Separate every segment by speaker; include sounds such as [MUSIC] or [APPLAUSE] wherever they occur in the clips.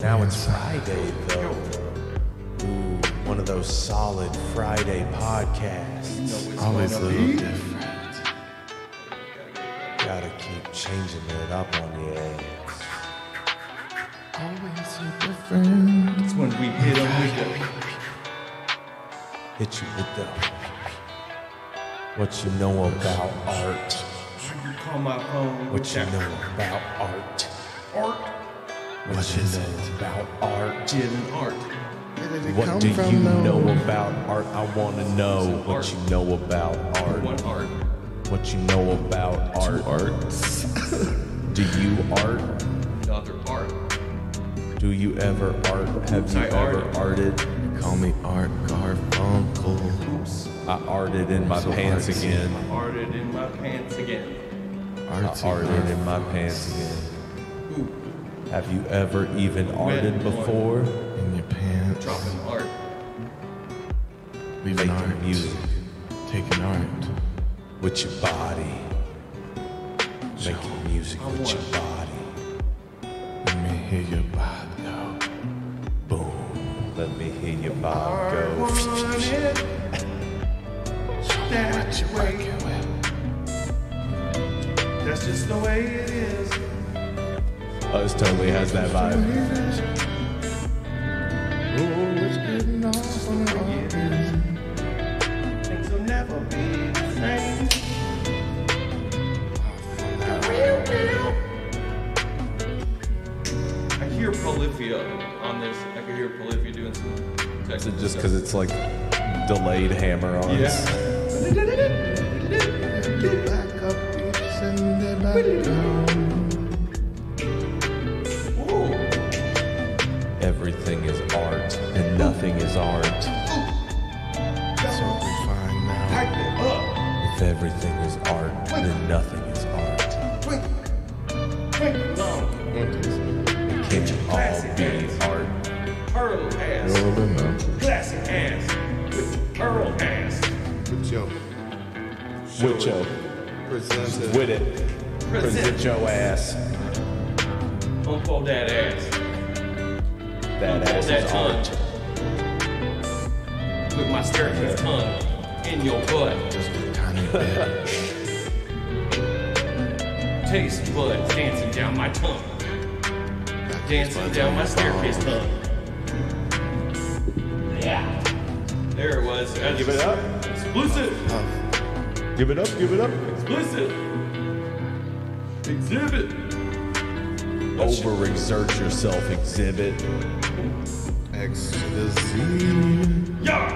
Speaker 1: Now it's Friday, though. Ooh, one of those solid Friday podcasts.
Speaker 2: Always a little different.
Speaker 1: Gotta keep changing it up on the air.
Speaker 2: Always a different.
Speaker 3: That's when we hit them with the
Speaker 1: Hit you with the what you know about art.
Speaker 3: I can call my phone.
Speaker 1: What you know about art.
Speaker 3: Art.
Speaker 1: What, you know about art.
Speaker 3: Did an art.
Speaker 2: Where did it
Speaker 1: What
Speaker 2: come
Speaker 1: do
Speaker 2: from,
Speaker 1: you
Speaker 2: though?
Speaker 1: know about art? I wanna know what
Speaker 3: art.
Speaker 1: you know about art.
Speaker 3: One art.
Speaker 1: What you know about art.
Speaker 3: Arts.
Speaker 1: [LAUGHS] Do you art?
Speaker 3: Another art.
Speaker 1: Do you ever art? Have you
Speaker 3: I
Speaker 1: ever
Speaker 3: art.
Speaker 1: arted?
Speaker 2: Call me Art Garfunkel.
Speaker 3: Oops.
Speaker 1: I arted in my
Speaker 2: So
Speaker 1: pants
Speaker 2: artsy.
Speaker 1: again.
Speaker 3: Arted in my pants again.
Speaker 1: I
Speaker 2: Artsy
Speaker 1: arted
Speaker 2: Garf-
Speaker 1: in my pants again.
Speaker 3: Ooh.
Speaker 1: Have you ever even arted
Speaker 3: Wet one.
Speaker 1: before?
Speaker 2: in your pants.
Speaker 3: Dropping art.
Speaker 2: Leaving art.
Speaker 1: Making music
Speaker 2: Taking art.
Speaker 1: with your body. Making music
Speaker 3: I
Speaker 1: with
Speaker 3: want.
Speaker 1: your body.
Speaker 2: Let me hear your body go.
Speaker 1: Boom. Let me hear your body [LAUGHS] go.
Speaker 3: That's
Speaker 2: You're working with.
Speaker 3: That's just the way it is.
Speaker 1: Us Oh, totally has that vibe.
Speaker 2: Oh, it's getting off on
Speaker 3: It
Speaker 2: art.
Speaker 3: is. Things will never be the same. I hear Polyphia on this. I can hear Polyphia doing some
Speaker 1: Is it
Speaker 3: Texas
Speaker 1: just because it's like delayed hammer ons?
Speaker 3: Yeah.
Speaker 2: Back up, beats and they back down.
Speaker 3: Ooh.
Speaker 1: Everything is art and nothing is art.
Speaker 2: That's what we find now.
Speaker 1: If everything is art, then nothing is art. It can't all be art.
Speaker 3: Pearl ass.
Speaker 2: Rolling up.
Speaker 3: Classic ass. With pearl ass.
Speaker 2: Put your
Speaker 1: With yo,
Speaker 2: presenter.
Speaker 1: with it, present yo ass.
Speaker 3: Unfold that ass.
Speaker 1: That ass is
Speaker 3: that
Speaker 1: art.
Speaker 3: With my staircase tongue in your butt.
Speaker 2: Just a tiny bit.
Speaker 3: Taste buds dancing down my tongue. Dancing down my staircase tongue. Yeah. There it was. That's
Speaker 1: Give it up,
Speaker 3: Explicit.
Speaker 1: give it up, give it up.
Speaker 3: Explicit. Exhibit.
Speaker 1: Overexert yourself, exhibit.
Speaker 2: X to the Z.
Speaker 3: Yeah.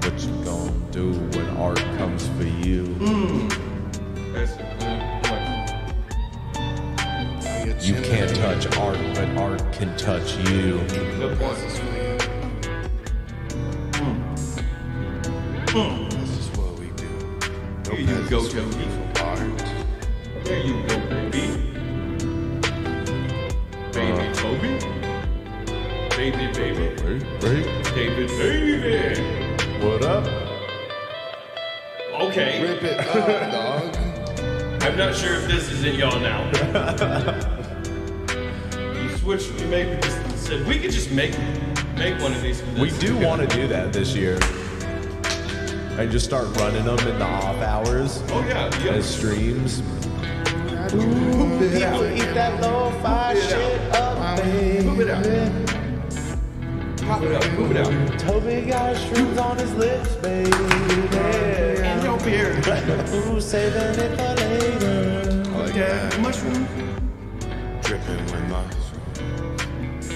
Speaker 1: What you gonna do when art comes for you?
Speaker 3: That's a good one.
Speaker 1: You can't touch art, but art can touch you.
Speaker 3: Good point.
Speaker 2: That's just what we do. No
Speaker 3: Here you go,
Speaker 2: peasants,
Speaker 3: Joe.
Speaker 2: we do Art.
Speaker 3: There you go, baby.
Speaker 1: Uh.
Speaker 3: Baby Toby. Baby, baby. David, baby.
Speaker 1: What up?
Speaker 3: Okay,
Speaker 2: Rip it up, dog.
Speaker 3: I'm not sure if this is in y'all [LAUGHS] now. you switched, you maybe just said, we could just make make one of these. for this.
Speaker 1: We do want to do that this year. And just start running them in the off hours
Speaker 3: Oh, yeah, yeah.
Speaker 1: as streams.
Speaker 2: Poop it out.
Speaker 1: Eat that low fi shit up,
Speaker 3: Move it out. Pop it up, move it out.
Speaker 1: Toby got shrooms on his lips, baby.
Speaker 3: In your beard.
Speaker 1: Who's saving it for later?
Speaker 2: Like
Speaker 3: Yeah,
Speaker 2: that.
Speaker 3: mushroom.
Speaker 2: Dripping with mushroom.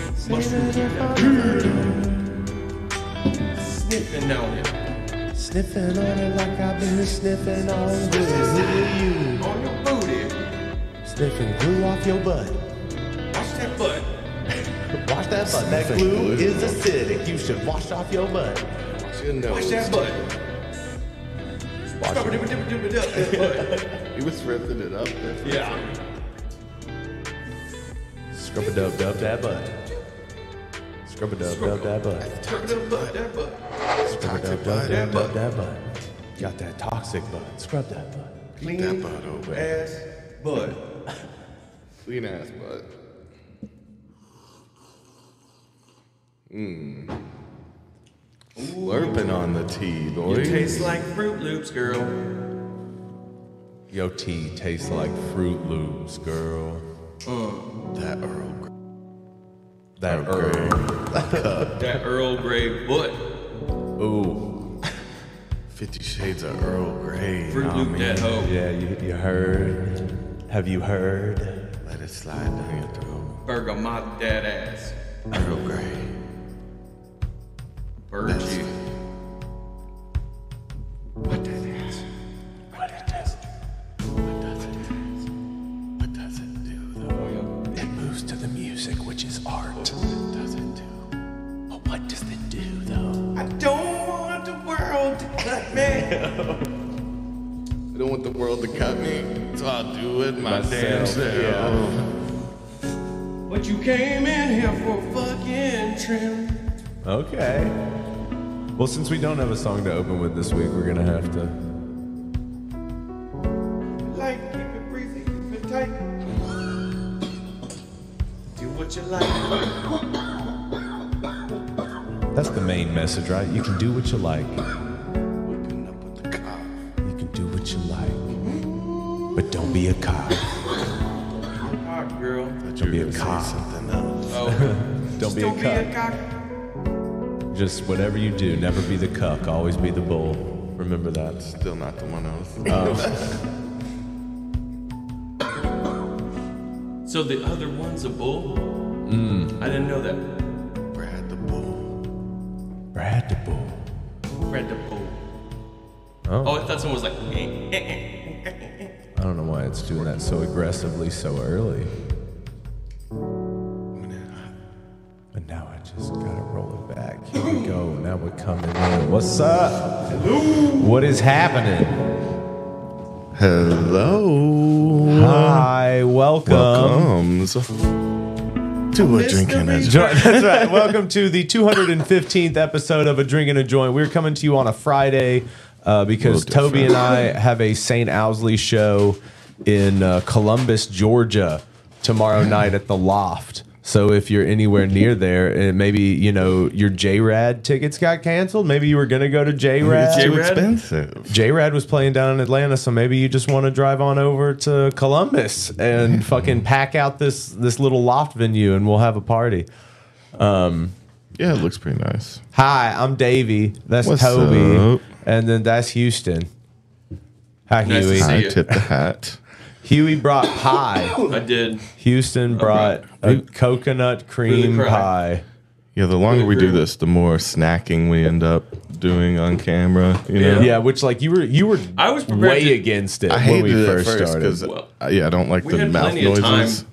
Speaker 3: Sniffing down it.
Speaker 1: Sniffing on it like I've been sniffing on glue.
Speaker 3: On your booty.
Speaker 1: Sniffing glue off your butt.
Speaker 3: Watch that butt.
Speaker 1: Wash that butt. That glue is acidic. You should wash off your butt.
Speaker 2: You know,
Speaker 3: Watch that butt. Butt.
Speaker 2: he was ripping it up. There.
Speaker 3: Yeah.
Speaker 1: Scrub a dub dub that butt. Scrub a dub dub that butt.
Speaker 3: Turn that butt, that butt.
Speaker 1: Scrub
Speaker 2: Toxic
Speaker 1: that butt.
Speaker 2: butt.
Speaker 1: That
Speaker 3: That
Speaker 1: butt.
Speaker 3: butt.
Speaker 1: That butt. Got that toxic butt. Scrub that butt.
Speaker 2: [LAUGHS] That butt over.
Speaker 3: Ass butt.
Speaker 4: Clean ass butt.
Speaker 2: Hmm.
Speaker 4: Mmm. Slurping on the tea, boy.
Speaker 3: It tastes like Fruit Loops, girl.
Speaker 1: Yo, tea tastes like Fruit Loops, girl.
Speaker 4: that Earl Grey.
Speaker 1: That girl.
Speaker 3: That Earl Grey butt.
Speaker 1: Ooh,
Speaker 4: Fifty Shades of Earl Grey.
Speaker 3: Fruit
Speaker 1: I
Speaker 3: Loop
Speaker 1: mean,
Speaker 3: that hoe.
Speaker 1: yeah, you, you heard. Have you heard?
Speaker 4: Let it slide down your throat.
Speaker 3: Bergamot that ass.
Speaker 4: Earl Grey.
Speaker 3: Bird you.
Speaker 4: What does it ask? What it does? What does it ask? What does it do? though?
Speaker 1: It moves to the music, which is art.
Speaker 4: What does it do?
Speaker 1: But what does it do, though?
Speaker 3: I don't want the world to cut me.
Speaker 4: I don't want the world to cut me, so I'll do it my damn
Speaker 1: Myself,
Speaker 4: self.
Speaker 3: but you came in here for fucking trim.
Speaker 1: Okay. Well, since we don't have a song to open with this week, we're gonna have to.
Speaker 3: Like, keep it breezy, keep it tight. Do what you like.
Speaker 1: That's the main message, right? You can do what you like.
Speaker 4: Open up with the cock.
Speaker 1: You can do what you like. But don't be a cop.
Speaker 3: Cock, girl.
Speaker 1: Don't be a
Speaker 4: Say
Speaker 1: cop.
Speaker 4: something else.
Speaker 3: Oh,
Speaker 1: Don't be
Speaker 3: don't
Speaker 1: a
Speaker 3: be a
Speaker 1: cop.
Speaker 3: cock.
Speaker 1: Just whatever you do, never be the cuck, always be the bull. Remember that.
Speaker 4: Still not the one else.
Speaker 3: So the other one's a bull? I didn't know that.
Speaker 4: Brad the Bull.
Speaker 1: Brad the bull.
Speaker 3: Read the bull.
Speaker 1: Oh.
Speaker 3: Oh, I thought someone was like, eh, eh, eh.
Speaker 1: I don't know why it's doing that so aggressively so early. But now I just gotta roll it back. Here we go. Now we're coming in. What's up? What is happening?
Speaker 4: Hello.
Speaker 1: Hi, welcome.
Speaker 4: Comes to a drinking edge.
Speaker 1: Jo- That's [LAUGHS] right. Welcome to the 215th episode of A Drink and a Joint. We're coming to you on a Friday uh, because
Speaker 4: Little
Speaker 1: Toby and I have a St. Owsley show in uh, Columbus, Georgia, tomorrow night at the Loft. So if you're anywhere near there, and maybe you know your J Rad tickets got canceled. Maybe you were gonna go to J
Speaker 4: [LAUGHS]
Speaker 1: Rad.
Speaker 4: It's too
Speaker 3: J-Rad?
Speaker 4: expensive.
Speaker 1: J Rad was playing down in Atlanta, so maybe you just want to drive on over to Columbus and fucking pack out this this little loft venue, and we'll have a party.
Speaker 4: Yeah, it looks pretty nice.
Speaker 1: Hi, I'm Davey. That's
Speaker 4: What's
Speaker 1: Toby,
Speaker 4: up?
Speaker 1: and then that's Houston. Hi,
Speaker 3: Nice to
Speaker 1: Huey.
Speaker 3: see
Speaker 4: I
Speaker 3: ya.
Speaker 4: tip the hat.
Speaker 1: Huey brought pie.
Speaker 3: I did.
Speaker 1: Houston brought a coconut cream
Speaker 3: cry.
Speaker 1: pie.
Speaker 4: [LAUGHS] Yeah, the longer we do
Speaker 3: agree.
Speaker 4: this, the more snacking we end up doing on camera. You know,
Speaker 1: Yeah, which like you were you were
Speaker 3: I was prepared
Speaker 1: way
Speaker 3: to-
Speaker 1: against it
Speaker 4: I
Speaker 1: when
Speaker 4: hated
Speaker 1: we
Speaker 4: it at
Speaker 1: first,
Speaker 4: first because
Speaker 1: started.
Speaker 4: yeah, I don't like
Speaker 3: We
Speaker 4: the
Speaker 3: had
Speaker 4: mouth
Speaker 3: plenty of time.
Speaker 4: noises.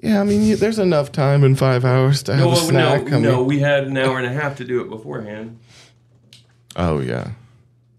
Speaker 4: Yeah, I mean, you, there's enough time in five hours to have
Speaker 3: No,
Speaker 4: a snack.
Speaker 3: no,
Speaker 4: I
Speaker 3: no,
Speaker 4: mean-
Speaker 3: we had an hour and a half to do it beforehand.
Speaker 4: oh yeah,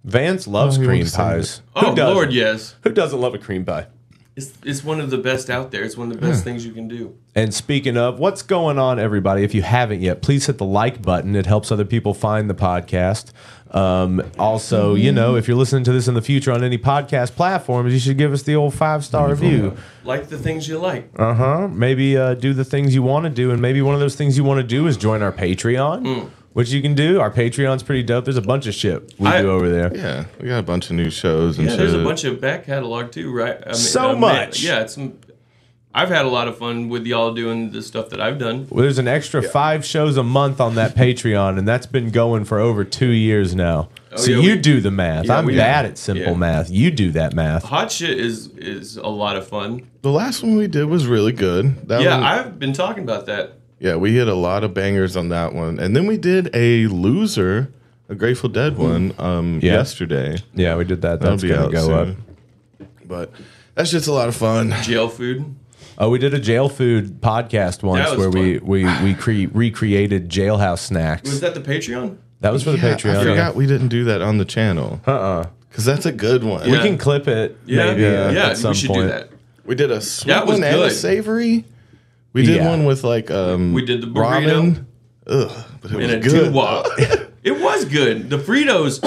Speaker 1: Vance loves
Speaker 4: Oh, he
Speaker 1: cream
Speaker 4: wants to send
Speaker 1: pies. Who
Speaker 3: Oh,
Speaker 1: doesn't?
Speaker 3: Lord, yes.
Speaker 1: Who doesn't love a cream pie?
Speaker 3: It's, it's one of the best out there. It's one of the best things you can do.
Speaker 1: And speaking of, what's going on, everybody? If you haven't yet, please hit the like button. It helps other people find the podcast. Um, also, you know, if you're listening to this in the future on any podcast platforms, you should give us the old five star review.
Speaker 3: Like the things you like.
Speaker 1: Uh huh. Maybe uh, do the things you want to do, and maybe one of those things you want to do is join our Patreon, which you can do. Our Patreon's pretty dope. There's a bunch of shit we
Speaker 3: I-
Speaker 1: do over there.
Speaker 4: yeah, we got a bunch of new shows and
Speaker 3: Yeah,
Speaker 4: shit.
Speaker 3: there's a bunch of back catalog too, right? I mean,
Speaker 1: So
Speaker 3: I mean,
Speaker 1: much.
Speaker 3: Yeah, it's. I've had a lot of fun with y'all doing the stuff that I've done.
Speaker 1: Well, there's an extra five shows a month on that Patreon, and that's been going for over two years now. so
Speaker 3: Oh, yeah,
Speaker 1: you
Speaker 3: we-
Speaker 1: do the math.
Speaker 3: yeah,
Speaker 1: I'm
Speaker 3: we-
Speaker 1: bad at simple
Speaker 3: yeah.
Speaker 1: math. You do that math.
Speaker 3: Hot shit is is a lot of fun.
Speaker 4: The last one we did was really good. That
Speaker 3: Yeah,
Speaker 4: one,
Speaker 3: I've been talking about that.
Speaker 4: yeah, we hit a lot of bangers on that one, and then we did a loser, a Grateful Dead one, um,
Speaker 1: Yeah.
Speaker 4: yesterday.
Speaker 1: Yeah, we did that.
Speaker 4: That'll
Speaker 1: That's gonna go up.
Speaker 4: But that's just a lot of fun.
Speaker 3: Jail food.
Speaker 1: Oh, we did a jail food podcast once
Speaker 3: was
Speaker 1: where we we we cre- recreated jailhouse snacks.
Speaker 3: Was that the Patreon?
Speaker 1: that was for the
Speaker 4: Yeah,
Speaker 1: Patreon.
Speaker 4: I forgot we didn't do that on the channel. Uh uh
Speaker 1: Uh-uh.
Speaker 4: Because that's a good one.
Speaker 1: We
Speaker 3: Yeah.
Speaker 1: can clip it.
Speaker 3: Yeah,
Speaker 1: maybe uh,
Speaker 3: yeah.
Speaker 1: at
Speaker 3: yeah
Speaker 1: some
Speaker 3: we should
Speaker 1: point.
Speaker 3: do that.
Speaker 4: We did a sweet
Speaker 3: That was
Speaker 4: one and a
Speaker 3: good.
Speaker 4: savory. We did
Speaker 1: Yeah.
Speaker 4: one with like um.
Speaker 3: We did the
Speaker 4: ramen. Ugh, but it
Speaker 3: in a
Speaker 4: was good.
Speaker 3: doo-wop. [LAUGHS] it was good. The Fritos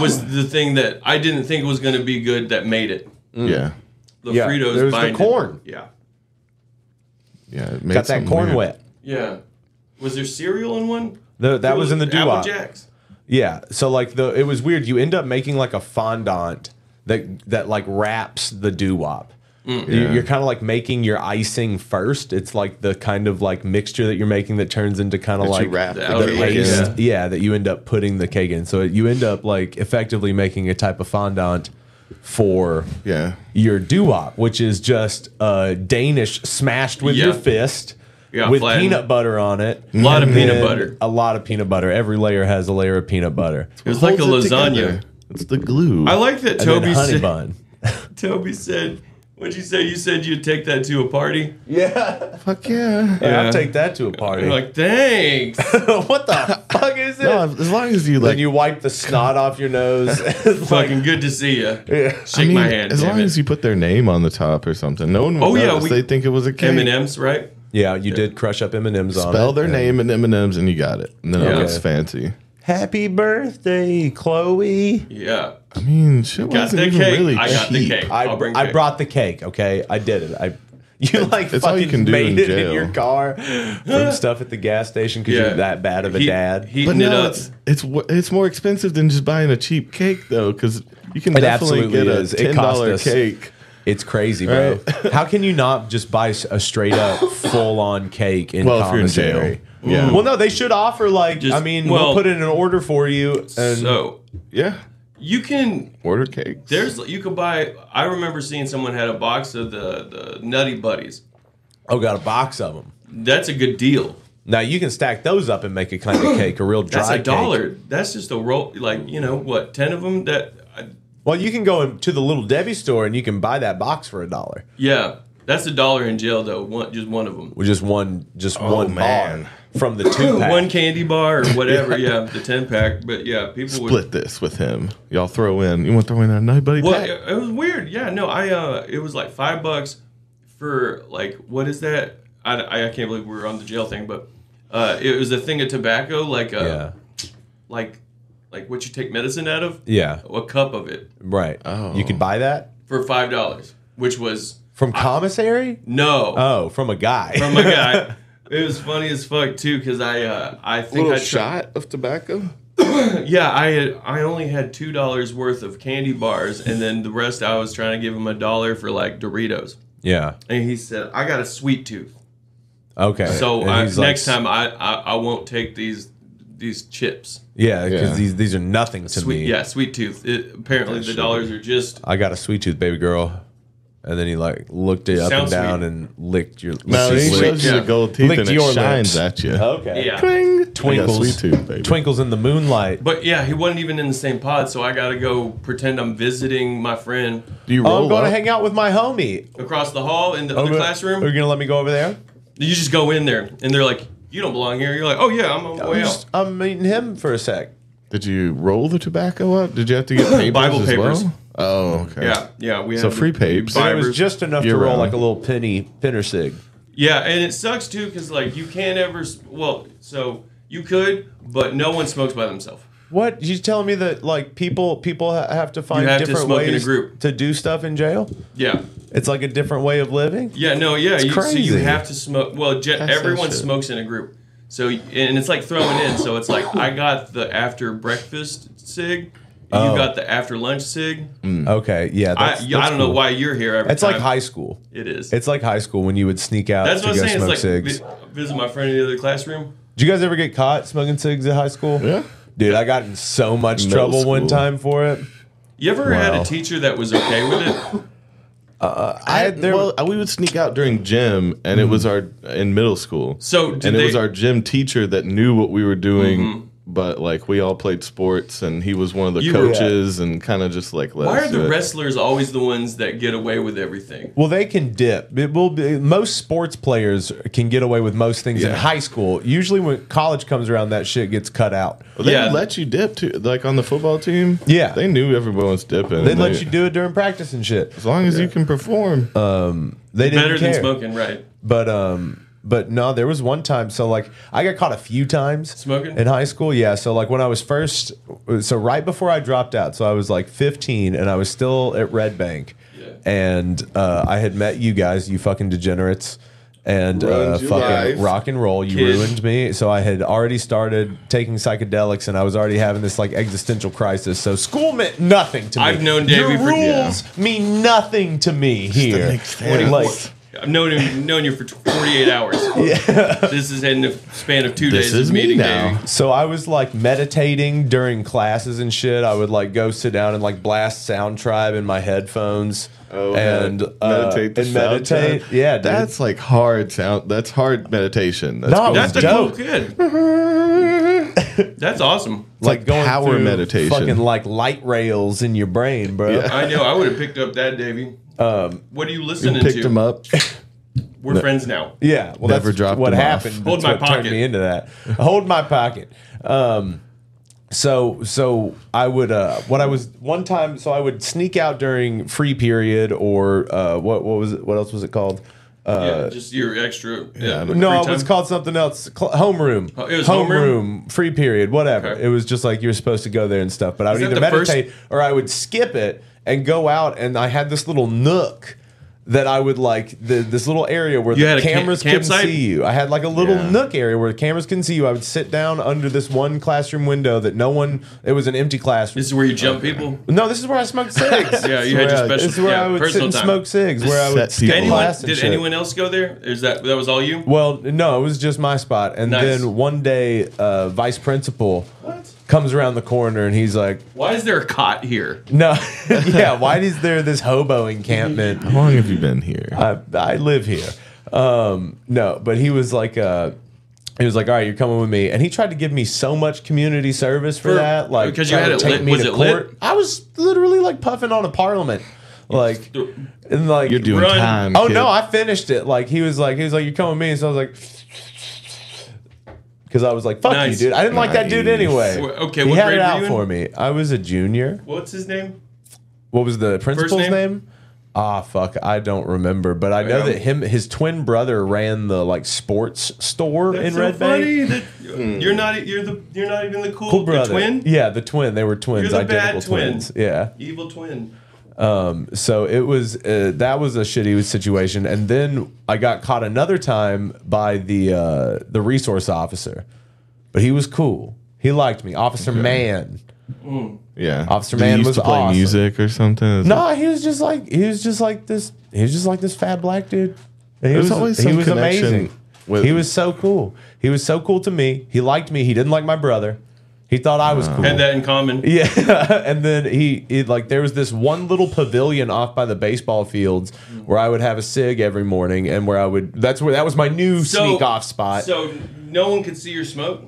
Speaker 3: [COUGHS] was the thing that I didn't think was going to be good that made it.
Speaker 4: Mm. Yeah,
Speaker 3: The
Speaker 1: Yeah,
Speaker 3: Fritos
Speaker 1: there was the
Speaker 3: binded.
Speaker 1: corn.
Speaker 3: Yeah.
Speaker 4: Yeah, it made
Speaker 1: Got that
Speaker 4: something
Speaker 1: corn
Speaker 4: weird.
Speaker 1: wet.
Speaker 3: Yeah. Was there cereal in one?
Speaker 1: The, that was in the
Speaker 3: Apple
Speaker 1: doo
Speaker 3: Jacks.
Speaker 1: Yeah. So like the it was weird. You end up making like a fondant that that like wraps the doo wop.
Speaker 4: Mm. Yeah.
Speaker 1: You're kind of like making your icing first. It's like the kind of like mixture that you're making that turns into kind of
Speaker 4: That
Speaker 1: like
Speaker 4: you wrap
Speaker 3: the
Speaker 4: the
Speaker 3: outer
Speaker 1: the
Speaker 4: cake
Speaker 3: layer.
Speaker 4: in.
Speaker 1: paste.
Speaker 3: Yeah.
Speaker 1: Yeah. that you end up putting the cake in. So you end up like effectively making a type of fondant for
Speaker 4: Yeah.
Speaker 1: your doo-wop, which is just uh, Danish smashed with
Speaker 3: Yeah.
Speaker 1: your fist
Speaker 3: Yeah,
Speaker 1: with
Speaker 3: flattened.
Speaker 1: peanut butter on it. A
Speaker 3: lot of peanut butter.
Speaker 1: A lot of peanut butter. Every layer has a layer of peanut butter.
Speaker 3: It was like a
Speaker 4: Holds it
Speaker 3: lasagna.
Speaker 4: together. It's the glue.
Speaker 3: I like that
Speaker 1: And
Speaker 3: Toby
Speaker 1: then honey
Speaker 3: said.
Speaker 1: bun.
Speaker 3: Toby said. What'd you say? You said you'd take that to a party.
Speaker 1: Yeah.
Speaker 4: Fuck yeah.
Speaker 3: [LAUGHS] Yeah.
Speaker 1: I'll take that to a party.
Speaker 3: You're like,
Speaker 4: [LAUGHS]
Speaker 3: thanks.
Speaker 1: [LAUGHS] what the fuck is this?
Speaker 4: No, as long as you like,
Speaker 1: then you wipe the snot off your nose. [LAUGHS] It's like,
Speaker 3: Fucking good to see you. Shake
Speaker 4: I mean,
Speaker 3: my hand.
Speaker 4: as long as you put their name on the top or something, no one will
Speaker 3: Oh, yeah,
Speaker 4: notice.
Speaker 3: we-
Speaker 4: they think it was a cake.
Speaker 3: M and M's, right?
Speaker 1: yeah, you did crush up M&M's on it.
Speaker 4: Spell their
Speaker 1: Yeah.
Speaker 4: name in M and M's, and you got it. And then it
Speaker 3: Yeah.
Speaker 4: looks
Speaker 1: Okay.
Speaker 4: fancy.
Speaker 1: Happy birthday, Chloe.
Speaker 3: Yeah.
Speaker 4: I mean, shit
Speaker 3: Got
Speaker 4: wasn't
Speaker 3: the
Speaker 4: even
Speaker 3: cake.
Speaker 4: really
Speaker 3: I got the
Speaker 4: cheap.
Speaker 3: cake.
Speaker 1: I,
Speaker 3: I'll bring
Speaker 1: I
Speaker 3: cake.
Speaker 1: brought the cake, okay? I did it. I [LAUGHS] you like
Speaker 4: that's all
Speaker 1: fucking
Speaker 4: you can do
Speaker 1: made
Speaker 4: in
Speaker 1: it
Speaker 4: jail.
Speaker 1: in your car
Speaker 3: [GASPS]
Speaker 1: from stuff at the gas station because
Speaker 3: Yeah.
Speaker 1: you're that bad of a
Speaker 3: He-
Speaker 1: dad.
Speaker 3: Heating
Speaker 4: But
Speaker 3: it
Speaker 4: no,
Speaker 3: up.
Speaker 4: it's it's wa- it's more expensive than just buying a cheap cake though, because you can
Speaker 1: It
Speaker 4: definitely
Speaker 1: absolutely
Speaker 4: get a
Speaker 1: is.
Speaker 4: ten
Speaker 1: It cost
Speaker 4: dollar
Speaker 1: us.
Speaker 4: cake.
Speaker 1: it's crazy, bro. [LAUGHS] How can you not just buy a straight
Speaker 4: [LAUGHS]
Speaker 1: up full on cake in
Speaker 4: Well, if you're in jail.
Speaker 1: commissary?
Speaker 4: Yeah.
Speaker 1: Well, no, they should offer like
Speaker 3: Just-
Speaker 1: I mean,
Speaker 3: well-
Speaker 1: we'll put in an order for you. And
Speaker 3: so
Speaker 4: Yeah,
Speaker 3: you can
Speaker 4: order cakes.
Speaker 3: there's you could buy. I remember seeing someone had a box of the the Nutty Buddies.
Speaker 1: oh, got a box of them.
Speaker 3: That's a good deal.
Speaker 1: Now you can stack those up and make a
Speaker 3: [CLEARS THROAT]
Speaker 1: kind of cake, a real dry
Speaker 3: That's a
Speaker 1: cake.
Speaker 3: dollar. That's just a roll. Like you know what, ten of them. That I,
Speaker 1: Well, you can go in- to the little Debbie store and you can buy that box for a dollar.
Speaker 3: yeah, that's a dollar in jail though. One just one of them.
Speaker 1: with just one just one
Speaker 4: man.
Speaker 1: bar from the
Speaker 3: [COUGHS]
Speaker 1: two pack.
Speaker 3: Oh, One candy bar or whatever. yeah. the ten pack. But yeah, people would.
Speaker 4: split this with him. Y'all throw in. You want to throw in a night buddy
Speaker 3: Well,
Speaker 4: pack?
Speaker 3: it, it was weird. Yeah, no, I uh, it was like five bucks for like what is that? I, I, I can't believe we were on the jail thing, but uh, it was a thing of tobacco, like uh,
Speaker 1: yeah,
Speaker 3: like like what you take medicine out of,
Speaker 1: yeah,
Speaker 3: a cup of it
Speaker 1: right.
Speaker 4: Oh.
Speaker 1: You could buy that
Speaker 3: for five dollars, which was
Speaker 1: from commissary.
Speaker 3: no
Speaker 1: Oh, from a guy.
Speaker 3: from a guy. It was funny as fuck too, because I uh, I think I tri-
Speaker 4: of tobacco.
Speaker 3: Yeah, I had I only had two dollars worth of candy bars, and then the rest I was trying to give him a dollar for like Doritos,
Speaker 1: [LAUGHS] yeah.
Speaker 3: and he said I got a sweet tooth.
Speaker 1: Okay.
Speaker 3: So
Speaker 1: And
Speaker 3: I,
Speaker 1: he's like,
Speaker 3: next time I, I I won't take these these chips.
Speaker 1: yeah, because
Speaker 4: Yeah.
Speaker 1: these these are nothing to
Speaker 3: Sweet,
Speaker 1: me.
Speaker 3: yeah, sweet tooth. It, apparently the dollars are just
Speaker 1: I got a sweet tooth, baby girl. And then he like looked it up and
Speaker 3: Sounds
Speaker 1: down
Speaker 3: sweet.
Speaker 1: and licked your.
Speaker 4: No, he
Speaker 1: licked-
Speaker 4: shows you
Speaker 3: Yeah.
Speaker 4: the gold teeth
Speaker 1: Licked
Speaker 4: and it
Speaker 1: your
Speaker 4: shines
Speaker 1: lips.
Speaker 4: at you.
Speaker 1: Okay.
Speaker 3: yeah.
Speaker 4: Cling. I got
Speaker 1: Twinkles.
Speaker 4: Oh. sweet tooth, baby.
Speaker 1: Twinkles in the moonlight.
Speaker 3: But yeah, he wasn't even in the same pod, so I gotta go pretend I'm visiting my friend
Speaker 4: Do you roll
Speaker 1: Oh, I'm going
Speaker 4: up?
Speaker 1: to hang out with my homie.
Speaker 3: across the hall in the
Speaker 1: Oh,
Speaker 3: other
Speaker 1: go-
Speaker 3: classroom.
Speaker 1: Are you gonna let me go over there?
Speaker 3: You just go in there, and they're like, "You don't belong here." You're like, "Oh yeah, I'm on my
Speaker 1: I'm,
Speaker 3: way out."
Speaker 1: just, I'm meeting him for a sec.
Speaker 4: Did you roll the tobacco up? Did you have to [COUGHS] get papers
Speaker 3: Bible
Speaker 4: as
Speaker 3: papers.
Speaker 4: Well? Oh, okay.
Speaker 3: Yeah, yeah, we
Speaker 4: So
Speaker 3: had
Speaker 4: free
Speaker 3: to-
Speaker 4: papes.
Speaker 1: It
Speaker 3: Five-
Speaker 1: was just enough to
Speaker 4: You're
Speaker 1: roll
Speaker 4: wrong.
Speaker 1: like a little penny pinner sig.
Speaker 3: Yeah, and it sucks too because like you can't ever. s- Well, so you could, but no one smokes by themselves.
Speaker 1: What you telling me that like people people ha- have to find
Speaker 3: have to
Speaker 1: different
Speaker 3: smoke in a
Speaker 1: ways
Speaker 3: group.
Speaker 1: to do stuff in jail?
Speaker 3: Yeah,
Speaker 1: It's like a different way of living.
Speaker 3: yeah, no, yeah. You, So you
Speaker 1: crazy.
Speaker 3: have to smoke. Well, je-
Speaker 4: That's so
Speaker 3: everyone
Speaker 4: shit.
Speaker 3: smokes in a group. So y- and it's like throwing in. So it's like I got the after breakfast sig.
Speaker 1: Oh.
Speaker 3: You got the after lunch sig.
Speaker 1: Okay, yeah. That's,
Speaker 3: Mm. I, yeah, I
Speaker 1: that's
Speaker 3: don't know
Speaker 1: cool.
Speaker 3: why you're here. Every
Speaker 1: It's like
Speaker 3: time.
Speaker 1: high school.
Speaker 3: It is.
Speaker 1: It's like high school when you would sneak out
Speaker 3: That's
Speaker 1: to
Speaker 3: what I'm
Speaker 1: go
Speaker 3: saying. It's
Speaker 1: smoke
Speaker 3: like
Speaker 1: cigs.
Speaker 3: vi- visit my friend in the other classroom.
Speaker 1: Did you guys ever get caught smoking cigs at high school?
Speaker 4: Yeah.
Speaker 1: Dude, I got in so much
Speaker 4: Middle
Speaker 1: trouble one
Speaker 4: school.
Speaker 1: time for it.
Speaker 3: You ever had a
Speaker 1: Wow.
Speaker 3: teacher that was okay with it?
Speaker 1: I had there.
Speaker 4: well, we would sneak out during gym, and it was our in middle school.
Speaker 3: So did they,
Speaker 4: and
Speaker 3: Mm-hmm.
Speaker 4: it was our gym teacher that knew what we were doing, but like we all played sports, and he was one of the
Speaker 3: You were-
Speaker 4: coaches, and kind of just like let
Speaker 3: Why
Speaker 4: us
Speaker 3: are
Speaker 4: do
Speaker 3: the
Speaker 4: it.
Speaker 3: wrestlers always the ones that get away with everything?
Speaker 1: well, they can dip. It will be, most sports players can get away with most things in
Speaker 4: Yeah.
Speaker 1: high school. Usually, when college comes around, that shit gets cut out.
Speaker 4: They
Speaker 3: Yeah.
Speaker 4: let you dip too, like on the football team.
Speaker 1: Yeah.
Speaker 4: they knew everyone was dipping.
Speaker 1: They
Speaker 4: and
Speaker 1: let you do it during practice and shit.
Speaker 4: as long as you can perform.
Speaker 1: They didn't
Speaker 3: Better
Speaker 1: care.
Speaker 3: than smoking, right?
Speaker 1: But um, but no, there was one time. So like, I got caught a few times
Speaker 3: Smoking?
Speaker 1: in high school. Yeah. So like when I was first, so right before I dropped out, so I was like 15, and I was still at Red Bank,
Speaker 3: Yeah.
Speaker 1: and uh, I had met you guys, you fucking degenerates. and uh,
Speaker 4: Ruined your life.
Speaker 1: fucking rock and roll. You
Speaker 3: Kid.
Speaker 1: ruined me. So I had already started taking psychedelics, and I was already having this like existential crisis. So school meant nothing to me.
Speaker 3: I've known Davey
Speaker 1: Your
Speaker 3: for- yeah.
Speaker 1: rules mean nothing to me here.
Speaker 4: makes sense.
Speaker 1: Like,
Speaker 3: I've known him, known you for
Speaker 1: [LAUGHS]
Speaker 3: 48 hours. This is in the span of two
Speaker 4: This
Speaker 3: days. of
Speaker 4: is me
Speaker 3: meeting
Speaker 4: now.
Speaker 3: Davey.
Speaker 1: So I was like meditating during classes and shit. I would like go sit down and like blast Sound Tribe in my headphones
Speaker 4: Oh,
Speaker 1: and
Speaker 4: med-
Speaker 1: uh,
Speaker 4: meditate the
Speaker 1: and
Speaker 4: sound
Speaker 1: meditate.
Speaker 4: time.
Speaker 1: Yeah, dude.
Speaker 4: that's like hard sound. That's hard meditation. That's
Speaker 1: No,
Speaker 4: cool.
Speaker 1: that's
Speaker 3: That's a
Speaker 1: dope.
Speaker 3: cool kid.
Speaker 1: [LAUGHS]
Speaker 3: That's awesome.
Speaker 1: It's
Speaker 4: like power
Speaker 1: through
Speaker 4: meditation.
Speaker 1: fucking like light rails in your brain, bro.
Speaker 4: Yeah.
Speaker 3: I know. I would have picked up that, Davey. Um, what are you
Speaker 4: you
Speaker 3: listening
Speaker 4: picked
Speaker 3: to?
Speaker 4: him up.
Speaker 3: We're friends now.
Speaker 1: [LAUGHS] Yeah, well,
Speaker 4: Never
Speaker 1: that's
Speaker 4: dropped
Speaker 1: what
Speaker 4: them off.
Speaker 1: happened.
Speaker 3: Hold
Speaker 1: That's
Speaker 3: my
Speaker 1: what turned
Speaker 3: pocket.
Speaker 1: me into that. Hold my pocket. Um, so so I would uh, what I was one time. So I would sneak out during free period or uh, what what was it, what else was it called? Uh,
Speaker 3: yeah, just your extra.
Speaker 4: I
Speaker 3: Yeah,
Speaker 4: don't-
Speaker 1: No,
Speaker 3: free
Speaker 1: it was
Speaker 3: time.
Speaker 1: called something else. Cl- homeroom.
Speaker 3: Oh, it was
Speaker 1: homeroom. Free period. Whatever.
Speaker 3: Okay.
Speaker 1: It was just like you were supposed to go there and stuff. But I would
Speaker 3: that
Speaker 1: either
Speaker 3: the first-
Speaker 1: meditate or I would skip it and go out. And I had this little nook that I would like the, this little area where
Speaker 3: You had
Speaker 1: the
Speaker 3: a ca-
Speaker 1: cameras couldn't
Speaker 3: campsite?
Speaker 1: see you. I had like a little
Speaker 4: Yeah.
Speaker 1: nook area where the cameras can see you. I would sit down under this one classroom window that no one. It was an empty classroom.
Speaker 3: This is where you jump people.
Speaker 1: no, this is where I smoked cigs.
Speaker 3: [LAUGHS] Yeah, you had your
Speaker 4: Right.
Speaker 3: special.
Speaker 1: This is where
Speaker 3: yeah,
Speaker 1: I would sit
Speaker 3: personal
Speaker 1: and
Speaker 3: time.
Speaker 1: smoke cigs. Where I would
Speaker 4: Set
Speaker 1: skip
Speaker 4: people.
Speaker 3: Anyone?
Speaker 1: class and
Speaker 3: did
Speaker 1: shit.
Speaker 3: anyone else go there? Is that that was all you?
Speaker 1: Well, no, it was just my spot. And
Speaker 3: Nice.
Speaker 1: then one day, uh, vice principal
Speaker 3: What?
Speaker 1: comes around the corner and he's like,
Speaker 3: Why is there a cot here?
Speaker 1: "No, [LAUGHS] yeah, why is there this hobo encampment?
Speaker 4: [LAUGHS] How long have you been here?
Speaker 1: I, I live here." Um, no, but he was like, uh, he was like, "All right, you're coming with me." And he tried to give me so much community service for,
Speaker 3: For-
Speaker 1: that, like
Speaker 3: because you
Speaker 1: trying
Speaker 3: had
Speaker 1: to
Speaker 3: it
Speaker 1: take
Speaker 3: lit-
Speaker 1: me
Speaker 3: was
Speaker 1: to
Speaker 3: it lit?
Speaker 1: court. I was literally like puffing on a parliament, like and like
Speaker 4: You're doing
Speaker 3: Run.
Speaker 4: time.
Speaker 1: Oh
Speaker 4: kid.
Speaker 1: no, I finished it. Like he was like he was like you're coming with me, so I was like because I was like fuck
Speaker 3: Nice.
Speaker 1: you, dude. I didn't like that dude
Speaker 4: Nice.
Speaker 1: anyway.
Speaker 3: Wh- okay,
Speaker 1: he
Speaker 3: what
Speaker 1: had
Speaker 3: grade
Speaker 1: it
Speaker 3: were
Speaker 1: out
Speaker 3: you in?
Speaker 1: for me. I was a junior.
Speaker 3: What's his name?
Speaker 1: What was the principal's
Speaker 3: name?
Speaker 1: name? Ah fuck, I don't remember, but I know
Speaker 3: Yeah.
Speaker 1: that him his twin brother ran the like sports store in
Speaker 3: so
Speaker 1: Red Bank.
Speaker 3: funny that
Speaker 1: Hmm.
Speaker 3: you're not you're the you're not even the cool,
Speaker 1: Cool
Speaker 3: the
Speaker 1: brother.
Speaker 3: twin.
Speaker 1: Yeah, the twin. They were twins,
Speaker 3: the bad
Speaker 1: identical
Speaker 3: twin.
Speaker 1: twins. Yeah.
Speaker 3: Evil twin.
Speaker 1: So it was uh, that was a shitty situation, and then I got caught another time by the uh, the resource officer, but he was cool. He liked me, Officer Man.
Speaker 4: Yeah,
Speaker 1: Officer
Speaker 4: Did he
Speaker 1: Man
Speaker 4: used
Speaker 1: was
Speaker 4: to play
Speaker 1: awesome.
Speaker 4: music or something. Is
Speaker 1: No, he was just like he was just like this. He was just like this fat black dude. And He
Speaker 4: There's
Speaker 1: was
Speaker 4: always
Speaker 1: he
Speaker 4: some
Speaker 1: was
Speaker 4: connection
Speaker 1: amazing.
Speaker 4: with-
Speaker 1: he was so cool. He was so cool to me. He liked me. He didn't like my brother. He thought I was cool.
Speaker 3: Had that in common.
Speaker 1: Yeah, [LAUGHS] and then he, he like there was this one little pavilion off by the baseball fields
Speaker 3: Mm.
Speaker 1: where I would have a cig every morning, and where I would that's where that was my new sneak off spot.
Speaker 3: So no one could see your smoke.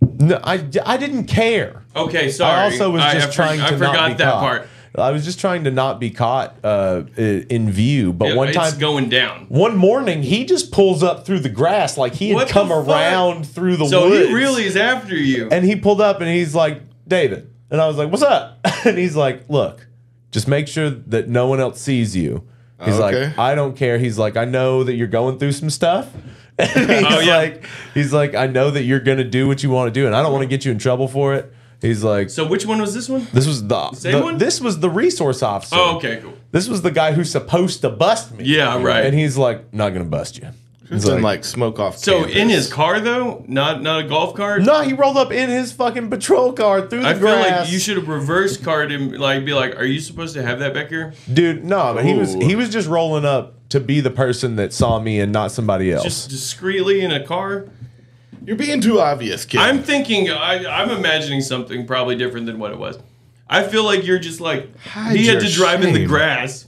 Speaker 1: no, I I didn't care.
Speaker 3: Okay, sorry.
Speaker 1: I also was
Speaker 3: I-
Speaker 1: just
Speaker 3: I for-
Speaker 1: trying to
Speaker 3: I
Speaker 1: not
Speaker 3: forgot
Speaker 1: be
Speaker 3: that
Speaker 1: caught.
Speaker 3: part.
Speaker 1: I was just trying to not be caught uh, i- in view. But
Speaker 3: Yeah,
Speaker 1: one time,
Speaker 3: it's going down.
Speaker 1: one morning, he just pulls up through the grass like he had
Speaker 3: What the
Speaker 1: come
Speaker 3: fuck?
Speaker 1: around through the
Speaker 3: So
Speaker 1: woods.
Speaker 3: he really is after you.
Speaker 1: And he pulled up and he's like, David. And I was like, what's up? [LAUGHS] And he's like, look, just make sure that no one else sees you. He's
Speaker 4: Okay.
Speaker 1: like, I don't care. He's like, I know that you're going through some stuff. [LAUGHS] And he's
Speaker 3: Oh, yeah.
Speaker 1: like, he's like, I know that you're gonna do what you want to do, and I don't want to get you in trouble for it. He's like,
Speaker 3: so which one was this one?
Speaker 1: this was the,
Speaker 3: Same
Speaker 1: the-
Speaker 3: one?
Speaker 1: this was the resource officer.
Speaker 3: Oh, okay, cool.
Speaker 1: This was the guy who's supposed to bust me.
Speaker 3: Yeah, right.
Speaker 1: And he's like, not gonna bust you. He's
Speaker 4: It's like,
Speaker 1: like,
Speaker 4: like smoke off.
Speaker 3: So
Speaker 4: campus.
Speaker 3: in his car though, not not a golf cart.
Speaker 1: no, he rolled up in his fucking patrol car through the
Speaker 3: I feel
Speaker 1: grass.
Speaker 3: like you should have reverse carded him. Like be like, are you supposed to have that back here?
Speaker 1: Dude, no, but he was
Speaker 4: Ooh.
Speaker 1: he was just rolling up to be the person that saw me and not somebody else.
Speaker 3: Just discreetly in a car.
Speaker 4: you're being too obvious, kid.
Speaker 3: I'm thinking, I, I'm imagining something probably different than what it was. I feel like you're just like
Speaker 4: Hide
Speaker 3: he had to
Speaker 4: your
Speaker 3: drive in the
Speaker 4: shame.
Speaker 3: grass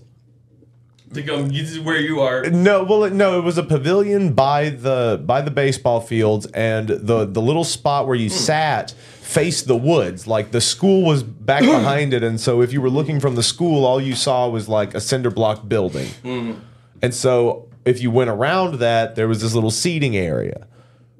Speaker 3: to come. This is where you are.
Speaker 1: no, well, it- no, it was a pavilion by the by the baseball fields, and the the little spot where you sat faced the woods. Like the school was back behind it, and so if you were looking from the school, all you saw was like a cinder block building. And so if you went around that, there was this little seating area,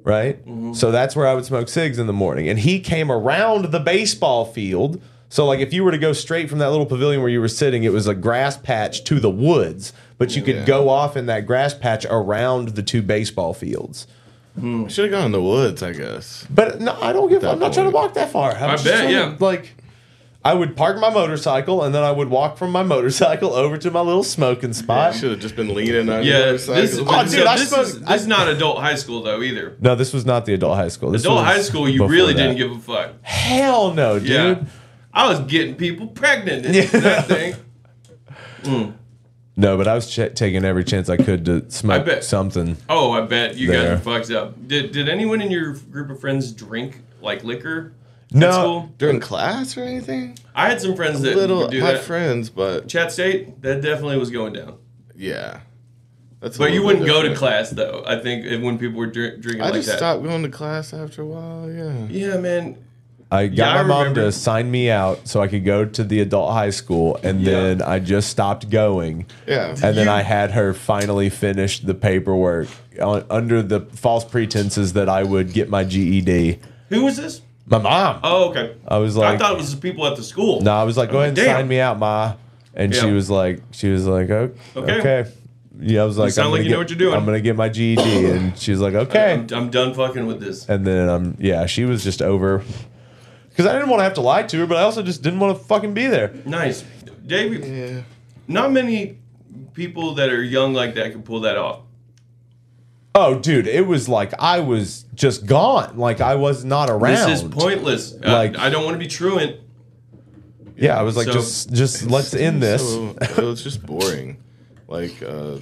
Speaker 1: right?
Speaker 3: Mm-hmm.
Speaker 1: So that's where I would smoke cigs in the morning. And he came around the baseball field. So like if you were to go straight from that little pavilion where you were sitting, it was a grass patch to the woods, but you could
Speaker 4: Yeah.
Speaker 1: go off in that grass patch around the two baseball fields.
Speaker 4: should have gone in the woods, I guess.
Speaker 1: But no, I don't give. I'm not trying to walk that far. I'm
Speaker 3: I
Speaker 1: just
Speaker 3: bet,
Speaker 1: trying to,
Speaker 3: yeah.
Speaker 1: like, I would park my motorcycle and then I would walk from my motorcycle [LAUGHS] over to my little smoking spot.
Speaker 4: Should have just been leaning on your
Speaker 3: Yeah, this,
Speaker 4: motorcycle.
Speaker 3: is-
Speaker 1: Oh, dude,
Speaker 3: so
Speaker 1: I
Speaker 3: this,
Speaker 1: spoke-
Speaker 3: is, this is not adult high school though either.
Speaker 1: No, this was not the adult high school. This
Speaker 3: Adult
Speaker 1: was
Speaker 3: high school, you
Speaker 1: before
Speaker 3: really
Speaker 1: that.
Speaker 3: didn't give a fuck.
Speaker 1: Hell no, dude.
Speaker 3: Yeah, I was getting people pregnant. in That thing.
Speaker 1: No, but I was ch- taking every chance I could to smoke
Speaker 3: bet.
Speaker 1: something.
Speaker 3: Oh, I bet you
Speaker 1: There.
Speaker 3: guys fucked up. Did Did anyone in your group of friends drink like liquor? at
Speaker 1: No.
Speaker 3: school?
Speaker 4: During class or anything?
Speaker 3: I had some friends that
Speaker 4: Little,
Speaker 3: would do
Speaker 4: my
Speaker 3: that.
Speaker 4: friends, but
Speaker 3: Chat State, that definitely was going down.
Speaker 4: yeah. That's a
Speaker 3: But you
Speaker 4: little
Speaker 3: wouldn't
Speaker 4: bit
Speaker 3: go to
Speaker 4: different.
Speaker 3: class though. I think if- when people were drink, drinking
Speaker 4: I
Speaker 3: like
Speaker 4: just
Speaker 3: that.
Speaker 4: stopped going to class after a while, yeah.
Speaker 3: Yeah, man.
Speaker 1: I got
Speaker 3: Yeah,
Speaker 1: my
Speaker 3: I
Speaker 1: mom
Speaker 3: remember.
Speaker 1: to sign me out so I could go to the adult high school, and
Speaker 3: Yeah.
Speaker 1: then I just stopped going.
Speaker 4: Yeah.
Speaker 1: And then
Speaker 3: You-
Speaker 1: I had her finally finish the paperwork on, under the false pretenses that I would get my GED.
Speaker 3: Who was this?
Speaker 1: My mom.
Speaker 3: Oh, okay.
Speaker 1: I was like,
Speaker 3: I thought it was the people at the school.
Speaker 1: no, I was like, go ahead and
Speaker 3: Damn.
Speaker 1: sign me out, ma. And she
Speaker 3: Yeah.
Speaker 1: was like, she was like, okay,
Speaker 3: Okay.
Speaker 1: okay. Yeah, I was like,
Speaker 3: sound
Speaker 1: I'm
Speaker 3: like
Speaker 1: gonna
Speaker 3: you know
Speaker 1: get-
Speaker 3: what you're doing. Uh,
Speaker 1: I'm gonna get my GED, and she's like, okay.
Speaker 3: I'm, I'm done fucking with this.
Speaker 1: And then um, yeah, she was just over because I didn't want to have to lie to her, but I also just didn't want to fucking be there.
Speaker 3: Nice, David.
Speaker 4: Yeah.
Speaker 3: Not many people that are young like that can pull that off.
Speaker 1: Oh, dude, it was like I was just gone. Like I was not around.
Speaker 3: This is pointless.
Speaker 1: Like-
Speaker 3: Like I don't want to be truant.
Speaker 1: Yeah, I was like,
Speaker 3: So-
Speaker 1: just
Speaker 4: [LAUGHS]
Speaker 1: just let's end this.
Speaker 4: So, it was just boring. Like, uh,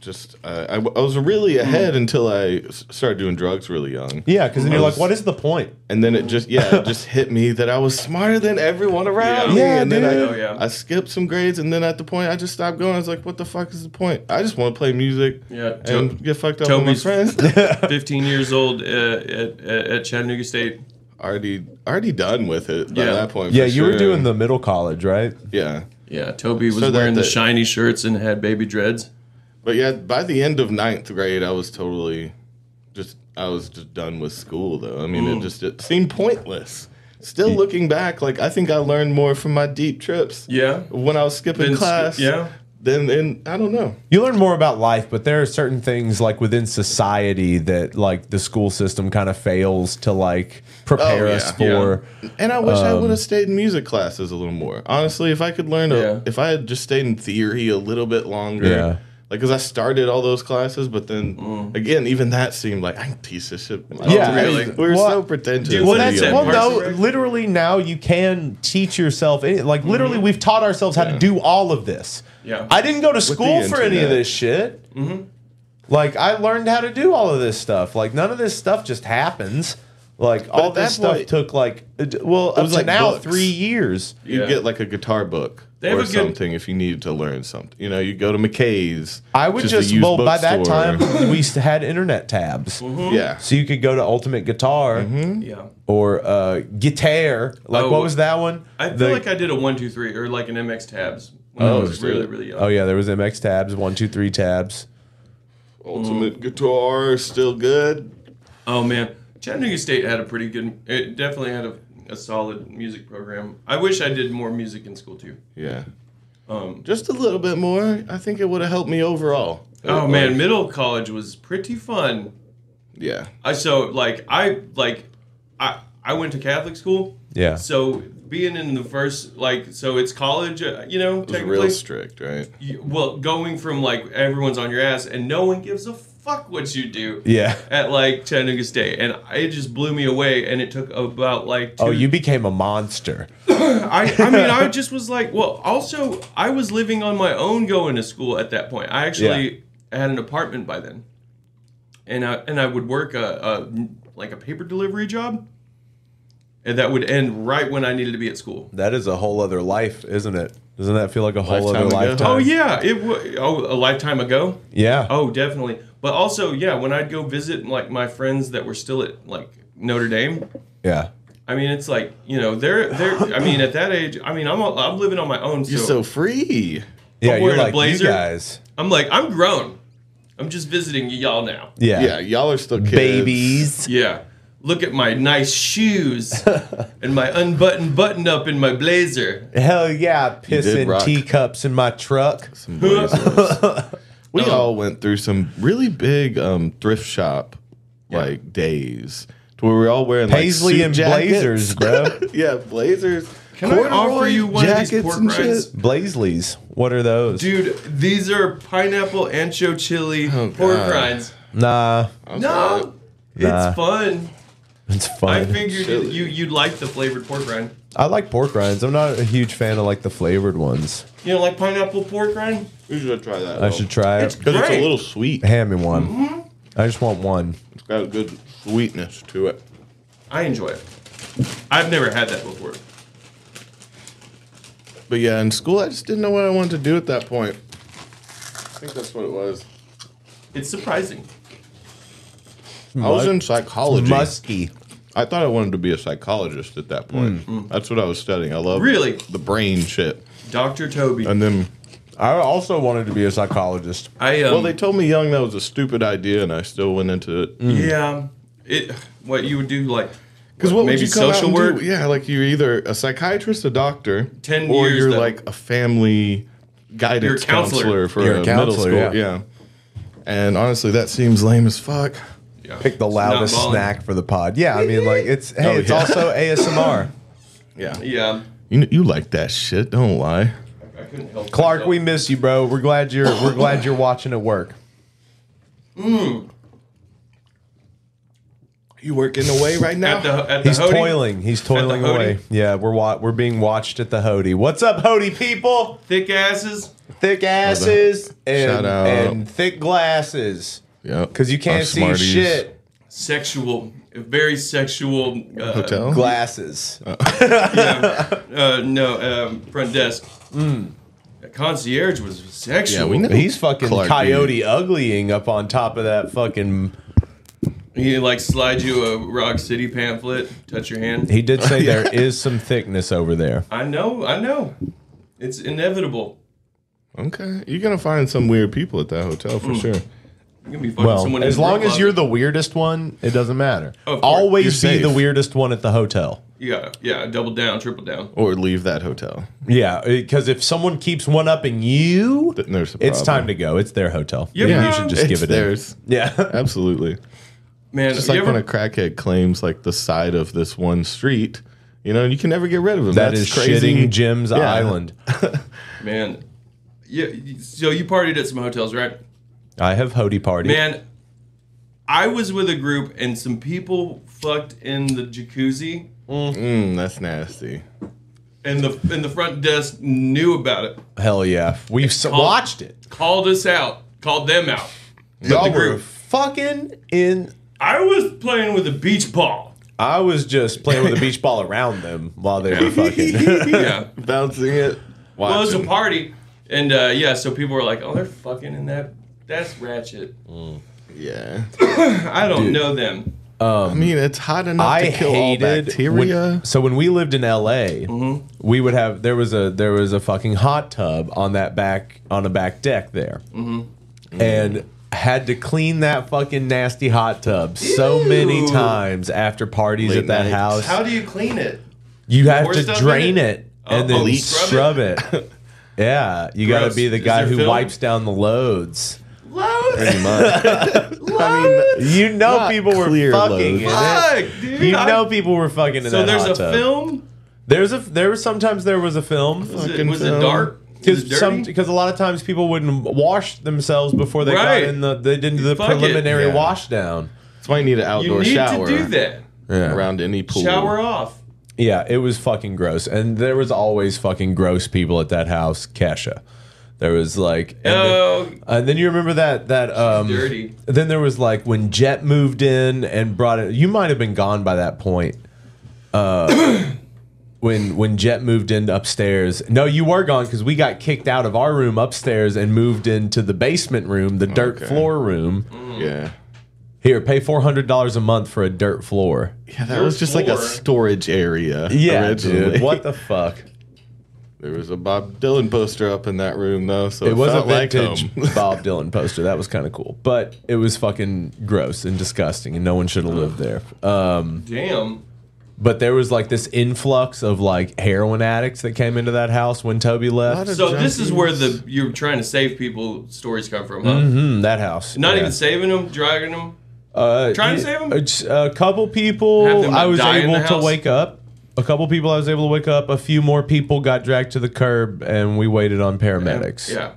Speaker 4: just I, I w- I was really ahead until I s- started doing drugs really young.
Speaker 1: yeah, because then you're
Speaker 4: I
Speaker 1: like,
Speaker 4: was-
Speaker 1: what is the point?
Speaker 4: And then it just yeah, it just hit me that I was smarter than everyone around
Speaker 3: Yeah.
Speaker 4: me.
Speaker 1: Yeah,
Speaker 4: and then
Speaker 1: dude.
Speaker 4: I,
Speaker 3: Oh, yeah.
Speaker 4: I skipped some grades, and then at the point I just stopped going. I was like, what the fuck is the point? I just want to play music.
Speaker 3: Yeah, to-
Speaker 4: and get fucked up with my
Speaker 3: Toby's-
Speaker 1: [LAUGHS]
Speaker 4: friends.
Speaker 3: 15 years old uh, at, at, at Chattanooga State.
Speaker 4: already already done with it by
Speaker 3: Yeah.
Speaker 4: that point.
Speaker 1: Yeah,
Speaker 4: for
Speaker 1: you were
Speaker 4: sure.
Speaker 1: doing the middle college, right?
Speaker 4: yeah.
Speaker 3: Yeah, Toby was
Speaker 4: So that
Speaker 3: wearing the
Speaker 4: the-
Speaker 3: shiny shirts and had baby dreads.
Speaker 4: But yeah, by the end of ninth grade, I was totally just I was just done with school though. I mean,
Speaker 1: Mm.
Speaker 4: it just it seemed pointless. Still looking back, like I think I learned more from my deep trips
Speaker 3: Yeah.
Speaker 4: when I was skipping
Speaker 3: Then sc-
Speaker 4: class.
Speaker 3: yeah.
Speaker 4: Then then I don't know.
Speaker 1: You learn more about life, but there are certain things like within society that like the school system kind of fails to like prepare
Speaker 4: Oh,
Speaker 1: us
Speaker 4: yeah.
Speaker 1: for.
Speaker 4: And I wish I
Speaker 1: Um.
Speaker 4: would have stayed in music classes a little more. Honestly, if I could learn, a,
Speaker 3: Yeah.
Speaker 4: if I had just stayed in theory a little bit longer.
Speaker 1: Yeah. Mm.
Speaker 4: Like, cause I started all those classes, but then again, even that seemed like I can teach this shit.
Speaker 1: Yeah,
Speaker 3: really.
Speaker 4: we were
Speaker 1: Well,
Speaker 4: so pretentious.
Speaker 3: dude,
Speaker 1: Well,
Speaker 3: What
Speaker 4: and
Speaker 1: that's
Speaker 3: did you say,
Speaker 1: well,
Speaker 4: idiotic.
Speaker 3: Parks
Speaker 1: no.
Speaker 3: and Rec?
Speaker 1: Literally, now you can teach yourself. any- Like, literally, we've taught ourselves how to do all of this.
Speaker 3: Yeah.
Speaker 1: I didn't go to school for any of
Speaker 4: internet.
Speaker 1: this shit. Like, I learned how to do all of this stuff. Like, none of this stuff just happens. Like, all
Speaker 4: at
Speaker 1: this
Speaker 4: that
Speaker 1: stuff
Speaker 4: point-
Speaker 1: took like, it- well, up
Speaker 4: was
Speaker 1: to
Speaker 4: like
Speaker 1: now
Speaker 4: books.
Speaker 1: three years.
Speaker 4: you
Speaker 3: Yeah.
Speaker 4: get like a guitar book
Speaker 3: They have
Speaker 4: or
Speaker 3: a good-
Speaker 4: something if you needed to learn something. You know, you go to McKay's.
Speaker 1: I would
Speaker 4: which is a
Speaker 1: just,
Speaker 4: used Mm-hmm.
Speaker 1: well, by that
Speaker 4: bookstore. [LAUGHS]
Speaker 1: time we s- had internet tabs,
Speaker 4: yeah.
Speaker 1: so you could go to Ultimate Guitar
Speaker 3: Yeah.
Speaker 1: or uh, Guitar. Like,
Speaker 3: Mm-hmm. Oh,
Speaker 1: what was that one?
Speaker 3: I feel
Speaker 1: The-
Speaker 3: like I did a one, two, three, or like an MX tabs when I
Speaker 1: Oh,
Speaker 3: was
Speaker 4: shit.
Speaker 3: really, really young.
Speaker 1: oh yeah, there was MX tabs, one, two, three tabs. Mm.
Speaker 4: Ultimate guitar is still good.
Speaker 3: Oh man, Chattanooga State had a pretty good. It definitely had a, a solid music program. I wish I did more music in school too.
Speaker 4: Yeah.
Speaker 3: Um,
Speaker 4: Just a little bit more. I think it would have helped me overall.
Speaker 3: oh
Speaker 4: Like,
Speaker 3: man, middle college was pretty fun.
Speaker 4: Yeah.
Speaker 3: I so like I like I I went to Catholic school.
Speaker 1: Yeah.
Speaker 3: So being in the first like so it's college, uh, you know,
Speaker 4: It was
Speaker 3: technically.
Speaker 4: real strict, right?
Speaker 3: you- well, going from like everyone's on your ass and no one gives a fuck what you do. [LAUGHS]
Speaker 1: Yeah.
Speaker 3: At like Chattanooga State, and it just blew me away. And it took about like two
Speaker 1: Oh, you became a monster.
Speaker 3: I, I mean,
Speaker 4: [LAUGHS]
Speaker 3: I just was like, well, also, I was living on my own going to school at that point. I actually had an apartment by then, and I and I would work a, a like a paper delivery job, and that would end right when I needed to be at school.
Speaker 1: That is a whole other life, isn't it? Doesn't that feel like a whole
Speaker 4: Lifetime
Speaker 1: other
Speaker 4: ago.
Speaker 1: lifetime?
Speaker 3: Oh yeah, it w- oh a lifetime ago.
Speaker 1: Yeah.
Speaker 3: Oh, definitely. But also, yeah, when I'd go visit like my friends that were still at like Notre Dame,
Speaker 1: Yeah.
Speaker 3: I mean, it's like you know, they're they're. I mean, at that age, I mean, I'm I'm living on my own.
Speaker 4: You're so free.
Speaker 1: Yeah, you're
Speaker 3: wearing a
Speaker 1: like you
Speaker 3: blazer?
Speaker 1: guys.
Speaker 3: I'm like, I'm grown. I'm just visiting y'all now.
Speaker 1: Yeah.
Speaker 4: Yeah, y'all are still kids.
Speaker 1: Babies.
Speaker 3: Yeah. Look at my nice
Speaker 4: [LAUGHS]
Speaker 3: shoes and my unbuttoned button up in my blazer.
Speaker 1: Hell yeah,
Speaker 4: did
Speaker 1: pissing
Speaker 4: rock.
Speaker 1: teacups in my truck.
Speaker 4: Some blazers. we all went through some really big um, thrift shop like days to where we were all wearing like,
Speaker 1: Paisley
Speaker 4: suit
Speaker 1: and
Speaker 4: jackets. [LAUGHS]
Speaker 1: blazers, bro.
Speaker 4: yeah, blazers.
Speaker 3: Can I offer you one of these pork rinds?
Speaker 1: Blazleys. What are those?
Speaker 3: Dude, these are pineapple ancho chili pork
Speaker 4: Oh, God.
Speaker 3: rinds.
Speaker 1: Nah,
Speaker 3: No,
Speaker 1: Nah.
Speaker 3: it's fun.
Speaker 1: it's
Speaker 3: I
Speaker 1: fine.
Speaker 3: figured you,
Speaker 4: Chili.
Speaker 3: you you'd like the flavored pork rind.
Speaker 1: I like pork rinds. I'm not a huge fan of like the flavored ones.
Speaker 3: You don't like pineapple pork rind?
Speaker 4: We should try that.
Speaker 3: Oh.
Speaker 1: I should try it.
Speaker 4: Because it's
Speaker 3: Great.
Speaker 4: a little sweet.
Speaker 1: Hand me one.
Speaker 3: Mm-hmm.
Speaker 1: I just want one.
Speaker 4: It's got a good sweetness to it.
Speaker 3: I enjoy it. I've never had that before.
Speaker 4: But yeah, in school, I just didn't know what I wanted to do at that point. I think that's what it was.
Speaker 3: It's surprising.
Speaker 4: I was in psychology.
Speaker 1: Musky.
Speaker 4: I thought I wanted to be a psychologist at that point. That's what I was studying. I love
Speaker 3: Mm. Really?
Speaker 4: the brain shit.
Speaker 3: Dr. Toby.
Speaker 4: And then,
Speaker 1: I also wanted to be a psychologist.
Speaker 3: I um,
Speaker 4: well, they told me young that was a stupid idea, and I still went into it.
Speaker 3: Mm. yeah. It what you would do like
Speaker 4: Because what
Speaker 3: maybe
Speaker 4: would you come
Speaker 3: social
Speaker 4: out and
Speaker 3: work?
Speaker 4: Do? Yeah, like you're either a psychiatrist, a doctor,
Speaker 3: 10
Speaker 4: or
Speaker 3: years,
Speaker 4: you're
Speaker 3: though.
Speaker 4: like a family guidance
Speaker 3: You're a counselor.
Speaker 4: counselor. for
Speaker 1: You're a
Speaker 4: a
Speaker 1: counselor,
Speaker 4: middle school.
Speaker 1: yeah.
Speaker 4: Yeah. And honestly, that seems lame as fuck.
Speaker 3: Yeah.
Speaker 1: Pick the
Speaker 3: It's not
Speaker 1: loudest
Speaker 3: balling.
Speaker 1: snack for the pod. Yeah, I mean, like it's hey,
Speaker 4: Oh,
Speaker 1: it's
Speaker 4: yeah.
Speaker 1: also [LAUGHS] ASMR.
Speaker 4: Yeah,
Speaker 3: Yeah.
Speaker 4: you kn- you like that shit? Don't lie.
Speaker 3: I couldn't help
Speaker 1: Clark,
Speaker 3: myself.
Speaker 1: we miss you, bro. We're glad you're we're glad you're watching at work. Mm.
Speaker 4: You working away right now?
Speaker 3: at the at the
Speaker 1: He's
Speaker 3: Hody.
Speaker 1: toiling. He's toiling
Speaker 3: At the
Speaker 1: away.
Speaker 3: Hody?
Speaker 1: Yeah, we're wa- we're being watched at the Hody. What's up, Hody people?
Speaker 3: thick asses.
Speaker 1: Thick asses
Speaker 4: Shout
Speaker 1: and,
Speaker 4: out.
Speaker 1: and thick glasses.
Speaker 4: yeah,
Speaker 1: Because you can't
Speaker 4: Our
Speaker 1: see
Speaker 4: Smarties.
Speaker 1: shit.
Speaker 3: Sexual, very sexual. Uh,
Speaker 1: Oh,
Speaker 4: Hotel.
Speaker 1: Glasses.
Speaker 3: yeah, uh, no, um, front desk.
Speaker 1: Hmm.
Speaker 3: The concierge was sexual.
Speaker 4: Yeah, we know.
Speaker 1: He's fucking
Speaker 4: Clark,
Speaker 1: coyote uglying up on top of that fucking.
Speaker 3: He like slide you a Rock City pamphlet, touch your hand.
Speaker 1: He did
Speaker 4: [LAUGHS]
Speaker 1: say there is some thickness over there.
Speaker 3: I know, I know. It's inevitable.
Speaker 4: Okay, you're gonna find some weird people at that hotel
Speaker 3: Mm.
Speaker 4: for sure.
Speaker 3: You're gonna be fucking
Speaker 1: Well,
Speaker 3: someone
Speaker 1: as
Speaker 3: in
Speaker 1: long
Speaker 3: your
Speaker 1: as you're
Speaker 3: closet.
Speaker 1: the weirdest one, it doesn't matter.
Speaker 3: Of course.
Speaker 1: Always be
Speaker 4: You're
Speaker 1: the
Speaker 4: safe.
Speaker 1: weirdest one at the hotel.
Speaker 3: yeah, yeah, double down, triple down.
Speaker 4: Or leave that hotel.
Speaker 1: Yeah, because if someone keeps one up in you,
Speaker 4: Then there's a
Speaker 1: it's time
Speaker 4: problem.
Speaker 1: to go. It's their hotel.
Speaker 3: Yeah.
Speaker 1: You should just
Speaker 4: It's
Speaker 1: give it in.
Speaker 4: theirs. [LAUGHS]
Speaker 1: Yeah.
Speaker 4: Absolutely.
Speaker 3: Man,
Speaker 4: It's
Speaker 3: you
Speaker 4: like
Speaker 3: ever,
Speaker 4: when a crackhead claims like the side of this one street. You know, and you can never get rid of him.
Speaker 1: That
Speaker 4: That's
Speaker 1: is
Speaker 4: crazy.
Speaker 1: shitting Jim's
Speaker 4: Yeah.
Speaker 1: island.
Speaker 3: man, yeah. So you partied at some hotels, right?
Speaker 1: I have Hody party.
Speaker 3: Man, I was with a group and some people fucked in the jacuzzi,
Speaker 4: Mm, that's nasty.
Speaker 3: and the and the front desk knew about it,
Speaker 1: Hell yeah. We've s-
Speaker 3: called-
Speaker 1: watched it.
Speaker 3: called us out, called them out.
Speaker 1: Y'all
Speaker 3: the
Speaker 1: were
Speaker 3: group.
Speaker 1: fucking in.
Speaker 3: I was playing with a beach
Speaker 1: [LAUGHS]
Speaker 3: ball.
Speaker 1: I was just playing with a beach ball around them while they were
Speaker 3: [LAUGHS]
Speaker 1: fucking.
Speaker 3: Yeah.
Speaker 4: Bouncing it.
Speaker 3: well, it was a
Speaker 4: watching.
Speaker 3: party, and uh, yeah, so people were like, "Oh, they're fucking in that. That's ratchet."
Speaker 4: yeah.
Speaker 3: I don't know them.
Speaker 4: I mean, it's hot enough
Speaker 1: I
Speaker 4: to kill all
Speaker 1: hated
Speaker 4: bacteria.
Speaker 1: [LAUGHS]
Speaker 4: [LAUGHS]
Speaker 1: When, so when we lived in LA,
Speaker 3: Mm-hmm.
Speaker 1: we would have there was a there was a fucking hot tub on that back on a back deck there,
Speaker 3: Mm-hmm.
Speaker 1: and had to clean that fucking nasty hot tub so many
Speaker 3: Ew.
Speaker 1: times after parties
Speaker 4: Late
Speaker 1: at that
Speaker 4: nights.
Speaker 1: house.
Speaker 3: How do you clean it?
Speaker 1: you have
Speaker 3: pour
Speaker 1: to
Speaker 3: stuff in
Speaker 1: drain
Speaker 3: it?
Speaker 1: it, and
Speaker 3: Oh,
Speaker 1: then
Speaker 3: oh,
Speaker 1: scrub
Speaker 3: scrub
Speaker 1: it. yeah, you got to
Speaker 3: Gross.
Speaker 1: be the
Speaker 3: Is
Speaker 1: guy
Speaker 3: there
Speaker 1: who
Speaker 3: film?
Speaker 1: wipes down the loads.
Speaker 3: Loads.
Speaker 4: Pretty much. I mean,
Speaker 1: You know
Speaker 4: Not
Speaker 1: people were
Speaker 4: clear
Speaker 1: fucking in it.
Speaker 3: Fuck, dude.
Speaker 1: [LAUGHS] You
Speaker 3: I-
Speaker 1: know people were fucking in
Speaker 3: so
Speaker 1: that
Speaker 3: there's
Speaker 1: hot
Speaker 3: a
Speaker 1: tub.
Speaker 3: film.
Speaker 1: There's a there was sometimes there was a film.
Speaker 3: Was, it,
Speaker 4: Fucking
Speaker 3: was it
Speaker 4: film.
Speaker 3: dark? Was it
Speaker 1: because some
Speaker 3: dirty?
Speaker 1: because a lot of times people wouldn't wash themselves before they
Speaker 3: Right.
Speaker 1: got in the they didn't do the
Speaker 3: Fuck it.
Speaker 1: preliminary
Speaker 4: Yeah.
Speaker 1: wash down.
Speaker 4: that's why you need an
Speaker 3: You
Speaker 4: outdoor
Speaker 3: need
Speaker 4: shower
Speaker 3: to do that.
Speaker 4: around any pool.
Speaker 3: Shower off.
Speaker 1: Yeah, it was fucking gross, and there was always fucking gross people at that house. Kesha, there was like, and,
Speaker 3: Oh,
Speaker 1: then, and Uh, then you remember that that um,
Speaker 3: dirty.
Speaker 1: Then there was like when Jet moved in and brought it. You might have been gone by that point. Uh, [COUGHS] when when Jet moved in upstairs, no, you were gone because we got kicked out of our room upstairs and moved into the basement room, the dirt
Speaker 4: Okay.
Speaker 1: floor room.
Speaker 4: Yeah.
Speaker 1: Here, pay four hundred dollars a month for a dirt floor.
Speaker 4: Yeah, that was just like a
Speaker 3: floor.
Speaker 4: storage area. originally. [LAUGHS]
Speaker 1: dude, what the fuck?
Speaker 4: There was a Bob Dylan poster up in that room though, so it,
Speaker 1: It was a
Speaker 4: felt like
Speaker 1: vintage
Speaker 4: home. [LAUGHS]
Speaker 1: Bob Dylan poster. That was kind of cool, but it was fucking gross and disgusting, and no one should have lived there. Um,
Speaker 3: damn.
Speaker 1: but there was like this influx of like heroin addicts that came into that house when Toby left.
Speaker 4: Lot of
Speaker 3: So this is where
Speaker 4: junkies.
Speaker 3: the you're trying to save people stories come from, huh?
Speaker 1: Mm, that house,
Speaker 3: Not
Speaker 1: yeah.
Speaker 3: even saving them, dragging them.
Speaker 1: uh,
Speaker 3: trying to
Speaker 1: yeah,
Speaker 3: save 'em?
Speaker 1: it's A couple
Speaker 3: Have them
Speaker 1: people,
Speaker 3: not
Speaker 1: I was
Speaker 3: die in the
Speaker 1: able to
Speaker 3: house?
Speaker 1: wake up. a couple people I was able to wake up. A few more people got dragged to the curb, and we waited on paramedics.
Speaker 3: Yeah.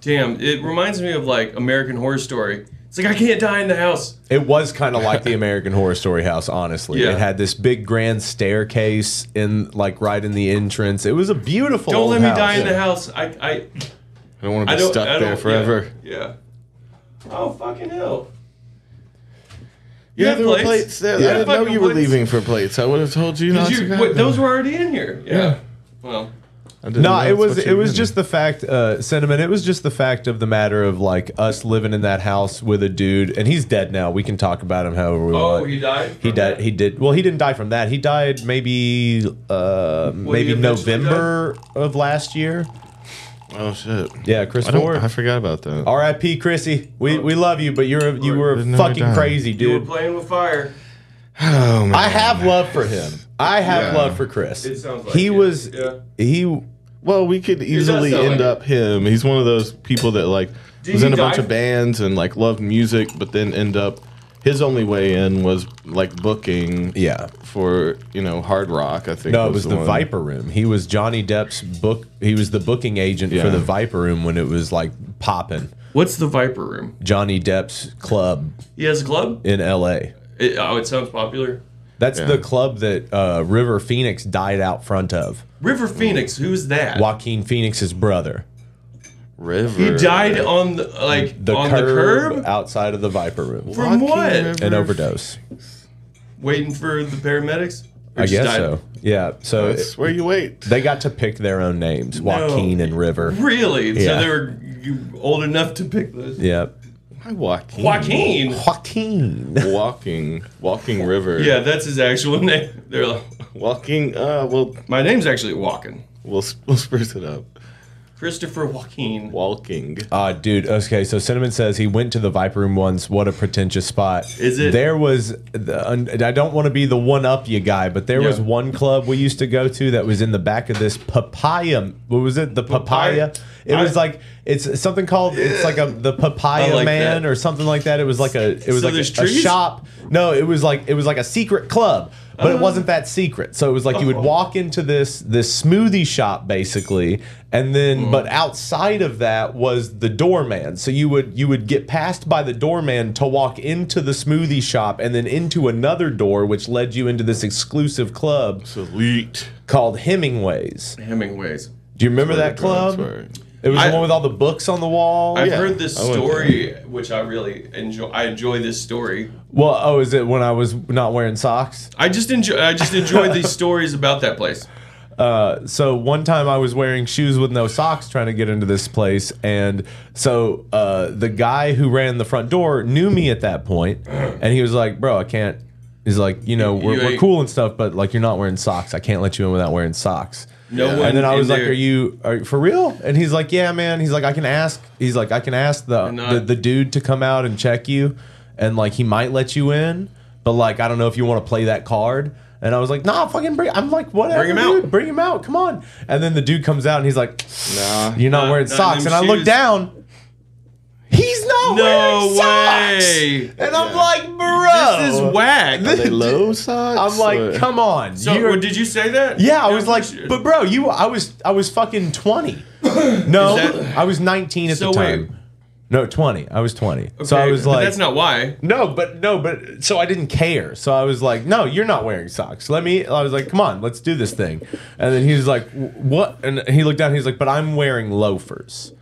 Speaker 3: Damn, it reminds me of like American Horror Story. It's like I can't die in the house.
Speaker 1: It was kind of like the American Horror Story house, honestly.
Speaker 3: Yeah.
Speaker 1: It had this big grand staircase in, like, right in the entrance. It was a beautiful.
Speaker 3: Don't
Speaker 1: old
Speaker 3: let me
Speaker 1: house.
Speaker 3: die in the house. I I
Speaker 4: I don't want
Speaker 3: I
Speaker 4: to
Speaker 3: don't I
Speaker 4: be stuck
Speaker 3: don't-
Speaker 4: there forever.
Speaker 3: Yeah. yeah. Oh fucking hell.
Speaker 4: Yeah,
Speaker 3: You had
Speaker 4: there were
Speaker 3: plates?
Speaker 4: plates there.
Speaker 3: Yeah.
Speaker 4: I didn't know
Speaker 3: Fucking
Speaker 4: you were
Speaker 3: plates.
Speaker 4: leaving for plates. I would have told you not
Speaker 3: Did
Speaker 4: to
Speaker 3: you,
Speaker 4: grab
Speaker 3: wait,
Speaker 4: them.
Speaker 3: those were already in here. Yeah.
Speaker 4: Yeah.
Speaker 3: Well,
Speaker 4: I didn't
Speaker 1: No,
Speaker 4: know
Speaker 1: it
Speaker 4: that's
Speaker 1: was
Speaker 4: what
Speaker 1: it
Speaker 4: you were
Speaker 1: was
Speaker 4: doing.
Speaker 1: just the fact, uh, cinnamon. It was just the fact of the matter of like us living in that house with a dude, and he's dead now. We can talk about him however we
Speaker 3: oh,
Speaker 1: want.
Speaker 3: he died.
Speaker 1: He
Speaker 3: from
Speaker 1: died.
Speaker 3: that?
Speaker 1: He did. Well, he didn't die from that. He died maybe uh, maybe
Speaker 3: eventually
Speaker 1: November of last year.
Speaker 4: Oh shit.
Speaker 1: Yeah, Chris
Speaker 4: I, don't-
Speaker 1: Ford.
Speaker 4: I forgot about that.
Speaker 1: R.I.P. Chrissy. We we love you, but you're a- you were
Speaker 4: Didn't know he
Speaker 1: fucking
Speaker 4: died.
Speaker 1: crazy,
Speaker 3: Oh. You were
Speaker 1: dude.
Speaker 3: playing with fire.
Speaker 4: Oh man.
Speaker 1: I have love for him. I have
Speaker 4: Yeah.
Speaker 1: love for Chris.
Speaker 3: It sounds like
Speaker 1: he
Speaker 3: it.
Speaker 1: was
Speaker 3: Yeah.
Speaker 1: he.
Speaker 4: Well, we could
Speaker 3: does
Speaker 4: easily
Speaker 3: sound
Speaker 4: end
Speaker 3: like
Speaker 4: up him. He's one of those people that like
Speaker 3: Did
Speaker 4: was in
Speaker 3: he
Speaker 4: a bunch
Speaker 3: die?
Speaker 4: of bands and like loved music, but then end up his only way in was like booking
Speaker 1: Yeah.
Speaker 4: for you know hard rock. I think
Speaker 1: No, it was the
Speaker 4: one.
Speaker 1: Viper Room. He was Johnny Depp's book. He was the booking agent for
Speaker 4: Yeah.
Speaker 1: the Viper Room when it was like popping.
Speaker 3: What's the Viper Room?
Speaker 1: Johnny Depp's club
Speaker 3: He has a club.
Speaker 1: in L.A.
Speaker 3: It, oh, it sounds popular.
Speaker 1: That's
Speaker 4: Yeah.
Speaker 1: the club that uh, River Phoenix died out front of.
Speaker 3: River Phoenix. Who's that?
Speaker 1: Joaquin Phoenix's brother.
Speaker 4: River.
Speaker 3: He died on the like
Speaker 1: The
Speaker 3: on
Speaker 1: curb,
Speaker 3: the curb
Speaker 1: outside of the Viper Room.
Speaker 3: from
Speaker 4: Joaquin
Speaker 3: what?
Speaker 4: River.
Speaker 1: An overdose.
Speaker 3: Waiting for the paramedics. Or
Speaker 1: I
Speaker 3: just
Speaker 1: guess
Speaker 3: died?
Speaker 1: so. Yeah. So it-
Speaker 4: That's where you wait.
Speaker 1: they got to pick their own names, Joaquin and River.
Speaker 3: Really?
Speaker 1: Yeah.
Speaker 3: So they were you- old enough to pick those.
Speaker 1: Yeah.
Speaker 4: Why Joaquin?
Speaker 3: Joaquin.
Speaker 1: Joaquin.
Speaker 4: Walking, walking river.
Speaker 3: Yeah, that's his actual [LAUGHS] name. They're like,
Speaker 4: Walking. Uh, we'll
Speaker 3: my name's actually Walken.
Speaker 4: we'll we'll spruce it up.
Speaker 3: Christopher Joaquin.
Speaker 4: Walking.
Speaker 1: Ah, dude. Okay, so Cinnamon says he went to the Viper Room once. What a pretentious spot.
Speaker 3: Is it-
Speaker 1: There was. The, and I don't want to be the one up you guy, but there
Speaker 3: Yeah.
Speaker 1: was one club we used to go to that was in the back of this papaya. What was it? The papaya.
Speaker 3: Papaya?
Speaker 1: It
Speaker 3: I-
Speaker 1: was like it's something called it's like a the
Speaker 3: I
Speaker 1: papaya
Speaker 3: like
Speaker 1: man
Speaker 3: that.
Speaker 1: or something like that. It was like a it was
Speaker 3: So
Speaker 1: like
Speaker 3: there's
Speaker 1: a, a
Speaker 3: trees?
Speaker 1: shop. No, it was like it was like a secret club, but it wasn't that secret. So it was like you would
Speaker 3: Oh.
Speaker 1: walk into this this smoothie shop basically, and then
Speaker 3: Hmm.
Speaker 1: but outside of that was the doorman. So you would you would get passed by the doorman to walk into the smoothie shop and then into another door which led you into this exclusive club
Speaker 4: It's elite.
Speaker 1: called Hemingway's.
Speaker 3: Hemingway's.
Speaker 1: Do you remember that club? It was
Speaker 3: I-
Speaker 1: the one with all the books on the wall.
Speaker 3: I've
Speaker 4: Yeah,
Speaker 3: heard this
Speaker 4: I went there.
Speaker 3: story, which I really enjoy. I enjoy this story.
Speaker 1: Well, oh, is it when I was not wearing socks?
Speaker 3: I just enjoy. I just
Speaker 1: [LAUGHS]
Speaker 3: enjoy these stories about that place.
Speaker 1: Uh, so one time I was wearing shoes with no socks trying to get into this place, and so uh, the guy who ran the front door knew me at that point, and he was like, "Bro, I can't." He's like, "You know, we're,
Speaker 3: You
Speaker 1: we're
Speaker 3: ain't-
Speaker 1: cool and stuff, but like you're not wearing socks. I can't let you in without wearing socks."
Speaker 3: No one.
Speaker 1: And then I
Speaker 3: in
Speaker 1: was like,
Speaker 3: there-
Speaker 1: "Are you are, you- for real?" And he's like, "Yeah, man." He's like, "I can ask." He's like, "I can ask the,
Speaker 3: not-
Speaker 1: the the dude to come out and check you, and like he might let you in, but like I don't know if you want to play that card." And I was like, "Nah, fucking bring." I'm like, "Whatever,
Speaker 3: Bring him
Speaker 1: dude.
Speaker 3: out.
Speaker 1: Bring him out. Come on." And then the dude comes out and he's like,
Speaker 4: Nah.
Speaker 1: "You're not
Speaker 3: Not-
Speaker 1: wearing
Speaker 3: not in
Speaker 1: socks." And
Speaker 3: them
Speaker 1: I look
Speaker 3: shoes.
Speaker 1: down. He's not
Speaker 3: No
Speaker 1: wearing socks.
Speaker 3: way.
Speaker 1: And I'm like, "Bro,
Speaker 3: This is whack.
Speaker 4: Are they low socks?
Speaker 1: I'm like,
Speaker 4: or-
Speaker 1: "Come on."
Speaker 3: So
Speaker 1: You're-
Speaker 3: well, did you say that?
Speaker 1: yeah, I was
Speaker 3: we
Speaker 1: like,
Speaker 3: should-
Speaker 1: but bro, you, I was, I was fucking twenty. No,
Speaker 3: Is that-
Speaker 1: I was nineteen at
Speaker 3: So
Speaker 1: the
Speaker 3: wait.
Speaker 1: time. No, twenty. I was twenty. so I
Speaker 3: Okay,
Speaker 1: was
Speaker 3: but
Speaker 1: like,
Speaker 3: that's not why.
Speaker 1: no, but no, but so I didn't care. So I was like, no, you're not wearing socks. Let me. I was like, come on, let's do this thing. And then he was like, what? And he looked down. He's like, but I'm wearing loafers.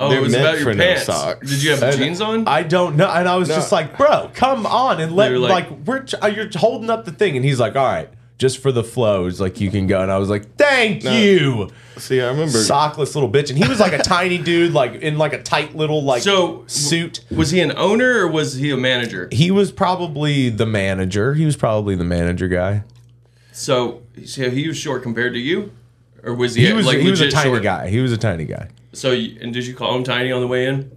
Speaker 3: Oh,
Speaker 4: They're
Speaker 3: it was
Speaker 4: meant
Speaker 3: about your
Speaker 4: for no
Speaker 3: pants.
Speaker 4: socks.
Speaker 3: Did you have
Speaker 1: And
Speaker 3: jeans on?
Speaker 1: I don't know. And I was
Speaker 4: No.
Speaker 1: just like, bro, come on and let
Speaker 3: They were
Speaker 1: like,
Speaker 3: like-
Speaker 1: we're ch- uh, you're holding up the thing. And he's like, all right, just for the flows, like you can go. And I was like, thank you.
Speaker 4: See, I remember.
Speaker 1: sockless little bitch, and he was like a tiny dude, like in like a tight little like
Speaker 3: So-
Speaker 1: suit.
Speaker 3: was he an owner or was he a manager?
Speaker 1: He was probably the manager. He was probably the manager guy.
Speaker 3: So, so he was short compared to you, or was he?
Speaker 1: He was
Speaker 3: like
Speaker 1: he was a
Speaker 3: legit
Speaker 1: tiny
Speaker 3: short?
Speaker 1: guy. He was a tiny guy.
Speaker 3: So, you, and did you call him tiny on the way in?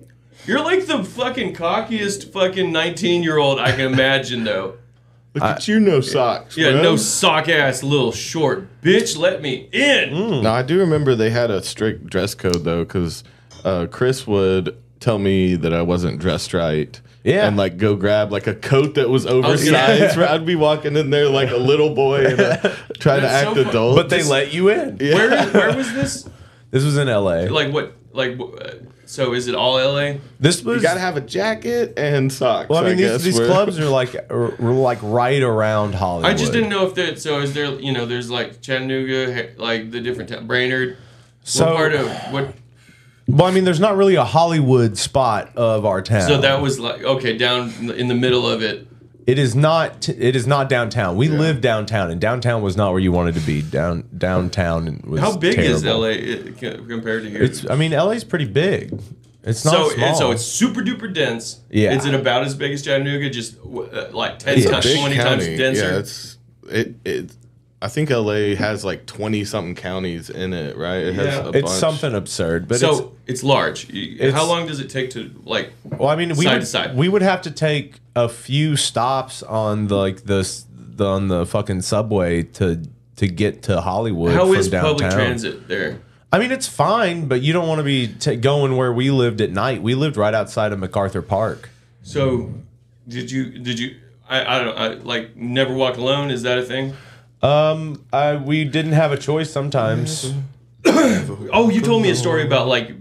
Speaker 3: You're like the fucking cockiest fucking 19 year old I can imagine, though. [LAUGHS]
Speaker 4: Look at you, no socks.
Speaker 3: Yeah,
Speaker 4: man.
Speaker 3: no sock ass little short bitch. Let me in.
Speaker 1: Mm.
Speaker 4: [LAUGHS] No, I do remember they had a strict dress code though, because uh, Chris would tell me that I wasn't dressed right.
Speaker 1: Yeah. Oh,
Speaker 4: And like go grab like a coat that was oversized. [LAUGHS] I'd be walking in there like a little boy and
Speaker 1: [LAUGHS]
Speaker 4: uh, trying to
Speaker 3: That's so
Speaker 4: act
Speaker 3: fu-
Speaker 4: adult.
Speaker 1: But they let you in.
Speaker 3: Where
Speaker 1: [LAUGHS]
Speaker 3: is, where was this?
Speaker 1: This was in L.A.
Speaker 3: Like what? Like wh- uh, so? Is it all LA?
Speaker 1: this was.
Speaker 4: you gotta have a jacket and socks.
Speaker 1: well, I mean,
Speaker 4: guess,
Speaker 1: these, these
Speaker 4: were-
Speaker 1: clubs are like are, were like right around Hollywood.
Speaker 3: I just didn't know if that. So is there? You know, there's like Chattanooga, he- like the different town, Brainerd. So
Speaker 1: So-
Speaker 3: what part of what?
Speaker 1: Well, I mean, there's not really a Hollywood spot of our town.
Speaker 3: So that was like okay, down in the- in the middle of it.
Speaker 1: it is not it is not downtown. We live downtown, and downtown was not where you wanted to be. Down downtown was
Speaker 3: How big is
Speaker 1: terrible.
Speaker 3: LA i- co- compared to here?
Speaker 1: It's I mean, LA's pretty big. It's not
Speaker 3: so
Speaker 1: small.
Speaker 3: it's so it's super duper dense.
Speaker 1: Yeah.
Speaker 3: Is it about as big as Chattanooga? Just uh, like ten
Speaker 1: It's a
Speaker 3: times,
Speaker 4: Big
Speaker 3: twenty
Speaker 4: county.
Speaker 3: times denser.
Speaker 4: Yeah, it's it it. I think LA has like twenty something counties in it, right? It has
Speaker 3: Yeah.
Speaker 4: a
Speaker 1: It's
Speaker 4: bunch.
Speaker 1: something absurd, but
Speaker 3: so
Speaker 1: it's
Speaker 3: it's, large. You- How
Speaker 1: it's-
Speaker 3: long does it take to like?
Speaker 1: Well, I mean, we
Speaker 3: Side
Speaker 1: would,
Speaker 3: to side.
Speaker 1: we would have to take a few stops on the, like the, s- the on the fucking subway to to get to Hollywood.
Speaker 3: How
Speaker 1: from
Speaker 3: is
Speaker 1: downtown.
Speaker 3: public transit there?
Speaker 1: I mean, it's fine, but you don't want to be t- going where we lived at night. We lived right outside of MacArthur Park.
Speaker 3: So, did you did you? I, I don't I, like never walk alone. Is that a thing?
Speaker 1: Um, I, we didn't have a choice sometimes.
Speaker 3: Oh, you told me a story about like,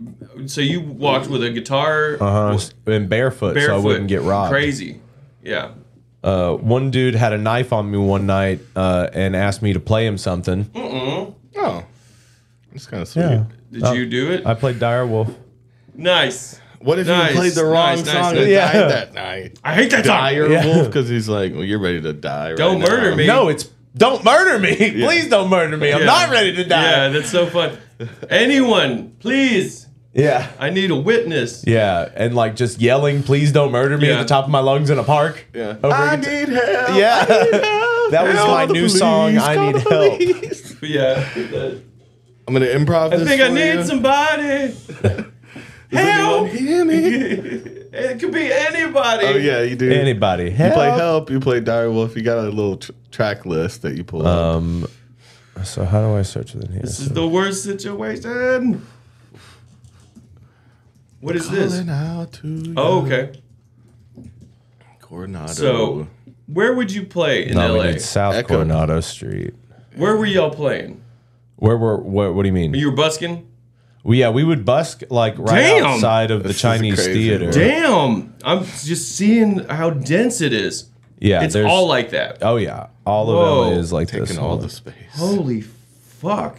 Speaker 3: so you walked with a guitar
Speaker 1: Uh, and barefoot,
Speaker 3: barefoot,
Speaker 1: so I wouldn't get robbed.
Speaker 3: Crazy, yeah.
Speaker 1: Uh, one dude had a knife on me one night uh, and asked me to play him something.
Speaker 4: Oh, it's kind of sweet.
Speaker 3: Did you do it?
Speaker 1: Oh. I played Direwolf.
Speaker 3: nice.
Speaker 4: What if
Speaker 3: Nice,
Speaker 4: you played the wrong
Speaker 3: nice, nice,
Speaker 4: song
Speaker 3: nice.
Speaker 4: and
Speaker 1: Yeah.
Speaker 4: died that night?
Speaker 3: I hate that
Speaker 4: Die
Speaker 3: song.
Speaker 4: or
Speaker 1: Yeah.
Speaker 4: wolf? Because he's like, well, you're ready to die.
Speaker 3: Don't
Speaker 4: right
Speaker 3: murder
Speaker 4: now.
Speaker 3: me.
Speaker 1: No, it's don't murder me. [LAUGHS] Please don't murder me. I'm
Speaker 3: Yeah.
Speaker 1: not ready to die.
Speaker 3: Yeah, that's so fun. Anyone, please.
Speaker 1: Yeah.
Speaker 3: I need a witness.
Speaker 1: Yeah. And like just yelling, please don't murder me at
Speaker 3: Yeah.
Speaker 1: the top of my lungs in a park.
Speaker 4: Yeah.
Speaker 1: Over
Speaker 4: I
Speaker 1: again.
Speaker 4: need help.
Speaker 1: Yeah.
Speaker 4: I need help.
Speaker 1: That was
Speaker 4: Help,
Speaker 1: my
Speaker 4: the
Speaker 1: new song,
Speaker 4: police,
Speaker 1: I
Speaker 4: call
Speaker 1: need
Speaker 4: the
Speaker 1: help.
Speaker 4: police.
Speaker 3: But [LAUGHS] yeah. that-
Speaker 4: I'm gonna improv.
Speaker 3: I
Speaker 4: this
Speaker 3: think I
Speaker 4: for
Speaker 3: need
Speaker 1: [LAUGHS]
Speaker 4: you.
Speaker 3: somebody.
Speaker 4: Anyone
Speaker 3: Help!
Speaker 4: hear me?
Speaker 3: [LAUGHS] it could be anybody.
Speaker 4: Oh yeah, you
Speaker 1: [LAUGHS]
Speaker 4: do.
Speaker 1: Anybody.
Speaker 4: You play
Speaker 1: Help.
Speaker 4: help. You play Dire Wolf. You got a little tr- track list that you pull. up.
Speaker 1: Um so how do I search within here?
Speaker 3: This is the worst situation. What is this?
Speaker 4: Calling out to
Speaker 3: Oh,
Speaker 4: you,
Speaker 3: okay.
Speaker 4: Coronado.
Speaker 3: So, where would you play in
Speaker 1: no, we
Speaker 3: LA?
Speaker 1: need South
Speaker 4: Echo.
Speaker 1: Coronado Street.
Speaker 3: Where were y'all playing?
Speaker 1: Where were what what do you mean?
Speaker 3: You were busking?
Speaker 1: Well, yeah, we would busk like right
Speaker 3: Damn.
Speaker 1: outside of the
Speaker 4: This is
Speaker 1: Chinese
Speaker 4: crazy.
Speaker 1: theater.
Speaker 3: Damn. I'm just seeing how dense it is.
Speaker 1: Yeah,
Speaker 3: It's
Speaker 1: there's
Speaker 3: all like that.
Speaker 1: Oh yeah. All of
Speaker 3: Whoa.
Speaker 1: LA is like
Speaker 4: taking
Speaker 1: this.
Speaker 4: all
Speaker 1: one.
Speaker 4: the space.
Speaker 3: Holy fuck.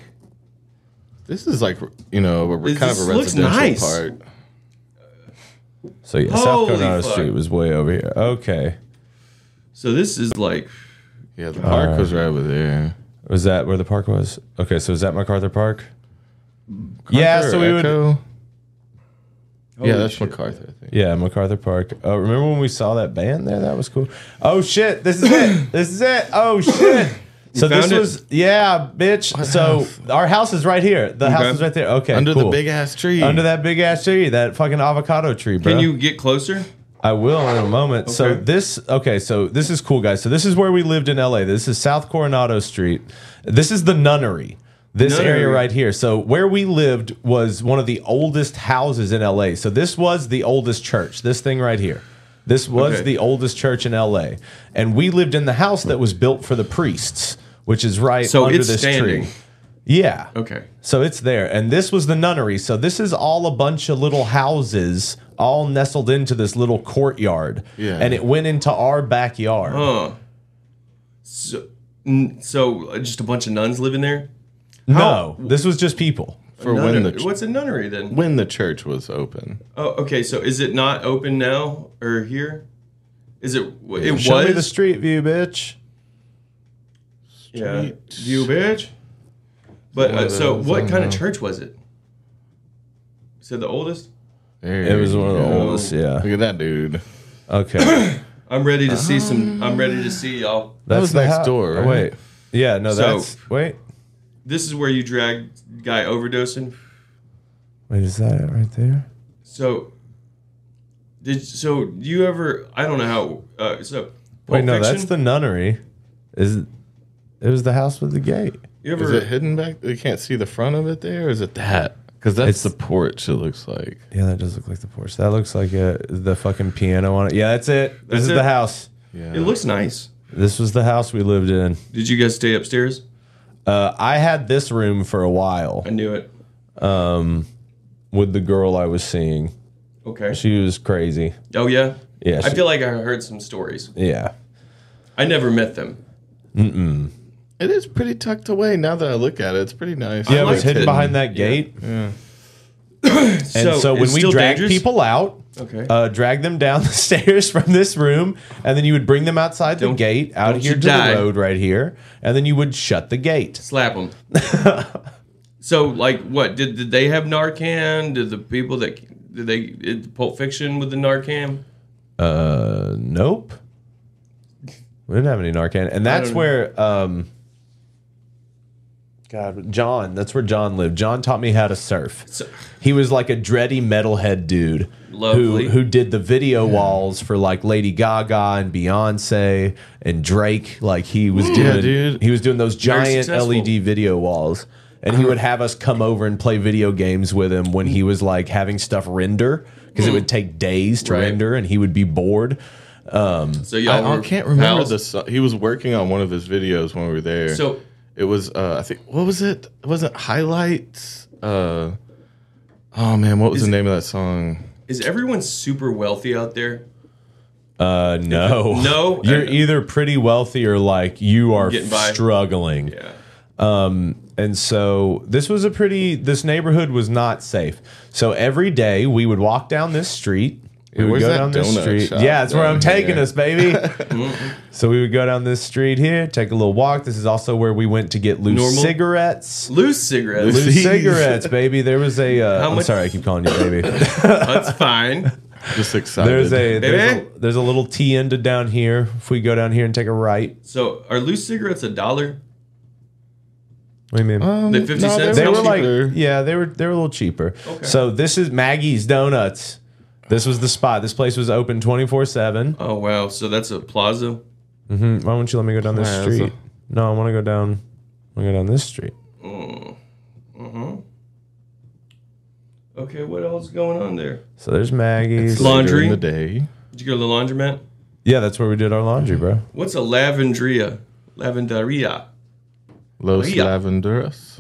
Speaker 4: This is like you know a,
Speaker 3: This-
Speaker 4: kind of
Speaker 3: this
Speaker 4: a
Speaker 3: looks
Speaker 4: residential
Speaker 3: nice.
Speaker 4: part.
Speaker 1: So yeah, South
Speaker 3: Holy
Speaker 1: Coronado
Speaker 3: fuck.
Speaker 1: Street was way over here. Okay.
Speaker 3: So, this is like.
Speaker 4: Yeah, the park was right over there.
Speaker 1: Was that where the park was? Okay, so is that MacArthur Park? yeah, so we would.
Speaker 4: would.
Speaker 3: Holy
Speaker 4: yeah, that's
Speaker 3: shit.
Speaker 4: MacArthur. I think.
Speaker 1: Yeah, MacArthur Park. Oh, remember when we saw that band there? That was cool. Oh shit, this is
Speaker 4: [COUGHS]
Speaker 1: it. This is it. Oh shit. So this
Speaker 3: found it?
Speaker 1: was yeah, bitch. so our house is right here. The house is right there. Okay,
Speaker 4: Under the
Speaker 1: cool.
Speaker 4: big ass tree.
Speaker 1: under that big ass tree, that fucking avocado tree, bro.
Speaker 3: Can you get closer?
Speaker 1: I will in a moment. So
Speaker 3: Okay.
Speaker 1: this okay, so this is cool guys. So this is where we lived in LA. This is South Coronado Street. This is the nunnery. This
Speaker 3: Nunnery.
Speaker 1: area right here. So where we lived was one of the oldest houses in LA. So this was the oldest church. This thing right here. This was
Speaker 3: Okay.
Speaker 1: the oldest church in LA. And we lived in the house that was built for the priests, which is right
Speaker 3: So
Speaker 1: under
Speaker 3: it's
Speaker 1: this
Speaker 3: standing.
Speaker 1: tree. Yeah.
Speaker 3: Okay.
Speaker 1: So it's there. And this was the nunnery. So this is all a bunch of little houses all nestled into this little courtyard.
Speaker 4: Yeah.
Speaker 1: And it went into our backyard.
Speaker 3: Huh. So, n- so uh, just a bunch of nuns living there?
Speaker 1: no, this was just people.
Speaker 4: for when the
Speaker 3: Nunnery.
Speaker 4: ch-
Speaker 3: What's a nunnery then?
Speaker 4: when the church was open.
Speaker 3: Oh, okay. So is it not open now or here? Is it? It
Speaker 1: Show me the
Speaker 3: was.
Speaker 1: street view, bitch.
Speaker 3: yeah.
Speaker 4: street.
Speaker 3: You bitch. But
Speaker 4: One
Speaker 3: uh,
Speaker 4: of
Speaker 3: so,
Speaker 4: those,
Speaker 3: what
Speaker 4: I
Speaker 3: kind of
Speaker 4: know.
Speaker 3: church was it? So the oldest.
Speaker 4: There
Speaker 1: It was
Speaker 4: you
Speaker 1: one of the
Speaker 4: go.
Speaker 1: oldest. Yeah.
Speaker 4: Look at that dude.
Speaker 1: Okay.
Speaker 3: I'm ready to see some. I'm ready to see y'all.
Speaker 1: That's
Speaker 4: was
Speaker 1: the
Speaker 4: next
Speaker 1: hou-
Speaker 4: door, right?
Speaker 1: Wait. Yeah, no,
Speaker 3: So-
Speaker 1: that's. Wait.
Speaker 3: This is where you dragged guy overdosing.
Speaker 1: Wait, is that it right there?
Speaker 3: So, did so do you ever? I don't know how. Uh, so, Pulp
Speaker 1: Wait, no, that's
Speaker 3: Fiction?
Speaker 1: the nunnery. Is it, it was the house with the gate.
Speaker 3: You
Speaker 4: Is
Speaker 3: ever?
Speaker 4: it hidden back? You can't see the front of it there. Or is it that? Because that's
Speaker 1: It's-
Speaker 4: the porch. It looks like.
Speaker 1: Yeah, that does look like the porch. That looks like uh the fucking piano on it. Yeah, that's it. This
Speaker 3: That's
Speaker 1: is
Speaker 3: it.
Speaker 1: the house.
Speaker 4: Yeah.
Speaker 3: It looks nice.
Speaker 1: This was the house we lived in.
Speaker 3: Did you guys stay upstairs?
Speaker 1: Uh, I had this room for a while
Speaker 3: I knew it.
Speaker 1: with the girl I was seeing.
Speaker 3: Okay.
Speaker 1: She was crazy.
Speaker 3: Oh yeah.
Speaker 1: Yeah,
Speaker 3: I
Speaker 1: she-
Speaker 3: feel like I heard some stories.
Speaker 1: Yeah.
Speaker 3: I never met them.
Speaker 4: It is pretty tucked away. Now that I look at it, it's pretty nice.
Speaker 1: Yeah,
Speaker 3: I
Speaker 1: it was
Speaker 3: liked
Speaker 1: hidden
Speaker 3: it.
Speaker 1: behind that gate. And so, when
Speaker 3: it's
Speaker 1: we
Speaker 3: still
Speaker 1: dragged
Speaker 3: dangerous?
Speaker 1: people out,
Speaker 3: Okay.
Speaker 1: uh, drag them down [LAUGHS] the stairs from this room, and then you would bring them outside the
Speaker 3: Don't-
Speaker 1: gate out
Speaker 3: don't
Speaker 1: here
Speaker 3: you
Speaker 1: to
Speaker 3: die.
Speaker 1: the road right here, and then you would shut the gate.
Speaker 3: Slap
Speaker 1: [LAUGHS]
Speaker 3: them. so like, what did did they have Narcan? Did the people that did they did Pulp Fiction with the Narcan?
Speaker 1: Uh, nope. We didn't have any Narcan, and that's
Speaker 3: don't know.
Speaker 1: where um, God, John. That's where John lived. John taught me how to surf.
Speaker 3: So,
Speaker 1: He was like a dready metalhead dude
Speaker 3: Lovely.
Speaker 1: who who did the video walls for like Lady Gaga and Beyonce and Drake. Like he was doing,
Speaker 4: dude.
Speaker 1: he was doing those giant
Speaker 3: successful.
Speaker 1: LED video walls, and he would have us come over and play video games with him when he was like having stuff render because it would take days to
Speaker 3: Hmm. Right.
Speaker 1: render, and he would be bored.
Speaker 3: so
Speaker 4: I,
Speaker 3: y'all
Speaker 4: I
Speaker 3: were
Speaker 4: can't remember
Speaker 3: pals?
Speaker 4: the so- He was working on one of his videos when we were there.
Speaker 3: So
Speaker 4: it was. Uh, I think what was it? It wasn't highlights. Uh, oh man, what was the name of that song?
Speaker 3: is everyone super wealthy out there?
Speaker 1: Uh, no,
Speaker 3: [LAUGHS] No?
Speaker 1: [LAUGHS] You're
Speaker 3: Uh,
Speaker 1: either pretty wealthy or like you are
Speaker 3: Getting by.
Speaker 1: struggling. Um,
Speaker 3: Yeah.
Speaker 1: And so this was a pretty this neighborhood was not safe. So every day we would walk down this street. We
Speaker 4: Wait,
Speaker 1: would
Speaker 4: where's
Speaker 1: go
Speaker 4: that
Speaker 1: down this
Speaker 4: donut
Speaker 1: street.
Speaker 4: shop
Speaker 1: Yeah, it's where
Speaker 3: Oh,
Speaker 4: down
Speaker 1: I'm taking
Speaker 4: here?
Speaker 1: us,
Speaker 3: [LAUGHS]
Speaker 1: baby. Mm-hmm. so we would go down this street here, take a little walk. This is also where we went to get loose
Speaker 3: Normal. [LAUGHS]
Speaker 1: cigarettes.
Speaker 3: Loose cigarettes.
Speaker 1: Loose
Speaker 4: Loosies.
Speaker 1: cigarettes, baby. There was a. Uh,
Speaker 3: How
Speaker 1: I'm
Speaker 3: much-
Speaker 1: sorry, I keep calling you baby.
Speaker 3: [LAUGHS]
Speaker 1: [LAUGHS]
Speaker 3: That's fine.
Speaker 4: Just excited.
Speaker 1: There's a there's,
Speaker 3: Baby?
Speaker 1: a there's a little T into down here. If we go down here and take a right,
Speaker 3: So are loose cigarettes a dollar?
Speaker 1: what do you mean?
Speaker 4: Um,
Speaker 3: The 50 cents?
Speaker 1: they
Speaker 3: It's
Speaker 1: were
Speaker 3: not
Speaker 1: like yeah they were they were a little cheaper
Speaker 3: Okay.
Speaker 1: so this is maggie's donuts this was the spot this place was open 24-7
Speaker 3: Oh wow. So that's a plaza.
Speaker 1: Mm, why won't you let me go down this
Speaker 4: Yeah, that's
Speaker 1: street no i want to go down i want to go down this street
Speaker 3: Okay, what else is going on there?
Speaker 1: so there's maggie's
Speaker 3: It's long- laundry.
Speaker 4: during the day.
Speaker 3: Did you go to the laundromat?
Speaker 1: yeah that's where we did our laundry bro
Speaker 3: What's a lavandria? Lavanderia.
Speaker 4: Los
Speaker 3: Oh, Yeah.
Speaker 4: Lavenderos.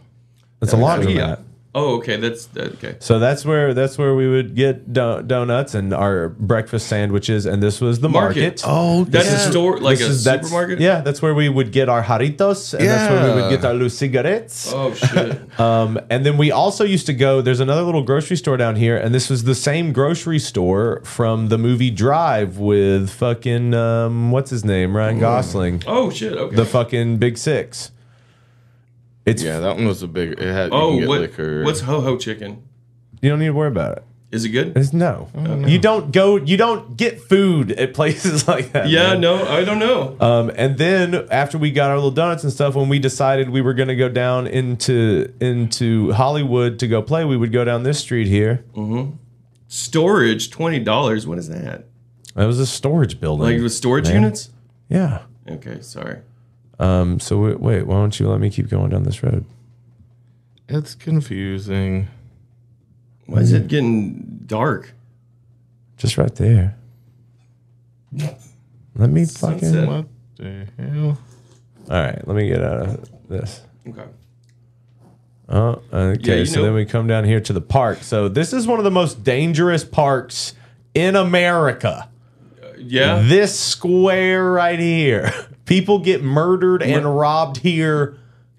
Speaker 1: that's a laundry laundromat
Speaker 3: Oh, okay. That's that, okay.
Speaker 1: so that's where that's where we would get do- donuts and our breakfast sandwiches and this was the market,
Speaker 3: Market.
Speaker 4: Oh,
Speaker 3: That's a store, like
Speaker 1: This
Speaker 3: a
Speaker 1: is- that's-
Speaker 3: supermarket.
Speaker 1: yeah that's where we would get our jaritos and that's where we would
Speaker 4: Yeah.
Speaker 1: get our loose cigarettes
Speaker 3: Oh shit.
Speaker 1: Um, and then we also used to go. There's another little grocery store down here, and this was the same grocery store from the movie Drive with fucking um, what's his name, Ryan Gosling,
Speaker 3: oh shit. Okay.
Speaker 1: the fucking Big Six. It's
Speaker 4: Yeah, that one was a big. It had. you can
Speaker 3: oh
Speaker 4: get
Speaker 3: what?
Speaker 4: Liquor.
Speaker 3: What's ho ho chicken?
Speaker 1: you don't need to worry about it.
Speaker 3: Is it good?
Speaker 1: It's no,
Speaker 3: Oh,
Speaker 1: you don't go, you don't get food at places [LAUGHS] like that.
Speaker 3: Yeah.
Speaker 1: man.
Speaker 3: No, I don't know.
Speaker 1: Um, and then after we got our little donuts and stuff, when we decided we were going to go down into into Hollywood to go play, we would go down this street here.
Speaker 3: Storage twenty dollars. What is that?
Speaker 1: That was a storage building.
Speaker 3: Like with storage
Speaker 1: man.
Speaker 3: units?
Speaker 1: yeah.
Speaker 3: Okay. Sorry.
Speaker 1: Um, so wait, wait, why don't you let me keep going down this road?
Speaker 4: It's confusing.
Speaker 3: Why is
Speaker 1: Mm-hmm.
Speaker 3: it getting dark?
Speaker 1: Just right there. Let me fucking.
Speaker 3: Sunset.
Speaker 1: All
Speaker 4: What the hell?
Speaker 1: right, let me get out of this.
Speaker 3: Okay.
Speaker 1: Oh, okay.
Speaker 3: Yeah, you
Speaker 1: so
Speaker 3: know-
Speaker 1: then we come down here to the park. So this is one of the most dangerous parks in America.
Speaker 3: Yeah.
Speaker 1: This square right here. [LAUGHS] People get murdered and robbed here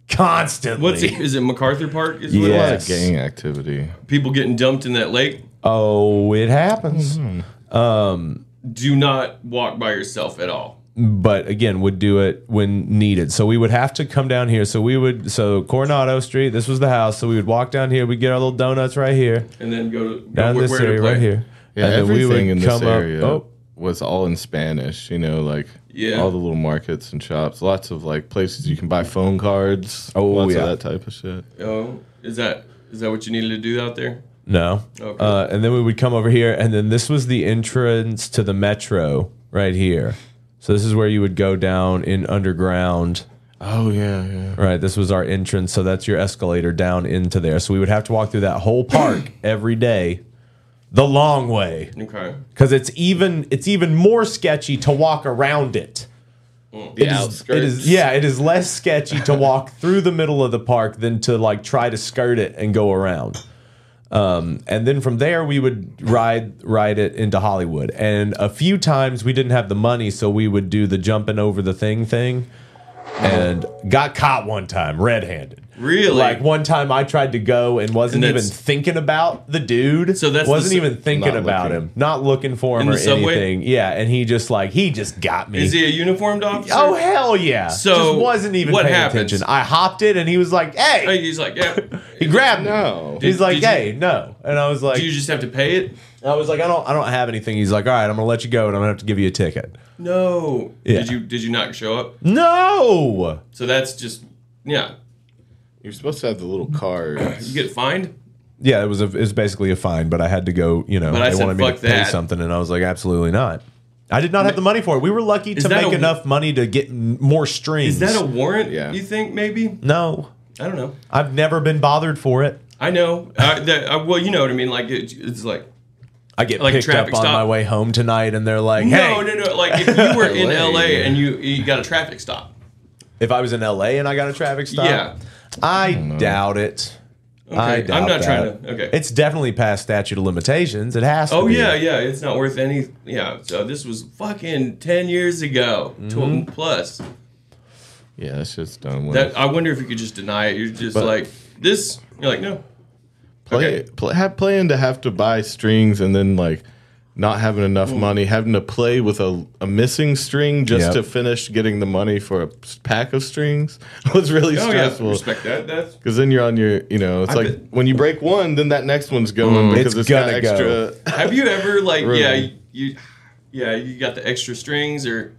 Speaker 1: constantly.
Speaker 3: What's it? Is it MacArthur Park? Is what it
Speaker 1: Yeah. Yes.
Speaker 3: was?
Speaker 4: It's a gang activity.
Speaker 3: People getting dumped in that lake.
Speaker 1: Oh, it happens.
Speaker 3: Mm-hmm. Do not walk by yourself at all.
Speaker 1: but again would do it when needed so we would have to come down here so we would so coronado street this was the house so we would walk down here we'd get our little donuts right here
Speaker 3: and then go to go
Speaker 1: down
Speaker 3: where,
Speaker 1: this
Speaker 3: where to
Speaker 1: area
Speaker 3: play.
Speaker 1: right here
Speaker 4: Yeah,
Speaker 1: and
Speaker 4: everything in this area
Speaker 1: oh
Speaker 4: was all in Spanish. You know, like
Speaker 3: Yeah.
Speaker 4: all the little markets and shops, lots of like places you can buy phone cards.
Speaker 1: Oh,
Speaker 4: lots
Speaker 1: yeah.
Speaker 4: of that type of shit.
Speaker 3: Oh, is that is that what you needed to do out there?
Speaker 1: no
Speaker 3: Okay.
Speaker 1: uh, and then we would come over here and then this was the entrance to the metro right here so this is where you would go down in underground
Speaker 4: Oh yeah, yeah.
Speaker 1: Right. This was our entrance. So that's your escalator down into there. So we would have to walk through that whole park every day the long way
Speaker 3: Okay.
Speaker 1: because it's even it's even more sketchy to walk around it.
Speaker 4: The
Speaker 1: It is-
Speaker 4: outskirts.
Speaker 1: It is yeah, it is less sketchy to walk [LAUGHS] through the middle of the park than to like try to skirt it and go around. Um, and then from there we would ride ride it into Hollywood. And a few times we didn't have the money, so we would do the jumping over the thing thing. And got caught one time red-handed.
Speaker 3: Really?
Speaker 1: Like one time I tried to go and wasn't
Speaker 3: And
Speaker 1: even
Speaker 3: that's-
Speaker 1: thinking about the dude.
Speaker 3: So that's the
Speaker 1: wasn't
Speaker 3: s-
Speaker 1: even thinking
Speaker 4: Not
Speaker 1: about
Speaker 4: looking.
Speaker 1: him, not looking for him
Speaker 3: In
Speaker 1: or
Speaker 3: the subway?
Speaker 1: anything. Yeah, and he just like he just got me.
Speaker 3: Is he a uniformed officer?
Speaker 1: Oh hell yeah!
Speaker 3: So,
Speaker 1: just wasn't even
Speaker 3: what
Speaker 1: paying
Speaker 3: happens?
Speaker 1: attention. I hopped it, and he was like, "Hey!"
Speaker 3: Hey, he's
Speaker 1: [LAUGHS]
Speaker 3: like, yeah.
Speaker 1: he grabbed me.
Speaker 4: No.
Speaker 1: He's like,
Speaker 3: did you-
Speaker 1: "Hey, no!" And I was like,
Speaker 3: Do you just have to pay it?
Speaker 1: "I was like, I don't, I don't have anything." He's like, "All right, I'm gonna let you go, and I'm gonna have to give you a ticket."
Speaker 3: No.
Speaker 1: Yeah.
Speaker 3: Did you did you not show up?
Speaker 1: No,
Speaker 3: So that's just yeah.
Speaker 4: You're supposed to have the little cards.
Speaker 3: You get fined.
Speaker 1: yeah, it was a, it was basically a fine, but I had to go. You know,
Speaker 3: But I
Speaker 1: they
Speaker 3: said,
Speaker 1: wanted me to
Speaker 3: "Fuck
Speaker 1: pay
Speaker 3: that."
Speaker 1: something, and I was like, "Absolutely not." I did not have the money for it. We were lucky
Speaker 3: Is
Speaker 1: to
Speaker 3: that
Speaker 1: make
Speaker 3: a-
Speaker 1: enough money to get m- more streams.
Speaker 3: Is that a warrant?
Speaker 4: Yeah.
Speaker 3: You think maybe?
Speaker 1: no?
Speaker 3: I don't know.
Speaker 1: I've never been bothered for it.
Speaker 3: I know. I, that, I, well, you know what I mean. Like it, it's like
Speaker 1: I get
Speaker 3: Like a
Speaker 1: picked up
Speaker 3: traffic
Speaker 1: on
Speaker 3: stop.
Speaker 1: my way home tonight, and they're like, "Hey,
Speaker 3: no, no, no. Like if you
Speaker 1: [LAUGHS]
Speaker 3: were in
Speaker 4: LA.
Speaker 3: LA and you you got a traffic stop.
Speaker 1: If I was in LA and I got a traffic stop,
Speaker 3: Yeah.
Speaker 1: I doubt it. I
Speaker 3: Okay,
Speaker 1: doubt
Speaker 3: I'm not
Speaker 1: that.
Speaker 3: trying to. Okay.
Speaker 1: It's definitely past statute of limitations. It has to.
Speaker 3: oh
Speaker 1: be.
Speaker 3: yeah, yeah. It's not worth any. Yeah. So this was fucking ten years ago,
Speaker 1: Mm-hmm.
Speaker 3: 12 plus.
Speaker 4: Yeah, that's just done with.
Speaker 3: That I wonder if you could just deny it. You're just like this. You're like no.
Speaker 4: play,
Speaker 3: okay.
Speaker 4: pl- have, playing to have to buy strings and then like not having enough money, having to play with a, a missing string just
Speaker 1: Yep.
Speaker 4: to finish getting the money for a s- pack of strings [LAUGHS] was really
Speaker 3: Oh yeah.
Speaker 4: stressful.
Speaker 3: Respect that. That's
Speaker 4: Because then you're on your, you know, it's like
Speaker 3: bet-
Speaker 4: when you break one, then that next one's going because
Speaker 1: Mm. It's
Speaker 4: it's got
Speaker 1: gonna go.
Speaker 4: extra.
Speaker 3: Have you ever like
Speaker 4: Really?
Speaker 3: yeah you yeah you got the extra strings or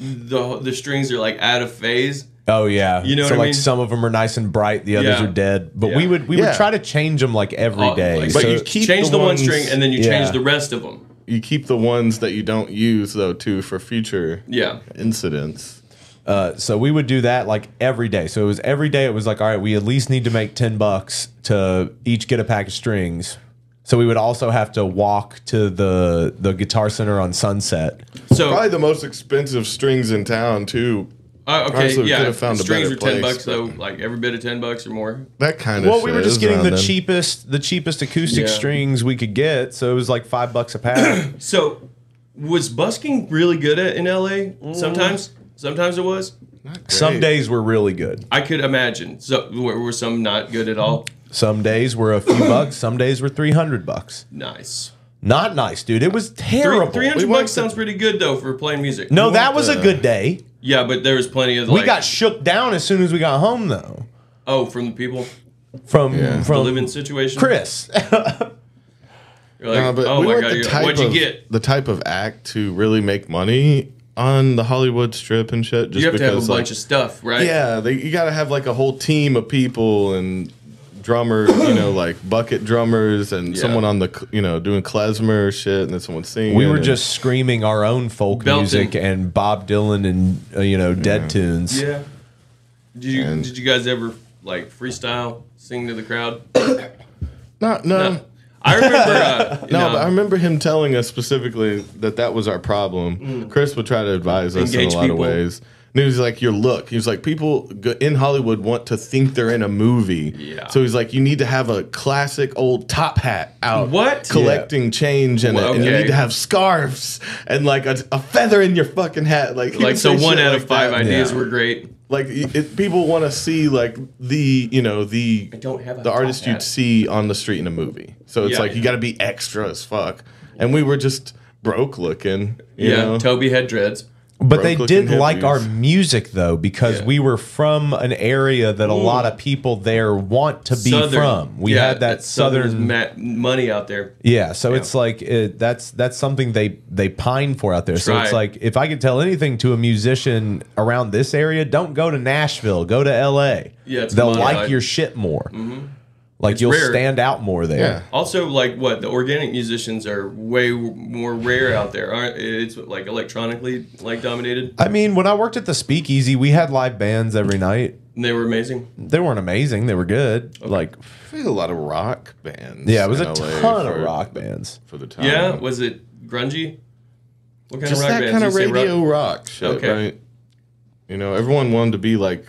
Speaker 3: the the strings are like out of phase?
Speaker 1: Oh yeah.
Speaker 3: You know
Speaker 1: so
Speaker 3: what I
Speaker 1: like
Speaker 3: mean?
Speaker 1: some of them are nice and bright, the others
Speaker 3: Yeah.
Speaker 1: are dead. But we
Speaker 3: Yeah.
Speaker 1: would we
Speaker 4: Yeah.
Speaker 1: would try to change them like every
Speaker 3: Oh,
Speaker 1: day.
Speaker 3: like-
Speaker 4: But
Speaker 1: So-
Speaker 4: you keep
Speaker 3: change
Speaker 4: the
Speaker 3: the, one
Speaker 4: ones-
Speaker 3: string and then you
Speaker 1: yeah.
Speaker 3: change the rest of them.
Speaker 4: You keep the ones that you don't use though too for future
Speaker 3: Yeah.
Speaker 4: incidents.
Speaker 1: uh, so we would do that like every day. So it was every day. It was like, all right, we at least need to make ten bucks to each get a pack of strings. So we would also have to walk to the the guitar center on Sunset.
Speaker 3: So
Speaker 4: Probably the most expensive strings in town too.
Speaker 3: uh, okay,
Speaker 4: honestly, we
Speaker 3: yeah.
Speaker 4: could've found a
Speaker 3: strings
Speaker 4: better
Speaker 3: were ten
Speaker 4: place,
Speaker 3: bucks though, like every bit of ten bucks or more.
Speaker 4: That kind of
Speaker 1: Well, we were just getting the
Speaker 4: cheap.
Speaker 1: cheapest, the cheapest acoustic
Speaker 3: Yeah.
Speaker 1: strings we could get, so it was like five bucks a pack.
Speaker 3: So was busking really good at in LA?
Speaker 4: Mm.
Speaker 3: Sometimes, sometimes it was.
Speaker 1: Some days were really good.
Speaker 3: I could imagine. So were, were some not good at all?
Speaker 1: Some days were a few bucks. Some days were three hundred bucks.
Speaker 3: Nice.
Speaker 1: Not nice, dude. It was terrible.
Speaker 3: Three
Speaker 4: We
Speaker 3: hundred
Speaker 4: went
Speaker 3: bucks
Speaker 4: to-
Speaker 3: sounds pretty good though for playing music.
Speaker 1: no,
Speaker 4: we
Speaker 1: that
Speaker 4: went
Speaker 1: was a
Speaker 4: to-
Speaker 1: good day.
Speaker 3: Yeah, but there was plenty of
Speaker 1: We
Speaker 3: like,
Speaker 1: got shook down as soon as we got home, though.
Speaker 3: oh from the people
Speaker 1: From
Speaker 4: Yeah.
Speaker 1: from
Speaker 3: the living situation.
Speaker 1: Chris. [LAUGHS]
Speaker 3: You're like,
Speaker 4: No, but
Speaker 3: oh
Speaker 4: we
Speaker 3: my
Speaker 4: weren't
Speaker 3: god,
Speaker 4: the
Speaker 3: you're
Speaker 4: type
Speaker 3: like, what'd you
Speaker 4: of
Speaker 3: get?
Speaker 4: the type of act to really make money on the Hollywood Strip and shit. Just
Speaker 3: You have to
Speaker 4: because,
Speaker 3: have a bunch
Speaker 4: like,
Speaker 3: of stuff, right?
Speaker 4: yeah, they, you got to have like a whole team of people and drummer,
Speaker 3: [COUGHS]
Speaker 4: you know, like bucket drummers and
Speaker 3: Yeah.
Speaker 4: someone on the cl- you know doing klezmer shit, and then someone singing.
Speaker 1: we were
Speaker 4: and-
Speaker 1: just screaming our own folk
Speaker 3: Belting.
Speaker 1: music and Bob Dylan and uh, you know dead tunes.
Speaker 3: Yeah. Did you
Speaker 4: And-
Speaker 3: did you guys ever like freestyle, sing to
Speaker 1: [COUGHS]
Speaker 3: the crowd?
Speaker 4: not no. no.
Speaker 3: I remember. Uh,
Speaker 4: [LAUGHS] No,
Speaker 3: no,
Speaker 4: but I remember him telling us specifically that that was our problem. Chris would try to advise us in
Speaker 3: Mm. Engage
Speaker 4: a lot
Speaker 3: people.
Speaker 4: of ways. And he was like, your look. He was like, people go- in Hollywood want to think they're in a movie.
Speaker 3: Yeah.
Speaker 4: So he's like, you need to have a classic old top hat out.
Speaker 3: What?
Speaker 4: Collecting change in
Speaker 3: Well,
Speaker 4: it. And you
Speaker 3: okay.
Speaker 4: need to have scarves and like a, a feather in your fucking hat. Like, he
Speaker 3: like
Speaker 4: would
Speaker 3: so,
Speaker 4: say
Speaker 3: one
Speaker 4: shit
Speaker 3: out
Speaker 4: like
Speaker 3: of five
Speaker 4: that.
Speaker 3: ideas
Speaker 1: Yeah.
Speaker 3: were great.
Speaker 4: Like, y- it, people want to see like the, you know, the,
Speaker 3: don't have a
Speaker 4: the
Speaker 3: top
Speaker 4: artist you'd
Speaker 3: hat.
Speaker 4: see on the street in a movie. So it's
Speaker 3: Yeah,
Speaker 4: like you
Speaker 3: yeah.
Speaker 4: got to be extra as fuck. And we were just broke looking. You
Speaker 3: yeah,
Speaker 4: know?
Speaker 3: Toby had dreads.
Speaker 1: But they
Speaker 4: Broke-looking
Speaker 1: did like
Speaker 4: hippies.
Speaker 1: our music though, because
Speaker 3: Yeah.
Speaker 1: we were from an area that a lot of people there want to be from. We
Speaker 3: yeah,
Speaker 1: had that southern,
Speaker 3: ma- money out there.
Speaker 1: yeah. So it's like it, that's that's something they they pine for out there. So it's
Speaker 3: Try.
Speaker 1: like if I could tell anything to a musician around this area, don't go to Nashville, go to L.A.
Speaker 3: Yeah, it's
Speaker 1: they'll
Speaker 3: money,
Speaker 1: like
Speaker 3: right? Mm-hmm.
Speaker 1: your shit more. Like
Speaker 3: It's
Speaker 1: you'll
Speaker 3: rare.
Speaker 1: stand out more there.
Speaker 4: Yeah.
Speaker 3: Also, like what the organic musicians are way w- more rare out there. Aren't it's like electronically like dominated.
Speaker 1: I mean, when I worked at the Speakeasy, we had live bands every night.
Speaker 3: And they were amazing.
Speaker 1: They weren't amazing; they were good. Like,
Speaker 4: There's a lot of rock bands.
Speaker 1: yeah, it was
Speaker 4: in
Speaker 1: a
Speaker 4: LA
Speaker 1: ton
Speaker 4: for-
Speaker 1: of rock bands.
Speaker 4: for the time.
Speaker 3: Yeah, was it grungy? What kind
Speaker 4: just
Speaker 3: of rock
Speaker 4: that
Speaker 3: bands?
Speaker 4: kind of
Speaker 3: You say rock-
Speaker 4: radio rock, shit,
Speaker 3: Okay.
Speaker 4: right? You know, everyone wanted to be like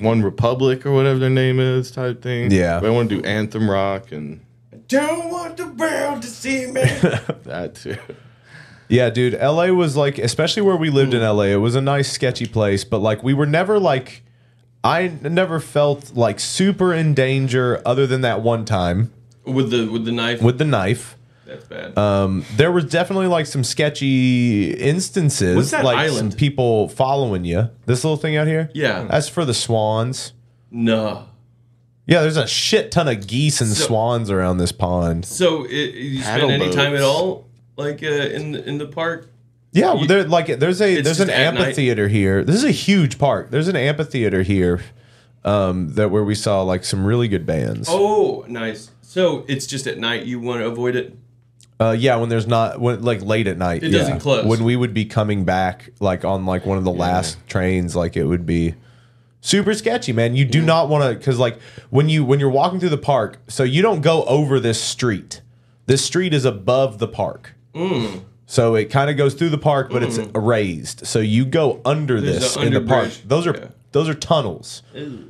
Speaker 4: One Republic or whatever their name is, type thing.
Speaker 1: Yeah.
Speaker 4: they want to do anthem rock and
Speaker 3: Don't want the world to see me.
Speaker 4: that too.
Speaker 1: Yeah, dude, LA was like, especially where we lived
Speaker 3: Hmm.
Speaker 1: in LA, it was a nice, sketchy place, but like, we were never like, I never felt like super in danger other than that one time
Speaker 3: [LAUGHS] with the with the knife.
Speaker 1: with the knife.
Speaker 3: That's bad.
Speaker 1: Um, there was definitely like some sketchy instances,
Speaker 3: What's that
Speaker 1: like
Speaker 3: island?
Speaker 1: some people following you. This little thing out here,
Speaker 3: Yeah.
Speaker 1: that's for the swans.
Speaker 3: no.
Speaker 1: Yeah, there's a shit ton of geese and
Speaker 3: So-
Speaker 1: swans around this pond.
Speaker 3: So it, you spend
Speaker 4: Paddle
Speaker 3: any time at
Speaker 4: boats.
Speaker 3: all like uh, in the, in the park?
Speaker 1: Yeah,
Speaker 3: You-
Speaker 1: there like there's a
Speaker 3: It's
Speaker 1: there's
Speaker 3: just
Speaker 1: an
Speaker 3: at night.
Speaker 1: amphitheater here. This is a huge park. There's an amphitheater here um that where we saw like some really good bands.
Speaker 3: Oh, nice. So it's just at night. You want to avoid it.
Speaker 1: Uh yeah, when there's not when like late at night.
Speaker 3: It
Speaker 1: yeah.
Speaker 3: doesn't close.
Speaker 1: When we would be coming back like on like one of the last trains like it would be super sketchy, man. You do not want to cuz like when you when you're walking through the park, so you don't go over this street. This street is above the park.
Speaker 3: Mm.
Speaker 1: So it kind of goes through the park, but it's raised. So you go under
Speaker 3: There's
Speaker 1: this
Speaker 3: a
Speaker 1: in the park.
Speaker 3: underbridge.
Speaker 1: Those are
Speaker 3: Yeah.
Speaker 1: those are tunnels.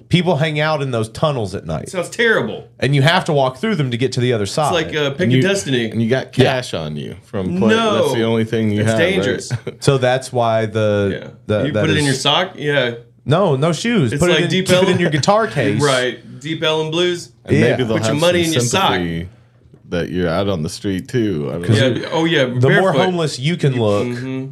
Speaker 1: People hang out in those tunnels at night,
Speaker 3: Sounds terrible.
Speaker 1: and you have to walk through them to get to the other side.
Speaker 3: It's like uh, pick
Speaker 4: And
Speaker 3: your
Speaker 4: you-
Speaker 3: destiny.
Speaker 4: And you got cash on you from play.
Speaker 3: No.
Speaker 4: That's the only thing you
Speaker 3: It's
Speaker 4: have. right?
Speaker 1: [LAUGHS]
Speaker 3: dangerous.
Speaker 1: so that's why
Speaker 3: Yeah.
Speaker 1: the the
Speaker 3: you
Speaker 1: that
Speaker 3: put it in
Speaker 1: is-
Speaker 3: your sock? Yeah.
Speaker 1: no no shoes.
Speaker 3: It's
Speaker 1: put
Speaker 3: like
Speaker 1: it in,
Speaker 3: Deep
Speaker 1: keep it
Speaker 3: Ellum.
Speaker 1: in your
Speaker 3: [LAUGHS]
Speaker 1: guitar case.
Speaker 3: Right. Deep Ellum Blues.
Speaker 4: And
Speaker 1: Yeah.
Speaker 4: maybe they'll
Speaker 3: Put your
Speaker 4: have
Speaker 3: money
Speaker 4: some
Speaker 3: in your sock.
Speaker 4: sympathy That you're out on the street too. I don't know.
Speaker 3: Yeah. Oh yeah.
Speaker 1: The more
Speaker 3: barefoot. Mm-hmm.
Speaker 1: homeless you can look,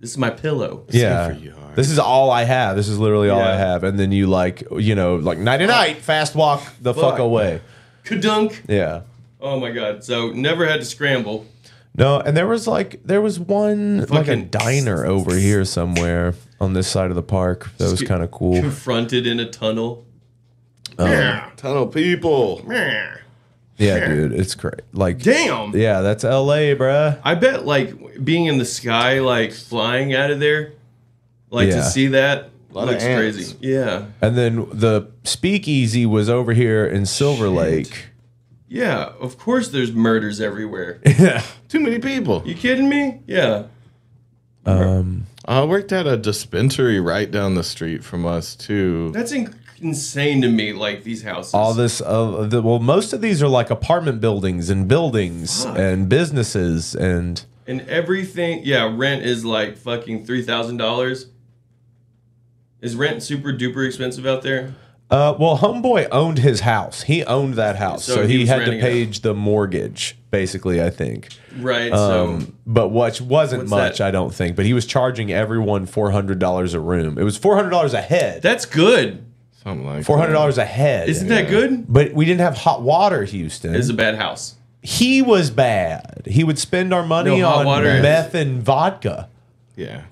Speaker 3: This is my pillow.
Speaker 1: yeah.
Speaker 4: Safer you are.
Speaker 1: This is all I have. This is literally all I
Speaker 3: Yeah. Oh.
Speaker 1: have. And then you like you know like night and night fast walk the fuck
Speaker 3: Fuck.
Speaker 1: away.
Speaker 3: Kadunk.
Speaker 1: Yeah.
Speaker 3: Oh my god. So never had to scramble.
Speaker 1: No, and there was like there was one like a
Speaker 3: Fucking-
Speaker 1: diner over here somewhere on this side of the park that was kind of cool.
Speaker 3: [LAUGHS] Confronted in a tunnel.
Speaker 4: Tunnel people.
Speaker 1: Yeah, dude, it's great. Like,
Speaker 3: Damn.
Speaker 1: yeah, that's L.A., bruh.
Speaker 3: I bet like being in the sky, like flying out of there, like
Speaker 1: Yeah.
Speaker 3: to see that
Speaker 4: of
Speaker 3: looks
Speaker 4: ants.
Speaker 3: crazy. Yeah.
Speaker 1: And then the Speakeasy was over here in Silver Lake.
Speaker 3: Yeah. Of course, there's murders everywhere.
Speaker 1: Yeah,
Speaker 4: Too many people.
Speaker 3: you kidding me? Yeah.
Speaker 4: I worked at a dispensary right down the street from us too.
Speaker 3: That's in- insane to me. Like these houses.
Speaker 1: all this. Uh, the, well, most of these are like apartment buildings and buildings and businesses and
Speaker 3: And everything, yeah, rent is like fucking three thousand dollars. Is rent super duper expensive out there?
Speaker 1: Uh, well, homeboy owned his house. He owned that house, so,
Speaker 3: So he
Speaker 1: he,
Speaker 3: was
Speaker 1: had to
Speaker 3: renting it out.
Speaker 1: pay the mortgage, basically. I think,
Speaker 3: Right. so
Speaker 1: um, but which wasn't
Speaker 3: What's
Speaker 1: much,
Speaker 3: that?
Speaker 1: I don't think. But he was charging everyone four hundred dollars a room. It was four hundred dollars a head.
Speaker 3: that's good.
Speaker 4: Something like
Speaker 1: Four hundred dollars a head.
Speaker 3: Isn't that good?
Speaker 1: But we didn't have hot water, Houston.
Speaker 3: It's a bad house.
Speaker 1: he was bad. He would spend our money
Speaker 3: No, hot
Speaker 1: on
Speaker 3: water is-
Speaker 1: meth and vodka
Speaker 4: Yeah.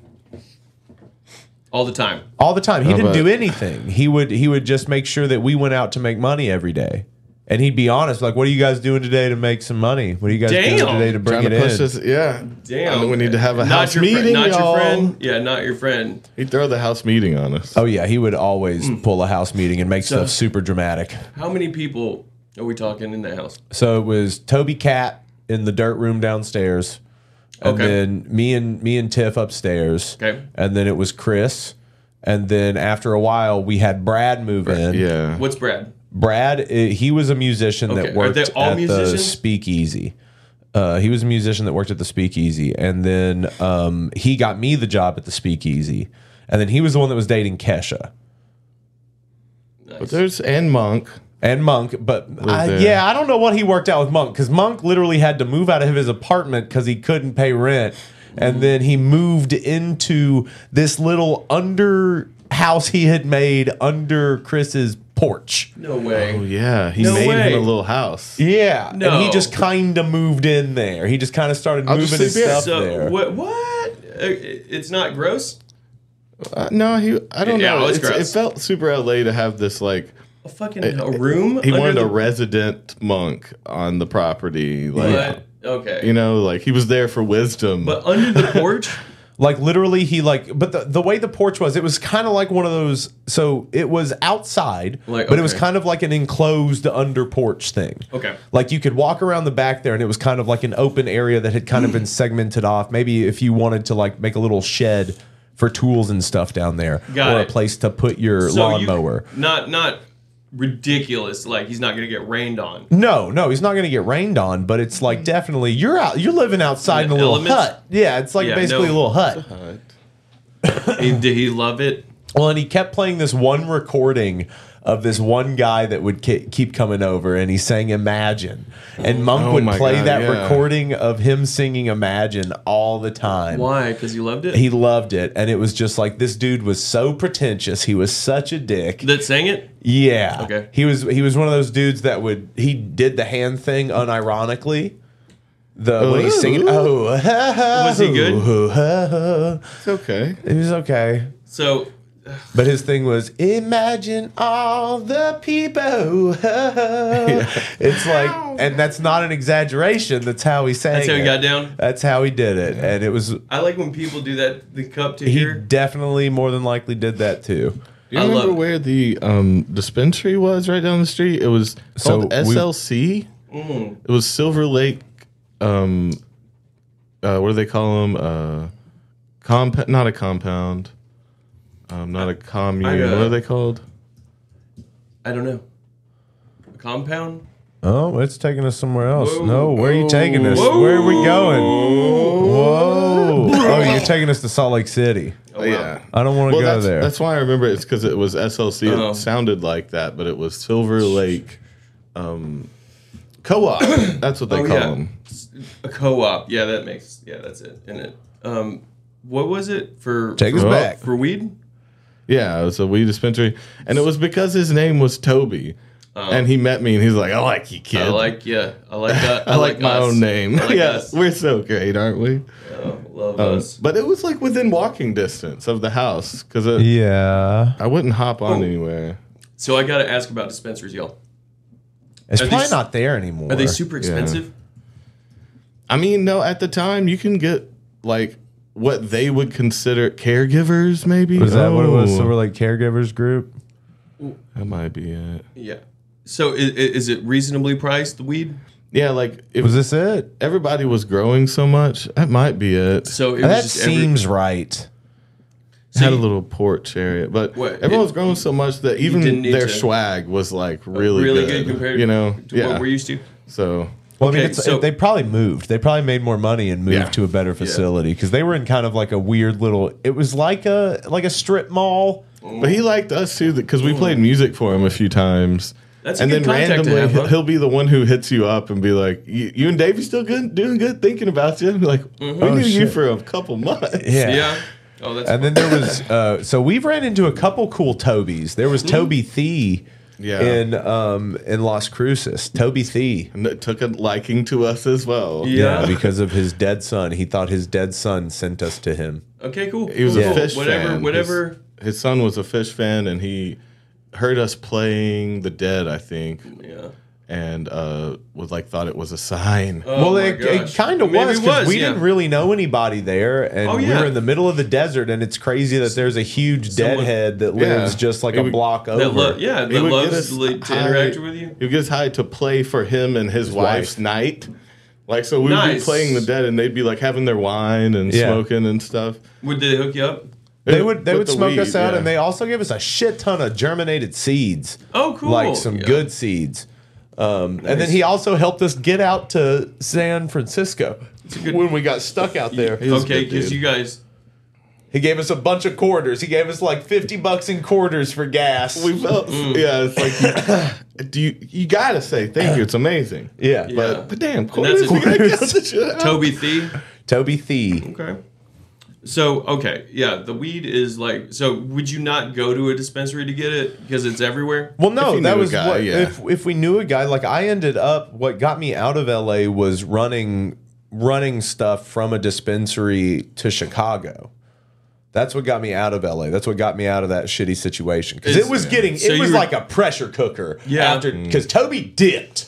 Speaker 3: All the time.
Speaker 1: all the time. He didn't
Speaker 4: bet.
Speaker 1: do anything. He would he would just make sure that we went out to make money every day. And he'd be honest, like, "What are you guys doing today to make some money? What are you guys doing
Speaker 3: Damn.
Speaker 1: today to bring
Speaker 4: Trying
Speaker 1: it
Speaker 4: to push
Speaker 1: in?"
Speaker 4: us. Yeah.
Speaker 3: Damn.
Speaker 4: I mean, we need to have a
Speaker 3: Not
Speaker 4: house
Speaker 3: your
Speaker 4: meeting.
Speaker 3: Friend, not
Speaker 4: y'all.
Speaker 3: your friend. Yeah, not your friend.
Speaker 4: He'd throw the house meeting on us.
Speaker 1: Oh yeah, he would always
Speaker 3: Mm.
Speaker 1: pull a house meeting and make stuff super dramatic.
Speaker 3: How many people are we talking in the house?
Speaker 1: So it was Toby Cat in the dirt room downstairs, and
Speaker 3: Okay.
Speaker 1: then me and me and Tiff upstairs,
Speaker 3: Okay.
Speaker 1: and then it was Chris, and then after a while we had Brad move in.
Speaker 4: Yeah.
Speaker 3: What's Brad?
Speaker 1: Brad, uh, he was a musician
Speaker 3: Okay,
Speaker 1: that
Speaker 3: are
Speaker 1: worked
Speaker 3: they all
Speaker 1: at the
Speaker 3: musicians?
Speaker 1: Speakeasy. Uh, he was a musician that worked at the Speakeasy, and then um, he got me the job at the Speakeasy, and then he was the one that was dating Kesha
Speaker 3: Nice.
Speaker 4: But there's and Monk.
Speaker 1: and Monk. But I,
Speaker 4: there.
Speaker 1: yeah, I don't know what he worked out with Monk because Monk literally had to move out of his apartment because he couldn't pay rent,
Speaker 3: Mm.
Speaker 1: and then he moved into this little under house he had made under Chris's porch.
Speaker 3: no way.
Speaker 4: Oh yeah. He
Speaker 3: No
Speaker 4: made
Speaker 3: way.
Speaker 4: him a little house.
Speaker 1: Yeah, and he
Speaker 3: No.
Speaker 1: just kind of moved in there. He just kind of started
Speaker 4: I'll just
Speaker 1: moving his
Speaker 4: sleep here.
Speaker 1: stuff
Speaker 3: so
Speaker 1: there.
Speaker 3: what? What? Uh, It's not gross.
Speaker 4: Uh, no, he. I don't
Speaker 3: Yeah,
Speaker 4: know.
Speaker 3: it was
Speaker 4: It's-
Speaker 3: gross.
Speaker 4: it felt super LA to have this like
Speaker 3: a fucking a room.
Speaker 4: He
Speaker 3: under
Speaker 4: wanted
Speaker 3: the-
Speaker 4: a resident monk on the property. Like,
Speaker 3: but, okay.
Speaker 4: you know, like he was there for wisdom.
Speaker 3: but under the
Speaker 4: [LAUGHS]
Speaker 3: porch,
Speaker 1: Like literally, he like, but the, the way the porch was, it was kind of like one of those. So it was outside,
Speaker 3: Like,
Speaker 1: but it was
Speaker 3: okay.
Speaker 1: kind of like an enclosed under porch thing.
Speaker 3: Okay.
Speaker 1: like you could walk around the back there, and it was kind of like an open area that had kind of
Speaker 3: [CLEARS THROAT]
Speaker 1: been segmented off. Maybe if you wanted to like make a little shed for tools and stuff down there,
Speaker 3: Got
Speaker 1: or a
Speaker 3: it.
Speaker 1: place to put your
Speaker 3: so you-
Speaker 1: lawnmower.
Speaker 3: not not ridiculous. Like he's not gonna get rained on.
Speaker 1: No, no, he's not going to get rained on, but it's like definitely you're out, you're living outside in a
Speaker 3: The
Speaker 1: little
Speaker 3: Mm. elements?
Speaker 1: hut. Yeah, it's like
Speaker 3: Yeah,
Speaker 1: basically
Speaker 3: no.
Speaker 1: a little hut.
Speaker 4: But-
Speaker 3: He- did he love it?
Speaker 1: Well, and he kept playing this one recording of this one guy that would ki- keep coming over, and he sang "Imagine," and Monk
Speaker 4: Oh
Speaker 1: would
Speaker 4: my
Speaker 1: play
Speaker 4: God,
Speaker 1: that
Speaker 4: yeah.
Speaker 1: recording of him singing "Imagine" all the time.
Speaker 3: Why? Because he loved it.
Speaker 1: He loved it, and it was just like this dude was so pretentious. He was such a dick.
Speaker 3: that sang it.
Speaker 1: Yeah.
Speaker 3: Okay.
Speaker 1: He was he was one of those dudes that would he did the hand thing unironically. The when he's singing.
Speaker 4: Ooh.
Speaker 1: Oh,
Speaker 3: [LAUGHS] Was he good?
Speaker 1: [LAUGHS]
Speaker 4: it's okay.
Speaker 1: It was okay.
Speaker 3: So
Speaker 1: But his thing was imagine all the people. [LAUGHS] It's like, and that's not an exaggeration. That's how he sang.
Speaker 3: that's how he
Speaker 1: it.
Speaker 3: got down.
Speaker 1: That's how he did it, and it was.
Speaker 3: I like when people do that. The cup to
Speaker 1: He
Speaker 3: here.
Speaker 1: definitely more than likely did that too.
Speaker 4: Do you
Speaker 3: I love
Speaker 4: remember
Speaker 3: it.
Speaker 4: where the um, dispensary was right down the street? It was
Speaker 1: So
Speaker 4: called
Speaker 1: we-
Speaker 4: SLC.
Speaker 3: Mm.
Speaker 4: It was Silver Lake. Um, uh, what do they call them? Uh, compa- not a compound. Um, not a commune.
Speaker 3: I got-
Speaker 4: what are they called?
Speaker 3: I don't know. A compound.
Speaker 1: Oh, it's taking us somewhere else.
Speaker 3: Whoa.
Speaker 1: no, where are you taking us? Where are we going? Whoa! Oh, you're taking us to Salt Lake City.
Speaker 3: Oh, wow.
Speaker 4: Yeah.
Speaker 1: I don't want to
Speaker 4: Well,
Speaker 1: go
Speaker 4: that's,
Speaker 1: there.
Speaker 4: that's why I remember it's because it was SLC. It
Speaker 3: Oh.
Speaker 4: sounded like that, but it was Silver Lake um, Co-op. [COUGHS] that's what they
Speaker 3: Oh,
Speaker 4: call
Speaker 3: yeah.
Speaker 4: them.
Speaker 3: A co-op. Yeah, that makes. Yeah, that's it. In it. Um, what was it for?
Speaker 1: Take us
Speaker 3: for-
Speaker 1: back.
Speaker 3: for weed.
Speaker 4: Yeah, it was a weed dispensary, and it was because his name was Toby, and he met me, and he's like, "I like you, kid.
Speaker 3: Uh-huh. I like. Yeah, I like that.
Speaker 4: [LAUGHS] I like my
Speaker 3: us.
Speaker 4: own name.
Speaker 3: I like
Speaker 4: [LAUGHS] yeah,
Speaker 3: us.
Speaker 4: we're so great, aren't we?" Um,
Speaker 3: Oh, love us.
Speaker 4: But it was like within walking distance of the house because
Speaker 1: yeah,
Speaker 4: I wouldn't hop on
Speaker 3: Oh.
Speaker 4: anywhere.
Speaker 3: So I gotta ask about dispensaries, y'all.
Speaker 1: it's
Speaker 3: Are they
Speaker 1: probably
Speaker 3: s-
Speaker 1: not there anymore.
Speaker 3: Are they super expensive?
Speaker 4: I mean, no, at the time you can get like what they would consider caregivers, maybe.
Speaker 1: Was that what it was?
Speaker 4: Oh,
Speaker 1: So we're like caregivers group.
Speaker 4: that might be it.
Speaker 3: Yeah. So is, is it reasonably priced the weed?
Speaker 4: Yeah, like if
Speaker 1: Was this it?
Speaker 4: everybody was growing so much, that might be it.
Speaker 3: So it
Speaker 1: That
Speaker 3: was just every,
Speaker 1: seems right.
Speaker 3: so
Speaker 4: had a
Speaker 3: you-
Speaker 4: little porch area, but
Speaker 3: What,
Speaker 4: everyone
Speaker 3: it-
Speaker 4: was growing so much that even
Speaker 3: didn't need
Speaker 4: their
Speaker 3: to-
Speaker 4: swag was like really,
Speaker 3: really
Speaker 4: good,
Speaker 3: good compared
Speaker 4: you know,
Speaker 3: to
Speaker 4: yeah.
Speaker 3: what we're used to.
Speaker 4: so
Speaker 1: Well, I mean,
Speaker 3: Okay,
Speaker 1: it's,
Speaker 3: so-
Speaker 1: they probably moved. They probably made more money and moved
Speaker 4: Yeah.
Speaker 1: to a better facility because they were in kind of like a weird little. It was like a like a strip mall.
Speaker 4: but he liked us too because we played music for him a few times.
Speaker 3: Mm. That's a
Speaker 4: and
Speaker 3: good
Speaker 4: then
Speaker 3: contact to
Speaker 4: randomly,
Speaker 3: have, huh?
Speaker 4: he'll- he'll be the one who hits you up and be like, "You, you and Davey still good, doing good, thinking about you." [LAUGHS] And be like,
Speaker 3: Mm-hmm.
Speaker 4: we
Speaker 1: Oh,
Speaker 4: knew you
Speaker 1: shit.
Speaker 4: for a couple months.
Speaker 3: Yeah. Oh, that's
Speaker 1: And then there was uh, so we've ran into a couple cool Tobys. There
Speaker 3: Hmm.
Speaker 1: was Toby Thee
Speaker 4: Yeah.
Speaker 1: in um, in Las Cruces. Toby Thee.
Speaker 4: and it took a liking to us as well.
Speaker 3: Yeah.
Speaker 1: because of his dead son. He thought his dead son sent us to him.
Speaker 3: okay. Cool.
Speaker 4: He was
Speaker 3: cool,
Speaker 4: a
Speaker 3: cool.
Speaker 4: fish
Speaker 3: Whatever.
Speaker 4: fan.
Speaker 3: Whatever.
Speaker 4: His, his son was a fish fan, and he heard us playing the dead, I think,
Speaker 3: yeah.
Speaker 4: and uh, was like thought it was a sign.
Speaker 1: well,
Speaker 3: Oh my
Speaker 1: it, it
Speaker 3: gosh.
Speaker 1: kind of
Speaker 3: Maybe
Speaker 1: was
Speaker 3: it
Speaker 1: because
Speaker 3: was,
Speaker 1: we
Speaker 3: yeah.
Speaker 1: didn't really know anybody there, and
Speaker 3: Oh,
Speaker 1: we
Speaker 3: yeah.
Speaker 1: were in the middle of the desert. And it's crazy that there's a huge
Speaker 3: Someone-
Speaker 1: deadhead that lives just like
Speaker 4: It
Speaker 1: a
Speaker 4: would-
Speaker 1: block over.
Speaker 3: That lo- yeah. That loves like, to interact with you.
Speaker 4: He would get us high to play for him and his, wife's
Speaker 1: wife.
Speaker 4: night. Like so, we would be
Speaker 3: Nice.
Speaker 4: playing the dead, and they'd be like having their wine and
Speaker 1: Yeah.
Speaker 4: smoking and stuff.
Speaker 3: Would they hook you up?
Speaker 1: They would they
Speaker 4: With
Speaker 1: would
Speaker 4: the
Speaker 1: smoke
Speaker 4: weed,
Speaker 1: us out,
Speaker 4: yeah.
Speaker 1: and they also give us a shit ton of germinated seeds.
Speaker 3: Oh, cool.
Speaker 1: like some
Speaker 3: Yeah.
Speaker 1: good seeds. Um, And then he also helped us get out to San Francisco
Speaker 3: good-
Speaker 1: when we got stuck out there.
Speaker 4: was a
Speaker 3: Okay,
Speaker 4: good
Speaker 3: because
Speaker 4: dude.
Speaker 3: you guys.
Speaker 1: He gave us a bunch of quarters. He gave us like fifty bucks in quarters for gas.
Speaker 4: We felt,
Speaker 3: Mm.
Speaker 4: yeah. It's like, [COUGHS] do you you gotta say thank you? It's amazing.
Speaker 1: yeah,
Speaker 4: But,
Speaker 3: Yeah.
Speaker 4: but damn,
Speaker 3: that's
Speaker 4: quarters.
Speaker 3: a- Toby
Speaker 4: Toby.
Speaker 3: Thee.
Speaker 1: Toby Thee.
Speaker 3: Okay. So okay, yeah, the weed is like. So would you not go to a dispensary to get it because it's everywhere?
Speaker 1: Well,
Speaker 4: If
Speaker 1: no,
Speaker 4: you
Speaker 1: that
Speaker 4: knew a
Speaker 1: was
Speaker 4: guy,
Speaker 1: what,
Speaker 4: yeah.
Speaker 1: if if we knew a guy. Like I ended up. What got me out of L.A. was running running stuff from a dispensary to Chicago. That's what got me out of LA. That's what got me out of that shitty situation because it
Speaker 3: It's-
Speaker 1: was
Speaker 3: yeah.
Speaker 1: getting
Speaker 3: So
Speaker 1: it
Speaker 3: you
Speaker 1: was
Speaker 3: were-
Speaker 1: like a pressure cooker.
Speaker 3: Yeah.
Speaker 1: after because Toby dipped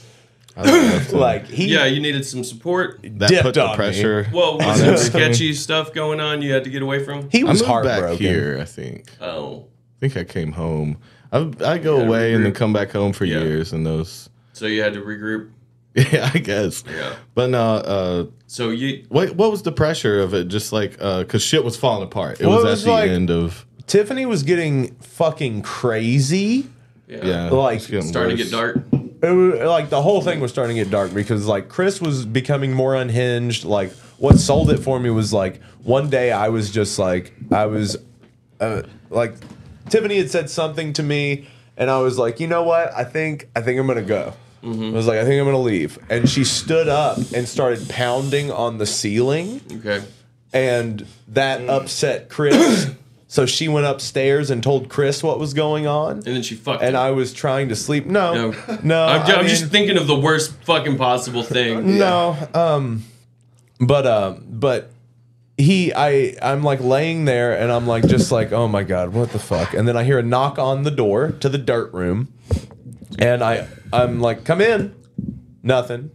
Speaker 4: Mm. I
Speaker 1: [LAUGHS]
Speaker 4: left him.
Speaker 1: like he
Speaker 3: Yeah, you needed some support.
Speaker 4: that
Speaker 1: dipped
Speaker 4: put the
Speaker 1: on me.
Speaker 4: pressure.
Speaker 3: Well, was
Speaker 4: on
Speaker 3: there
Speaker 4: everything.
Speaker 3: sketchy stuff going on you had to get away from?
Speaker 1: he
Speaker 4: I
Speaker 1: was
Speaker 4: moved
Speaker 1: heartbroken.
Speaker 4: back here. I think.
Speaker 3: Oh.
Speaker 4: I think I came home. I I go
Speaker 3: Yeah,
Speaker 4: away and then
Speaker 3: regroup.
Speaker 4: come back home for
Speaker 3: Yeah.
Speaker 4: years, and those. [LAUGHS]
Speaker 3: So you had to regroup.
Speaker 4: Yeah, I guess.
Speaker 3: Yeah.
Speaker 4: But no, uh,
Speaker 3: So you
Speaker 4: what what was the pressure of it? Just like uh, cause shit was falling apart. It
Speaker 1: Well,
Speaker 4: was,
Speaker 1: it was
Speaker 4: at the
Speaker 1: like-
Speaker 4: end of
Speaker 1: Tiffany was getting fucking crazy.
Speaker 3: yeah,
Speaker 4: yeah,
Speaker 1: Like,
Speaker 4: it's getting
Speaker 3: starting to
Speaker 4: worse.
Speaker 3: get dark.
Speaker 1: It was, like the whole thing was starting to get dark because like Chris was becoming more unhinged. Like what sold it for me was like one day I was just like I was uh, like Tiffany had said something to me and I was like, you know what? I think I think I'm gonna go.
Speaker 3: Mm-hmm.
Speaker 1: I was like, I think I'm gonna leave. And she stood up and started pounding on the ceiling
Speaker 3: Okay.
Speaker 1: and that
Speaker 3: Mm.
Speaker 1: upset Chris.
Speaker 3: [COUGHS]
Speaker 1: so she went upstairs and told Chris what was going on.
Speaker 3: And then she fucked.
Speaker 1: And
Speaker 3: him.
Speaker 1: I was trying to sleep. No,
Speaker 3: No.
Speaker 1: no,
Speaker 3: I'm,
Speaker 1: I
Speaker 3: ju- I'm just
Speaker 1: mean-
Speaker 3: thinking of the worst fucking possible
Speaker 1: [LAUGHS]
Speaker 3: thing.
Speaker 1: no um but um but he i i'm like laying there and i'm like just like oh my god what the fuck and then i hear a knock on the door to the dirt room and i i'm like come in nothing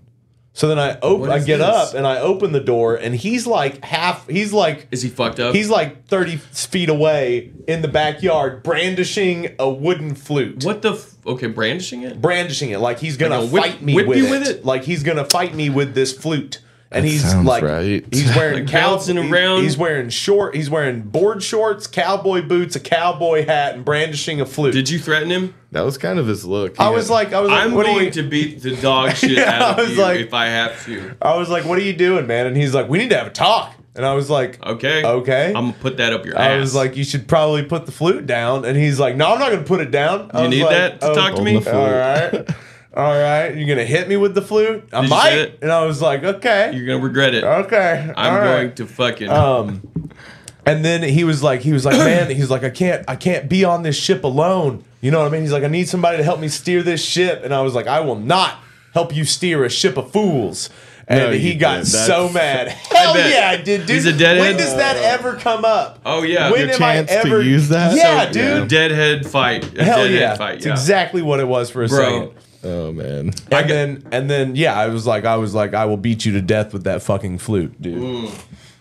Speaker 1: so then i open
Speaker 3: What
Speaker 1: i
Speaker 3: is
Speaker 1: get
Speaker 3: this?
Speaker 1: up and i open the door and he's like half he's like
Speaker 3: Is he fucked up?
Speaker 1: he's like 30 feet away in the backyard brandishing a wooden flute
Speaker 3: what the f- okay brandishing it?
Speaker 1: brandishing it like he's gonna
Speaker 3: Like a whip-
Speaker 1: fight me
Speaker 3: whip
Speaker 1: with,
Speaker 3: you
Speaker 1: it.
Speaker 3: with it?
Speaker 1: Like he's gonna fight me with this flute. And
Speaker 4: That
Speaker 1: he's
Speaker 4: sounds
Speaker 1: like,
Speaker 4: right. [LAUGHS]
Speaker 1: he's wearing
Speaker 3: Like
Speaker 1: cow-
Speaker 3: bouncing
Speaker 1: he-
Speaker 3: around.
Speaker 1: He's wearing short. He's wearing board shorts, cowboy boots, a cowboy hat, and brandishing a flute.
Speaker 3: Did you threaten him?
Speaker 4: That was kind of his look.
Speaker 1: I
Speaker 4: He
Speaker 1: was
Speaker 4: had-
Speaker 1: like, I was like,
Speaker 3: I'm
Speaker 1: what are
Speaker 3: going
Speaker 1: you?
Speaker 3: to beat the
Speaker 1: [LAUGHS]
Speaker 3: dog shit
Speaker 1: Yeah,
Speaker 3: out
Speaker 1: I
Speaker 3: of
Speaker 1: was
Speaker 3: you
Speaker 1: like-
Speaker 3: if I have to.
Speaker 1: I was like, what are you doing, man? And he's like, we need to have a talk. And I was like,
Speaker 3: Okay.
Speaker 1: Okay.
Speaker 3: I'm gonna put that up your ass.
Speaker 1: I was like, you should probably put the flute down. And he's like, no, I'm not gonna put it down. I
Speaker 3: You
Speaker 1: was
Speaker 3: need
Speaker 1: like,
Speaker 3: that to
Speaker 1: "Oh,
Speaker 3: talk to
Speaker 4: on
Speaker 3: me?
Speaker 4: the floor.
Speaker 1: All
Speaker 4: [LAUGHS]
Speaker 1: right, all right. You're gonna hit me with the flute? I
Speaker 3: Did you say
Speaker 1: might.
Speaker 3: it?
Speaker 1: And I was like, okay,
Speaker 3: You're gonna regret it.
Speaker 1: okay.
Speaker 3: I'm
Speaker 1: all right."
Speaker 3: going to fucking.
Speaker 1: Um, and then he was like, he was
Speaker 3: [COUGHS]
Speaker 1: like, man, he's like, I can't, I can't be on this ship alone. You know what I mean? He's like, I need somebody to help me steer this ship. And I was like, I will not help you steer a ship of fools. And
Speaker 4: No,
Speaker 1: he
Speaker 4: you
Speaker 1: got
Speaker 4: did. That's-
Speaker 1: so
Speaker 3: [LAUGHS]
Speaker 1: mad. Hell
Speaker 3: bet.
Speaker 1: yeah, I did, dude.
Speaker 3: He's a deadhead?
Speaker 1: When does that ever come up?
Speaker 3: oh yeah.
Speaker 1: when
Speaker 4: Your
Speaker 1: am I
Speaker 4: chance
Speaker 1: ever-
Speaker 4: to use that?
Speaker 1: Yeah,
Speaker 4: So-
Speaker 1: dude.
Speaker 3: A deadhead fight. A
Speaker 1: Hell
Speaker 3: deadhead
Speaker 1: yeah,
Speaker 3: fight.
Speaker 1: it's
Speaker 3: Yeah.
Speaker 1: exactly what it was for a
Speaker 3: Bro.
Speaker 1: second.
Speaker 4: Oh man.
Speaker 1: And then, and then, yeah, I was like, I was like, I will beat you to death with that fucking flute,
Speaker 3: Mm.
Speaker 1: dude.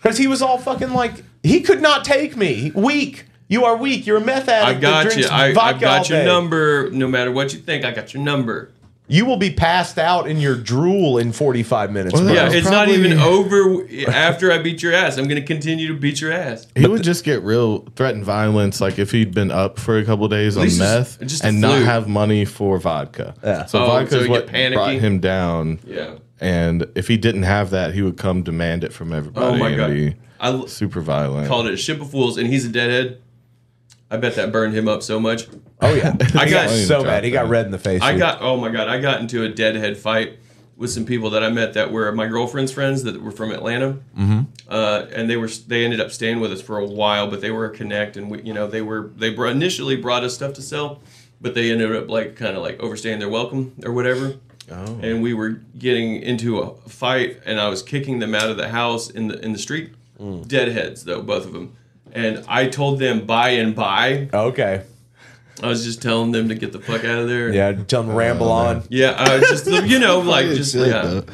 Speaker 1: Because he was all fucking like, he could not take me. Weak. You are weak. You're a meth
Speaker 3: I
Speaker 1: addict. that
Speaker 3: got you.
Speaker 1: drinks
Speaker 3: I,
Speaker 1: vodka
Speaker 3: I've
Speaker 1: all
Speaker 3: got your
Speaker 1: day.
Speaker 3: number. No matter what you think, I got your number.
Speaker 1: You will be passed out in your drool in 45 minutes.
Speaker 4: Well,
Speaker 1: bro.
Speaker 3: Yeah,
Speaker 4: was
Speaker 3: it's not
Speaker 4: probably-
Speaker 3: even over after I beat your ass. I'm gonna continue to beat your ass.
Speaker 4: He would just get real threatened violence, like if he'd been up for a couple days on
Speaker 3: least it's-
Speaker 4: meth
Speaker 3: it's just a
Speaker 4: and not
Speaker 3: fluke.
Speaker 4: have money for vodka.
Speaker 1: Yeah.
Speaker 4: So
Speaker 3: Oh,
Speaker 4: vodka
Speaker 3: so
Speaker 4: is
Speaker 3: he'd
Speaker 4: what
Speaker 3: get panicky?
Speaker 4: brought him down.
Speaker 3: Yeah.
Speaker 4: And if he didn't have that, he would come demand it from
Speaker 3: Oh
Speaker 4: everybody.
Speaker 3: my
Speaker 4: and
Speaker 3: god.
Speaker 4: Be
Speaker 3: I l-
Speaker 4: super violent.
Speaker 3: called it a ship of fools, and he's a deadhead. I bet that burned him up so much.
Speaker 1: Oh, yeah.
Speaker 3: [LAUGHS] I
Speaker 1: He
Speaker 3: got
Speaker 1: got
Speaker 4: Don't even
Speaker 1: so
Speaker 4: drop
Speaker 1: mad. He got
Speaker 4: that.
Speaker 1: red in the face.
Speaker 3: I
Speaker 1: dude.
Speaker 3: got oh my god, I got into a deadhead fight with some people that I met that were my girlfriend's friends that were from Atlanta, mm-hmm. uh, and they were they ended up staying with us for a while, but they were a connect, and we you know they were they br- initially brought us stuff to sell, but they ended up like kind of like overstaying their welcome or whatever.
Speaker 4: Oh.
Speaker 3: And we were getting into a fight, and I was kicking them out of the house in the in the street. Deadheads, though both of them, and I told them by and by.
Speaker 1: Okay.
Speaker 3: I was just telling them to get the fuck out of there.
Speaker 1: Yeah, tell him to ramble on.
Speaker 3: Yeah, I
Speaker 1: [LAUGHS]
Speaker 3: was just you know like just
Speaker 4: Shit,
Speaker 3: yeah.
Speaker 4: though.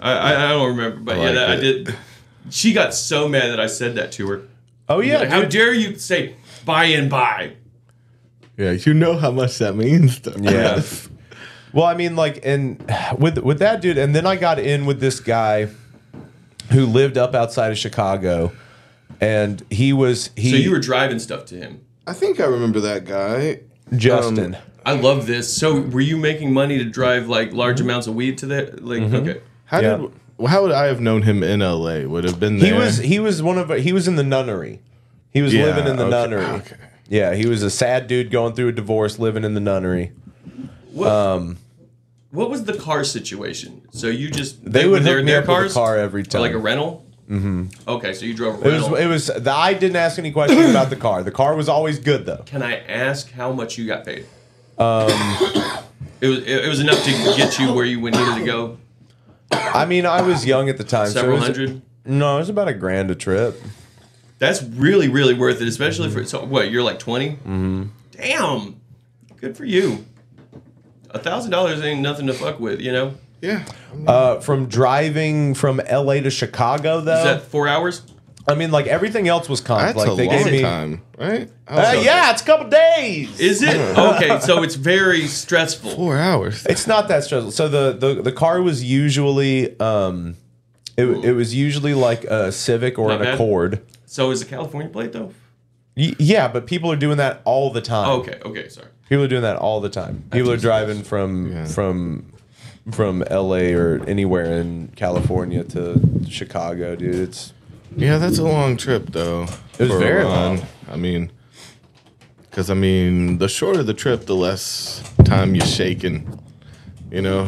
Speaker 3: I, I I don't remember, but
Speaker 4: like
Speaker 3: yeah, that, I
Speaker 4: it.
Speaker 3: did. She got so mad that I said that to her.
Speaker 1: Oh, yeah.
Speaker 3: Like, how
Speaker 1: dude.
Speaker 3: dare you say by and by?
Speaker 4: Yeah, you know how much that means. To
Speaker 1: Yeah.
Speaker 4: us.
Speaker 1: Well, I mean, like, and with with that dude, and then I got in with this guy who lived up outside of Chicago, and he was he
Speaker 3: So you were driving stuff to him.
Speaker 5: I think I remember that guy.
Speaker 1: Justin.
Speaker 3: I love this. So were you making money to drive like
Speaker 1: Mm-hmm.
Speaker 3: large amounts of weed to there? Like okay,
Speaker 4: How
Speaker 1: Yeah.
Speaker 4: did? well, How would I have known him in L.A.? Would have been there.
Speaker 1: he was he was one of he was in the nunnery. He was
Speaker 4: Yeah,
Speaker 1: living in the
Speaker 4: okay,
Speaker 1: nunnery.
Speaker 4: okay.
Speaker 1: Yeah, he was a sad dude going through a divorce, living in the nunnery.
Speaker 3: what what was the car situation? So you just
Speaker 1: They would
Speaker 3: they're
Speaker 1: hook
Speaker 3: in
Speaker 1: me
Speaker 3: their
Speaker 1: up with a
Speaker 3: cars
Speaker 1: car every
Speaker 3: Or
Speaker 1: time.
Speaker 3: like a rental. Mm-hmm. Okay, so you drove a
Speaker 1: it was
Speaker 3: rental.
Speaker 1: it was the, I didn't ask any questions about the car. The car was always good though.
Speaker 3: Can I ask how much you got paid? Um, it was it, it was enough to get you where you needed to go.
Speaker 1: I mean, I was young at the time. so it
Speaker 3: Several
Speaker 1: was-
Speaker 3: hundred.
Speaker 1: No, it was about a grand a trip.
Speaker 3: that's really really worth it, especially for so what you're like 20 Mm-hmm. Damn, good for you. A thousand dollars ain't nothing to fuck with, you know. Is
Speaker 4: Yeah.
Speaker 1: Uh, from driving from LA to Chicago, though,
Speaker 3: that four hours?
Speaker 1: I mean, like everything else was comp.
Speaker 4: That's
Speaker 1: Like
Speaker 4: a
Speaker 1: they
Speaker 4: long
Speaker 1: gave me.
Speaker 4: time, right? I
Speaker 1: Uh,
Speaker 4: was up
Speaker 1: yeah, it's a couple days.
Speaker 3: Is it okay? So it's very stressful.
Speaker 4: Four hours.
Speaker 1: It's not that stressful. So the the, the car was usually um, it, it was usually like a Civic or
Speaker 3: Not
Speaker 1: an
Speaker 3: bad.
Speaker 1: Accord.
Speaker 3: So is the California plate though?
Speaker 1: Y- yeah, but people are doing that all the time.
Speaker 3: Okay, okay, sorry.
Speaker 1: People are doing that all the time. People are driving from from from LA or anywhere in California to Chicago, dude. It's
Speaker 4: Yeah, that's a long trip, though.
Speaker 1: It was
Speaker 4: for a
Speaker 1: very
Speaker 4: run.
Speaker 1: long.
Speaker 4: I mean, because I mean, the shorter the trip, the less time you're shaking. You know,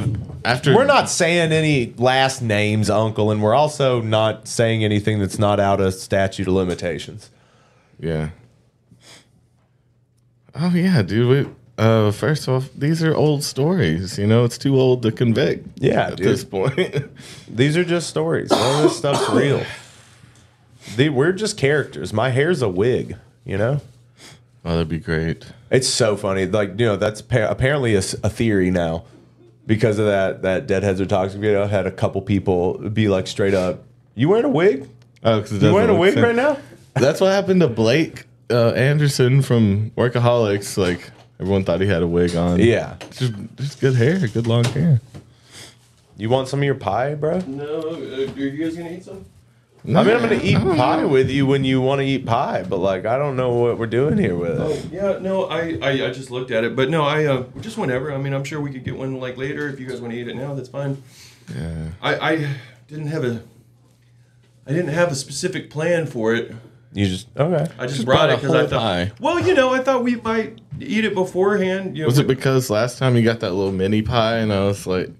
Speaker 4: after
Speaker 1: we're not saying any last names, Uncle, and we're also not saying anything that's not out of statute of limitations.
Speaker 4: Yeah. Oh yeah, dude. We, uh, first off, these are old stories. You know, it's too old to convict.
Speaker 1: Yeah,
Speaker 4: at
Speaker 1: dude.
Speaker 4: this point. [LAUGHS]
Speaker 1: These are just stories. None of this stuff's real. They, we're just characters. My hair's a wig, you know?
Speaker 4: oh, that'd be great.
Speaker 1: It's so funny. Like, you know, that's pa- apparently a, s- a theory now because of that that Deadheads are Toxic video. I had a couple people be like straight up, You wearing a wig?
Speaker 4: Oh, because
Speaker 1: You wearing a wig right now?
Speaker 4: That's what happened to Blake uh, Anderson from Workaholics. Like everyone thought he had a wig on.
Speaker 1: Yeah.
Speaker 4: just, just good hair, good long hair.
Speaker 1: You want some of your pie, bro?
Speaker 3: No, uh, are you guys gonna eat some?
Speaker 1: I mean, I'm going to eat pie with you when you want to eat pie, but like, I don't know what we're doing here with it.
Speaker 3: Oh yeah, no, I, I I just looked at it, but no, I uh, just whenever. I mean, I'm sure we could get one like later if you guys want to eat it now. That's fine.
Speaker 4: Yeah.
Speaker 3: I I didn't have a I didn't have a specific plan for it.
Speaker 1: You just, okay.
Speaker 3: I just,
Speaker 4: Just
Speaker 3: brought
Speaker 4: brought
Speaker 3: it
Speaker 4: a
Speaker 3: because I
Speaker 4: whole
Speaker 3: thought.
Speaker 4: pie.
Speaker 3: Well, you know, I thought we might eat it beforehand. You know,
Speaker 4: Was it because last time you got that little mini pie and I was like,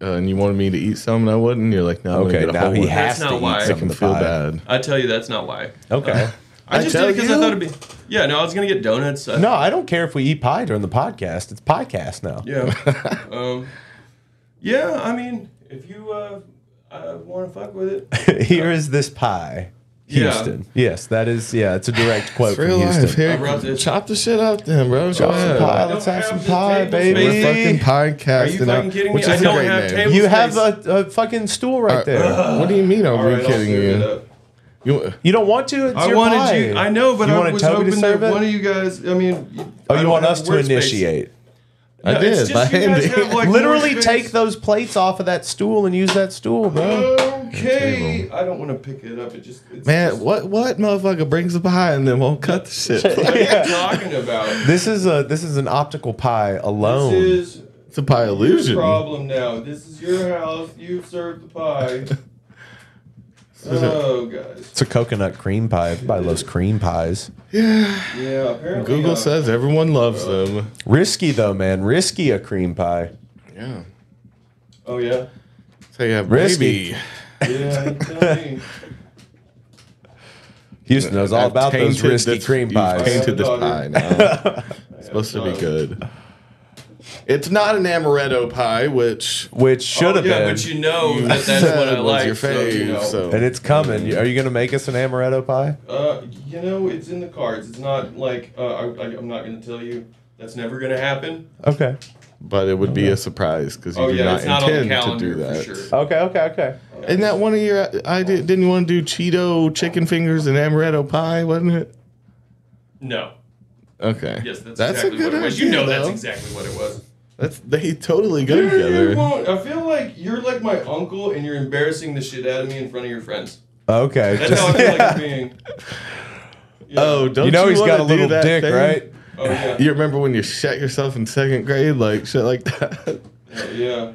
Speaker 4: uh, and you wanted me to eat some and I wouldn't? You're like, no, I'm
Speaker 1: Okay,
Speaker 4: gonna get a
Speaker 1: now
Speaker 4: whole
Speaker 1: he
Speaker 4: one.
Speaker 1: has
Speaker 3: That's
Speaker 1: to
Speaker 3: not why.
Speaker 1: eat
Speaker 4: I
Speaker 1: some
Speaker 4: can
Speaker 1: of the
Speaker 4: feel
Speaker 1: pie.
Speaker 4: bad.
Speaker 3: I tell you, that's not why. Uh,
Speaker 1: Okay.
Speaker 3: I just
Speaker 4: tell
Speaker 3: did it because I
Speaker 4: you.
Speaker 3: thought it'd be. Yeah, no, I was gonna get donuts. I,
Speaker 1: No, I don't care if we eat pie during the podcast. It's podcast now.
Speaker 3: Yeah.
Speaker 4: [LAUGHS]
Speaker 3: um, yeah, I mean, if you uh, uh, want to fuck with
Speaker 4: [LAUGHS]
Speaker 3: it,
Speaker 1: [LAUGHS] Here is this pie.
Speaker 3: Yeah.
Speaker 1: Houston. Yes, that is. Yeah, it's a direct quote
Speaker 4: It's
Speaker 1: from
Speaker 4: real
Speaker 1: Houston.
Speaker 4: life. Here,
Speaker 3: I brought this-
Speaker 4: chop the shit up then, bro. Go
Speaker 1: Chop some
Speaker 4: ahead.
Speaker 1: pie. Let's
Speaker 3: don't
Speaker 1: have
Speaker 3: have
Speaker 1: some
Speaker 3: the
Speaker 1: pie,
Speaker 3: tables,
Speaker 1: baby.
Speaker 4: We're fucking
Speaker 3: Are you fucking
Speaker 4: podcasting now,
Speaker 3: kidding
Speaker 4: which
Speaker 3: me?
Speaker 4: is
Speaker 3: I
Speaker 4: a
Speaker 3: don't
Speaker 4: great
Speaker 3: have
Speaker 4: name.
Speaker 3: tables.
Speaker 1: You have a, a fucking stool right there.
Speaker 4: What do you mean? Are
Speaker 3: All
Speaker 4: we
Speaker 3: right, I'll
Speaker 4: kidding
Speaker 3: serve it
Speaker 4: you?
Speaker 3: up.
Speaker 4: you?
Speaker 1: you don't want to. It's
Speaker 3: I
Speaker 1: your
Speaker 3: wanted
Speaker 1: pie.
Speaker 3: you. I know, but
Speaker 1: You
Speaker 3: I
Speaker 1: wanted
Speaker 3: was
Speaker 1: Toby to
Speaker 3: hoping
Speaker 1: serve
Speaker 3: that
Speaker 1: it?
Speaker 3: one of you guys. I mean,
Speaker 1: Oh,
Speaker 3: I
Speaker 1: you
Speaker 3: don't
Speaker 1: want
Speaker 3: have
Speaker 1: us to
Speaker 3: workspace.
Speaker 1: initiate?
Speaker 4: I
Speaker 3: No,
Speaker 4: did.
Speaker 3: it's just
Speaker 4: by
Speaker 3: you guys
Speaker 4: hand.
Speaker 3: have, like,
Speaker 1: Literally
Speaker 3: workspace.
Speaker 1: take those plates off of that stool and use that stool,
Speaker 3: [LAUGHS]
Speaker 1: bro.
Speaker 3: Okay, I don't want to pick it up. It just it's
Speaker 4: Man,
Speaker 1: [LAUGHS]
Speaker 3: just-
Speaker 4: what what motherfucker brings a pie and then won't cut
Speaker 3: [LAUGHS]
Speaker 4: the shit?
Speaker 3: what are you talking about?
Speaker 1: This is a this is an optical pie alone.
Speaker 3: This is
Speaker 4: It's a pie illusion.
Speaker 3: your problem now. This is your house. You've served the
Speaker 1: [LAUGHS]
Speaker 3: pie. oh, guys.
Speaker 1: it's a coconut cream pie. Everybody loves cream pies.
Speaker 3: Yeah, apparently.
Speaker 4: Google
Speaker 3: uh,
Speaker 4: says everyone loves them.
Speaker 1: Risky though, man. Risky a cream pie.
Speaker 4: Yeah.
Speaker 3: Oh yeah.
Speaker 4: So you have
Speaker 1: Risky.
Speaker 4: baby.
Speaker 3: Yeah. you
Speaker 1: [LAUGHS]
Speaker 3: tell me.
Speaker 1: Houston knows all
Speaker 4: I've
Speaker 1: about those
Speaker 4: tainted
Speaker 1: risky
Speaker 4: this-
Speaker 1: cream
Speaker 4: you've
Speaker 1: pies.
Speaker 3: [LAUGHS]
Speaker 4: Tainted this pie now. it's supposed to be good. It's not an amaretto pie, which
Speaker 1: [LAUGHS] Which should have
Speaker 3: Oh, yeah,
Speaker 1: been.
Speaker 3: but you know
Speaker 4: you
Speaker 3: that that's
Speaker 4: said
Speaker 3: what I
Speaker 4: was
Speaker 3: like.
Speaker 4: Your
Speaker 3: so, you
Speaker 4: fave,
Speaker 3: know.
Speaker 4: so,
Speaker 1: and it's coming. You- Are you going to make us an amaretto pie?
Speaker 3: Uh, you know, it's in the cards. It's not like uh, I, I, I'm not going to tell you. That's never going to happen.
Speaker 1: Okay.
Speaker 4: but it would be a surprise because you
Speaker 3: Oh
Speaker 4: do
Speaker 3: yeah,
Speaker 4: not
Speaker 3: it's not on the
Speaker 4: intend to do
Speaker 3: calendar for
Speaker 4: that.
Speaker 3: sure.
Speaker 1: Okay, okay, okay.
Speaker 4: Isn't that one of your? I did, didn't want to do Cheeto chicken fingers and amaretto pie, wasn't it?
Speaker 3: No.
Speaker 4: Okay.
Speaker 3: Yes, that's, exactly
Speaker 4: a good
Speaker 3: what it was. You
Speaker 4: idea,
Speaker 3: know that's
Speaker 4: though.
Speaker 3: exactly what it was.
Speaker 4: That's they totally go
Speaker 3: You
Speaker 4: together.
Speaker 3: won't. I feel like you're like my uncle, and you're embarrassing the shit out of me in front of your friends.
Speaker 1: Okay.
Speaker 3: That's
Speaker 1: just-
Speaker 3: how [LAUGHS] I feel like
Speaker 4: [LAUGHS]
Speaker 3: it's being. Yeah.
Speaker 4: Oh, don't
Speaker 1: [LAUGHS] you know he's got
Speaker 4: wanna
Speaker 1: a
Speaker 4: do
Speaker 1: little
Speaker 4: that
Speaker 1: dick,
Speaker 4: thing?
Speaker 1: right?
Speaker 3: Oh yeah.
Speaker 4: You remember when you shut yourself in second grade, like shit
Speaker 1: [LAUGHS]
Speaker 4: like that.
Speaker 3: Oh, yeah.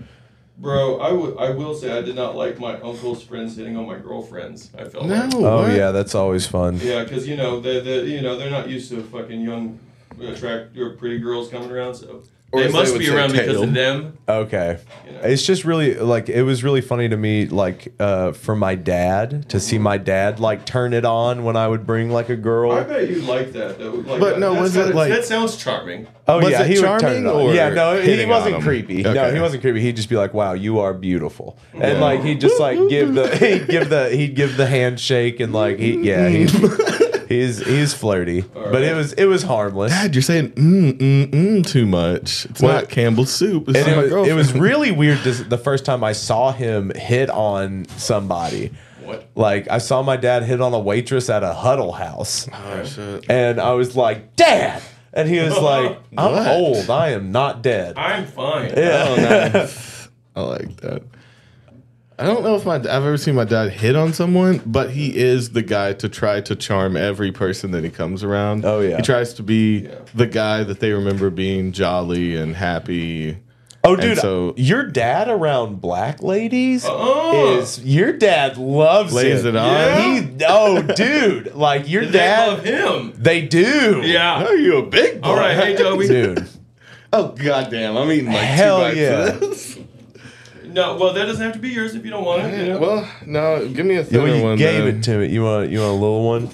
Speaker 3: Bro, I would- I will say I did not like my uncle's friends hitting on my girlfriends. I felt
Speaker 4: No.
Speaker 3: like
Speaker 1: Oh
Speaker 4: what?
Speaker 1: yeah, that's always fun.
Speaker 3: Yeah, because you know they they you know they're not used to fucking young, attractive, or pretty girls coming around, so
Speaker 4: Or
Speaker 3: they
Speaker 4: as they
Speaker 3: must
Speaker 4: would
Speaker 3: be
Speaker 4: say,
Speaker 3: around because
Speaker 4: tail.
Speaker 3: of them.
Speaker 1: Okay.
Speaker 3: You know.
Speaker 1: It's just really like it was really funny to me like uh for my dad to see my dad like turn it on when I would bring like a
Speaker 3: I
Speaker 1: girl.
Speaker 3: bet you like that though. Like,
Speaker 4: But
Speaker 3: uh,
Speaker 4: no,
Speaker 3: that's
Speaker 4: was it
Speaker 3: gotta-
Speaker 4: like- Uh,
Speaker 3: that sounds charming?
Speaker 1: Oh
Speaker 4: Was
Speaker 1: yeah,
Speaker 4: it
Speaker 1: he would turn it
Speaker 4: charming
Speaker 1: on.
Speaker 4: or
Speaker 1: Yeah, no, he
Speaker 4: hitting on
Speaker 1: wasn't
Speaker 4: him?
Speaker 1: creepy. No,
Speaker 4: Okay.
Speaker 1: he wasn't creepy. He'd just be like, "Wow, you are beautiful," and [LAUGHS]
Speaker 4: Yeah. [LAUGHS]
Speaker 1: like he'd just like give the he'd give the he'd give the handshake and like he yeah he he's he's flirty, but it was it was harmless.
Speaker 4: Dad, you're saying mm mm mm too much. It's
Speaker 1: Well-
Speaker 4: not Campbell's soup. It's
Speaker 1: And
Speaker 4: not my
Speaker 1: it, was, it
Speaker 4: girlfriend.
Speaker 1: was [LAUGHS] really weird this, the first time I saw him hit on somebody.
Speaker 3: What?
Speaker 1: Like I saw my dad hit on a waitress at a huddle house,
Speaker 4: Oh, shit.
Speaker 1: and I was like, "Dad!" And he was like, "I'm
Speaker 4: What?
Speaker 1: old. I am not
Speaker 3: [LAUGHS]
Speaker 1: dead."
Speaker 3: I'm fine.
Speaker 1: Yeah.
Speaker 4: I like that. I don't know if my I've ever seen my dad hit on someone, but he is the guy to try to charm every person that he comes around.
Speaker 1: Oh, yeah.
Speaker 4: he tries to be the guy that they remember being jolly and happy.
Speaker 1: Oh, dude,
Speaker 4: so-
Speaker 1: your dad around black ladies
Speaker 3: Oh.
Speaker 1: is your dad loves
Speaker 4: Lays
Speaker 1: it.
Speaker 4: it on.
Speaker 1: He, oh, dude, like your
Speaker 3: [LAUGHS] They
Speaker 1: dad,
Speaker 3: love him.
Speaker 1: they do.
Speaker 3: Yeah.
Speaker 4: Oh, you a big boy?
Speaker 3: All right. Hey, Toby.
Speaker 1: dude.
Speaker 4: Oh goddamn! I'm eating like
Speaker 1: Hell
Speaker 4: two bites
Speaker 1: yeah.
Speaker 4: of this.
Speaker 3: No, well, that doesn't have to be yours if you don't want it. You know?
Speaker 4: [LAUGHS] Well, no, give me a
Speaker 1: You,
Speaker 4: thinner
Speaker 1: you
Speaker 4: one.
Speaker 1: gave
Speaker 4: then.
Speaker 1: it to me. You want you want a little one?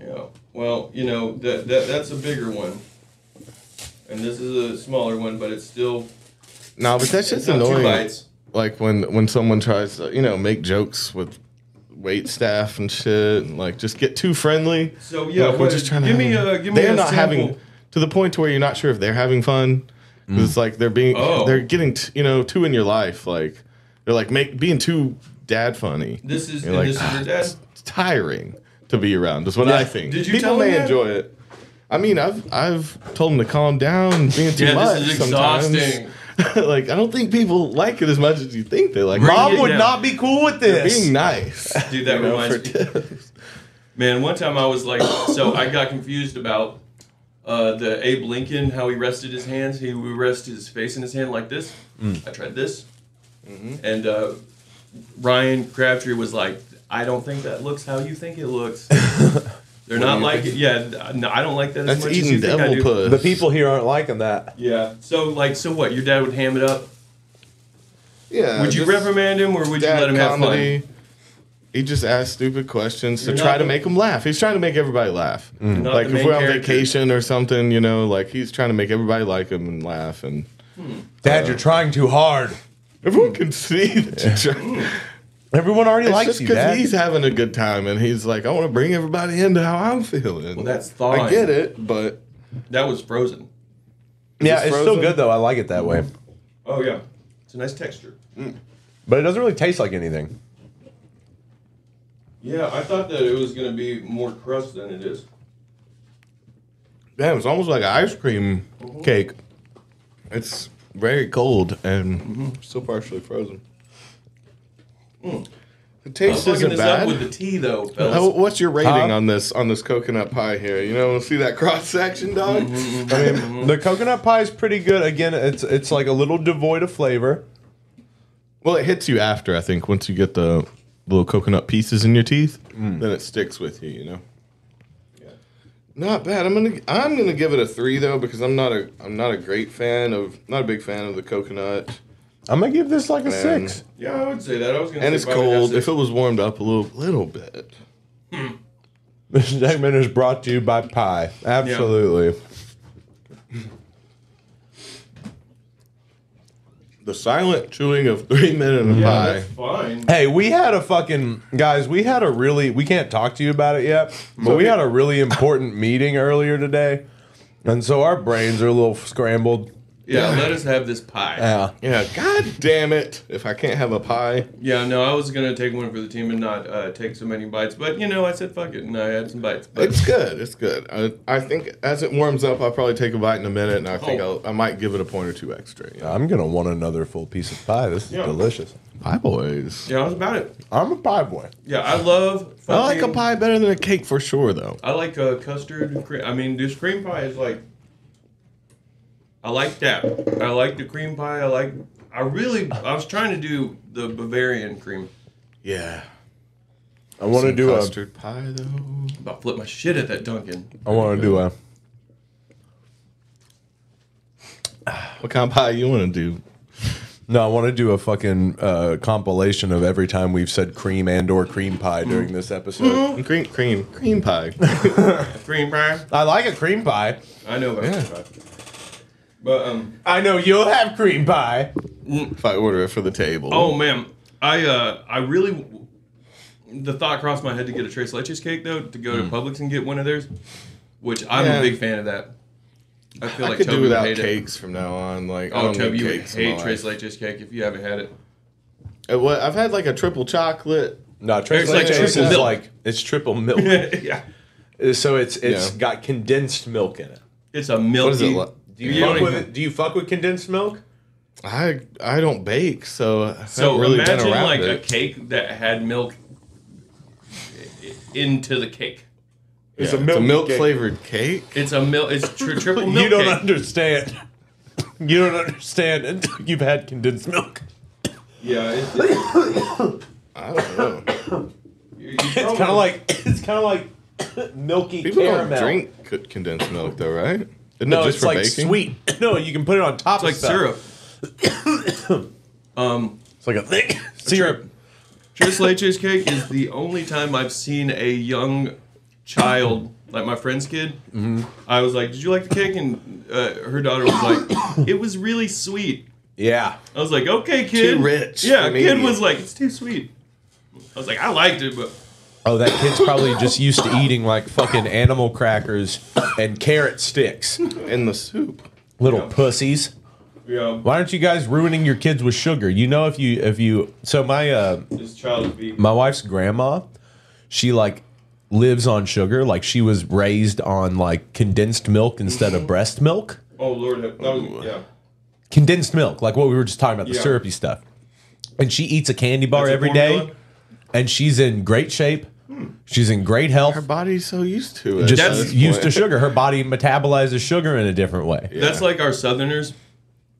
Speaker 3: Yeah. Well, you know that, that that's a bigger one, and this is a smaller one, but it's still
Speaker 4: No, but that's
Speaker 3: it's
Speaker 4: just
Speaker 3: not two
Speaker 4: annoying.
Speaker 3: bites.
Speaker 4: Like when when someone tries to you know make jokes with wait staff and shit, and like just get too friendly.
Speaker 3: So yeah,
Speaker 4: No, we're
Speaker 3: what-
Speaker 4: just trying to.
Speaker 3: give
Speaker 4: have
Speaker 3: me
Speaker 4: a-
Speaker 3: a give me
Speaker 4: They're
Speaker 3: a
Speaker 4: not
Speaker 3: sample.
Speaker 4: having to the point to where you're not sure if they're having fun.
Speaker 1: Mm.
Speaker 4: 'Cause It's like they're being
Speaker 3: Oh.
Speaker 4: they're getting t- you know too in your life. Like they're like make being too dad funny.
Speaker 3: This is
Speaker 4: You're
Speaker 3: and
Speaker 4: like, "Ah,
Speaker 3: this is your dad.
Speaker 4: It's tiring to be around. Is what I think.
Speaker 3: Did you
Speaker 4: People
Speaker 3: tell him
Speaker 4: may
Speaker 3: that?
Speaker 4: enjoy it. I mean, I've I've told them to calm down, being too
Speaker 3: Yeah,
Speaker 4: much.
Speaker 3: this is
Speaker 4: sometimes. [LAUGHS]
Speaker 3: exhausting.
Speaker 4: like I don't think people like it as much as you think they like. it.
Speaker 3: Mom
Speaker 1: Mom
Speaker 3: it
Speaker 1: would
Speaker 3: down.
Speaker 1: not be cool with
Speaker 4: They're
Speaker 1: this.
Speaker 4: being nice.
Speaker 3: Dude, that
Speaker 4: you know,
Speaker 3: reminds
Speaker 4: for
Speaker 3: me.
Speaker 4: [LAUGHS] tips.
Speaker 3: Man, one time I was like, so I got confused about uh, the Abe Lincoln, how he rested his hands. He would rest his face in his hand like this.
Speaker 4: Mm.
Speaker 3: I tried this.
Speaker 4: Mm-hmm.
Speaker 3: And uh, Ryan Crabtree was like, I don't think that looks how you think it
Speaker 4: [LAUGHS]
Speaker 3: looks. They're not
Speaker 4: you
Speaker 3: like it.
Speaker 4: think?
Speaker 3: Yeah, no, I don't like that as
Speaker 4: That's
Speaker 3: much as you
Speaker 4: eating
Speaker 3: think I
Speaker 4: devil
Speaker 3: do.
Speaker 4: puss.
Speaker 1: the people here aren't liking that.
Speaker 3: Yeah. So like, so what? Your dad would ham it up.
Speaker 4: Yeah.
Speaker 3: Would you
Speaker 4: just-
Speaker 3: reprimand him or would you
Speaker 4: Uh, dad
Speaker 3: let him
Speaker 4: comedy. He just asks stupid questions
Speaker 3: You're
Speaker 4: to try
Speaker 3: not
Speaker 4: to
Speaker 3: the-
Speaker 4: make him laugh. He's trying to make everybody laugh.
Speaker 3: have fun? Not
Speaker 4: Like
Speaker 3: the
Speaker 4: if
Speaker 3: main
Speaker 4: we're on
Speaker 3: character.
Speaker 4: vacation or something, you know, like he's trying to make everybody like him and laugh, and
Speaker 1: Dad, you're trying too hard.
Speaker 4: everyone can see that you're trying.
Speaker 1: Everyone already
Speaker 4: It's
Speaker 1: likes
Speaker 4: just
Speaker 1: you,
Speaker 4: because
Speaker 1: Dad.
Speaker 4: he's having a good time, and he's like, I want to bring everybody into how I'm feeling.
Speaker 3: Well, that's thawing.
Speaker 4: I get it, but
Speaker 3: That was frozen.
Speaker 1: yeah,
Speaker 4: Is it
Speaker 1: it's still
Speaker 4: frozen?
Speaker 1: good though. I like it that way,
Speaker 3: Oh yeah, it's a nice texture.
Speaker 1: but it doesn't really taste like anything.
Speaker 3: Yeah, I thought that it was gonna be more crust than it is.
Speaker 4: damn, it's almost like an ice cream
Speaker 3: Mm-hmm.
Speaker 4: cake. It's very cold and
Speaker 5: Still partially frozen.
Speaker 4: the
Speaker 3: Mm. I'm
Speaker 4: taste
Speaker 3: fucking
Speaker 4: isn't
Speaker 3: this
Speaker 4: bad.
Speaker 3: up with the tea though,
Speaker 4: How,
Speaker 3: fellas.
Speaker 4: what's your rating
Speaker 1: Huh?
Speaker 4: on this on this coconut pie here? You know, see that cross section, dog.
Speaker 3: Mm-hmm,
Speaker 4: I mean,
Speaker 1: The coconut pie is pretty good. Again, it's it's like a little devoid of flavor.
Speaker 4: well, it hits you after I think once you get the little coconut pieces in your teeth, then it sticks with you. You know, not bad. I'm gonna I'm gonna give it a three though because I'm not a I'm not a great fan of not a big fan of the coconut.
Speaker 1: I'm gonna give this like a
Speaker 4: Man.
Speaker 1: six.
Speaker 3: Yeah, I would say that. I was gonna.
Speaker 4: And
Speaker 3: say
Speaker 4: it's
Speaker 3: probably
Speaker 4: cold.
Speaker 3: that's
Speaker 4: If it was warmed up a little little bit,
Speaker 1: This segment is brought to you by pie. Absolutely.
Speaker 4: the silent chewing of three minute of
Speaker 3: yeah,
Speaker 4: pie.
Speaker 3: that's fine.
Speaker 1: Hey, we had a fucking guys. We had a really. We can't talk to you about it yet, but we had a really important meeting earlier today, and so our brains are a little scrambled.
Speaker 3: Yeah, let us have this pie.
Speaker 4: Uh,
Speaker 1: Yeah.
Speaker 4: Yeah, god damn it! If I can't have a pie,
Speaker 3: yeah, no, I was gonna take one for the team and not uh, take so many bites, but you know, I said fuck it, and I had some bites. But
Speaker 4: It's good. It's good. I, I think as it warms up, I'll probably take a bite in a minute, and I think
Speaker 3: Oh.
Speaker 4: I'll, I might give it a point or two extra. Yeah.
Speaker 1: I'm gonna want another full piece of pie. This is
Speaker 3: Yeah.
Speaker 1: delicious.
Speaker 4: Pie boys.
Speaker 3: yeah, I was about it.
Speaker 1: I'm a pie boy.
Speaker 3: Yeah, I love.
Speaker 4: I like a
Speaker 3: fucking-
Speaker 4: pie better than a cake for sure, though.
Speaker 3: I like uh, custard. Cream. I mean, this cream pie is like. I like that. I like the cream pie. I like. I really. I was trying to do the Bavarian cream,
Speaker 4: Yeah.
Speaker 1: I want to
Speaker 4: Some
Speaker 1: do a.
Speaker 4: custard pie though.
Speaker 3: but flip my shit at that Dunkin'.
Speaker 1: I want to do a.
Speaker 4: What kind of pie you want to do?
Speaker 1: No, I want to do a fucking uh, compilation of every time we've said cream and or cream pie during this episode.
Speaker 4: Cream, cream,
Speaker 1: [LAUGHS]
Speaker 4: cream pie.
Speaker 3: Cream pie.
Speaker 1: I like a cream pie.
Speaker 3: I know about cream pie. But um.
Speaker 1: I know you'll have cream pie.
Speaker 4: if I order it for the table.
Speaker 3: Oh man, I uh I really the thought crossed my head to get a Trace Leches cake though, to go to Publix and get one of theirs, which I'm
Speaker 4: Mm. Yeah.
Speaker 3: a big fan of that. I feel
Speaker 4: I
Speaker 3: like
Speaker 4: could
Speaker 3: Toby
Speaker 4: do
Speaker 3: would
Speaker 4: without
Speaker 3: hate it.
Speaker 4: cakes from now on. Like, I
Speaker 3: Oh,
Speaker 4: don't
Speaker 3: Toby,
Speaker 4: need
Speaker 3: you would
Speaker 4: cakes in my
Speaker 3: hate Trace
Speaker 4: life.
Speaker 3: Leches cake if you haven't had it.
Speaker 4: Uh, Well, I've had like a triple chocolate.
Speaker 1: No, Trace
Speaker 3: It's like
Speaker 1: Leches
Speaker 3: triple
Speaker 1: is
Speaker 3: milk.
Speaker 1: like it's triple milk.
Speaker 3: yeah,
Speaker 1: so it's it's
Speaker 4: Yeah.
Speaker 1: got condensed milk in it.
Speaker 3: it's a milk.
Speaker 4: is it like?
Speaker 1: Do you,
Speaker 3: You
Speaker 1: fuck
Speaker 3: don't
Speaker 1: with
Speaker 3: even-
Speaker 1: it? Do you fuck with condensed milk?
Speaker 4: I I don't bake, so I haven't
Speaker 3: So
Speaker 4: really been
Speaker 3: imagine
Speaker 4: around
Speaker 3: like
Speaker 4: it.
Speaker 3: a cake that had milk i- into the cake.
Speaker 4: Yeah,
Speaker 1: a
Speaker 4: it's
Speaker 1: milk
Speaker 4: a milk
Speaker 1: cake.
Speaker 4: flavored cake.
Speaker 3: It's a milk. It's tri- triple milk.
Speaker 1: You don't
Speaker 3: cake.
Speaker 1: understand. You don't understand until you've had condensed milk.
Speaker 5: Yeah, it, it,
Speaker 4: I
Speaker 1: [LAUGHS]
Speaker 4: don't know.
Speaker 3: You- you
Speaker 1: It's
Speaker 3: probably-
Speaker 1: kind of like it's kind of like [COUGHS] milky
Speaker 4: People
Speaker 1: caramel.
Speaker 4: don't drink co- condensed milk though, right? Isn't
Speaker 1: No,
Speaker 4: it
Speaker 1: it's like sweet. [COUGHS] No, you can put it on top
Speaker 3: It's
Speaker 1: of
Speaker 3: like
Speaker 1: stuff.
Speaker 3: syrup. um,
Speaker 1: It's like a thick [COUGHS] syrup.
Speaker 3: Tris Leches cake is the only time I've seen a young child, like my friend's kid. I was like, "Did you like the cake?" And uh, her daughter was like, "It was really sweet."
Speaker 1: Yeah.
Speaker 3: I was like, "Okay, kid."
Speaker 4: rich
Speaker 3: Yeah,
Speaker 4: for
Speaker 3: kid
Speaker 4: me.
Speaker 3: was like, "It's too sweet." I was like, "I liked it, but."
Speaker 1: Oh, that kid's probably just used to eating like fucking animal crackers and carrot sticks.
Speaker 4: in the soup.
Speaker 1: Little pussies.
Speaker 3: Yeah,
Speaker 1: Why aren't you guys ruining your kids with sugar? You know, if you if you so my uh
Speaker 3: this child is vegan.
Speaker 1: my wife's grandma, she like lives on sugar. Like she was raised on like condensed milk instead of breast milk.
Speaker 3: Oh Lord, that, that was yeah.
Speaker 1: Condensed milk, like what we were just talking about, the
Speaker 3: Yeah.
Speaker 1: syrupy stuff. And she eats a candy bar
Speaker 3: That's a
Speaker 1: every day,
Speaker 3: formula?
Speaker 1: and she's in great shape. She's in great health.
Speaker 4: Her body's so used to it.
Speaker 1: just
Speaker 4: at this
Speaker 1: used to
Speaker 3: [LAUGHS]
Speaker 4: point.
Speaker 1: sugar. Her body metabolizes sugar in a different way.
Speaker 3: That's like our Southerners,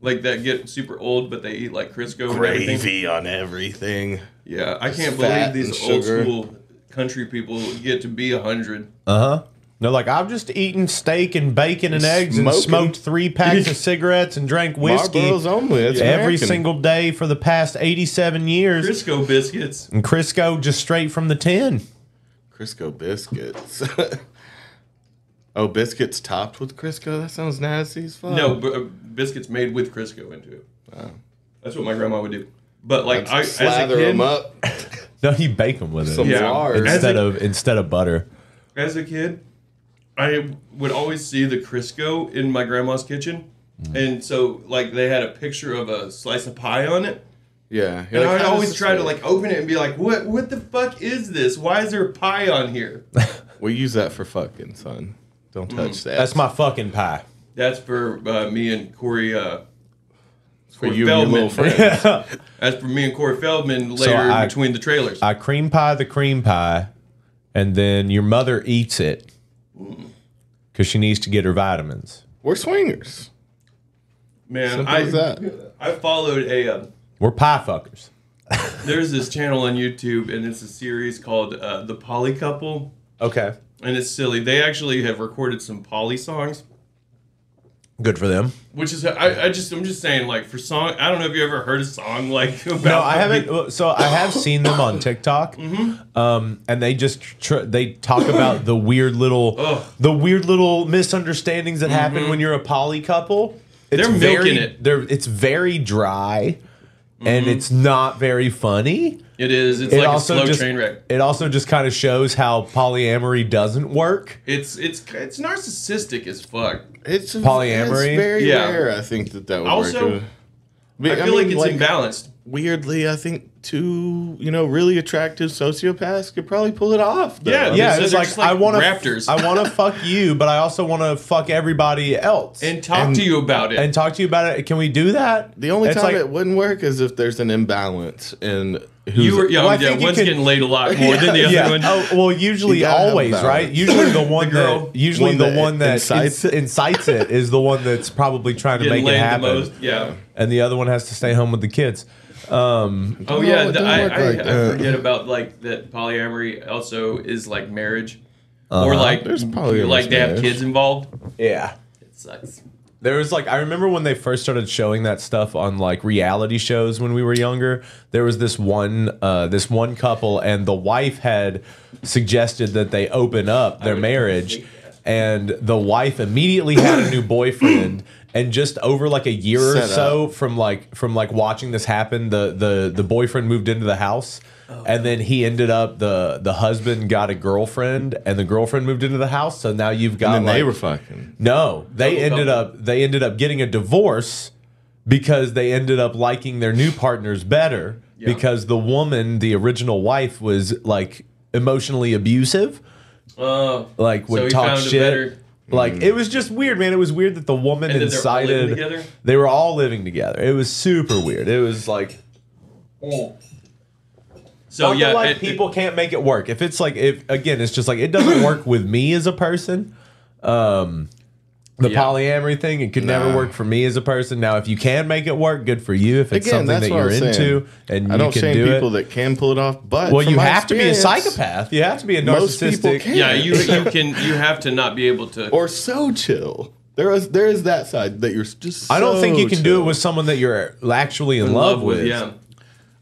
Speaker 3: like that get super old, but they eat like Crisco and everything.
Speaker 4: gravy on everything.
Speaker 3: Yeah, I can't believe
Speaker 4: fat
Speaker 3: these
Speaker 4: and
Speaker 3: old
Speaker 4: sugar.
Speaker 3: school country people get to be a hundred.
Speaker 1: They're like, I've just eaten steak and bacon and eggs and
Speaker 4: Smoking.
Speaker 1: smoked three packs
Speaker 4: [LAUGHS]
Speaker 1: of cigarettes and drank whiskey
Speaker 4: Marlboro's only. It's
Speaker 1: every
Speaker 4: American.
Speaker 1: single day for the past 87 years.
Speaker 3: Crisco biscuits.
Speaker 1: and Crisco just straight from the tin. [LAUGHS]
Speaker 4: Crisco biscuits. [LAUGHS] oh, biscuits topped with Crisco. That sounds nasty as fuck.
Speaker 3: No, b- uh, biscuits made with Crisco into it. That's what my grandma would do. But like I,
Speaker 4: I
Speaker 3: as a
Speaker 4: slather
Speaker 3: kid,
Speaker 4: them up.
Speaker 1: No, you bake them with it
Speaker 4: Some
Speaker 3: Yeah.
Speaker 4: lard.
Speaker 3: As
Speaker 1: instead
Speaker 3: a-
Speaker 1: of instead of butter.
Speaker 3: as a kid, I would always see the Crisco in my grandma's kitchen,
Speaker 4: Mm.
Speaker 3: and so like they had a picture of a slice of pie on it.
Speaker 4: yeah.
Speaker 3: And
Speaker 4: You're like,
Speaker 3: I would
Speaker 4: how does
Speaker 3: always
Speaker 4: this
Speaker 3: try to
Speaker 4: work?
Speaker 3: like open it and be like, "What? What the fuck is this? Why is there pie on
Speaker 4: [LAUGHS]
Speaker 3: here?"
Speaker 4: We use that for fucking son.
Speaker 3: Mm.
Speaker 4: Don't touch that.
Speaker 1: That's my fucking pie. [LAUGHS]
Speaker 3: That's for uh, me and Corey. Uh,
Speaker 4: for you and your little
Speaker 3: Feldman.
Speaker 4: friend.
Speaker 3: [LAUGHS] that's for me and Corey Feldman later
Speaker 1: I-
Speaker 3: in between the trailers.
Speaker 1: I cream pie the cream pie, and then your mother eats it because she needs to get her vitamins.
Speaker 4: We're swingers.
Speaker 3: Man,
Speaker 4: Simple
Speaker 3: I
Speaker 4: as that.
Speaker 3: I followed a. Uh,
Speaker 1: We're pie fuckers.
Speaker 3: there's this channel on YouTube, and it's a series called uh, The Poly Couple,
Speaker 1: Okay.
Speaker 3: and it's silly. They actually have recorded some poly songs,
Speaker 1: Good for them.
Speaker 3: which is I, I just I'm just saying like for song. I don't know if you ever heard a song like [LAUGHS] about
Speaker 1: No, I haven't. So I have seen them on TikTok,
Speaker 3: Mm-hmm.
Speaker 1: um, and they just tr- they talk about the weird little
Speaker 3: Ugh. Mm-hmm.
Speaker 1: the weird little misunderstandings that happen when you're a poly couple. It's
Speaker 3: They're milking
Speaker 1: very,
Speaker 3: it. Mm-hmm.
Speaker 1: They're it's very dry, and it's not very funny.
Speaker 3: It is. It's
Speaker 1: It
Speaker 3: like a
Speaker 1: also
Speaker 3: slow
Speaker 1: just
Speaker 3: train wreck.
Speaker 1: it also just kind of shows how polyamory doesn't work.
Speaker 3: It's it's it's narcissistic as fuck.
Speaker 4: It's
Speaker 1: Polyamory?
Speaker 4: It's very
Speaker 3: Yeah.
Speaker 4: rare. I think that that would
Speaker 3: Also,
Speaker 4: work.
Speaker 3: I feel like it's imbalanced.
Speaker 4: weirdly, I think two, you know, really attractive sociopaths could probably pull it off. though.
Speaker 3: Yeah,
Speaker 4: I mean,
Speaker 1: Yeah,
Speaker 3: so
Speaker 1: it's
Speaker 3: they're
Speaker 1: like,
Speaker 3: just like
Speaker 1: I want to
Speaker 3: raptors.
Speaker 1: I
Speaker 3: [LAUGHS]
Speaker 1: want to fuck you, but I also want to fuck everybody else
Speaker 3: And talk to you about it.
Speaker 1: and talk to you about it. Can we do that?
Speaker 4: the only
Speaker 1: It's
Speaker 4: time
Speaker 1: like-
Speaker 4: it wouldn't work is if there's an imbalance in who's
Speaker 3: you were yeah,
Speaker 1: Well, I
Speaker 3: yeah
Speaker 1: think you
Speaker 3: one's
Speaker 1: could-
Speaker 3: getting laid a lot more than the
Speaker 1: [LAUGHS]
Speaker 3: other
Speaker 1: yeah.
Speaker 3: one.
Speaker 1: Oh, well, usually
Speaker 4: You gotta have
Speaker 1: always,
Speaker 4: balance.
Speaker 1: right? Usually
Speaker 3: [COUGHS]
Speaker 1: the one
Speaker 3: girl.
Speaker 1: that usually
Speaker 4: One
Speaker 1: the
Speaker 4: that
Speaker 1: one that incites,
Speaker 4: incites
Speaker 1: it. incites it is the one that's probably trying to
Speaker 3: getting
Speaker 1: make it
Speaker 3: laid the
Speaker 1: happen,
Speaker 3: most. Yeah.
Speaker 1: and the other one has to stay home with the kids.
Speaker 3: Oh
Speaker 4: know,
Speaker 3: yeah,
Speaker 4: it
Speaker 3: the-
Speaker 4: don't
Speaker 3: I,
Speaker 4: work
Speaker 3: I,
Speaker 4: like
Speaker 3: I
Speaker 4: that.
Speaker 3: forget
Speaker 1: Uh,
Speaker 3: about like that polyamory also is like marriage, or like
Speaker 4: There's polyamorous
Speaker 3: like they have
Speaker 4: marriage.
Speaker 3: kids involved.
Speaker 1: Yeah.
Speaker 3: It sucks.
Speaker 1: There was like I remember when they first started showing that stuff on like reality shows when we were younger. There was this one uh, this one couple and the wife had suggested that they open up their
Speaker 3: would
Speaker 1: marriage
Speaker 3: think
Speaker 1: and the wife immediately had
Speaker 4: [COUGHS]
Speaker 1: a new boyfriend and just over like a year or
Speaker 4: Set
Speaker 1: so from like from like watching this happen the the the boyfriend moved into the house
Speaker 4: Oh,
Speaker 1: and then he ended up the the husband got a girlfriend, and the girlfriend moved into the house. So now you've got
Speaker 4: And then they
Speaker 1: like-
Speaker 4: were fucking.
Speaker 1: no, they
Speaker 3: Double,
Speaker 1: ended
Speaker 3: double.
Speaker 1: up they ended up getting a divorce because they ended up liking their new partners better because the woman, the original wife, was like emotionally abusive,
Speaker 3: Uh,
Speaker 1: like would
Speaker 3: he
Speaker 1: talk
Speaker 3: found a
Speaker 1: shit.
Speaker 3: better-
Speaker 1: Like it was just weird, man. It was weird that the woman
Speaker 3: And that they're all living
Speaker 1: incited.
Speaker 3: together?
Speaker 1: They were all living together. It was super weird. It was like
Speaker 3: so
Speaker 1: Not that,
Speaker 3: Oh, yeah,
Speaker 1: like
Speaker 3: it-
Speaker 1: people can't make it work. If it's like if again, it's just like it doesn't
Speaker 3: [COUGHS]
Speaker 1: work with me as a person. Um the
Speaker 3: Yeah.
Speaker 1: polyamory thing, it could never
Speaker 4: Nah.
Speaker 1: work for me as a person. Now, if you can make it work, good for you. If it's
Speaker 4: Again,
Speaker 1: something
Speaker 4: that's
Speaker 1: that
Speaker 4: what I
Speaker 1: you're
Speaker 4: was
Speaker 1: into
Speaker 4: saying.
Speaker 1: and
Speaker 4: I
Speaker 1: you
Speaker 4: don't
Speaker 1: can
Speaker 4: shame
Speaker 1: do
Speaker 4: people
Speaker 1: it,
Speaker 4: that can pull it off, but
Speaker 1: well,
Speaker 4: from
Speaker 1: you
Speaker 4: my
Speaker 1: have to be a
Speaker 4: experience-
Speaker 1: psychopath. You have to be a
Speaker 4: Most people
Speaker 1: narcissistic. [LAUGHS]
Speaker 4: can.
Speaker 3: yeah, you you can you have to not be able to.
Speaker 4: or so chill. There is there is that side that you're just.
Speaker 1: I don't
Speaker 4: so
Speaker 1: think you can do
Speaker 4: chill.
Speaker 1: it with someone that you're actually in, love, with.
Speaker 3: yeah,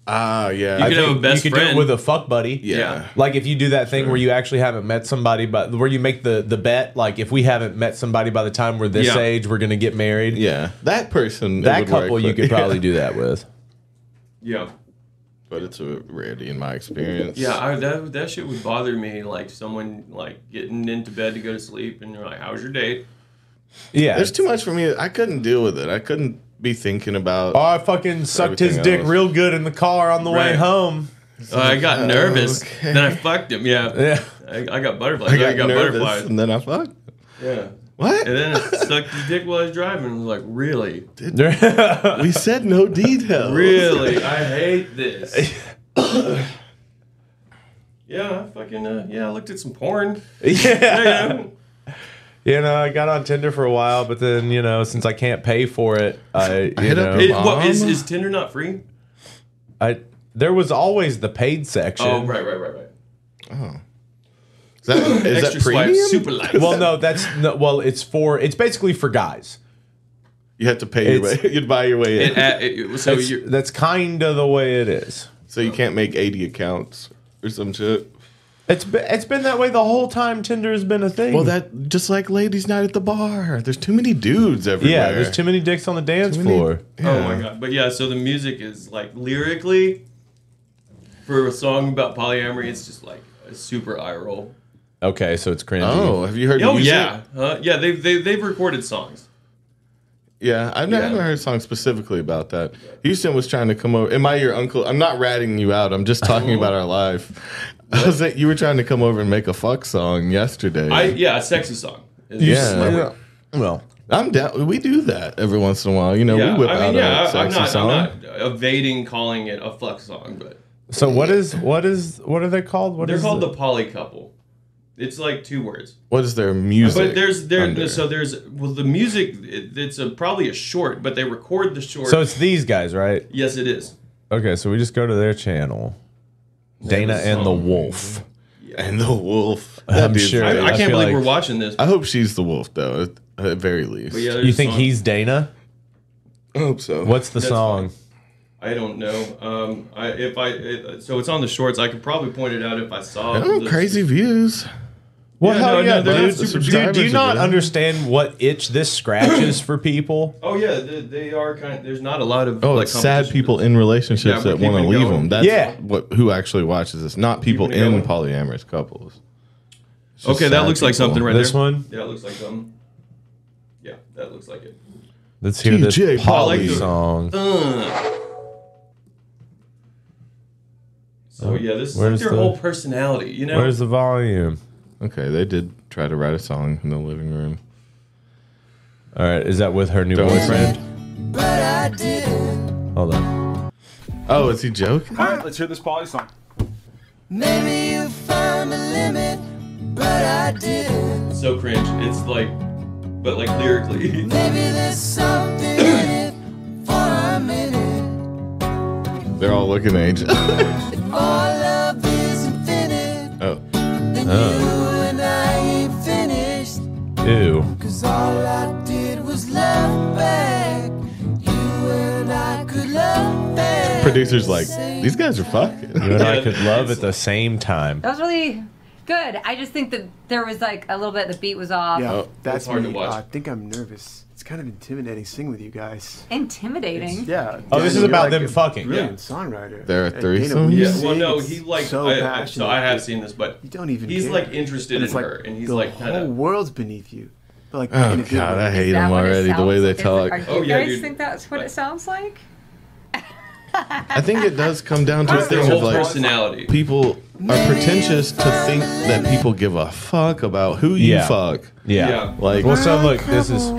Speaker 4: Ah, yeah.
Speaker 1: I
Speaker 3: You could have
Speaker 1: think
Speaker 3: a best
Speaker 1: you could do
Speaker 3: friend.
Speaker 1: it with a fuck buddy.
Speaker 4: yeah.
Speaker 3: yeah.
Speaker 1: Like if you do that thing where you actually haven't met somebody, but where you make the the bet, like if we haven't met somebody by the time we're this
Speaker 3: Yeah.
Speaker 1: age, we're gonna get married.
Speaker 4: Yeah. That person. it
Speaker 1: That
Speaker 4: would work,
Speaker 1: couple you
Speaker 4: but-
Speaker 1: could
Speaker 4: [LAUGHS] yeah.
Speaker 1: probably do that with.
Speaker 3: yeah,
Speaker 4: But it's a rarity in my experience.
Speaker 3: yeah. I, that that shit would bother me. Like someone like getting into bed to go to sleep, and you're like, "How's your date?"
Speaker 1: Yeah.
Speaker 4: There's too much for me. I couldn't deal with it. I couldn't be thinking about.
Speaker 1: Oh, I fucking sucked his
Speaker 4: Everything
Speaker 1: dick
Speaker 4: else.
Speaker 1: real good in the car on the way
Speaker 3: Right.
Speaker 4: [LAUGHS]
Speaker 1: home.
Speaker 3: Uh, I got nervous.
Speaker 4: okay.
Speaker 3: Then I fucked him. Yeah,
Speaker 1: Yeah.
Speaker 3: I, I got butterflies. I got,
Speaker 4: nervous [LAUGHS]
Speaker 3: butterflies.
Speaker 4: and then I fucked.
Speaker 3: Yeah,
Speaker 4: What?
Speaker 3: and then I sucked his dick while I was driving. I was like, "Really,
Speaker 4: we said [LAUGHS] no details.
Speaker 3: really? I hate this." yeah, I fucking uh, yeah. I looked at some porn.
Speaker 1: yeah.
Speaker 3: [LAUGHS] Yeah,
Speaker 1: You know, I got on Tinder for a while, but then, you know, since I can't pay for it,
Speaker 4: [LAUGHS]
Speaker 1: I, you
Speaker 4: hit up
Speaker 1: know,
Speaker 3: It, what is
Speaker 4: Mom?
Speaker 3: is Tinder not free?
Speaker 1: I there was always the paid section.
Speaker 3: Oh, right, right, right, right.
Speaker 4: Is that, is
Speaker 3: Extra
Speaker 4: that
Speaker 3: swipe,
Speaker 4: premium?
Speaker 3: super light.
Speaker 1: Well, no, that's no, well, it's for it's basically for guys.
Speaker 4: You had to pay your way. [LAUGHS]
Speaker 1: It's-
Speaker 4: You'd buy your way
Speaker 3: [LAUGHS]
Speaker 4: in.
Speaker 3: It, uh, it, it- so
Speaker 1: That's,
Speaker 3: you
Speaker 1: that's kind of the way it is.
Speaker 4: so you can't make 80 accounts or some shit.
Speaker 1: It's be, it's been that way the whole time Tinder has been a thing.
Speaker 4: Well, that just like ladies' night at the bar. There's too many dudes everywhere.
Speaker 1: yeah, there's too many dicks on the dance
Speaker 4: many-
Speaker 1: floor.
Speaker 3: Oh my god! But yeah, so the music is like lyrically for a song about polyamory, it's just like a super eye roll.
Speaker 1: Okay, so it's cringy.
Speaker 4: Oh, have you heard?
Speaker 3: Oh
Speaker 4: music?
Speaker 3: yeah, huh? yeah. They've they, they've recorded songs.
Speaker 4: yeah. I've never
Speaker 3: Yeah.
Speaker 4: haven't heard songs specifically about that. Houston was trying to come over. Am I your uncle? I'm not ratting you out. I'm just talking about our life. [LAUGHS] I was like, you were trying to come over and make a fuck song yesterday.
Speaker 3: I yeah, a sexy song.
Speaker 4: yeah.
Speaker 1: Well,
Speaker 4: I'm down. We do that every once in a while. You know,
Speaker 3: Yeah,
Speaker 4: we whip
Speaker 3: I mean,
Speaker 4: out
Speaker 3: yeah,
Speaker 4: a
Speaker 3: I- I'm
Speaker 4: sexy
Speaker 3: not,
Speaker 4: song.
Speaker 3: I'm not evading calling it a fuck song, but
Speaker 1: so what is what is what are they called? What
Speaker 3: they're
Speaker 1: is
Speaker 3: called
Speaker 1: it?
Speaker 3: the poly couple. It's like two words,
Speaker 4: What is their music?
Speaker 3: but there's there
Speaker 4: under?
Speaker 3: so there's well the music it, it's a probably a short, but they record the short.
Speaker 1: So it's these guys, right?
Speaker 3: yes, it is.
Speaker 1: Okay, so we just go to their channel. Dana
Speaker 3: the
Speaker 1: and the
Speaker 3: song.
Speaker 1: Wolf.
Speaker 4: and the wolf.
Speaker 1: I'm
Speaker 4: dude's
Speaker 1: sure.
Speaker 4: great.
Speaker 3: I,
Speaker 1: I
Speaker 3: I can't
Speaker 1: feel like-
Speaker 3: believe we're watching this.
Speaker 4: I hope she's the wolf though, at, at very least.
Speaker 3: But yeah, there's
Speaker 1: You
Speaker 3: a
Speaker 1: think
Speaker 3: song.
Speaker 1: he's Dana?
Speaker 4: I hope so.
Speaker 1: What's the
Speaker 3: That's
Speaker 1: song?
Speaker 3: I don't know. Um, I if I it, so it's on the shorts. I could probably point it out if I saw.
Speaker 4: Oh,
Speaker 3: the-
Speaker 4: crazy views.
Speaker 1: Well,
Speaker 3: Yeah,
Speaker 1: hell
Speaker 3: no, no,
Speaker 1: yeah,
Speaker 3: they're not
Speaker 1: dude.
Speaker 3: super
Speaker 1: Dude,
Speaker 4: subscribers
Speaker 1: do you
Speaker 4: are
Speaker 1: not
Speaker 4: good.
Speaker 1: understand what itch this scratches for people?
Speaker 3: Oh yeah, they, they are kind. there's not a lot of.
Speaker 4: Oh,
Speaker 3: like,
Speaker 4: it's sad
Speaker 3: competition.
Speaker 4: people in relationships
Speaker 3: Yeah,
Speaker 4: that
Speaker 3: we
Speaker 4: want to
Speaker 3: keep it
Speaker 4: leave
Speaker 3: going.
Speaker 4: them. That's
Speaker 1: Yeah.
Speaker 4: what who actually watches this, not people
Speaker 3: Keeping it
Speaker 4: in
Speaker 3: going.
Speaker 4: polyamorous couples. It's just
Speaker 3: Okay, that
Speaker 4: sad
Speaker 3: looks like
Speaker 4: people.
Speaker 3: something right
Speaker 1: This
Speaker 3: there.
Speaker 1: one?
Speaker 3: Yeah, it looks like something. Yeah, that looks like it.
Speaker 1: Let's hear
Speaker 4: DJ
Speaker 1: this Polly
Speaker 4: Polly.
Speaker 1: song.
Speaker 3: Uh, So yeah, this is like
Speaker 1: where's
Speaker 3: their
Speaker 1: the-
Speaker 3: whole personality. You know,
Speaker 1: Where's the volume?
Speaker 4: Okay, they did try to write a song in the living room.
Speaker 1: All right, is that with her new
Speaker 4: Don't
Speaker 1: boyfriend? Hold on.
Speaker 4: Oh, is he joking?
Speaker 5: All right, let's hear this Polly song.
Speaker 6: Maybe you found a limit, but I didn't.
Speaker 3: so cringe. It's like, but like lyrically. [LAUGHS]
Speaker 6: Maybe there's something in it for a minute.
Speaker 4: They're all looking age. oh,
Speaker 6: All love is infinite, and you and I ain't finished.
Speaker 1: Ew.
Speaker 6: Cause all I did was love back. You and I could love back.
Speaker 4: producers like these guys are fucking.
Speaker 1: You and I
Speaker 4: [LAUGHS]
Speaker 3: Yeah,
Speaker 1: could love
Speaker 3: it's- Oh,
Speaker 1: at the same time.
Speaker 7: That was really
Speaker 2: good. I just think that there was like a little bit the beat was off.
Speaker 8: Yeah,
Speaker 4: Oh,
Speaker 8: that's
Speaker 3: hard
Speaker 8: me. Uh,
Speaker 3: to watch.
Speaker 8: I think I'm nervous. It's kind of intimidating singing with you guys.
Speaker 2: Intimidating.
Speaker 8: Yeah.
Speaker 1: Oh, this
Speaker 8: Danny,
Speaker 1: is
Speaker 8: you're
Speaker 1: about
Speaker 8: like
Speaker 1: them
Speaker 8: a
Speaker 1: fucking.
Speaker 8: Brilliant songwriter.
Speaker 4: There are
Speaker 8: And Dana,
Speaker 4: threesomes?
Speaker 8: when you
Speaker 3: Yeah,
Speaker 8: sing,
Speaker 3: well, no,
Speaker 8: it's
Speaker 3: he like
Speaker 8: so
Speaker 3: I, I,
Speaker 8: passionate.
Speaker 3: so I have seen this, but
Speaker 8: You don't even.
Speaker 3: he's
Speaker 8: care.
Speaker 3: like interested
Speaker 8: And
Speaker 3: in
Speaker 8: it's like
Speaker 3: her, and he's
Speaker 8: the
Speaker 3: like
Speaker 8: whole
Speaker 3: kind of
Speaker 8: world's beneath you. But like,
Speaker 4: Oh
Speaker 8: in a good
Speaker 4: god,
Speaker 8: way.
Speaker 4: I hate
Speaker 2: Is that
Speaker 4: them
Speaker 2: what it
Speaker 4: already. The
Speaker 2: sounds
Speaker 4: way they
Speaker 2: like? Is-
Speaker 4: talk.
Speaker 2: Are you
Speaker 3: Oh, yeah,
Speaker 2: guys
Speaker 3: dude.
Speaker 2: think that's what it sounds like?
Speaker 4: I think it does come down to a
Speaker 3: just their
Speaker 4: thing
Speaker 3: whole
Speaker 4: of like
Speaker 3: personality.
Speaker 4: people are pretentious to think that people give a fuck about who you
Speaker 1: Yeah.
Speaker 4: fuck.
Speaker 1: Yeah.
Speaker 3: Yeah.
Speaker 4: Like
Speaker 1: Well, so look, this is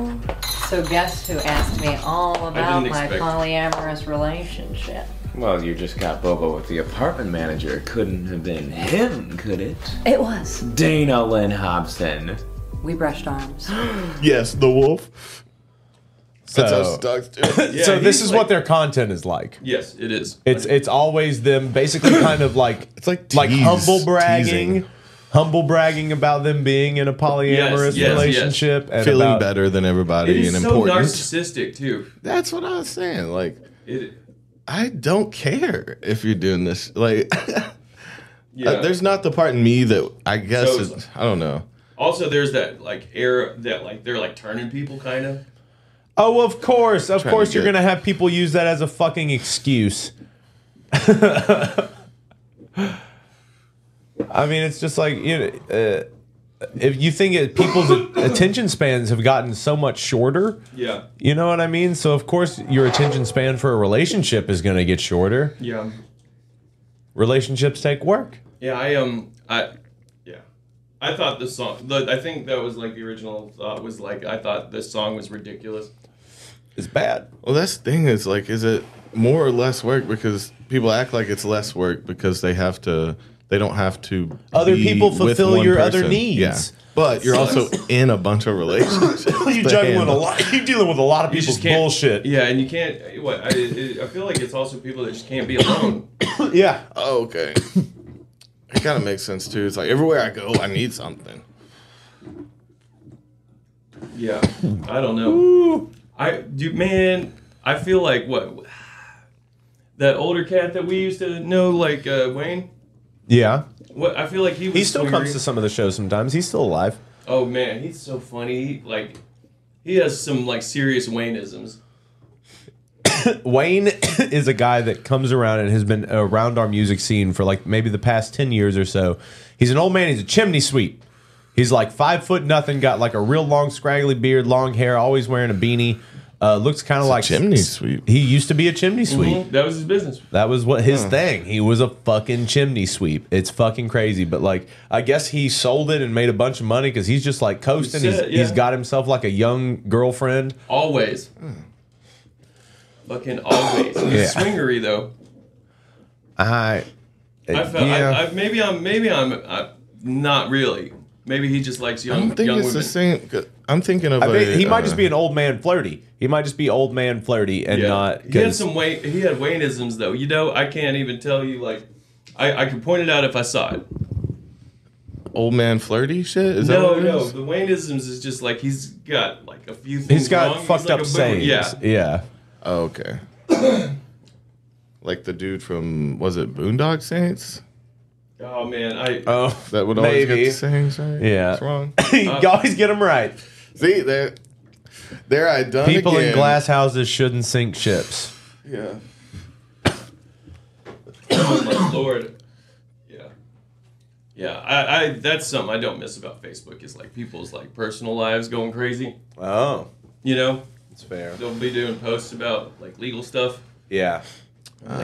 Speaker 2: So guess who asked me all about
Speaker 3: didn't
Speaker 2: my
Speaker 3: expect-
Speaker 2: polyamorous relationship?
Speaker 9: Well, you just got Bobo with the apartment manager. Couldn't have been him, could it?
Speaker 2: It was.
Speaker 9: Dana Lynn Hobson.
Speaker 2: We brushed arms.
Speaker 4: yes, the wolf. That's how
Speaker 1: so.
Speaker 4: she talks to
Speaker 3: Yeah,
Speaker 1: so this
Speaker 3: he's
Speaker 1: is
Speaker 3: like-
Speaker 1: what their content is like.
Speaker 3: Yes, it is.
Speaker 1: It's it's always them
Speaker 3: [COUGHS]
Speaker 1: basically kind of like
Speaker 4: It's like
Speaker 1: like
Speaker 4: tease-
Speaker 1: humble bragging,
Speaker 4: teasing.
Speaker 1: humble bragging about them being in a polyamorous
Speaker 3: Yes, yes, yes.
Speaker 1: relationship and
Speaker 4: feeling
Speaker 1: about-
Speaker 4: better than
Speaker 3: It
Speaker 4: everybody
Speaker 3: is
Speaker 4: and
Speaker 3: so
Speaker 4: important.
Speaker 3: narcissistic too.
Speaker 4: That's what I was saying. Like
Speaker 3: It,
Speaker 4: I don't care if you're doing this. Like [LAUGHS]
Speaker 3: yeah.
Speaker 1: Uh,
Speaker 4: there's not the part in me that I guess
Speaker 3: So-
Speaker 4: is, I don't know.
Speaker 3: also there's that like air that like they're like turning people kind of.
Speaker 1: Oh, of course, of
Speaker 4: Trying to
Speaker 1: course, you're
Speaker 4: get-
Speaker 1: gonna have people use that as a fucking excuse. [LAUGHS] I mean, it's just like you know, uh, if you think it, [COUGHS] people's attention spans have gotten so much shorter.
Speaker 3: Yeah,
Speaker 1: You know what I mean? So of course, your attention span for a relationship is gonna get shorter.
Speaker 3: yeah,
Speaker 1: Relationships take work.
Speaker 3: yeah. I um, I yeah, I thought the song. The, I think that was like the original thought was like I thought this song was ridiculous.
Speaker 1: It's bad.
Speaker 4: Well, that's the thing is like, is it more or less work? Because people act like it's less work because they have to, they don't have to.
Speaker 1: Other
Speaker 4: be
Speaker 1: people
Speaker 4: with
Speaker 1: fulfill
Speaker 4: one
Speaker 1: your other needs.
Speaker 4: Yeah. But
Speaker 1: [LAUGHS]
Speaker 4: you're also in a bunch of relationships.
Speaker 1: You're
Speaker 4: to
Speaker 1: juggling a
Speaker 4: handle.
Speaker 1: lot. [LAUGHS] You're dealing with a lot of
Speaker 3: You
Speaker 1: people's
Speaker 3: just can't-
Speaker 1: bullshit.
Speaker 3: Yeah, and you can't. What I, it, I feel like it's also people that just can't be alone.
Speaker 1: yeah.
Speaker 4: Oh, okay. It kind of makes sense too. It's like everywhere I go, I need something.
Speaker 3: Yeah, I don't know. I do, man. I feel like what that older cat that we used to know, like uh, Wayne.
Speaker 1: Yeah.
Speaker 3: What I feel like he was
Speaker 1: He still
Speaker 3: weird.
Speaker 1: comes to some of the shows sometimes. He's still alive.
Speaker 3: Oh man, he's so funny. He, Like he has some like serious Wayneisms.
Speaker 1: Wayne [COUGHS] is a guy that comes around and has been around our music scene for like maybe the past 10 years or so. He's an old man, he's a chimney sweep. He's like five foot nothing, got like a real long, scraggly beard, long hair, always wearing a beanie. Uh, looks kind of like
Speaker 4: chimney sweep.
Speaker 1: He used to be a chimney sweep.
Speaker 3: That was his business.
Speaker 1: That was what his thing. He was a fucking chimney sweep. It's fucking crazy, but like I guess he sold it and made a bunch of money because he's just like coasting.
Speaker 3: That's
Speaker 1: He's,
Speaker 3: it, yeah.
Speaker 1: he's got himself like a young girlfriend.
Speaker 3: Always. Fucking always. He's
Speaker 1: Hmm. Yeah.
Speaker 3: swingery though.
Speaker 1: I,
Speaker 3: I felt
Speaker 1: yeah.
Speaker 3: I, I, maybe I'm maybe I'm uh, not really. Maybe he just likes
Speaker 4: I
Speaker 3: young
Speaker 4: don't think
Speaker 3: young
Speaker 4: it's
Speaker 3: women.
Speaker 4: the same. 'cause I'm thinking of.
Speaker 1: I
Speaker 4: a,
Speaker 1: mean, he might
Speaker 4: uh,
Speaker 1: just be an old man flirty. He might just be old man flirty and
Speaker 3: Yeah.
Speaker 1: not.
Speaker 3: He had
Speaker 1: 'cause-
Speaker 3: some Wayne. He had Wayneisms though. You know, I can't even tell you like. I, I could point it out if I saw it.
Speaker 4: uh, old man flirty shit. Is that
Speaker 3: No,
Speaker 4: what it
Speaker 3: no,
Speaker 4: is?
Speaker 3: the Wayneisms is just like he's got like a few things.
Speaker 1: he's got
Speaker 3: wrong. He's
Speaker 1: fucked up
Speaker 3: like a boomer.
Speaker 1: sayings.
Speaker 3: Yeah,
Speaker 4: [LAUGHS]
Speaker 1: yeah.
Speaker 4: Oh, okay. [COUGHS] like the dude from was it Boondock Saints?
Speaker 3: Oh man, I
Speaker 1: Oh, [LAUGHS]
Speaker 4: That would always
Speaker 1: Maybe.
Speaker 4: get the sayings right.
Speaker 1: Yeah. [LAUGHS]
Speaker 4: it's wrong.
Speaker 3: Uh,
Speaker 1: you always get them right.
Speaker 4: See there, there I done
Speaker 1: People in
Speaker 4: again.
Speaker 1: glass houses shouldn't sink ships.
Speaker 4: Yeah.
Speaker 3: oh my lord. Yeah, yeah. I, I that's something I don't miss about Facebook is like people's like personal lives going crazy.
Speaker 1: Oh,
Speaker 3: You know,
Speaker 1: that's fair.
Speaker 3: they'll be doing posts about like legal stuff.
Speaker 1: Yeah.
Speaker 4: Uh,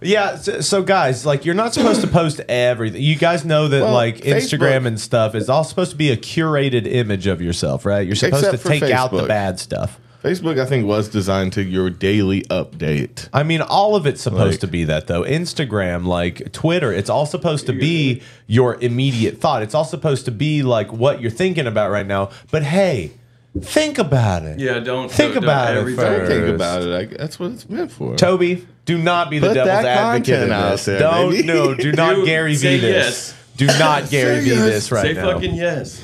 Speaker 1: yeah. So, so, guys, like, you're not supposed to post everything. You guys know that,
Speaker 4: Well,
Speaker 1: like, Instagram
Speaker 4: Facebook-
Speaker 1: and stuff is all supposed to be a curated image of yourself, right? You're supposed to
Speaker 4: Except for
Speaker 1: take out the
Speaker 4: Facebook.
Speaker 1: bad stuff.
Speaker 4: Facebook, I think, was designed to your daily update.
Speaker 1: I mean, all of it's supposed
Speaker 4: Like-
Speaker 1: to be that, though. Instagram, like Twitter, it's all supposed to be your immediate thought. It's all supposed to be like what you're thinking about right now. But hey, think about it.
Speaker 3: Yeah, don't
Speaker 1: Think
Speaker 3: don't,
Speaker 1: about it
Speaker 3: don't every
Speaker 1: first.
Speaker 4: Don't think
Speaker 1: First.
Speaker 4: about it. I, that's what it's meant for.
Speaker 1: Toby, do not be the
Speaker 4: Put
Speaker 1: devil's
Speaker 4: that
Speaker 1: advocate in
Speaker 4: content out
Speaker 1: this.
Speaker 4: there,
Speaker 1: Don't
Speaker 4: baby.
Speaker 1: no, do
Speaker 4: [LAUGHS]
Speaker 1: not
Speaker 3: Dude,
Speaker 1: Gary V
Speaker 3: say
Speaker 1: this.
Speaker 3: yes.
Speaker 1: Do not Gary V
Speaker 4: yes.
Speaker 1: this right
Speaker 3: Say
Speaker 1: now.
Speaker 3: fucking yes.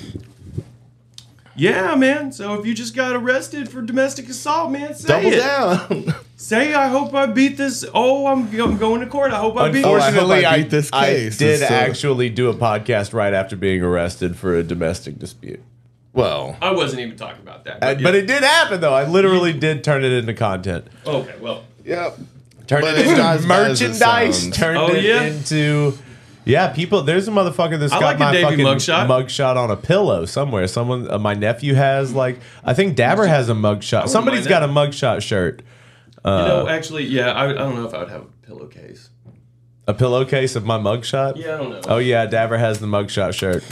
Speaker 3: Yeah, man. So if you just got arrested for domestic assault, man, say
Speaker 4: Double
Speaker 3: it.
Speaker 4: [LAUGHS] down.
Speaker 3: Say, I hope I beat this. Oh, I'm, I'm going to court. I hope I beat this.
Speaker 4: Unfortunately, I
Speaker 1: Unfortunately,
Speaker 4: hope I
Speaker 1: I,
Speaker 4: beat this
Speaker 1: I
Speaker 4: case.
Speaker 1: did
Speaker 4: This, uh,
Speaker 1: actually do a podcast right after being arrested for a domestic dispute.
Speaker 4: well,
Speaker 3: I wasn't even talking about that.
Speaker 1: I-
Speaker 3: But,
Speaker 1: Uh, But it did happen, though. I literally did turn it into content.
Speaker 3: okay, well,
Speaker 4: yep.
Speaker 1: Turned
Speaker 4: But
Speaker 1: it
Speaker 4: it's not as
Speaker 1: into
Speaker 4: bad as it
Speaker 1: merchandise.
Speaker 4: sounds.
Speaker 1: Turned
Speaker 3: Oh,
Speaker 1: it
Speaker 3: yeah?
Speaker 1: into. Yeah, people. There's a motherfucker that's
Speaker 3: I
Speaker 1: got
Speaker 3: like a
Speaker 1: my
Speaker 3: Davey
Speaker 1: fucking
Speaker 3: mugshot.
Speaker 1: mugshot on a pillow somewhere. Someone, uh, my nephew has like, I think Dabber has a
Speaker 3: Oh,
Speaker 1: mugshot. Somebody's
Speaker 3: mind
Speaker 1: got a
Speaker 3: that.
Speaker 1: mugshot shirt,
Speaker 3: you
Speaker 1: Uh,
Speaker 3: know, actually, yeah, I, I don't know if I would have a pillowcase.
Speaker 1: a pillowcase of my mugshot.
Speaker 3: Yeah, I don't know.
Speaker 1: Oh yeah, Dabber has the mugshot shirt.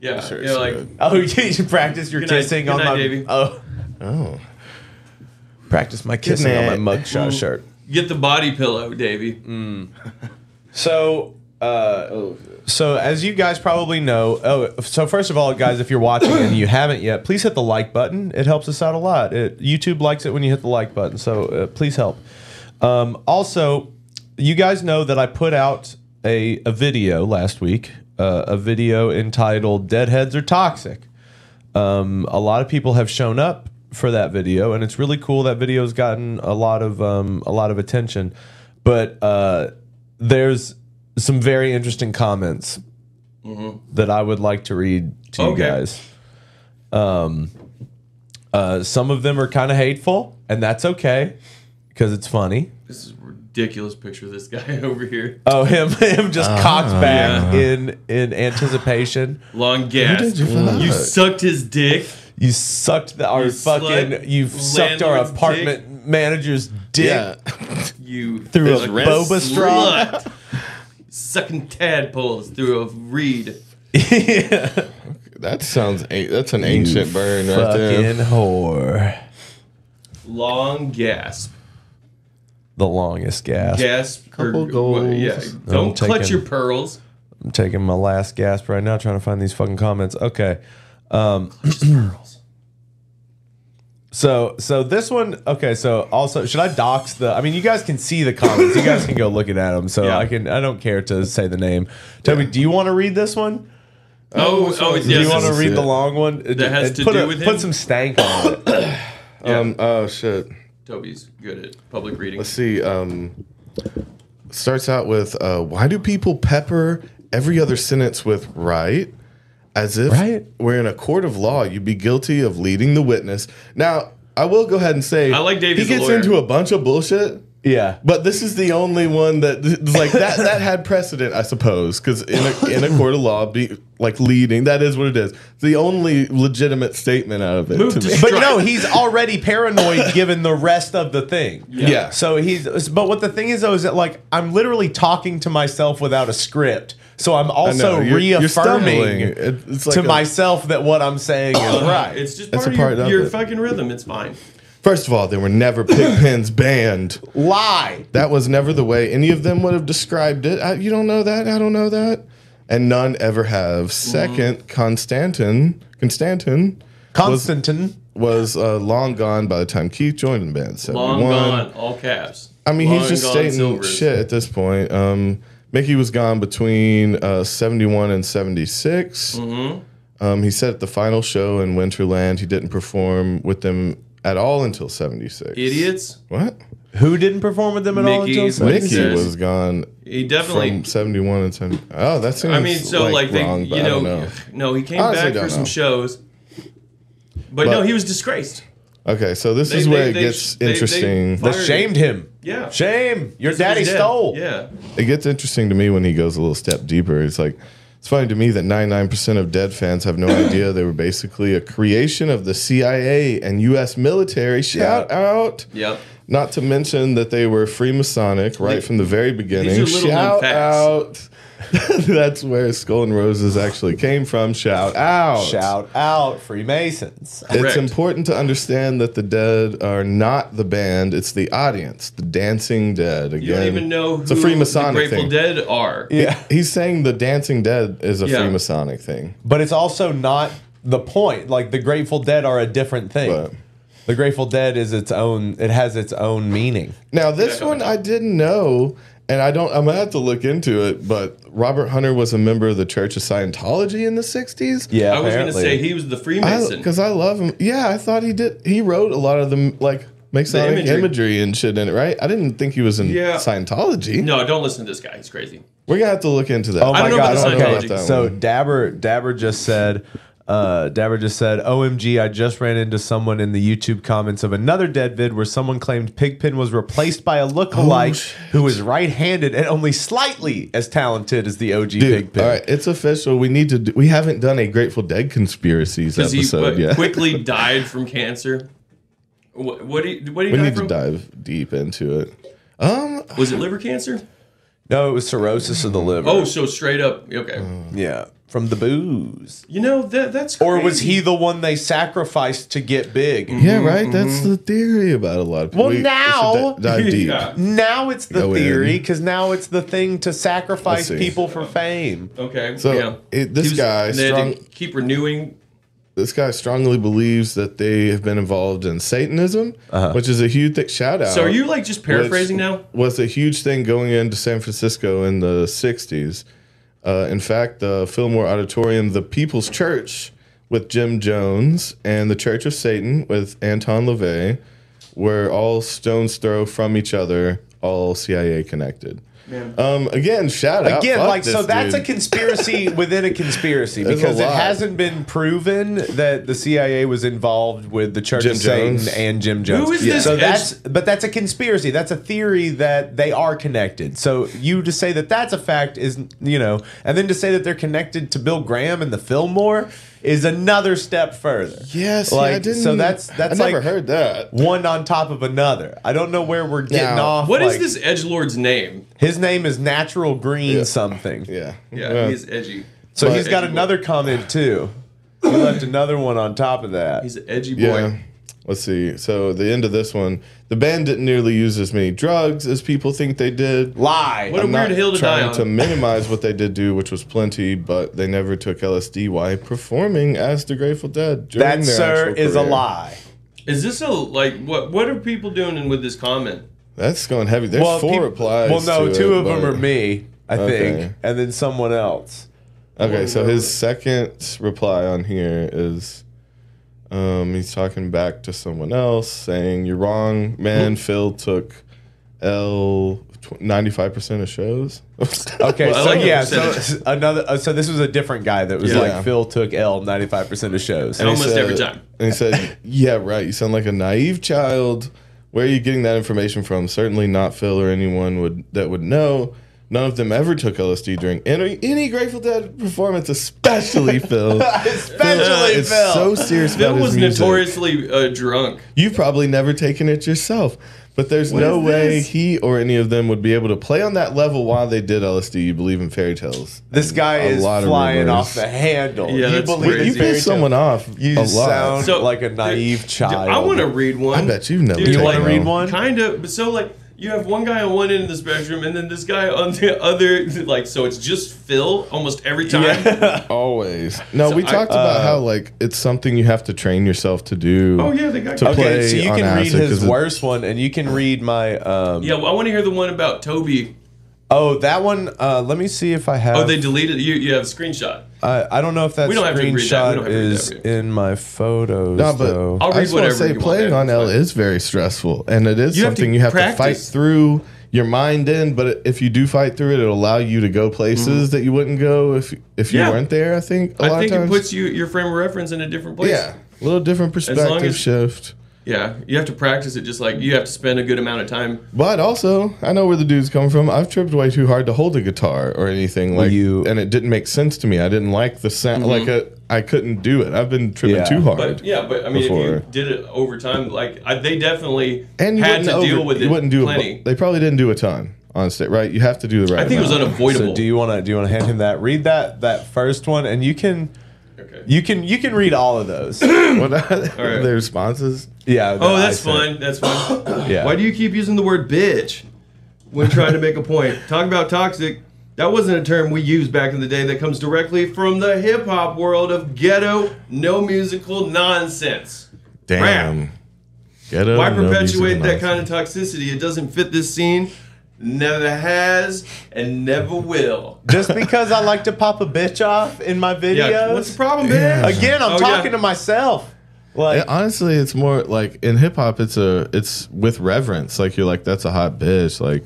Speaker 3: yeah,
Speaker 4: Sure,
Speaker 3: you know, like,
Speaker 4: sure.
Speaker 1: Oh, [LAUGHS] you should practice your
Speaker 3: Good night-
Speaker 1: kissing
Speaker 3: good
Speaker 1: on
Speaker 3: night,
Speaker 1: my.
Speaker 3: Davey.
Speaker 1: Oh,
Speaker 4: Oh.
Speaker 1: practice my kissing
Speaker 4: night.
Speaker 1: on my
Speaker 3: Mm.
Speaker 1: mugshot shirt.
Speaker 3: get the body pillow, Davey.
Speaker 1: So, uh, so as you guys probably know, oh, so first of all, guys, if you're watching and you haven't yet, please hit the like button. It helps us out a lot. It, YouTube likes it when you hit the like button, so uh, please help. Um, also, you guys know that I put out a, a video last week, uh, a video entitled "Deadheads Are Toxic." Um, a lot of people have shown up for that video, and it's really cool. That video's gotten a lot of um, a lot of attention, but uh, there's some very interesting comments that I would like to read to you
Speaker 3: Okay.
Speaker 1: guys. Um, uh, some of them are kind of hateful, and that's okay because it's funny.
Speaker 3: This is a ridiculous picture of this guy [LAUGHS] over here.
Speaker 1: Oh, him, [LAUGHS] him just cocked back in in anticipation.
Speaker 3: Long gas.
Speaker 4: you fuck?
Speaker 3: You sucked his dick.
Speaker 1: You sucked the, our
Speaker 3: You slut.
Speaker 1: fucking, you sucked our
Speaker 3: Landlord's
Speaker 1: apartment manager's dick
Speaker 4: Yeah.
Speaker 3: You
Speaker 1: through a
Speaker 4: His wrist.
Speaker 1: boba straw.
Speaker 3: slut. Sucking tadpoles through a reed.
Speaker 1: yeah.
Speaker 4: That sounds a- that's an ancient burn right there.
Speaker 1: Fucking whore.
Speaker 3: Long gasp.
Speaker 1: The longest gasp.
Speaker 3: Gasp.
Speaker 4: Couple goals.
Speaker 3: Yeah. Don't
Speaker 1: I'm
Speaker 3: clutch
Speaker 1: taking-
Speaker 3: your pearls.
Speaker 1: I'm taking my last gasp right now, trying to find these fucking comments. Okay. um,
Speaker 3: [CLEARS THROAT] Clutch his pearls.
Speaker 1: [CLEARS THROAT] So so this one okay so also should I dox the I mean you guys can see the comments you guys can go looking at them so
Speaker 3: Yeah.
Speaker 1: I can I don't care to say the name Toby do you want to read this one
Speaker 3: Oh, oh,
Speaker 4: so-
Speaker 3: yes.
Speaker 1: do you want to
Speaker 4: this is
Speaker 1: read the
Speaker 4: it.
Speaker 1: long one
Speaker 3: That has
Speaker 1: Uh,
Speaker 3: to
Speaker 1: put
Speaker 3: do
Speaker 1: a-
Speaker 3: with him?
Speaker 1: put some stank
Speaker 4: [LAUGHS]
Speaker 1: on it
Speaker 4: Um oh shit.
Speaker 3: Toby's good at public reading.
Speaker 4: Let's see. Um starts out with uh why do people pepper every other sentence with right? As if
Speaker 1: Right?
Speaker 4: we're in a court of law, you'd be guilty of leading the witness. Now, I will go ahead and say
Speaker 3: I like Dave,
Speaker 4: He
Speaker 3: he's a
Speaker 4: gets
Speaker 3: lawyer.
Speaker 4: into a bunch of bullshit.
Speaker 1: yeah
Speaker 4: But this is the only one that like that that had precedent, I suppose, because in a, in a court of law, be like leading that is what it is. It's the only legitimate statement out of it.
Speaker 3: Move
Speaker 4: to
Speaker 3: to
Speaker 4: me.
Speaker 1: but
Speaker 3: strike.
Speaker 1: no he's already paranoid [LAUGHS] given the rest of the thing
Speaker 4: Yeah.
Speaker 1: so he's but what the thing is though is that like I'm literally talking to myself without a script so I'm
Speaker 4: I know,
Speaker 1: also
Speaker 4: you're- you're
Speaker 1: reaffirming
Speaker 4: stumbling. It- it's like
Speaker 1: to
Speaker 4: a-
Speaker 1: myself that what I'm saying is
Speaker 3: [COUGHS]
Speaker 1: right
Speaker 3: It's just part
Speaker 4: That's a
Speaker 3: of your,
Speaker 4: part of
Speaker 3: your
Speaker 4: it.
Speaker 3: fucking rhythm. It's fine.
Speaker 4: First of all, they were never
Speaker 3: [COUGHS]
Speaker 4: pig pens banned.
Speaker 1: lie
Speaker 4: That was never the way any of them would have described it. I, you don't know that. I don't know that. And none ever
Speaker 3: Mm-hmm.
Speaker 4: have. 2nd Constantin Constantin
Speaker 1: Constantine.
Speaker 4: was uh, long gone by the time Keith joined the band. in
Speaker 3: Long
Speaker 4: 71.
Speaker 3: gone. All caps.
Speaker 4: I mean,
Speaker 3: Long
Speaker 4: he's just
Speaker 3: gone
Speaker 4: stating
Speaker 3: silvers.
Speaker 4: shit at this point. Um, Mickey was gone between uh, 71 and 76.
Speaker 3: Mm-hmm.
Speaker 4: Um, he said at the final show in Winterland, he didn't perform with them at all until 76.
Speaker 3: Idiots.
Speaker 4: What?
Speaker 1: Who didn't perform with them at all?
Speaker 3: Mickey,
Speaker 1: until seven-
Speaker 3: What he
Speaker 4: Mickey
Speaker 3: says.
Speaker 4: was gone
Speaker 3: He definitely
Speaker 4: from 71 and 70. Oh, that seems
Speaker 3: I mean, so like,
Speaker 4: like,
Speaker 3: they,
Speaker 4: wrong, but
Speaker 3: you
Speaker 4: I
Speaker 3: know,
Speaker 4: don't know.
Speaker 3: no, he came
Speaker 4: Honestly,
Speaker 3: back
Speaker 4: don't
Speaker 3: for some
Speaker 4: know.
Speaker 3: shows, but, no,
Speaker 4: But-
Speaker 3: he was disgraced.
Speaker 4: Okay, so this
Speaker 3: They-
Speaker 4: is
Speaker 3: they-
Speaker 4: where it
Speaker 3: they
Speaker 4: gets
Speaker 3: sh- they- they
Speaker 4: interesting.
Speaker 1: That
Speaker 3: Fired.
Speaker 1: shamed him.
Speaker 3: Yeah.
Speaker 1: Shame. Your
Speaker 3: Because he
Speaker 1: daddy
Speaker 3: was dead.
Speaker 1: stole.
Speaker 3: Yeah,
Speaker 4: it gets interesting to me when he goes a little step deeper. It's like it's funny to me that 99% of Dead fans have no idea they were basically a creation of the CIA and US military. Shout out.
Speaker 3: yep.
Speaker 4: Not to mention that they were Freemasonic right from the very beginning.
Speaker 3: little known
Speaker 4: Shout out. [LAUGHS]
Speaker 3: facts.
Speaker 4: That's where Skull and Roses actually came from. Shout out.
Speaker 1: Shout out Freemasons.
Speaker 4: It's
Speaker 3: Correct.
Speaker 4: important to understand that the dead are not the band, it's the audience, the dancing dead. Again,
Speaker 3: You don't even know who
Speaker 4: it's a Freemasonic
Speaker 3: the Grateful
Speaker 4: thing.
Speaker 3: Dead are.
Speaker 1: Yeah.
Speaker 4: He's saying the Dancing Dead is a
Speaker 3: Yeah.
Speaker 4: Freemasonic thing.
Speaker 1: But it's also not the point. Like the Grateful Dead are a different thing.
Speaker 4: But
Speaker 1: the Grateful Dead is its own. It has its own meaning.
Speaker 4: now this
Speaker 3: Yeah.
Speaker 4: one I didn't know, And I don't. I'm gonna have to look into it. But Robert Hunter was a member of the Church of Scientology in the '60s.
Speaker 1: Yeah,
Speaker 3: I was going to
Speaker 1: apparently.
Speaker 3: say he was the Freemason.
Speaker 4: because I, love him. Yeah, I thought he did. He wrote a lot of them, like Masonic imagery.
Speaker 3: imagery.
Speaker 4: and shit in it, right? I didn't think he was in
Speaker 3: Yeah.
Speaker 4: Scientology.
Speaker 3: no, don't listen to this guy. He's crazy.
Speaker 4: We're gonna have to look into that.
Speaker 1: Oh
Speaker 3: I
Speaker 1: my
Speaker 3: don't know
Speaker 1: god!
Speaker 3: about the
Speaker 1: Okay,
Speaker 3: psychology.
Speaker 1: so
Speaker 4: one.
Speaker 1: Dabber Dabber just said, uh, Dabber just said, "OMG! I just ran into someone in the YouTube comments of another dead vid where someone claimed Pigpen was replaced by a
Speaker 4: Oh,
Speaker 1: lookalike
Speaker 4: shit.
Speaker 1: who is right-handed and only slightly as talented as the OG
Speaker 4: Dude,
Speaker 1: Pigpen."
Speaker 4: all right, it's official. We need to. Do, we haven't done a Grateful Dead conspiracies
Speaker 3: Because he
Speaker 4: episode
Speaker 3: what,
Speaker 4: yet.
Speaker 3: quickly died from cancer. What, what do you, what do you
Speaker 4: we
Speaker 3: die
Speaker 4: need
Speaker 3: from? Mm-hmm.
Speaker 4: to dive deep into it. Um,
Speaker 3: Was it liver cancer?
Speaker 1: No, it was cirrhosis of the liver.
Speaker 3: Oh, so straight up. Okay.
Speaker 4: Mm.
Speaker 1: yeah, from the booze.
Speaker 3: You know that that's
Speaker 1: Or was
Speaker 3: crazy.
Speaker 1: he the one they sacrificed to get big?
Speaker 4: yeah, right. That's the theory about a lot of people.
Speaker 1: Well,
Speaker 4: We- we should
Speaker 1: now-
Speaker 3: [LAUGHS]
Speaker 4: di- dive deep.
Speaker 3: Yeah.
Speaker 1: Now it's the
Speaker 4: Go in.
Speaker 1: theory because now it's the thing to
Speaker 4: Let's
Speaker 1: sacrifice
Speaker 4: see.
Speaker 1: people for fame.
Speaker 3: Okay.
Speaker 4: So,
Speaker 3: yeah.
Speaker 4: it- this
Speaker 3: He
Speaker 4: guy,
Speaker 3: they had to
Speaker 4: strong-
Speaker 3: keep renewing.
Speaker 4: This guy strongly believes that they have been involved in Satanism, which is a huge th- shout out.
Speaker 3: Uh-huh. So are you like just paraphrasing
Speaker 4: Uh, which
Speaker 3: now?
Speaker 4: Was a huge thing going into San Francisco in the 60s. Uh, in fact, the Fillmore Auditorium, the People's Church with Jim Jones, and the Church of Satan with Anton LaVey were all stone's throw from each other, all CIA connected. Um, again, shout out.
Speaker 1: Again,
Speaker 4: Fuck
Speaker 1: like so
Speaker 4: this
Speaker 1: that's a
Speaker 4: dude. [LAUGHS]
Speaker 1: conspiracy within a conspiracy
Speaker 4: There's a
Speaker 1: because it
Speaker 4: lot.
Speaker 1: hasn't been proven that the CIA was involved with the Church
Speaker 4: Jim
Speaker 1: of Satan
Speaker 4: Jones.
Speaker 1: and Jim Jones.
Speaker 3: is this
Speaker 1: So
Speaker 3: edge-
Speaker 1: that's but that's a conspiracy. That's a theory that they are connected. So you to say that that's a fact is you know, and then to say that they're connected to Bill Graham and the Fillmore is another step further.
Speaker 4: Yes, yeah, I
Speaker 1: like
Speaker 4: didn't.
Speaker 1: so that's that's
Speaker 4: I
Speaker 1: like
Speaker 4: never heard that.
Speaker 1: one on top of another. I don't know where we're getting
Speaker 4: Now-
Speaker 1: off.
Speaker 3: What is
Speaker 1: like,
Speaker 3: this edge lord's name?
Speaker 1: His name is Natural Green something.
Speaker 4: Yeah.
Speaker 3: Yeah, he's edgy.
Speaker 1: So
Speaker 4: But-
Speaker 1: he's got another comment too. He left another one on top of that.
Speaker 3: He's an edgy boy.
Speaker 4: Yeah. Let's see. So the end of this one, the band didn't nearly use as many drugs as people think they did.
Speaker 1: Lie.
Speaker 3: What a
Speaker 4: I'm
Speaker 3: weird
Speaker 4: not
Speaker 3: hill to die
Speaker 4: trying
Speaker 3: on.
Speaker 4: to minimize what they did do, which was plenty, but they never took LSD while performing as the Grateful Dead. during
Speaker 1: that
Speaker 4: their
Speaker 1: sir
Speaker 4: actual
Speaker 1: is a
Speaker 4: career.
Speaker 1: lie.
Speaker 3: Is this a like what? What are people doing with this comment?
Speaker 4: That's going heavy. There's four
Speaker 1: peop-
Speaker 4: replies.
Speaker 1: Well, no,
Speaker 4: to
Speaker 1: two
Speaker 4: it,
Speaker 1: of them
Speaker 4: but-
Speaker 1: are me, I
Speaker 4: Okay.
Speaker 1: think, and then someone
Speaker 4: [LAUGHS]
Speaker 1: else.
Speaker 4: Okay, so his second reply on here is um, he's talking back to someone else saying, You're wrong,
Speaker 3: Hmm.
Speaker 4: man. Phil took L tw- 95% of shows. [LAUGHS]
Speaker 1: Okay,
Speaker 3: Well, I
Speaker 1: so
Speaker 3: like the
Speaker 1: yeah, so [LAUGHS] another. Uh, so this was a different guy that was
Speaker 4: Yeah.
Speaker 1: like Phil took L ninety five percent of shows.
Speaker 3: And Almost
Speaker 4: said-
Speaker 3: every time.
Speaker 4: And
Speaker 3: [LAUGHS]
Speaker 4: he said, Yeah, right. You sound like a naive child. Where are you getting that information from? Certainly not Phil or anyone would that would know. None of them ever took LSD during any, any Grateful Dead
Speaker 3: [LAUGHS]
Speaker 4: performance, especially Phil.
Speaker 1: Especially
Speaker 4: is
Speaker 1: Phil.
Speaker 4: so serious
Speaker 3: Bill
Speaker 4: about his
Speaker 3: was
Speaker 4: music.
Speaker 3: notoriously uh, drunk.
Speaker 4: You've probably never taken it yourself, but there's no
Speaker 3: is
Speaker 4: way
Speaker 3: this?
Speaker 4: he or any of them would be able to play on that level while they did LSD. You believe in fairy tales.
Speaker 1: this guy
Speaker 4: A
Speaker 1: is
Speaker 4: lot of
Speaker 1: flying
Speaker 4: rumors.
Speaker 1: off the handle.
Speaker 3: Yeah,
Speaker 1: you
Speaker 3: that's
Speaker 1: believe
Speaker 3: crazy.
Speaker 4: You
Speaker 1: you
Speaker 3: fairy
Speaker 4: piss someone off
Speaker 1: You
Speaker 4: a lot.
Speaker 1: sound like a
Speaker 3: there-
Speaker 1: naive child.
Speaker 3: I want to read one.
Speaker 4: I bet you've never
Speaker 3: Dude,
Speaker 4: taken
Speaker 3: you wanna
Speaker 4: one.
Speaker 1: read one?
Speaker 3: Kind of. But so like you have one guy on one end of the spectrum, and then this guy on the other. [LAUGHS] Like so, it's just Phil almost every time.
Speaker 4: [LAUGHS] Always. No, we
Speaker 3: I- uh,
Speaker 4: talked about how like it's something you have to train yourself to do.
Speaker 3: Oh yeah, they got.
Speaker 4: To play-
Speaker 1: Okay, so you
Speaker 4: on
Speaker 1: can read
Speaker 4: acid
Speaker 1: his
Speaker 4: 'cause it-
Speaker 1: worst one, and you can read my. Um,
Speaker 3: Yeah, well, I want to hear the one about Toby.
Speaker 1: Oh, that one. Uh, let me see if I have.
Speaker 4: Uh,
Speaker 3: Oh, they deleted you. You have a screenshot.
Speaker 1: I, I don't know if that
Speaker 3: We don't have to read that. We
Speaker 1: screenshot
Speaker 3: don't have to read
Speaker 1: is
Speaker 3: that, okay.
Speaker 1: in my photos.
Speaker 4: No, but
Speaker 1: though.
Speaker 3: I'll
Speaker 4: I
Speaker 3: read
Speaker 4: just want to
Speaker 3: whatever you
Speaker 4: say
Speaker 3: want,
Speaker 4: playing
Speaker 3: yeah,
Speaker 4: on
Speaker 3: that's
Speaker 4: L
Speaker 3: fine.
Speaker 4: is very stressful, and it is
Speaker 3: You have to
Speaker 4: something you have to fight
Speaker 3: practice.
Speaker 4: through your mind in. But if you do fight through it, it'll allow you to go places that you wouldn't go if if
Speaker 3: Mm-hmm.
Speaker 4: you
Speaker 3: Yeah.
Speaker 4: weren't there. I think a
Speaker 3: I
Speaker 4: lot
Speaker 3: think
Speaker 4: of
Speaker 3: it
Speaker 4: times.
Speaker 3: puts you your frame of reference in a different place.
Speaker 4: yeah, a little different
Speaker 3: long
Speaker 4: perspective
Speaker 3: as-
Speaker 4: shift.
Speaker 3: Yeah, you have to practice it. Just like you have to spend a good amount of time.
Speaker 4: But also, I know where the dude's come from. I've tripped way too hard to hold a guitar or anything like,
Speaker 1: you- Mm-hmm.
Speaker 4: and it didn't make sense to me. I didn't like the sound. Like I I couldn't do it. I've been tripping
Speaker 1: Yeah.
Speaker 4: too hard.
Speaker 3: But yeah, but I mean,
Speaker 4: Before.
Speaker 3: if you did it over time, like I, they definitely
Speaker 4: and you
Speaker 3: had to
Speaker 4: wouldn't over-
Speaker 3: deal with it.
Speaker 4: You wouldn't do
Speaker 3: plenty.
Speaker 4: it. They probably didn't do a ton on stage, right? You have to do the right.
Speaker 3: I think it was
Speaker 4: amount.
Speaker 3: unavoidable.
Speaker 1: So do you want to do you want to hand him that? Read that that first one, and you can
Speaker 3: okay.
Speaker 1: you can you can read all of
Speaker 3: [CLEARS THROAT]
Speaker 1: those.
Speaker 4: [LAUGHS] What are
Speaker 3: right.
Speaker 4: the responses?
Speaker 1: yeah. that
Speaker 3: Oh,
Speaker 1: I
Speaker 3: that's
Speaker 1: sent.
Speaker 3: [LAUGHS] fun. That's
Speaker 4: [COUGHS]
Speaker 3: fun.
Speaker 1: Yeah.
Speaker 3: Why do you keep using the word bitch when trying to make a point? Talking about toxic, that wasn't a term we used back in the day that comes directly from the hip hop world of ghetto, no musical nonsense.
Speaker 4: Damn. Get up,
Speaker 3: Why
Speaker 4: no music
Speaker 3: perpetuate that
Speaker 4: announcement.
Speaker 3: kind of toxicity? It doesn't fit this scene. never has, and never will.
Speaker 1: Just because I like to pop a bitch off in my videos.
Speaker 3: Yeah, what's the problem, man?
Speaker 1: Again, I'm
Speaker 3: Oh,
Speaker 1: talking
Speaker 3: yeah.
Speaker 1: to myself. Like,
Speaker 4: And honestly, it's more like in hip hop, it's a it's with reverence. Like you're like, that's a hot bitch. Like,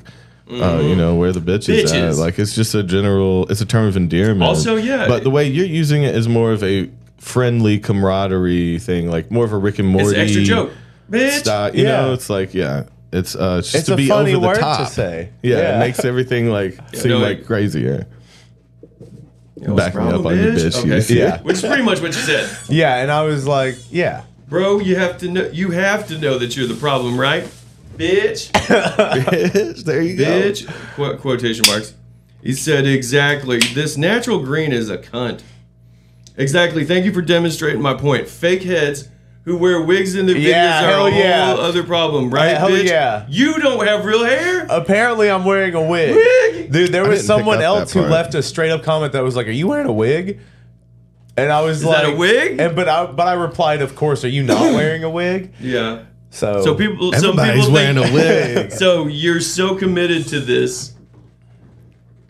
Speaker 4: uh, you know where the bitch is at.
Speaker 3: Mm. Bitches.
Speaker 4: Like it's just a general. It's a term of endearment.
Speaker 3: Also, yeah.
Speaker 4: But the way you're using it is more of a friendly camaraderie thing. Like more of a Rick and Morty.
Speaker 3: It's an extra joke, bitch.
Speaker 4: Style, you
Speaker 1: Yeah.
Speaker 4: know, it's like yeah. It's uh, it's just
Speaker 1: It's
Speaker 4: to
Speaker 1: a
Speaker 4: be
Speaker 1: funny
Speaker 4: over the
Speaker 1: word to
Speaker 4: top.
Speaker 1: say.
Speaker 4: Yeah,
Speaker 1: Yeah.
Speaker 4: it makes
Speaker 3: [LAUGHS]
Speaker 4: everything like seem
Speaker 3: no,
Speaker 4: like
Speaker 3: it-
Speaker 4: crazier.
Speaker 3: Yo, what's the
Speaker 4: Back me up
Speaker 3: problem,
Speaker 4: on your bitch use.
Speaker 3: Okay.
Speaker 1: Yeah.
Speaker 3: [LAUGHS] Which is pretty much what you said,
Speaker 1: yeah, and I was like, yeah.
Speaker 3: bro. You have to know. You have to know that you're the problem, right,
Speaker 1: [LAUGHS]
Speaker 3: bitch?
Speaker 4: bitch, there you go.
Speaker 3: Bitch. Qu- quotation marks. He said exactly. This natural green is a cunt. Exactly. Thank you for demonstrating my point. Fake heads who wear wigs in the videos
Speaker 1: Yeah,
Speaker 3: are
Speaker 1: hell
Speaker 3: a whole
Speaker 1: yeah.
Speaker 3: other problem, right,
Speaker 1: hell
Speaker 3: bitch?
Speaker 1: yeah.
Speaker 3: You don't have real hair.
Speaker 1: Apparently, I'm wearing a wig.
Speaker 3: Wig?
Speaker 1: Dude, there
Speaker 4: I
Speaker 1: was
Speaker 4: didn't pick
Speaker 1: someone
Speaker 4: up
Speaker 1: else
Speaker 4: that
Speaker 1: who
Speaker 4: part.
Speaker 1: left a straight up comment that was like, "Are you wearing a wig?" And I was
Speaker 3: Is
Speaker 1: like,
Speaker 3: that a wig?
Speaker 1: And but I but I replied, "Of course, are you
Speaker 3: [LAUGHS]
Speaker 1: not wearing a wig?"
Speaker 3: yeah.
Speaker 1: So,
Speaker 3: So people.
Speaker 4: Everybody's
Speaker 3: some people
Speaker 4: wearing
Speaker 3: think,
Speaker 4: a wig.
Speaker 3: So you're so committed to this.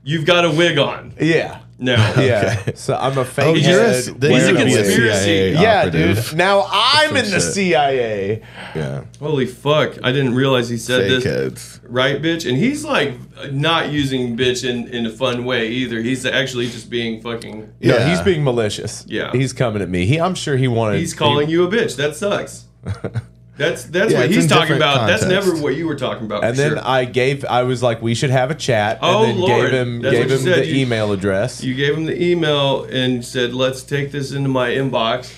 Speaker 3: You've got a wig on
Speaker 1: yeah,
Speaker 3: now.
Speaker 4: [LAUGHS]
Speaker 1: yeah. So I'm a fake.
Speaker 4: Oh, you're a-
Speaker 1: head
Speaker 4: then
Speaker 1: wearing
Speaker 3: you're a
Speaker 1: wig.
Speaker 3: conspiracy
Speaker 1: Yeah,
Speaker 4: operative.
Speaker 1: dude. Now I'm in the
Speaker 4: shit.
Speaker 1: CIA.
Speaker 4: Yeah,
Speaker 3: Holy fuck! I didn't realize he said
Speaker 4: fake
Speaker 3: this.
Speaker 4: heads.
Speaker 3: right bitch and he's like not using bitch in, in a fun way either he's actually just being fucking
Speaker 1: Yeah,
Speaker 4: Yeah.
Speaker 1: he's being malicious.
Speaker 3: Yeah.
Speaker 1: he's coming at me. He, I'm sure he wanted.
Speaker 3: he's calling you a bitch that
Speaker 4: [LAUGHS]
Speaker 3: sucks that's that's
Speaker 4: Yeah,
Speaker 3: what
Speaker 4: it's
Speaker 3: he's
Speaker 4: in
Speaker 3: talking
Speaker 4: different
Speaker 3: about that's
Speaker 4: context.
Speaker 3: never what you were talking about
Speaker 1: And
Speaker 3: for
Speaker 1: then
Speaker 3: sure.
Speaker 1: I gave. I was like, we should have a chat.
Speaker 3: Oh,
Speaker 1: and then
Speaker 3: Lord.
Speaker 1: gave him
Speaker 3: That's
Speaker 1: gave
Speaker 3: what you
Speaker 1: him
Speaker 3: said.
Speaker 1: the
Speaker 3: You-
Speaker 1: email address.
Speaker 3: you gave him the email and said let's take this into my
Speaker 4: [LAUGHS]
Speaker 3: inbox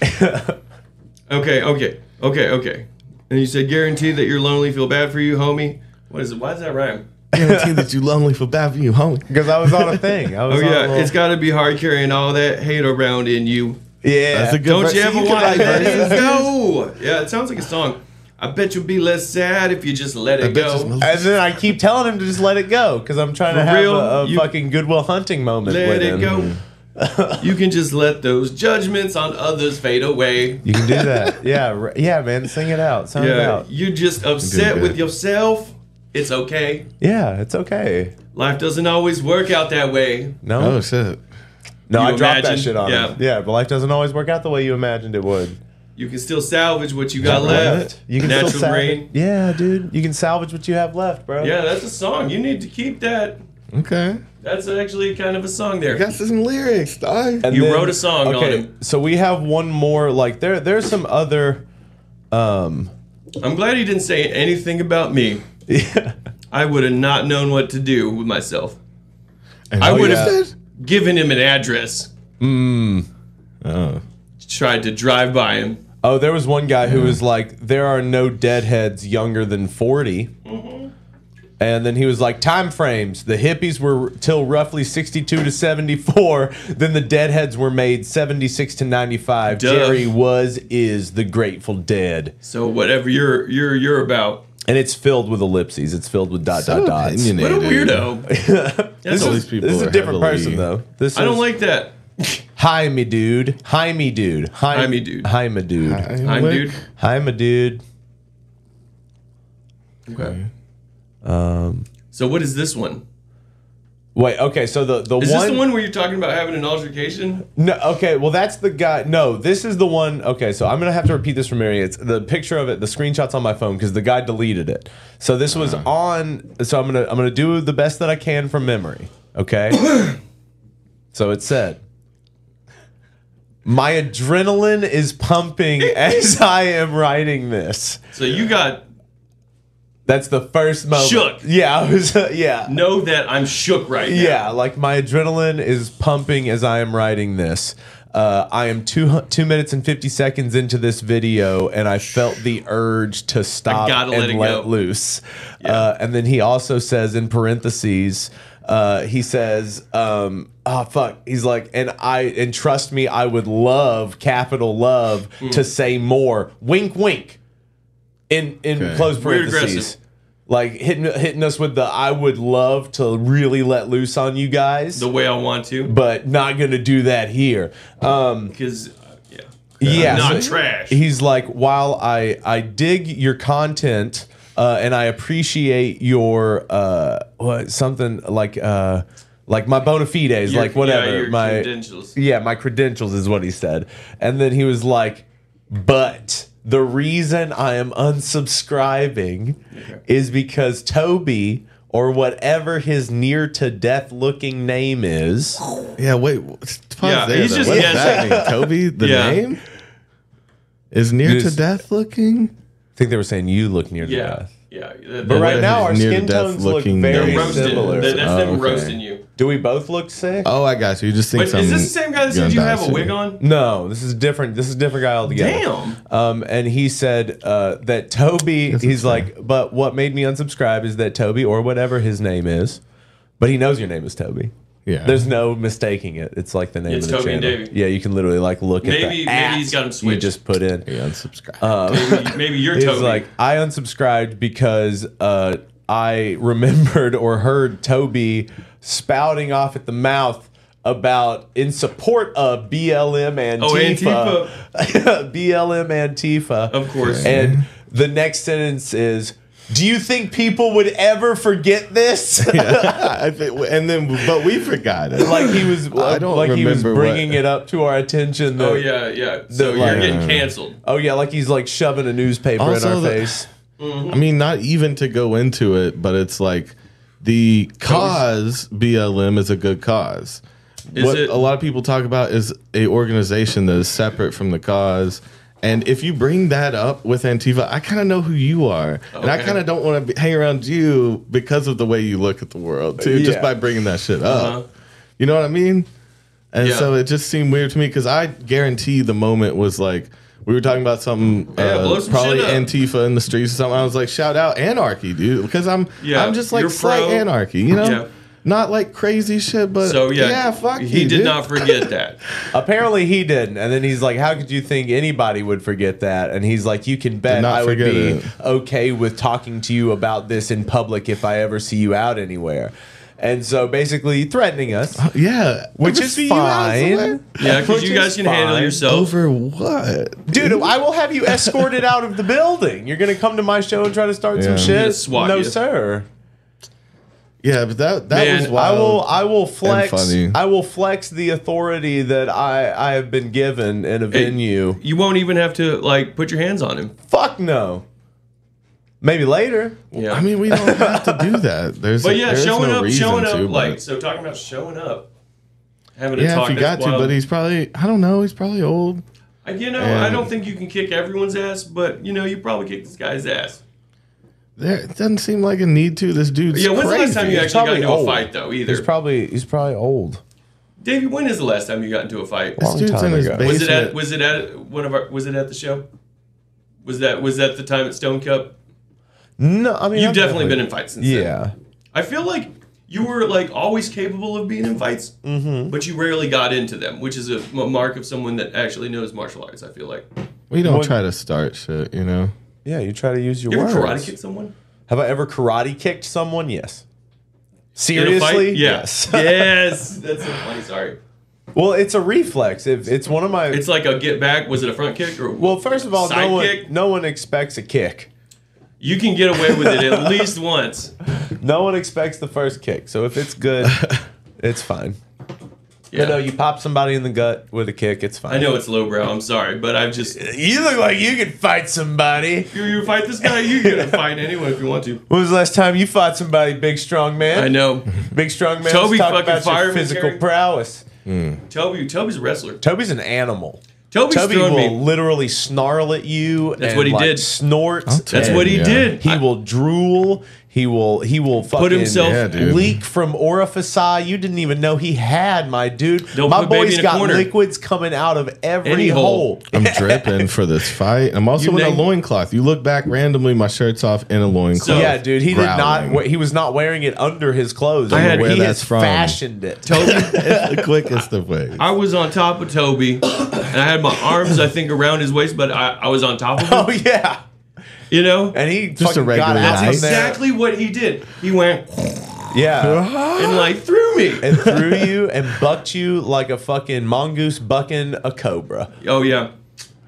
Speaker 3: okay okay okay okay and you said guarantee that you're lonely feel bad for you homie what is it why does that rhyme
Speaker 4: Guarantee that you lonely for bad for you, homie.
Speaker 1: Because I was on a thing.
Speaker 3: [LAUGHS]
Speaker 1: I was
Speaker 3: oh
Speaker 1: on a
Speaker 3: yeah
Speaker 1: little-
Speaker 3: it's got to be hard carrying all that hate around in you
Speaker 1: yeah.
Speaker 4: That's a good
Speaker 3: Don't
Speaker 4: verse.
Speaker 3: you ever
Speaker 4: can
Speaker 3: want
Speaker 4: write
Speaker 3: to
Speaker 4: verses.
Speaker 3: let it go? Yeah, it sounds like a song. I bet you'll be less sad if you just let it
Speaker 4: bet just
Speaker 3: go.
Speaker 1: and then I keep telling him to just let it go because I'm trying to
Speaker 3: For
Speaker 1: have
Speaker 3: real?
Speaker 1: a, a
Speaker 3: You-
Speaker 1: fucking Goodwill Hunting moment
Speaker 3: Let
Speaker 1: with
Speaker 3: it
Speaker 1: him.
Speaker 4: [LAUGHS]
Speaker 3: go. you can just let those judgments on others fade away.
Speaker 1: You can do that. yeah, r- yeah, man. Sing it out. Sound it
Speaker 3: Yeah,
Speaker 1: out.
Speaker 3: you're just upset
Speaker 4: good.
Speaker 3: with yourself. It's okay.
Speaker 1: Yeah, it's okay.
Speaker 3: Life doesn't always work out that way.
Speaker 1: No,
Speaker 4: Oh shit.
Speaker 1: no,
Speaker 3: you
Speaker 1: I dropped that
Speaker 3: imagine-
Speaker 1: shit on
Speaker 3: yeah.
Speaker 1: him. Yeah, but life doesn't always work out the way you imagined it would.
Speaker 3: You can still salvage what you got left.
Speaker 1: You can
Speaker 3: Natural
Speaker 1: still salvage.
Speaker 3: green.
Speaker 1: Yeah, dude. You can salvage what you have left, bro.
Speaker 3: Yeah, that's a song. You need to keep that.
Speaker 4: Okay.
Speaker 3: That's actually kind of a song there.
Speaker 4: Got some lyrics, dog.
Speaker 1: And
Speaker 3: You wrote a song on him.
Speaker 1: So we have one more. Like there, there's some other. Um,
Speaker 3: I'm glad he didn't say anything
Speaker 1: [LAUGHS]
Speaker 3: about me.
Speaker 1: yeah,
Speaker 3: I would have not known what to do with myself.
Speaker 4: And
Speaker 3: I
Speaker 4: all
Speaker 3: would
Speaker 4: you
Speaker 3: have
Speaker 4: said-
Speaker 3: given him an address,
Speaker 1: Hmm.
Speaker 4: Oh.
Speaker 3: tried to drive by him.
Speaker 1: Oh, there was one guy who was like, "There are no deadheads younger than 40."
Speaker 3: Mm-hmm.
Speaker 1: And then he was like, "Time frames: the hippies were till roughly 62 to 74. Then the deadheads were made 76 to 95.
Speaker 3: Duh.
Speaker 1: Jerry was is the Grateful Dead,
Speaker 3: So whatever you're you're you're about.
Speaker 1: and it's filled with ellipses. It's filled with dot
Speaker 4: So
Speaker 1: dot dots.
Speaker 3: What a
Speaker 4: Oh, opinionated.
Speaker 1: [LAUGHS]
Speaker 3: weirdo. That's
Speaker 4: This
Speaker 3: all
Speaker 4: is-
Speaker 3: these-
Speaker 4: people
Speaker 1: This is a
Speaker 4: are
Speaker 1: different
Speaker 4: heavily-
Speaker 1: person though. This
Speaker 3: I don't
Speaker 1: is-
Speaker 3: like that.
Speaker 1: Hi me dude. Hi me dude. Hi,
Speaker 3: Hi me dude.
Speaker 1: Hi me dude.
Speaker 4: I'm
Speaker 3: I'm
Speaker 4: like-
Speaker 3: dude.
Speaker 1: Hi me dude.
Speaker 3: Okay. So what is this one?
Speaker 1: Wait, okay, so the the
Speaker 3: Is
Speaker 1: one
Speaker 3: this the one where you're talking about having an altercation?
Speaker 1: No, okay. Well, that's the guy. No, this is the one. Okay, so I'm gonna have to repeat this from Mary. It's the picture of it, the screenshots on my phone because the guy deleted it. So this was on. So I'm gonna I'm gonna do the best that I can from memory. Okay. so it said, "My adrenaline is pumping as I am writing this."
Speaker 3: So you got
Speaker 1: That's the first moment.
Speaker 3: Shook.
Speaker 1: Yeah, I was. [LAUGHS] yeah.
Speaker 3: know that I'm shook right now.
Speaker 1: Yeah, like my adrenaline is pumping as I am writing this. Uh, I am two two minutes and fifty seconds into this video, and I felt the urge to stop
Speaker 3: gotta let
Speaker 1: and
Speaker 3: it
Speaker 1: let
Speaker 3: go.
Speaker 1: loose. Uh, and then he also says in parentheses, uh, he says, um, "Ah, fuck." He's like, "And I and trust me, I would love capital love
Speaker 3: Mm.
Speaker 1: to say more." Wink, wink. In in
Speaker 4: Okay.
Speaker 1: close
Speaker 3: Weird
Speaker 1: parentheses
Speaker 3: aggressive.
Speaker 1: like hitting hitting us with the I would love to really let loose on you guys,
Speaker 3: The way I want to.
Speaker 1: but not gonna do that here. Um,
Speaker 3: Because uh, yeah.
Speaker 1: yeah,
Speaker 3: Not
Speaker 1: so
Speaker 3: trash.
Speaker 1: He's like, while I I dig your content. uh, and I appreciate your uh, what something like uh, like my bona fides,
Speaker 3: Your-
Speaker 1: like whatever
Speaker 3: yeah, your
Speaker 1: my
Speaker 3: credentials.
Speaker 1: yeah, my credentials is what he said. And then he was like, but the reason I am unsubscribing is because Toby or whatever his near to death looking name is.
Speaker 4: Yeah, wait. w- Pause
Speaker 3: Yeah,
Speaker 4: there.
Speaker 3: he's
Speaker 4: though.
Speaker 3: just
Speaker 4: what does that mean? Toby, the
Speaker 3: Yeah.
Speaker 4: name is near
Speaker 1: Just-
Speaker 4: to death looking.
Speaker 1: I think they were saying you look near to
Speaker 3: Yeah,
Speaker 1: death.
Speaker 3: yeah. that-
Speaker 1: But
Speaker 3: that-
Speaker 1: right now our
Speaker 4: Near to
Speaker 1: skin
Speaker 4: death
Speaker 1: tones look
Speaker 4: looking
Speaker 1: very
Speaker 3: they're
Speaker 4: name.
Speaker 3: roasted.
Speaker 1: similar.
Speaker 3: That- that's
Speaker 4: Oh,
Speaker 3: them
Speaker 4: okay.
Speaker 3: roasting you.
Speaker 1: Do we both look sick?
Speaker 4: Oh, I got you. You just think.
Speaker 3: But is this the
Speaker 4: something
Speaker 3: same guy that said
Speaker 4: gonna
Speaker 3: you
Speaker 4: die
Speaker 3: have a
Speaker 4: soon.
Speaker 3: wig on?
Speaker 1: No, this is different. This is a different guy altogether.
Speaker 3: Damn.
Speaker 1: [LAUGHS] Um, and he said uh, that Toby, he's like, but what made me unsubscribe is that Toby, or whatever his name is, but he knows your name is Toby.
Speaker 4: Yeah.
Speaker 1: There's no mistaking it. It's like the name
Speaker 3: It's
Speaker 1: of the
Speaker 3: Toby and
Speaker 1: channel.
Speaker 3: Davey.
Speaker 1: Yeah, you can literally like look at
Speaker 3: Maybe-
Speaker 1: the
Speaker 3: maybe
Speaker 1: at
Speaker 3: he's got 'em
Speaker 1: You
Speaker 3: switched.
Speaker 1: just put in.
Speaker 4: Yeah,
Speaker 3: Uh,
Speaker 4: unsubscribe.
Speaker 3: Maybe, maybe you're
Speaker 1: He's
Speaker 3: Toby.
Speaker 1: like, I unsubscribed because uh, I remembered or heard Toby spouting off at the mouth about in support of BLM Antifa.
Speaker 3: Oh,
Speaker 1: [LAUGHS] BLM Antifa.
Speaker 3: Of course.
Speaker 1: And
Speaker 4: Mm-hmm.
Speaker 1: the next sentence is, do you think people would ever forget
Speaker 4: [LAUGHS]
Speaker 1: this? [LAUGHS]
Speaker 4: I think- and then, but we forgot it.
Speaker 1: like he was, uh,
Speaker 4: I don't
Speaker 1: like he was
Speaker 4: remember what-
Speaker 1: bringing it up to our attention. That,
Speaker 3: oh yeah, yeah. So you're
Speaker 1: like-
Speaker 3: getting canceled.
Speaker 1: oh yeah, like he's like shoving a newspaper in
Speaker 4: Also
Speaker 1: our
Speaker 4: the-
Speaker 1: face.
Speaker 4: I mean, not even to go into it, but it's like the cause BLM is a good cause.
Speaker 3: Is
Speaker 4: what
Speaker 3: it-
Speaker 4: a lot of people talk about is a organization that is separate from the cause. And if you bring that up with Antifa, I kind of know who you are, and I
Speaker 3: Okay.
Speaker 4: kind of don't want to hang around you because of the way you look at the world too.
Speaker 1: Yeah.
Speaker 4: Just by bringing that shit up,
Speaker 3: Uh-huh.
Speaker 4: you know what I mean? And
Speaker 3: Yeah.
Speaker 4: so it just seemed weird to me because I guarantee the moment was like we were talking about something
Speaker 3: Oh, Yeah, blow
Speaker 4: uh,
Speaker 3: some
Speaker 4: probably
Speaker 3: shit up.
Speaker 4: Antifa in the streets or something. I was like, shout out anarchy, dude, because I'm
Speaker 3: Yeah,
Speaker 4: I'm just like
Speaker 3: you're
Speaker 4: slight
Speaker 3: pro.
Speaker 4: anarchy, you know,
Speaker 3: Yeah.
Speaker 4: not like crazy shit, but
Speaker 3: So yeah,
Speaker 4: fuck
Speaker 3: he
Speaker 4: you,
Speaker 3: did
Speaker 4: dude.
Speaker 3: not forget that.
Speaker 1: Apparently he didn't, and then he's like, "How could you think anybody would forget that?" And he's like, "You can bet
Speaker 4: not
Speaker 1: I would
Speaker 4: forget
Speaker 1: be
Speaker 4: it.
Speaker 1: okay with talking to you about this in public if I ever see you out anywhere." And so basically threatening us,
Speaker 4: yeah,
Speaker 1: which
Speaker 4: Ever
Speaker 1: is
Speaker 4: see you out somewhere?
Speaker 1: fine. [LAUGHS]
Speaker 3: Yeah, because
Speaker 1: Which
Speaker 3: you
Speaker 1: is
Speaker 3: guys can handle
Speaker 1: fine.
Speaker 3: yourself.
Speaker 4: Over what?
Speaker 1: Dude, I will have you escorted out of the building. You're gonna come to my show and try to start
Speaker 4: Yeah.
Speaker 1: some
Speaker 4: I'm
Speaker 3: gonna
Speaker 1: shit.
Speaker 3: swat
Speaker 1: no,
Speaker 3: you.
Speaker 1: sir.
Speaker 4: Yeah, but that that
Speaker 3: Man,
Speaker 4: was
Speaker 1: I
Speaker 4: wild.
Speaker 1: will I will flex
Speaker 4: Um, funny.
Speaker 1: I will flex the authority that I I have been given in a venue.
Speaker 3: You won't even have to like put your hands on him.
Speaker 1: Fuck no. Maybe later.
Speaker 3: Yeah.
Speaker 4: I mean, we don't have to do that. There's
Speaker 3: but yeah,
Speaker 4: there's
Speaker 3: showing
Speaker 4: no
Speaker 3: up,
Speaker 4: reason
Speaker 3: showing up,
Speaker 4: to,
Speaker 3: like
Speaker 4: but-
Speaker 3: so talking about showing up, having a
Speaker 4: yeah,
Speaker 3: talk.
Speaker 4: if you got
Speaker 3: that's
Speaker 4: to,
Speaker 3: wild.
Speaker 4: but he's probably I don't know, he's probably old.
Speaker 3: I- You know, I
Speaker 4: and-
Speaker 3: don't think you can kick everyone's ass, but you know, you probably kick this guy's ass.
Speaker 4: There it doesn't seem like a need to. This dude's
Speaker 3: Yeah, when's the last
Speaker 4: crazy.
Speaker 3: time you actually got
Speaker 1: probably
Speaker 3: into a
Speaker 1: old.
Speaker 3: fight though?
Speaker 1: He's
Speaker 3: Either
Speaker 1: probably he's probably old.
Speaker 3: Davey, when is the last time you got into a fight?
Speaker 4: This
Speaker 1: Long
Speaker 4: dude's
Speaker 1: time
Speaker 4: in his
Speaker 1: ago.
Speaker 4: basement.
Speaker 3: Was it at was it at one of our was it at the show? Was that was that the time at Stone Cup?
Speaker 1: No, I mean
Speaker 3: You've
Speaker 1: I've
Speaker 3: definitely been in fights since then.
Speaker 1: Yeah.
Speaker 3: I feel like you were like always capable of being in fights,
Speaker 4: Mm-hmm.
Speaker 3: but you rarely got into them, which is a m- mark of someone that actually knows martial arts. I feel like
Speaker 4: we don't
Speaker 1: Well-
Speaker 4: try to start shit, you know.
Speaker 1: Yeah, you try to use your
Speaker 3: you ever
Speaker 1: words.
Speaker 3: karate kick someone?
Speaker 1: Have I ever karate kicked someone? Yes.
Speaker 3: In
Speaker 1: Seriously?
Speaker 3: a fight? Yeah.
Speaker 1: Yes. [LAUGHS]
Speaker 3: yes, that's so funny. Sorry,
Speaker 1: well, it's a reflex. If it's one of my
Speaker 3: it's like a get back. Was it a front kick or a-
Speaker 1: Well, first of all,
Speaker 3: Side
Speaker 1: no one
Speaker 3: kick?
Speaker 1: no one expects a kick.
Speaker 3: You can get away with it
Speaker 1: [LAUGHS]
Speaker 3: at least once.
Speaker 1: No one expects the first kick. So if it's
Speaker 3: [LAUGHS]
Speaker 1: good, it's fine.
Speaker 3: Yeah.
Speaker 1: You know, you pop somebody in the gut with a kick, it's fine.
Speaker 3: I know it's lowbrow. I'm sorry, but I've just
Speaker 1: You look like you could fight somebody.
Speaker 3: you, you fight this guy. You get a fight anyone if you want to.
Speaker 1: When was the last time you fought somebody, big strong man?
Speaker 3: I know.
Speaker 1: Big strong man. Toby
Speaker 3: Toby
Speaker 1: talk
Speaker 3: fucking
Speaker 1: about your
Speaker 3: fireman
Speaker 1: physical
Speaker 3: carrying-
Speaker 1: prowess.
Speaker 3: Toby, Toby's a wrestler.
Speaker 1: Toby's an animal.
Speaker 3: Toby's
Speaker 1: Toby
Speaker 3: throwing
Speaker 1: will
Speaker 3: me.
Speaker 1: literally snarl at you.
Speaker 3: That's
Speaker 1: and,
Speaker 3: what he
Speaker 1: like,
Speaker 3: did.
Speaker 1: Snort.
Speaker 4: tell
Speaker 3: That's
Speaker 1: and
Speaker 3: what he
Speaker 4: Yeah.
Speaker 3: did.
Speaker 1: He
Speaker 3: I-
Speaker 1: will drool. He will. He will fucking
Speaker 3: himself- Yeah,
Speaker 4: dude.
Speaker 1: leak from orifici. You didn't even know he had, my dude.
Speaker 3: Don't
Speaker 1: my
Speaker 3: put baby
Speaker 1: boy's
Speaker 3: in a
Speaker 1: got
Speaker 3: corner.
Speaker 1: liquids coming out of every
Speaker 3: Any hole.
Speaker 1: hole.
Speaker 4: I'm dripping
Speaker 1: [LAUGHS]
Speaker 4: for this fight. I'm also
Speaker 3: You
Speaker 4: in a
Speaker 3: name-
Speaker 4: loincloth. You look back randomly, my shirt's off in a loincloth.
Speaker 3: So-
Speaker 1: yeah, dude. He did not.
Speaker 4: Growling.
Speaker 1: wa- He was not wearing it under his clothes.
Speaker 3: I had-
Speaker 1: he
Speaker 3: where
Speaker 1: has
Speaker 4: that's from.
Speaker 1: fashioned it.
Speaker 4: [LAUGHS]
Speaker 1: [LAUGHS]
Speaker 4: it's the quickest of ways.
Speaker 3: I was on top of Toby, [COUGHS] and I had my arms, I think, around his waist, but I, I was on top of him.
Speaker 1: [LAUGHS] Oh yeah.
Speaker 3: You know,
Speaker 1: And he
Speaker 4: Just
Speaker 1: fucking
Speaker 4: a
Speaker 1: got
Speaker 4: regular
Speaker 1: out
Speaker 4: night.
Speaker 1: from there.
Speaker 3: exactly what he did. He went
Speaker 4: [LAUGHS]
Speaker 1: Yeah.
Speaker 3: and like threw me.
Speaker 1: and threw you and bucked you like a fucking mongoose bucking a cobra.
Speaker 3: Oh yeah,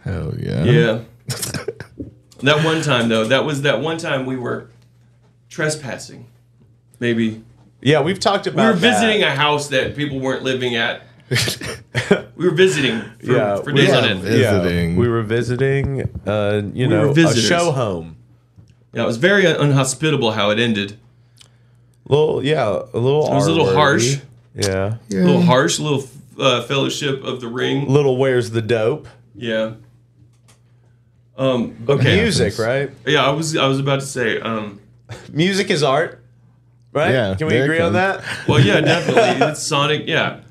Speaker 4: Hell yeah.
Speaker 3: yeah. That one time though, that was that one time we were trespassing. Maybe
Speaker 1: Yeah, we've talked about
Speaker 3: we were
Speaker 1: that.
Speaker 3: visiting a house that people weren't living at. we were visiting for,
Speaker 1: Yeah,
Speaker 3: for
Speaker 1: we-
Speaker 3: days on
Speaker 4: yeah.
Speaker 3: end.
Speaker 1: Yeah,
Speaker 4: Visiting.
Speaker 1: we were visiting, uh, you
Speaker 3: We were
Speaker 1: know, a
Speaker 3: visitors.
Speaker 1: show home.
Speaker 3: Yeah, it was very un- unhospitable how it ended.
Speaker 1: Little, yeah, a little. It
Speaker 3: was a little harsh.
Speaker 1: Yeah.
Speaker 3: A little harsh, a little uh, Fellowship of the Ring.
Speaker 1: Little where's the dope?
Speaker 3: Yeah. Um. Okay.
Speaker 1: Music, right?
Speaker 3: Yeah, I was I was about to say. Um.
Speaker 1: Music is art, right?
Speaker 4: Yeah,
Speaker 1: Can we
Speaker 4: there it
Speaker 1: agree on that?
Speaker 4: comes.
Speaker 3: Well, yeah, definitely. It's Sonic. Yeah.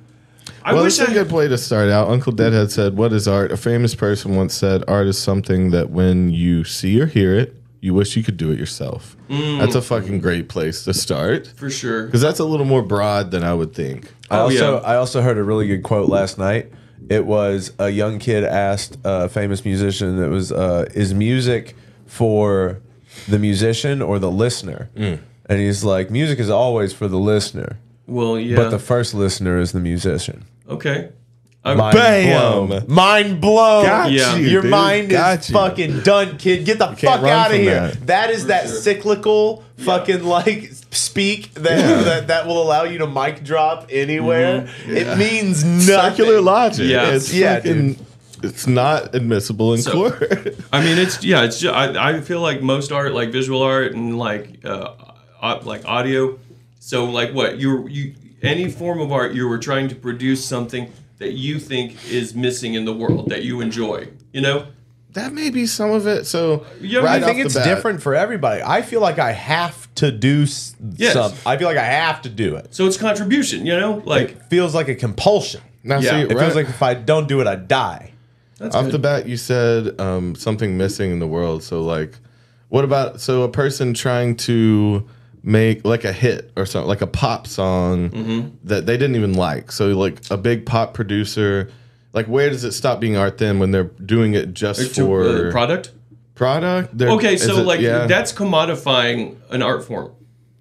Speaker 3: I
Speaker 4: well,
Speaker 3: wish
Speaker 4: that's
Speaker 3: I
Speaker 4: a good
Speaker 3: could.
Speaker 4: play to start out. Uncle Deadhead said, "What is art?" A famous person once said, "Art is something that when you see or hear it, you wish you could do it yourself."
Speaker 3: Mm.
Speaker 4: That's a fucking great place to start
Speaker 3: for sure.
Speaker 4: because that's a little more broad than I would think.
Speaker 1: I
Speaker 3: Oh,
Speaker 1: also
Speaker 3: yeah.
Speaker 1: I also heard a really good quote last night. It was a young kid asked a famous musician that was uh, is music for the musician or the listener? And he's like, music is always for the listener,
Speaker 3: Well, yeah.
Speaker 1: but the first listener is the musician.
Speaker 3: okay. I'm,
Speaker 1: Mind
Speaker 4: Bam!
Speaker 1: blown. Mind blown.
Speaker 4: Got
Speaker 3: Yeah. you,
Speaker 1: Your
Speaker 4: dude.
Speaker 1: mind
Speaker 4: Got
Speaker 1: is
Speaker 4: you.
Speaker 1: fucking done, kid. Get the fuck
Speaker 4: run
Speaker 1: out of
Speaker 4: from
Speaker 1: here.
Speaker 4: that.
Speaker 1: that is that cyclical fucking like speak that, that that will allow you to mic drop anywhere.
Speaker 4: Mm-hmm.
Speaker 1: It means nothing.
Speaker 4: Secular logic.
Speaker 3: Yeah.
Speaker 4: it's
Speaker 1: Yeah,
Speaker 4: fucking- it's not admissible in
Speaker 3: So-
Speaker 4: court. [LAUGHS]
Speaker 3: I mean, it's yeah. It's just, I I feel like most art, like visual art and like uh, au- like audio. So like what you you any form of art you were trying to produce something that you think is missing in the world that you enjoy. You know.
Speaker 4: that may be some of it. So
Speaker 3: Yeah,
Speaker 1: I
Speaker 3: Right
Speaker 1: think
Speaker 4: off the
Speaker 1: it's
Speaker 4: bat-
Speaker 1: different for everybody. I feel like I have to do s-
Speaker 3: Yes.
Speaker 1: some. I feel like I have to do it.
Speaker 3: So it's contribution. You know, like
Speaker 1: It feels like a compulsion.
Speaker 4: Now,
Speaker 3: Yeah.
Speaker 4: see,
Speaker 1: It
Speaker 4: right-
Speaker 1: feels like if I don't do it, I die.
Speaker 3: that's
Speaker 4: off
Speaker 3: good.
Speaker 4: the bat you said um, something missing in the world so like what about so a person trying to make like a hit or something like a pop song that they didn't even like so like a big pop producer like where does it stop being art then when they're doing it just
Speaker 3: to,
Speaker 4: for
Speaker 3: uh, product.
Speaker 4: product They're-
Speaker 3: Okay,
Speaker 4: is
Speaker 3: so
Speaker 4: it-
Speaker 3: like
Speaker 4: yeah,
Speaker 3: that's commodifying an art form.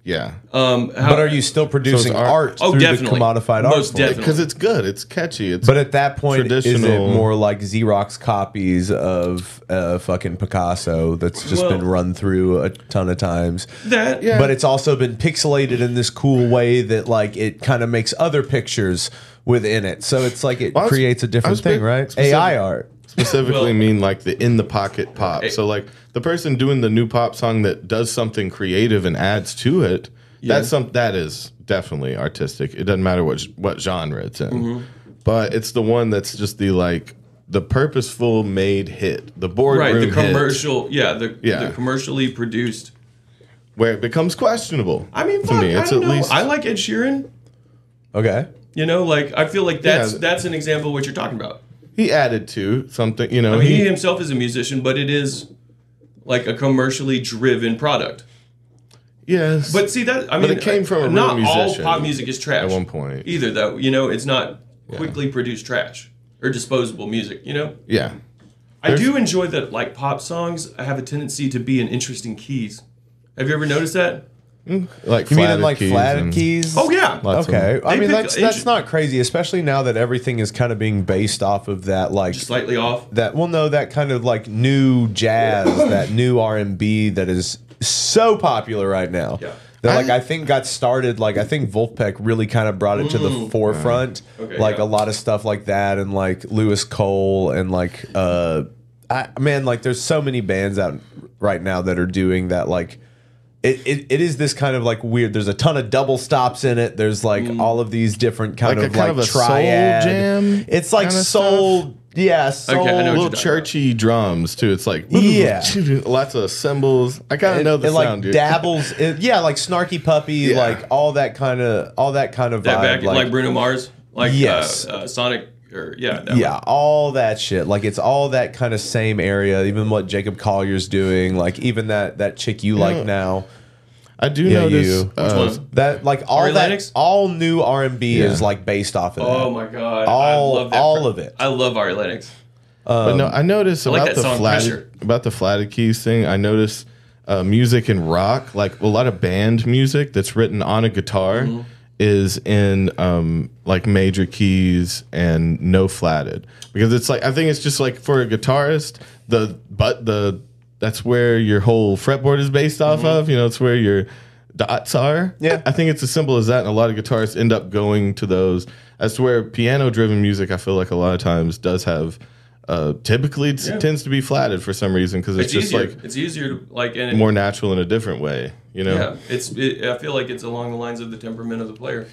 Speaker 4: yeah
Speaker 3: Um, how,
Speaker 1: But are you still producing
Speaker 4: art.
Speaker 1: art
Speaker 3: Oh,
Speaker 1: through
Speaker 3: definitely.
Speaker 1: the commodified art?
Speaker 3: Most
Speaker 1: form?
Speaker 3: definitely.
Speaker 4: because it's good it's catchy it's
Speaker 1: But at that point, is it
Speaker 4: Traditional-
Speaker 1: more like Xerox copies of uh, fucking Picasso that's just
Speaker 3: Well-
Speaker 1: been run through a ton of times?
Speaker 3: [LAUGHS] that?
Speaker 4: Yeah.
Speaker 1: But it's also been pixelated in this cool way that like it kind of makes other pictures within it. So it's like it
Speaker 4: Well, I was-
Speaker 1: creates a
Speaker 4: I
Speaker 1: different
Speaker 4: was
Speaker 1: thing,
Speaker 4: big-
Speaker 1: right?
Speaker 4: specific-
Speaker 1: AI art.
Speaker 4: specifically
Speaker 3: Well-
Speaker 4: mean like the in the pocket pop. so like the person doing the new pop song that does something creative and adds to it. That's some that is definitely artistic. It doesn't matter what what genre it's in,
Speaker 3: Mm-hmm.
Speaker 4: but it's the one that's just the like the purposeful made hit, the boardroom
Speaker 3: right the
Speaker 4: hit,
Speaker 3: commercial yeah the,
Speaker 4: Yeah.
Speaker 3: the commercially produced
Speaker 4: where it becomes questionable.
Speaker 3: i mean
Speaker 4: to
Speaker 3: fuck,
Speaker 4: me, it's
Speaker 3: I
Speaker 4: at
Speaker 3: don't know.
Speaker 4: least
Speaker 3: i like ed sheeran
Speaker 1: Okay.
Speaker 3: you know like i feel like that's
Speaker 4: Yeah.
Speaker 3: that's an example of what you're talking about
Speaker 4: he added to something. You know,
Speaker 3: i mean
Speaker 4: he,
Speaker 3: he himself is a musician but it is like a commercially driven product
Speaker 4: yes,
Speaker 3: but see that i mean
Speaker 4: But it came from a real
Speaker 3: not all
Speaker 4: musician
Speaker 3: pop music is trash
Speaker 4: at one point.
Speaker 3: either though you know it's not quickly produced trash or disposable music you know
Speaker 4: yeah,
Speaker 3: i do enjoy that like pop songs have a tendency to be in interesting keys have you ever noticed that
Speaker 4: like
Speaker 1: You mean in
Speaker 4: flatted
Speaker 1: like
Speaker 4: keys
Speaker 1: flatted
Speaker 4: and-
Speaker 1: keys?
Speaker 3: oh yeah
Speaker 4: Lots of
Speaker 1: Okay.
Speaker 4: them.
Speaker 1: I
Speaker 3: They
Speaker 1: mean
Speaker 3: pick
Speaker 1: that's that's
Speaker 3: inter-
Speaker 1: not crazy, especially now that everything is kind of being based off of that like
Speaker 3: slightly off
Speaker 1: that well no that kind of like new jazz that new r&b that is so popular right now
Speaker 3: Yeah.
Speaker 1: that like i think got started like i think wolfpack really kind of brought it to the forefront
Speaker 3: Mm. Okay,
Speaker 1: like a
Speaker 3: yeah.
Speaker 1: lot of stuff like that and like lewis cole and like uh I, man like there's so many bands out right now that are doing that like it, it, it is this kind of like weird. There's a ton of double stops in it. There's like
Speaker 3: Mm.
Speaker 1: all of these different kind
Speaker 4: Like a
Speaker 1: of
Speaker 4: kind
Speaker 1: like
Speaker 4: of a soul
Speaker 1: triad.
Speaker 4: jam
Speaker 1: It's like
Speaker 4: kinda
Speaker 1: soul, yeah, soul.
Speaker 3: I know what
Speaker 4: Oh, little
Speaker 3: you're talking
Speaker 4: churchy drums too. It's like
Speaker 1: Yeah.
Speaker 4: [LAUGHS] lots of cymbals. I kind of know the
Speaker 1: it,
Speaker 4: sound,
Speaker 1: like
Speaker 3: [LAUGHS]
Speaker 4: dude.
Speaker 1: dabbles in, yeah like snarky puppy
Speaker 4: Yeah.
Speaker 1: like all that kind of all that kind of vibe
Speaker 3: that back like, Bruno Mars, like
Speaker 1: Yes.
Speaker 3: uh, uh, Sonic, or yeah, that
Speaker 1: yeah all that shit like it's all that kind of same area even what jacob collier's doing like even that that chick you
Speaker 3: Mm.
Speaker 1: like now
Speaker 4: I do
Speaker 1: Yeah,
Speaker 4: notice.
Speaker 1: you. Which
Speaker 4: uh,
Speaker 3: one. Which one?
Speaker 1: that like all
Speaker 3: Ari
Speaker 1: that
Speaker 3: Lennox?
Speaker 1: all new r&b is like based off of
Speaker 3: Oh
Speaker 1: that.
Speaker 3: my god,
Speaker 1: All-
Speaker 3: I love that
Speaker 1: all of it.
Speaker 3: I love Ari Lennox.
Speaker 4: but no, I notice
Speaker 3: like
Speaker 4: about
Speaker 3: that
Speaker 4: the
Speaker 3: song,
Speaker 4: flatted
Speaker 3: Pressure.
Speaker 4: about the flatted keys thing. I notice uh, music and rock, like a lot of band music that's written on a guitar,
Speaker 3: Mm-hmm.
Speaker 4: is in um, like major keys and no flatted because it's like I think it's just like for a guitarist the but the that's where your whole fretboard is based
Speaker 3: Mm-hmm.
Speaker 4: off of. You know, it's where your dots are.
Speaker 1: Yeah.
Speaker 4: I think it's as simple as that, and a lot of guitarists end up going to those. That's where piano-driven music, I feel like a lot of times does have. Uh, typically, it
Speaker 3: Yeah.
Speaker 4: tends to be flatted for some reason because it's,
Speaker 3: It's,
Speaker 4: just
Speaker 3: easier.
Speaker 4: like
Speaker 3: it's easier to like and it,
Speaker 4: more natural in a different way. You know,
Speaker 3: Yeah, it's. It, I feel like it's along the lines of the temperament of the player,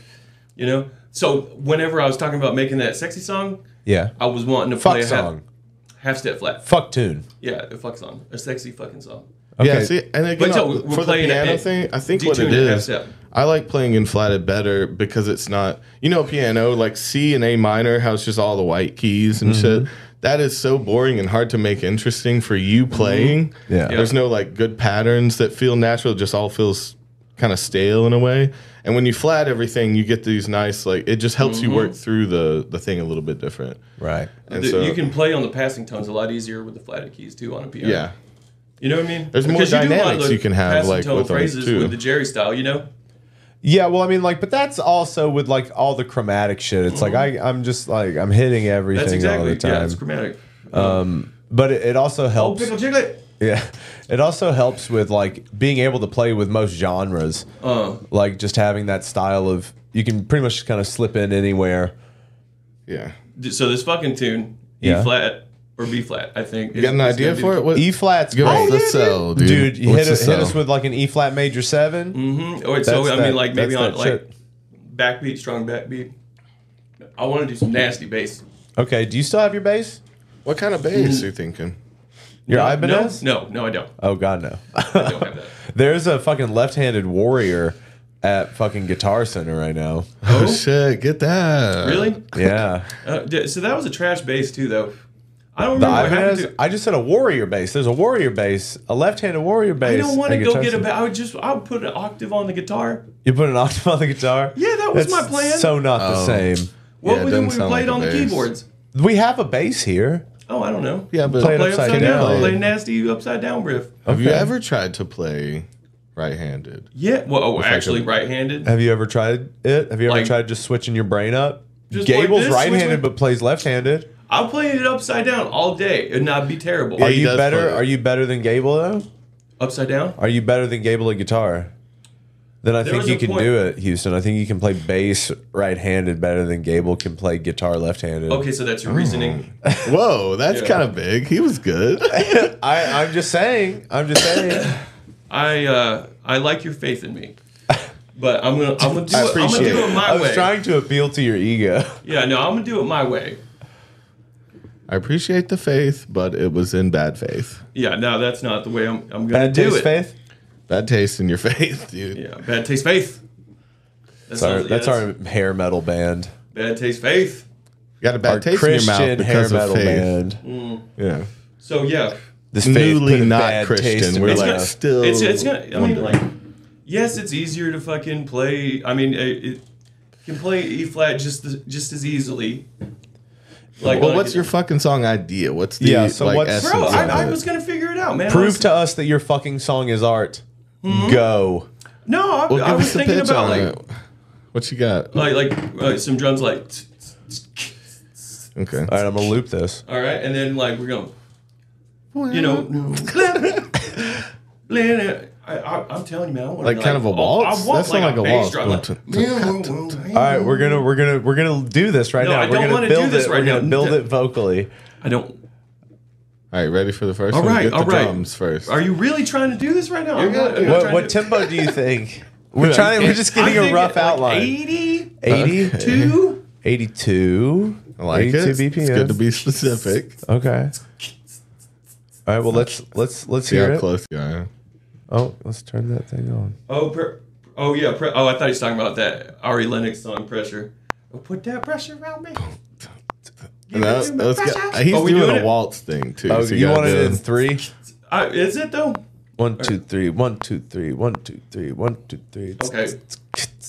Speaker 3: you know. So whenever I was talking about making that sexy song,
Speaker 1: Yeah.
Speaker 3: I was wanting to play
Speaker 1: Fuck
Speaker 3: a half-
Speaker 1: song.
Speaker 3: half, step flat.
Speaker 1: Fuck tune.
Speaker 3: Yeah, a fuck song, a sexy fucking song.
Speaker 4: Yeah,
Speaker 1: Okay.
Speaker 4: see, and again,
Speaker 3: But so we're
Speaker 4: for the
Speaker 3: playing
Speaker 4: piano
Speaker 3: it-
Speaker 4: thing, I think what
Speaker 3: detune
Speaker 4: it
Speaker 3: it half
Speaker 4: is,
Speaker 3: step.
Speaker 4: I like playing in flatted better because it's not, you know, piano like C and A minor, how it's just all the white keys and
Speaker 1: Mm-hmm.
Speaker 4: shit. That is so boring and hard to make interesting for you playing.
Speaker 1: Mm-hmm. Yeah.
Speaker 4: there's no like good patterns that feel natural. It just all feels kind of stale in a way. And when you flat everything, you get these nice like it just helps you
Speaker 3: Mm-hmm.
Speaker 4: work through the the thing a little bit different.
Speaker 1: Right.
Speaker 4: And
Speaker 3: The-
Speaker 4: so
Speaker 3: you can play on the passing tones a lot easier with the flatted keys too on a piano.
Speaker 4: yeah.
Speaker 3: you know what I mean.
Speaker 4: There's more
Speaker 3: do a lot of
Speaker 4: dynamics
Speaker 3: the
Speaker 4: you can have,
Speaker 3: passing
Speaker 4: like,
Speaker 3: tone
Speaker 4: with them,
Speaker 3: phrases
Speaker 4: too.
Speaker 3: with the Jerry style. You know,
Speaker 1: Yeah, well, I mean, like, but that's also with like all the chromatic shit. It's like I, I'm just like I'm hitting everything
Speaker 3: Mm-hmm. that's
Speaker 1: all
Speaker 3: exactly
Speaker 1: the time.
Speaker 3: yeah, it's chromatic.
Speaker 1: but it, it also
Speaker 3: Oh,
Speaker 1: helps.
Speaker 3: pickle jiglet.
Speaker 1: Yeah, it also helps with like being able to play with most genres.
Speaker 3: Uh.
Speaker 1: like just having that style of you can pretty much kind of slip in anywhere.
Speaker 4: Yeah.
Speaker 3: D- So this fucking tune, E
Speaker 1: Yeah.
Speaker 3: flat or B flat, I think.
Speaker 4: You got an idea for it? What,
Speaker 1: E flat's
Speaker 4: give
Speaker 1: great.
Speaker 4: us the cell, dude.
Speaker 1: Dude, you hit,
Speaker 4: What's
Speaker 1: us-
Speaker 4: the
Speaker 1: hit us
Speaker 4: cell?
Speaker 1: with like an E flat major 7
Speaker 3: Mm-hmm. Or so
Speaker 1: That's
Speaker 3: I
Speaker 1: that-
Speaker 3: mean, like maybe
Speaker 1: that's
Speaker 3: on
Speaker 1: that
Speaker 3: like
Speaker 1: shit.
Speaker 3: backbeat, strong backbeat. I want to do some nasty bass.
Speaker 1: Okay, do you still have your bass?
Speaker 4: What kind of bass you thinking?
Speaker 1: Your
Speaker 3: no,
Speaker 1: Ibanez?
Speaker 3: No, no, no, I don't.
Speaker 1: Oh God, no. [LAUGHS]
Speaker 3: I don't have that.
Speaker 1: There's a fucking left-handed warrior at fucking Guitar Center right
Speaker 3: [LAUGHS]
Speaker 1: now.
Speaker 4: Oh, shit, get that.
Speaker 3: Really?
Speaker 1: Yeah,
Speaker 3: Uh, d- so that was a trash bass too, though. I don't
Speaker 1: the
Speaker 3: remember what happened
Speaker 1: Ibanez.
Speaker 3: to.
Speaker 1: I just said a warrior bass. There's a warrior bass, a left-handed warrior bass.
Speaker 3: I don't want to
Speaker 1: at
Speaker 3: go
Speaker 1: Guitar
Speaker 3: get a.
Speaker 1: Center.
Speaker 3: Ba- I would just. I would put an octave on the guitar.
Speaker 1: You put an octave on the guitar.
Speaker 3: Yeah, that was
Speaker 1: That's
Speaker 3: my plan.
Speaker 1: So not the
Speaker 4: Oh.
Speaker 1: same.
Speaker 3: What
Speaker 4: Yeah, it
Speaker 3: was it
Speaker 4: doesn't
Speaker 3: when we
Speaker 4: sound
Speaker 3: played
Speaker 4: like a
Speaker 3: on the
Speaker 4: bass.
Speaker 3: keyboards?
Speaker 1: We have a bass here.
Speaker 3: Oh, I don't know.
Speaker 4: Yeah, but
Speaker 1: Play it
Speaker 3: Play
Speaker 1: upside
Speaker 3: upside,
Speaker 1: down.
Speaker 3: down.
Speaker 1: Play.
Speaker 3: Play nasty upside down riff.
Speaker 4: have you
Speaker 1: Okay.
Speaker 4: ever tried to play right handed?
Speaker 3: Yeah. Well, oh,
Speaker 4: like a-
Speaker 3: actually, right-handed.
Speaker 1: Have you ever tried it? Have you ever
Speaker 3: Like-
Speaker 1: tried just switching your brain up?
Speaker 3: Just like
Speaker 1: Gable's
Speaker 3: this,
Speaker 1: right-handed
Speaker 3: switch my-
Speaker 1: but plays left-handed.
Speaker 3: I'm playing it upside down all day, and I'd be terrible.
Speaker 1: Are
Speaker 4: he
Speaker 1: you
Speaker 4: does
Speaker 1: better?
Speaker 4: play it.
Speaker 1: Are you better than Gable though?
Speaker 3: Upside down.
Speaker 1: Are you better than Gable at guitar? Then I
Speaker 3: There
Speaker 1: think
Speaker 3: was
Speaker 1: you
Speaker 3: a
Speaker 1: can
Speaker 3: point-
Speaker 1: do it, Houston. I think you can play bass right-handed better than Gable can play guitar left-handed.
Speaker 3: Okay, so that's your
Speaker 1: Mm.
Speaker 3: reasoning.
Speaker 4: Whoa, that's
Speaker 3: Yeah.
Speaker 4: kind of big. He was good. [LAUGHS]
Speaker 1: I, I'm just saying. I'm just
Speaker 3: [COUGHS]
Speaker 1: saying.
Speaker 3: I uh, I like your faith
Speaker 1: [LAUGHS]
Speaker 3: in me, but I'm gonna I'm gonna do, it, I'm gonna
Speaker 4: appreciate
Speaker 3: do it my
Speaker 1: I was
Speaker 3: way.
Speaker 1: trying to appeal to your ego.
Speaker 3: Yeah, no, I'm gonna do it my way.
Speaker 4: I appreciate the faith, but it was in bad faith.
Speaker 3: Yeah, no, that's not the way I'm I'm gonna
Speaker 1: Bad
Speaker 3: do
Speaker 1: taste,
Speaker 3: it.
Speaker 1: Faith.
Speaker 4: Bad taste in your [LAUGHS] faith, dude.
Speaker 3: Yeah, bad taste faith. That's,
Speaker 1: Sorry,
Speaker 3: our,
Speaker 1: that's our hair metal band.
Speaker 3: bad taste faith.
Speaker 4: You got a bad
Speaker 1: Our
Speaker 4: taste
Speaker 1: Christian
Speaker 4: in your mouth
Speaker 1: hair
Speaker 4: because of
Speaker 1: metal
Speaker 4: faith.
Speaker 1: band.
Speaker 4: Yeah.
Speaker 3: So yeah,
Speaker 1: This
Speaker 4: Newly
Speaker 1: put a
Speaker 4: not
Speaker 1: bad taste
Speaker 4: Christian.
Speaker 1: in my
Speaker 4: We're like
Speaker 1: mouth.
Speaker 4: still.
Speaker 3: it's it's gonna. I mean, like, yes, it's easier to fucking play. I mean, it, it can play E flat just the, just as easily. Like,
Speaker 4: well,
Speaker 3: like-
Speaker 4: what's your fucking song idea? What's the
Speaker 1: Yeah, so
Speaker 4: like,
Speaker 1: what's-
Speaker 4: essence
Speaker 3: bro?
Speaker 4: of
Speaker 3: I, I
Speaker 4: it?
Speaker 3: was gonna figure it out, man. I
Speaker 1: Prove
Speaker 3: was-
Speaker 1: to us that your fucking song is art.
Speaker 3: Mm-hmm.
Speaker 1: Go.
Speaker 3: No, I,
Speaker 4: Well,
Speaker 3: I
Speaker 4: give
Speaker 3: was
Speaker 4: us the
Speaker 3: thinking
Speaker 4: pitch
Speaker 3: about
Speaker 4: on
Speaker 3: like
Speaker 4: it. What you got?
Speaker 3: like like uh, some drums like tsk, tsk,
Speaker 4: Okay.
Speaker 1: All right, I'm gonna loop this.
Speaker 3: all right and then like we're going you [LAUGHS] know I, I, I'm telling you man I want
Speaker 4: Like, kind of a waltz?
Speaker 3: I want
Speaker 4: That's
Speaker 3: like,
Speaker 4: not
Speaker 3: a,
Speaker 4: like a
Speaker 3: bass
Speaker 4: waltz.
Speaker 3: drum, like,
Speaker 1: All right, we're gonna we're gonna we're gonna do this right
Speaker 3: No,
Speaker 1: now.
Speaker 3: I
Speaker 1: we're
Speaker 3: don't
Speaker 1: gonna
Speaker 3: wanna
Speaker 1: build
Speaker 3: do this
Speaker 1: it.
Speaker 3: right
Speaker 1: we're gonna
Speaker 3: now.
Speaker 1: build
Speaker 3: D-
Speaker 1: it vocally.
Speaker 3: I don't
Speaker 4: All right, ready for the first
Speaker 3: all
Speaker 4: one?
Speaker 3: right
Speaker 4: Get
Speaker 3: all
Speaker 4: the
Speaker 3: right
Speaker 4: drums first.
Speaker 3: are you really trying to do this right now I'm
Speaker 4: good,
Speaker 3: not- I'm
Speaker 4: dude.
Speaker 3: not
Speaker 1: What
Speaker 3: trying
Speaker 1: what
Speaker 3: to-
Speaker 1: tempo do
Speaker 3: [LAUGHS]
Speaker 1: you think? We're trying. We're just
Speaker 3: I'm
Speaker 1: getting a
Speaker 3: thinking,
Speaker 1: rough
Speaker 3: like,
Speaker 1: outline.
Speaker 3: 80
Speaker 1: 80,
Speaker 3: 2
Speaker 1: 82,
Speaker 4: I like
Speaker 1: 82
Speaker 4: it.
Speaker 1: BPM.
Speaker 4: It's good to be specific.
Speaker 1: Okay. All right. Well, let's let's let's
Speaker 4: See
Speaker 1: hear
Speaker 4: how
Speaker 1: it.
Speaker 4: close you are.
Speaker 1: Oh, let's turn that thing on.
Speaker 3: [LAUGHS] oh per, oh yeah pre, oh I thought he was talking about that Ari Lennox song pressure oh, put that pressure around me
Speaker 4: And that- that was good. He's
Speaker 3: Are Oh, we
Speaker 4: doing,
Speaker 3: doing
Speaker 4: a
Speaker 3: it?
Speaker 4: waltz thing too.
Speaker 1: Oh,
Speaker 4: so
Speaker 1: you
Speaker 4: gotta
Speaker 1: want
Speaker 4: do
Speaker 1: it in three?
Speaker 3: I, is it though
Speaker 1: One, two, three. One, two, three. One, two, three. One, two, three.
Speaker 3: okay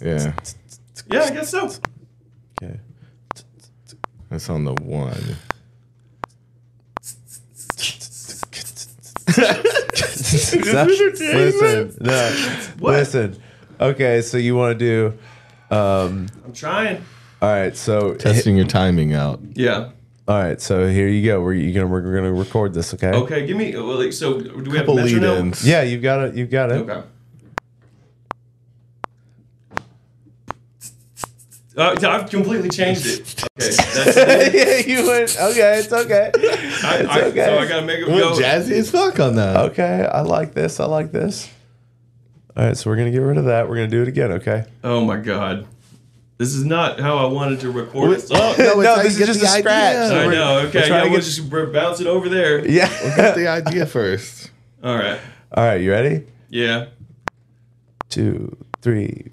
Speaker 4: Yeah,
Speaker 3: yeah I guess so
Speaker 1: [LAUGHS] Okay.
Speaker 4: that's on the one.
Speaker 1: No,
Speaker 3: [LAUGHS]
Speaker 1: listen, no, listen. Okay, so you want to do?
Speaker 3: I'm trying
Speaker 1: All right, so
Speaker 4: Testing your timing out.
Speaker 3: yeah
Speaker 1: All right, so here you go. We're you gonna we're gonna record this, okay?
Speaker 3: Okay, give me. Well, like, so do we have a
Speaker 4: Couple lead
Speaker 3: metronome?
Speaker 4: ins.
Speaker 1: Yeah, you've got it. You've got it.
Speaker 3: Okay. Uh, I've completely changed it. Okay, that's,
Speaker 1: [LAUGHS] yeah, you went. Okay, it's okay.
Speaker 4: [LAUGHS]
Speaker 3: I, I,
Speaker 1: okay.
Speaker 3: So I gotta make it
Speaker 4: Went
Speaker 3: go.
Speaker 4: jazzy as fuck on that.
Speaker 1: Okay, I like this. I like this. All right, so we're gonna get rid of that. We're gonna do it again, okay?
Speaker 3: Oh my god, this is not how I wanted to record
Speaker 4: Wait,
Speaker 3: it. Oh,
Speaker 4: no,
Speaker 1: [LAUGHS]
Speaker 4: it's
Speaker 1: No,
Speaker 4: how
Speaker 1: this
Speaker 4: you
Speaker 1: is
Speaker 4: get
Speaker 1: just
Speaker 4: the
Speaker 1: a
Speaker 4: idea.
Speaker 1: scratch.
Speaker 3: I know.
Speaker 1: we're
Speaker 3: Okay,
Speaker 1: trying
Speaker 3: yeah,
Speaker 1: to
Speaker 3: we'll
Speaker 1: get-
Speaker 3: just b- bounce it over there.
Speaker 1: [LAUGHS] Yeah.
Speaker 4: Get the idea first.
Speaker 3: All right.
Speaker 1: All right, you ready?
Speaker 3: Yeah.
Speaker 1: Two, three.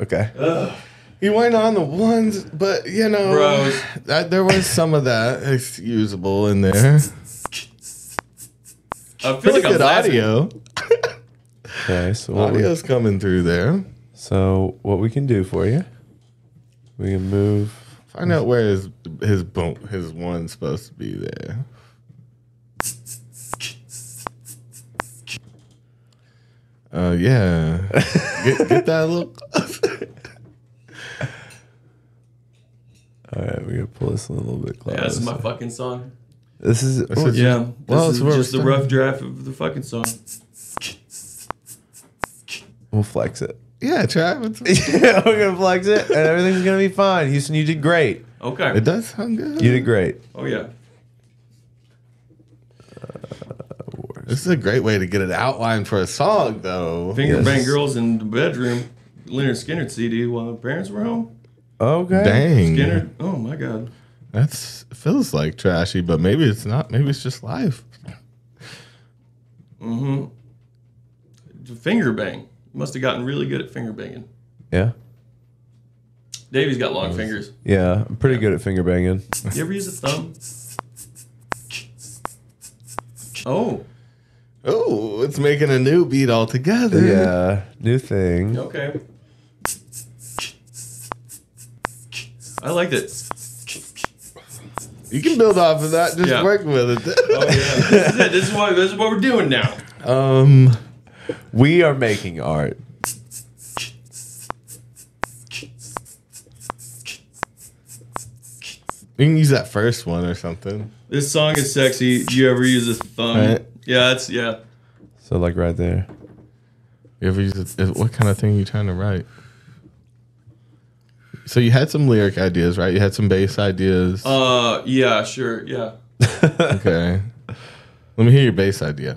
Speaker 1: Okay.
Speaker 4: He went on the ones, but you know,
Speaker 3: Bros.
Speaker 4: that, there was some of that excusable in there.
Speaker 3: I feel
Speaker 4: Pretty
Speaker 3: like I'm
Speaker 4: good
Speaker 3: laughing.
Speaker 4: audio.
Speaker 1: Okay. So what, we,
Speaker 4: Audio's coming through there.
Speaker 1: so what we can do for you? We can move.
Speaker 4: Find out where his his boom his one's supposed to be there. Uh yeah. get, get that look.
Speaker 1: All right, we're gonna pull this a little bit closer.
Speaker 3: Yeah, this is my fucking song.
Speaker 1: This is
Speaker 4: This is-
Speaker 3: Yeah. This
Speaker 4: Well,
Speaker 3: is
Speaker 4: it's where
Speaker 3: just the
Speaker 4: we're
Speaker 3: rough draft of the fucking song.
Speaker 1: we'll flex it. [LAUGHS]
Speaker 4: Yeah, Travis.
Speaker 1: yeah, we're gonna flex it, and everything's gonna be fine. Houston, you did great.
Speaker 3: Okay.
Speaker 4: It does sound good.
Speaker 1: You did great.
Speaker 3: Oh yeah.
Speaker 4: this is a great way to get an outline for a song though.
Speaker 3: Finger
Speaker 1: Yes.
Speaker 3: bang girls in the bedroom. Leonard Skinner CD while my parents were home.
Speaker 1: Okay.
Speaker 4: Dang.
Speaker 3: Skinner. Oh my god.
Speaker 4: That's feels like trashy, but maybe it's not. Maybe it's just life.
Speaker 3: Mm-hmm. Finger bang. Must have gotten really good at finger banging.
Speaker 1: Yeah.
Speaker 3: Davey's got long fingers.
Speaker 1: Yeah, I'm pretty good at finger banging.
Speaker 3: You ever use a thumb? Oh,
Speaker 4: Oh, it's making a new beat altogether.
Speaker 1: Yeah, new thing.
Speaker 3: okay. I like that.
Speaker 4: You can build off of that. Just
Speaker 3: Yeah.
Speaker 4: work with
Speaker 3: Oh,
Speaker 4: it.
Speaker 3: yeah. [LAUGHS] this is it. This is what this is what we're doing now.
Speaker 4: um,
Speaker 1: We are making art.
Speaker 4: you can use that first one or something.
Speaker 3: This song is sexy. Do you ever use a thumb?
Speaker 4: Right.
Speaker 3: Yeah, that's yeah.
Speaker 1: So like right there.
Speaker 4: You ever use it? What kind of thing are you trying to write? So you had some lyric ideas, right? You had some bass ideas.
Speaker 3: Uh, yeah, sure, yeah.
Speaker 4: okay. Let me hear your bass idea.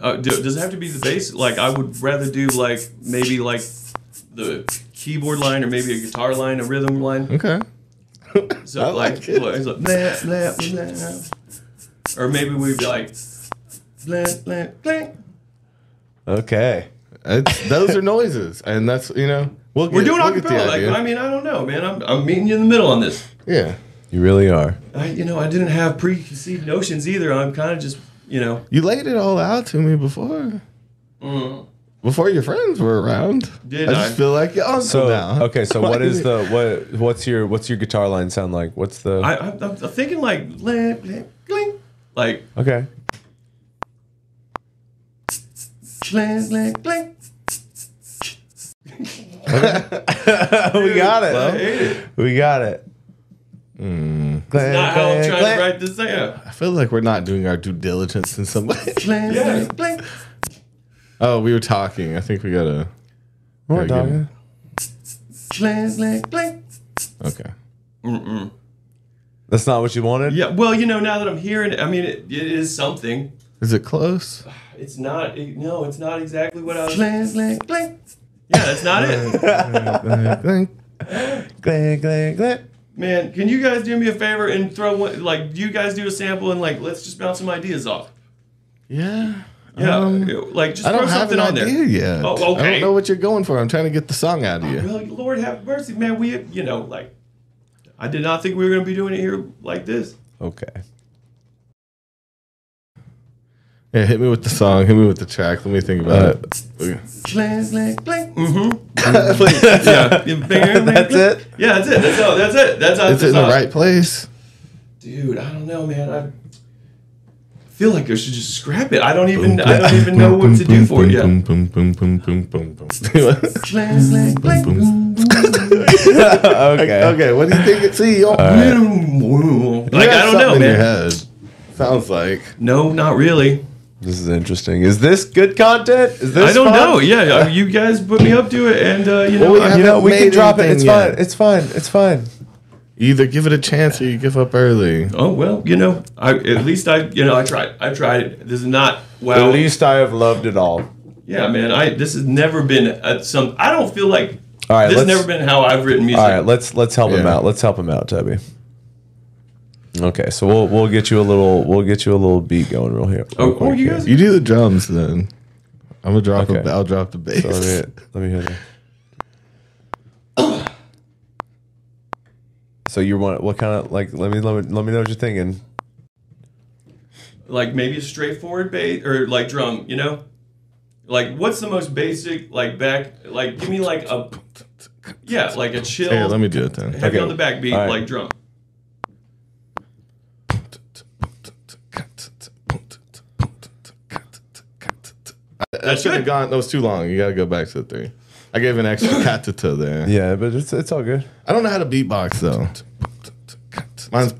Speaker 3: Uh, do, does it have to be the bass? Like, I would rather do like maybe like the keyboard line or maybe a guitar line, a rhythm line.
Speaker 4: Okay.
Speaker 3: So
Speaker 4: I
Speaker 3: like,
Speaker 4: like it.
Speaker 3: what, it's like blah, blah, blah. or maybe we'd be like, blah, blah, blah.
Speaker 1: Okay.
Speaker 4: It's, those are noises, and that's you know we'll
Speaker 3: we're
Speaker 4: get-
Speaker 3: doing
Speaker 4: we'll get the
Speaker 3: acapella. Like,
Speaker 4: idea.
Speaker 3: I mean, I don't know, man. I'm I'm meeting you in the middle on this.
Speaker 4: yeah.
Speaker 1: You really are.
Speaker 3: I, you know, I didn't have preconceived notions either. I'm kind of just, you know,
Speaker 4: You laid it all out to me before. Before your friends were around.
Speaker 3: Mm-hmm. Did
Speaker 4: I just
Speaker 3: I?
Speaker 4: feel like your uncle
Speaker 1: So
Speaker 4: now.
Speaker 1: okay,
Speaker 4: [LAUGHS]
Speaker 1: so what is the what what's your what's your guitar line sound like? What's the
Speaker 3: I, I I'm thinking like, blah, blah, bling, like.
Speaker 1: Okay.
Speaker 3: Clang, clang, clang. [LAUGHS]
Speaker 1: we got it.
Speaker 3: I hate it.
Speaker 1: We got it. Clang,
Speaker 3: Not how I'm
Speaker 1: clang,
Speaker 3: trying
Speaker 1: clang.
Speaker 3: to write this down.
Speaker 4: I feel like we're not doing our due diligence in some [LAUGHS] way.
Speaker 3: Clang, clang, clang.
Speaker 4: oh, we were talking. I think we gotta.
Speaker 1: Come on,
Speaker 4: Yeah, give me-
Speaker 1: dog.
Speaker 3: Clang, clang, clang.
Speaker 4: Okay.
Speaker 1: That's not what you wanted?
Speaker 3: Yeah, well, you know, now that I'm hearing it, I mean, it, it is something.
Speaker 4: Is it close?
Speaker 3: It's not, it, no, it's not exactly what I was. Clang, clang, clang. Yeah, that's not it.
Speaker 4: [LAUGHS] I think.
Speaker 1: Clang, clang, clang.
Speaker 3: Man, can you guys do me a favor and throw one, like, you guys do a sample and, like, let's just bounce some ideas off?
Speaker 4: Yeah.
Speaker 3: Yeah,
Speaker 4: Um,
Speaker 3: like, just
Speaker 4: I
Speaker 3: throw
Speaker 4: don't have
Speaker 3: something
Speaker 4: an
Speaker 3: on
Speaker 4: idea
Speaker 3: there.
Speaker 4: yet.
Speaker 3: Oh,
Speaker 4: I
Speaker 3: okay.
Speaker 4: don't know what you're going for. I'm trying to get the song out of you.
Speaker 3: Well, Lord have mercy, man. We, you know, like, I did not think we were going to be doing it here like this.
Speaker 1: Okay.
Speaker 4: Yeah, hit me with the song. Hit me with the track. Let me think about it.
Speaker 3: Clang, clang, clang. Mm-hmm.
Speaker 4: [LAUGHS]
Speaker 3: yeah. You finger,
Speaker 1: That's
Speaker 3: clang.
Speaker 1: it?
Speaker 3: Yeah, that's it. That's all. That's it. That's all.
Speaker 4: Is it in
Speaker 3: that's
Speaker 4: the
Speaker 3: all.
Speaker 4: right place?
Speaker 3: Dude, I don't know, man. I feel like I should just scrap it. I don't even I don't even know what to do for it yet.
Speaker 4: Boom, boom, boom, boom, boom, boom. Boom,
Speaker 3: Clang, clang, clang,
Speaker 4: boom.
Speaker 2: Okay.
Speaker 4: Okay, what do you think it's? See, y'all,
Speaker 3: [LAUGHS] Like I don't know, man.
Speaker 4: Sounds like
Speaker 3: No, not really.
Speaker 2: [LAUGHS] This is interesting. Is this good content? Is this
Speaker 3: I don't
Speaker 2: fun?
Speaker 3: know. Yeah, uh, you guys put me up to it, and uh, you know,
Speaker 4: Well, we
Speaker 3: I-
Speaker 2: You know,
Speaker 4: Haven't
Speaker 2: we can
Speaker 4: made
Speaker 2: drop it.
Speaker 4: anything
Speaker 2: It's
Speaker 4: yet.
Speaker 2: fine. It's fine. It's fine.
Speaker 4: you either give it a chance or you give up early.
Speaker 3: oh well, you know, I at least I, you know, I tried. I tried it. This is not wow.
Speaker 2: At least I have loved it all.
Speaker 3: yeah, man. I this has never been at some. I don't feel like.
Speaker 2: All right,
Speaker 3: this has
Speaker 2: let's-
Speaker 3: never been how I've written music.
Speaker 2: All right, let's let's help him
Speaker 4: Yeah.
Speaker 2: out. Let's help him out, Toby. Okay, so we'll we'll get you a little we'll get you a little beat going real here.
Speaker 3: oh,
Speaker 2: real quick
Speaker 3: oh, you
Speaker 2: here.
Speaker 3: guys.
Speaker 4: You do the drums then. I'm gonna drop.
Speaker 2: Okay.
Speaker 4: A, I'll drop the bass.
Speaker 2: So let me let me hear that. So you want what kind of like? Let me let me let me know what you're thinking.
Speaker 3: like maybe a straightforward bass or like drum, you know? Like what's the most basic like back like give me like a yeah, like a chill
Speaker 4: Here, let me do it then.
Speaker 3: heavy
Speaker 2: okay.
Speaker 3: on the back beat
Speaker 2: All right.
Speaker 3: like drum.
Speaker 4: I should have gone. That was too long. You gotta go back to the three. I gave
Speaker 3: [LAUGHS]
Speaker 4: an extra katata there.
Speaker 2: Yeah, but it's it's all good.
Speaker 4: I don't know how to beatbox though. Mine's.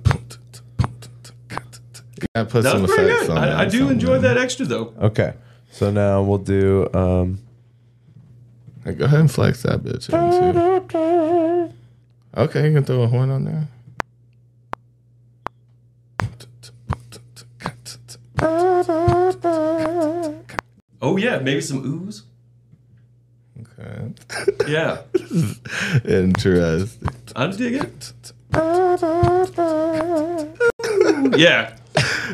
Speaker 4: I put
Speaker 3: That
Speaker 4: some
Speaker 3: was pretty
Speaker 4: effects
Speaker 3: good.
Speaker 4: on that
Speaker 3: I, I
Speaker 4: or
Speaker 3: do
Speaker 4: something.
Speaker 3: enjoy that extra though.
Speaker 2: Okay, so now we'll do. um
Speaker 4: Hey, go ahead and flex that bitch. in, too. Okay, you can throw a horn on there.
Speaker 3: Oh yeah, maybe some ooze.
Speaker 4: Okay. [LAUGHS]
Speaker 3: Yeah.
Speaker 4: Interesting.
Speaker 3: I dig
Speaker 4: [LAUGHS]
Speaker 3: it. Yeah.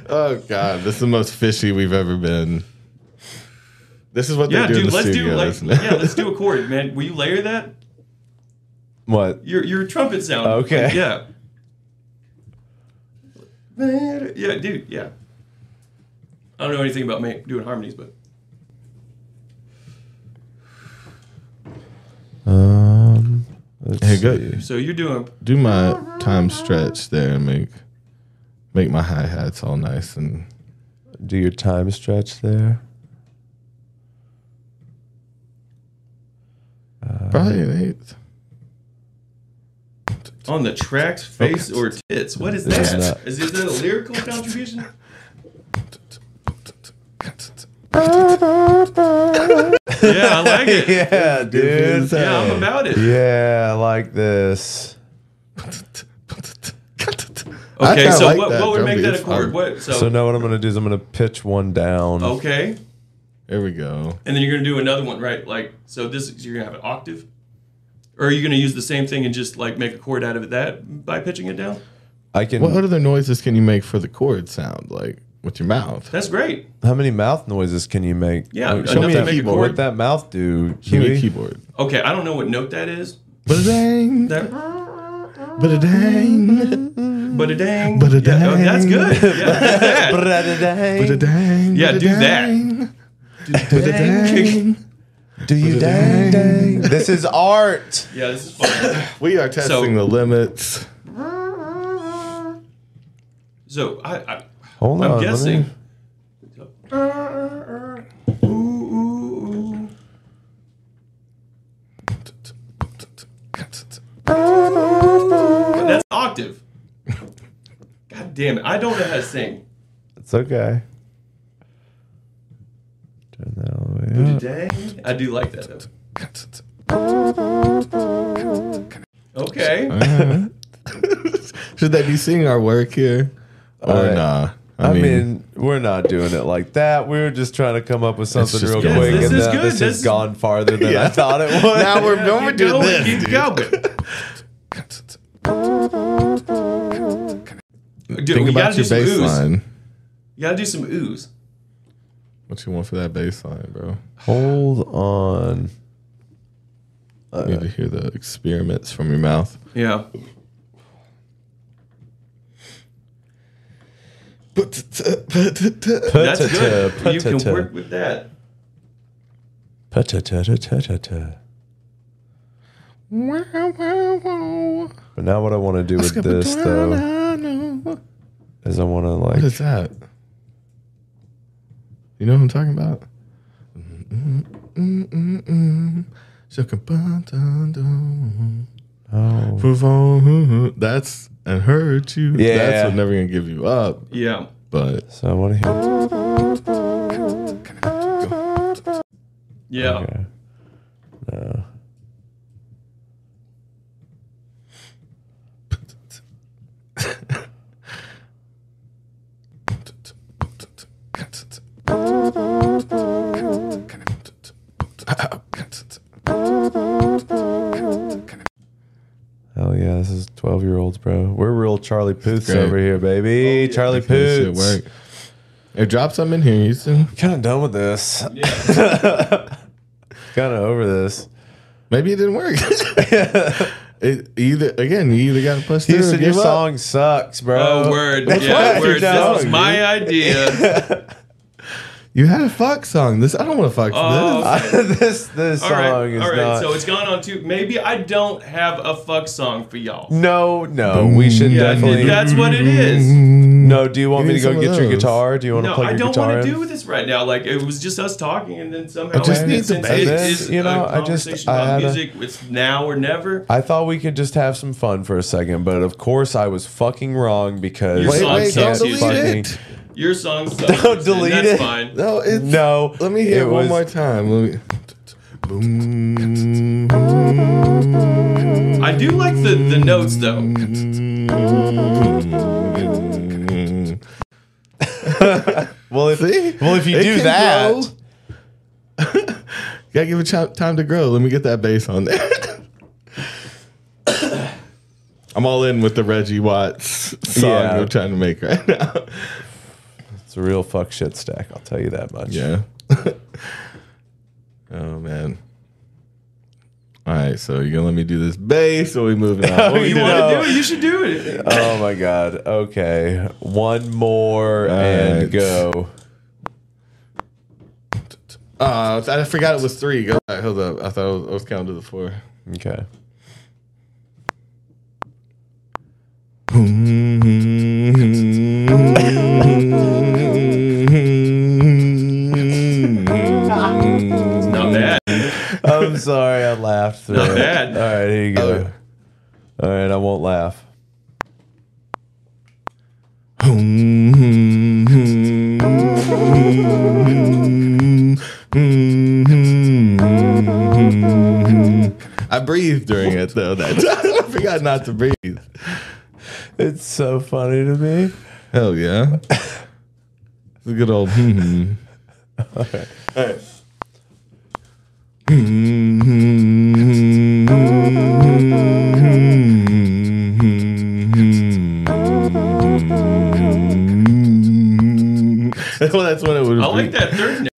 Speaker 4: Oh god, this is the most fishy we've ever been. This is what
Speaker 3: Yeah,
Speaker 4: they do in
Speaker 3: dude,
Speaker 4: the
Speaker 3: let's do
Speaker 4: studio.
Speaker 3: like
Speaker 4: isn't it?
Speaker 3: yeah,
Speaker 4: [LAUGHS]
Speaker 3: let's do a chord, man. Will you layer that?
Speaker 2: What?
Speaker 3: Your your trumpet sound.
Speaker 2: Okay.
Speaker 3: Yeah. Yeah, dude. Yeah. I don't know anything about ma- doing harmonies, but
Speaker 2: Um. let's
Speaker 4: Hey, go-
Speaker 2: see.
Speaker 3: so you're doing.
Speaker 4: do my time stretch there and make make my hi hats all nice and
Speaker 2: Do your time stretch there.
Speaker 4: probably an eighth. [LAUGHS]
Speaker 3: On the tracks, face, or tits. What is
Speaker 2: This is
Speaker 3: that?
Speaker 2: not-
Speaker 3: Is, is that a lyrical contribution? Yeah, I like
Speaker 1: [LAUGHS]
Speaker 3: it. Yeah,
Speaker 2: Yeah, dude.
Speaker 3: I'm about it.
Speaker 2: Yeah, I like this.
Speaker 4: I
Speaker 3: Okay,
Speaker 4: kinda
Speaker 3: so
Speaker 4: like
Speaker 3: what,
Speaker 4: that
Speaker 3: what would
Speaker 4: drum
Speaker 3: make
Speaker 4: beat.
Speaker 3: that a
Speaker 4: It's
Speaker 3: chord?
Speaker 4: fun.
Speaker 3: What? So,
Speaker 2: So now what I'm gonna do is I'm gonna pitch one down.
Speaker 3: okay,
Speaker 4: There we go.
Speaker 3: and then you're gonna do another one, right? Like, so this you're gonna have an octave, or are you gonna use the same thing and just like make a chord out of it that by pitching it down?
Speaker 2: I can.
Speaker 4: What other noises can you make for the chord sound? Like with your mouth.
Speaker 3: That's great.
Speaker 2: How many mouth noises can you make?
Speaker 3: Yeah,
Speaker 2: Wait,
Speaker 3: enough
Speaker 2: show me
Speaker 4: to
Speaker 2: a
Speaker 4: make a
Speaker 2: keyboard.
Speaker 4: chord.
Speaker 2: What that mouth do?
Speaker 4: Give me a
Speaker 2: Huey?
Speaker 4: keyboard.
Speaker 3: Okay, I don't know what note that is.
Speaker 4: Ba-da-dang,
Speaker 3: That
Speaker 4: ba-da-dang,
Speaker 3: but a dang,
Speaker 4: But a
Speaker 3: Yeah, oh, that's
Speaker 4: dang.
Speaker 3: good. Yeah, that's that.
Speaker 2: Ba-da-da-dang.
Speaker 4: ba-da-dang.
Speaker 3: Yeah, do that. [LAUGHS]
Speaker 4: ba-da-dang, ba-da-dang.
Speaker 2: Do you dang dang? [LAUGHS] This is art.
Speaker 3: Yeah, this is fun.
Speaker 4: We are testing the limits.
Speaker 3: So I, I
Speaker 2: Hold
Speaker 3: I'm
Speaker 2: on. let
Speaker 3: guessing.
Speaker 2: me-
Speaker 3: Ooh, ooh, ooh. That's octave. God damn it! I don't know how to sing.
Speaker 2: It's okay. Turn that all the way up.
Speaker 3: Dang, I do like that though. Okay.
Speaker 4: Should they be seeing our work here or
Speaker 2: Uh,
Speaker 4: nah?
Speaker 2: I mean, we're not doing it like that. We were just trying to come up with something
Speaker 4: just
Speaker 2: real
Speaker 4: going
Speaker 2: quick,
Speaker 4: Yes, this
Speaker 2: and
Speaker 3: is
Speaker 2: that-
Speaker 3: good.
Speaker 2: this
Speaker 3: This
Speaker 2: has
Speaker 3: is-
Speaker 2: gone farther than I
Speaker 4: Yeah.
Speaker 2: thought
Speaker 3: [LAUGHS]
Speaker 2: it would.
Speaker 4: now we're
Speaker 3: Yeah,
Speaker 4: going
Speaker 3: keep
Speaker 4: to do
Speaker 3: going,
Speaker 4: this.
Speaker 3: keep
Speaker 4: dude.
Speaker 3: going. Dude,
Speaker 4: Think
Speaker 3: we
Speaker 4: about
Speaker 3: gotta do
Speaker 4: your
Speaker 3: some
Speaker 4: bass
Speaker 3: ooze.
Speaker 4: line.
Speaker 3: You gotta do some ooze.
Speaker 4: What you want for that bass line, bro?
Speaker 2: Hold on.
Speaker 4: I need to hear the experiments from your mouth.
Speaker 3: Yeah. That's good. You can
Speaker 2: Patata.
Speaker 3: work with that.
Speaker 2: Pa-ta-ta-ta-ta-ta-ta. But now what I want to do with this though
Speaker 4: What
Speaker 2: is I want to like
Speaker 4: is that? You know what I'm talking about? Mm-mm-mm-mm-mm. Shaka-ba-da-dum. Fa-fa-hu-hu. That's and hurt you.
Speaker 1: Yeah.
Speaker 4: That's what never gonna give you up.
Speaker 3: Yeah.
Speaker 4: But
Speaker 1: So I want to hear.
Speaker 3: Yeah.
Speaker 1: Okay. No. Hell yeah, this is 12 year olds, bro. We're real Charlie Puths
Speaker 4: great.
Speaker 1: over here,
Speaker 3: Oh,
Speaker 1: baby. Charlie
Speaker 4: This shit
Speaker 1: Puths.
Speaker 4: work. Hey, drop something in here, Houston.
Speaker 1: Kind of done with this. [LAUGHS] kind of over this.
Speaker 4: Maybe it didn't work. it either again, you either got to push through. or
Speaker 1: Houston, your
Speaker 4: give up.
Speaker 1: song sucks, bro.
Speaker 3: Oh, word.
Speaker 1: why
Speaker 3: Yeah,
Speaker 1: you
Speaker 3: word.
Speaker 1: don't,
Speaker 3: This was my
Speaker 1: [LAUGHS]
Speaker 3: idea.
Speaker 4: You had a fuck song. This I don't want to fuck
Speaker 3: Oh, [LAUGHS]
Speaker 4: this.
Speaker 1: [LAUGHS]
Speaker 3: okay.
Speaker 1: this this
Speaker 3: all
Speaker 1: song
Speaker 3: right. All
Speaker 1: is
Speaker 3: right.
Speaker 1: not.
Speaker 3: So it's gone on to maybe I don't have a fuck song for y'all.
Speaker 1: no, no, we should
Speaker 3: Yeah,
Speaker 1: definitely.
Speaker 3: that's what it is.
Speaker 1: no, do you want me
Speaker 4: Give me
Speaker 1: to go
Speaker 4: some of
Speaker 1: get your
Speaker 4: those.
Speaker 1: guitar? Do you want to
Speaker 3: No,
Speaker 1: play
Speaker 3: I
Speaker 1: your
Speaker 3: don't
Speaker 1: guitar?
Speaker 3: want to
Speaker 1: in?
Speaker 3: do this right now. Like it was just us talking, and then somehow
Speaker 4: I just
Speaker 3: like,
Speaker 4: need the
Speaker 3: since it
Speaker 4: bass.
Speaker 3: is
Speaker 1: You know,
Speaker 3: a
Speaker 1: I just-
Speaker 3: conversation
Speaker 1: I
Speaker 3: about
Speaker 1: had a-
Speaker 3: music. It's now or never.
Speaker 1: I thought we could just have some fun for a second, but of course I was fucking wrong because
Speaker 3: Your
Speaker 4: Wait,
Speaker 3: song
Speaker 1: I
Speaker 4: wait, don't
Speaker 3: sucks,
Speaker 4: delete
Speaker 3: Houston.
Speaker 4: it.
Speaker 3: Your song
Speaker 1: [LAUGHS]
Speaker 3: sucks.
Speaker 1: Don't
Speaker 3: Houston.
Speaker 1: delete
Speaker 3: That's
Speaker 1: it.
Speaker 3: fine.
Speaker 4: No, it's
Speaker 1: No,
Speaker 4: Let me hear
Speaker 1: it
Speaker 4: it
Speaker 1: was-
Speaker 4: one more time. Let me. Boom.
Speaker 3: I do like the the notes though.
Speaker 1: Well, if
Speaker 4: See?
Speaker 1: well if you
Speaker 4: It
Speaker 1: do
Speaker 4: can
Speaker 1: that,
Speaker 4: grow. [LAUGHS] Gotta give it chi- time to grow. Let me get that bass on there. [COUGHS] I'm all in with the Reggie Watts song
Speaker 1: Yeah.
Speaker 4: I'm trying to make right
Speaker 1: [LAUGHS]
Speaker 4: now.
Speaker 1: it's a real fuck shit stack. I'll tell you that much. [LAUGHS]
Speaker 4: Yeah. [LAUGHS] oh man. All right, so you gonna let me do this bass, or we
Speaker 1: [LAUGHS]
Speaker 4: moving on? What we
Speaker 3: You
Speaker 4: doing?
Speaker 3: want to do it? You should do it.
Speaker 1: Oh my god. Okay, one more and
Speaker 4: right.
Speaker 1: go.
Speaker 4: Uh, I forgot it was three. Go back. Hold up. I thought I was, I was counting to the four.
Speaker 1: Okay.
Speaker 3: Not bad.
Speaker 1: [LAUGHS] I'm sorry, I laughed. Through
Speaker 3: Not
Speaker 1: it.
Speaker 3: bad.
Speaker 1: All right, here you go. All right, I won't laugh.
Speaker 4: I breathed during it though. That time. [LAUGHS] I forgot not to breathe.
Speaker 1: It's so funny to me.
Speaker 4: Hell yeah.
Speaker 3: [LAUGHS]
Speaker 4: It's a good old. Hmm. well, that's when it would.
Speaker 3: I like that third note.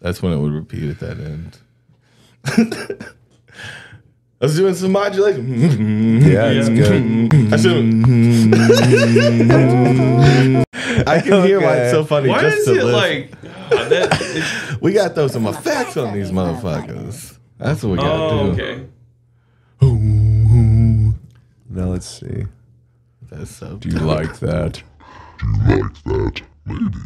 Speaker 4: That's when it would repeat at that end. [LAUGHS] I was doing some modulation.
Speaker 1: Yeah, it's [LAUGHS] good.
Speaker 4: [LAUGHS] I
Speaker 3: [LAUGHS]
Speaker 4: should. I can hear why it's so funny.
Speaker 3: Why
Speaker 4: just
Speaker 3: is
Speaker 4: to
Speaker 3: it
Speaker 4: listen.
Speaker 3: like [LAUGHS] ah, that? Is,
Speaker 4: we gotta throw some effects on these motherfuckers? That's what we gotta
Speaker 3: oh,
Speaker 4: do.
Speaker 3: okay.
Speaker 1: Mm-hmm. Now let's see.
Speaker 4: That's so.
Speaker 1: Do you like that?
Speaker 10: that, maybe.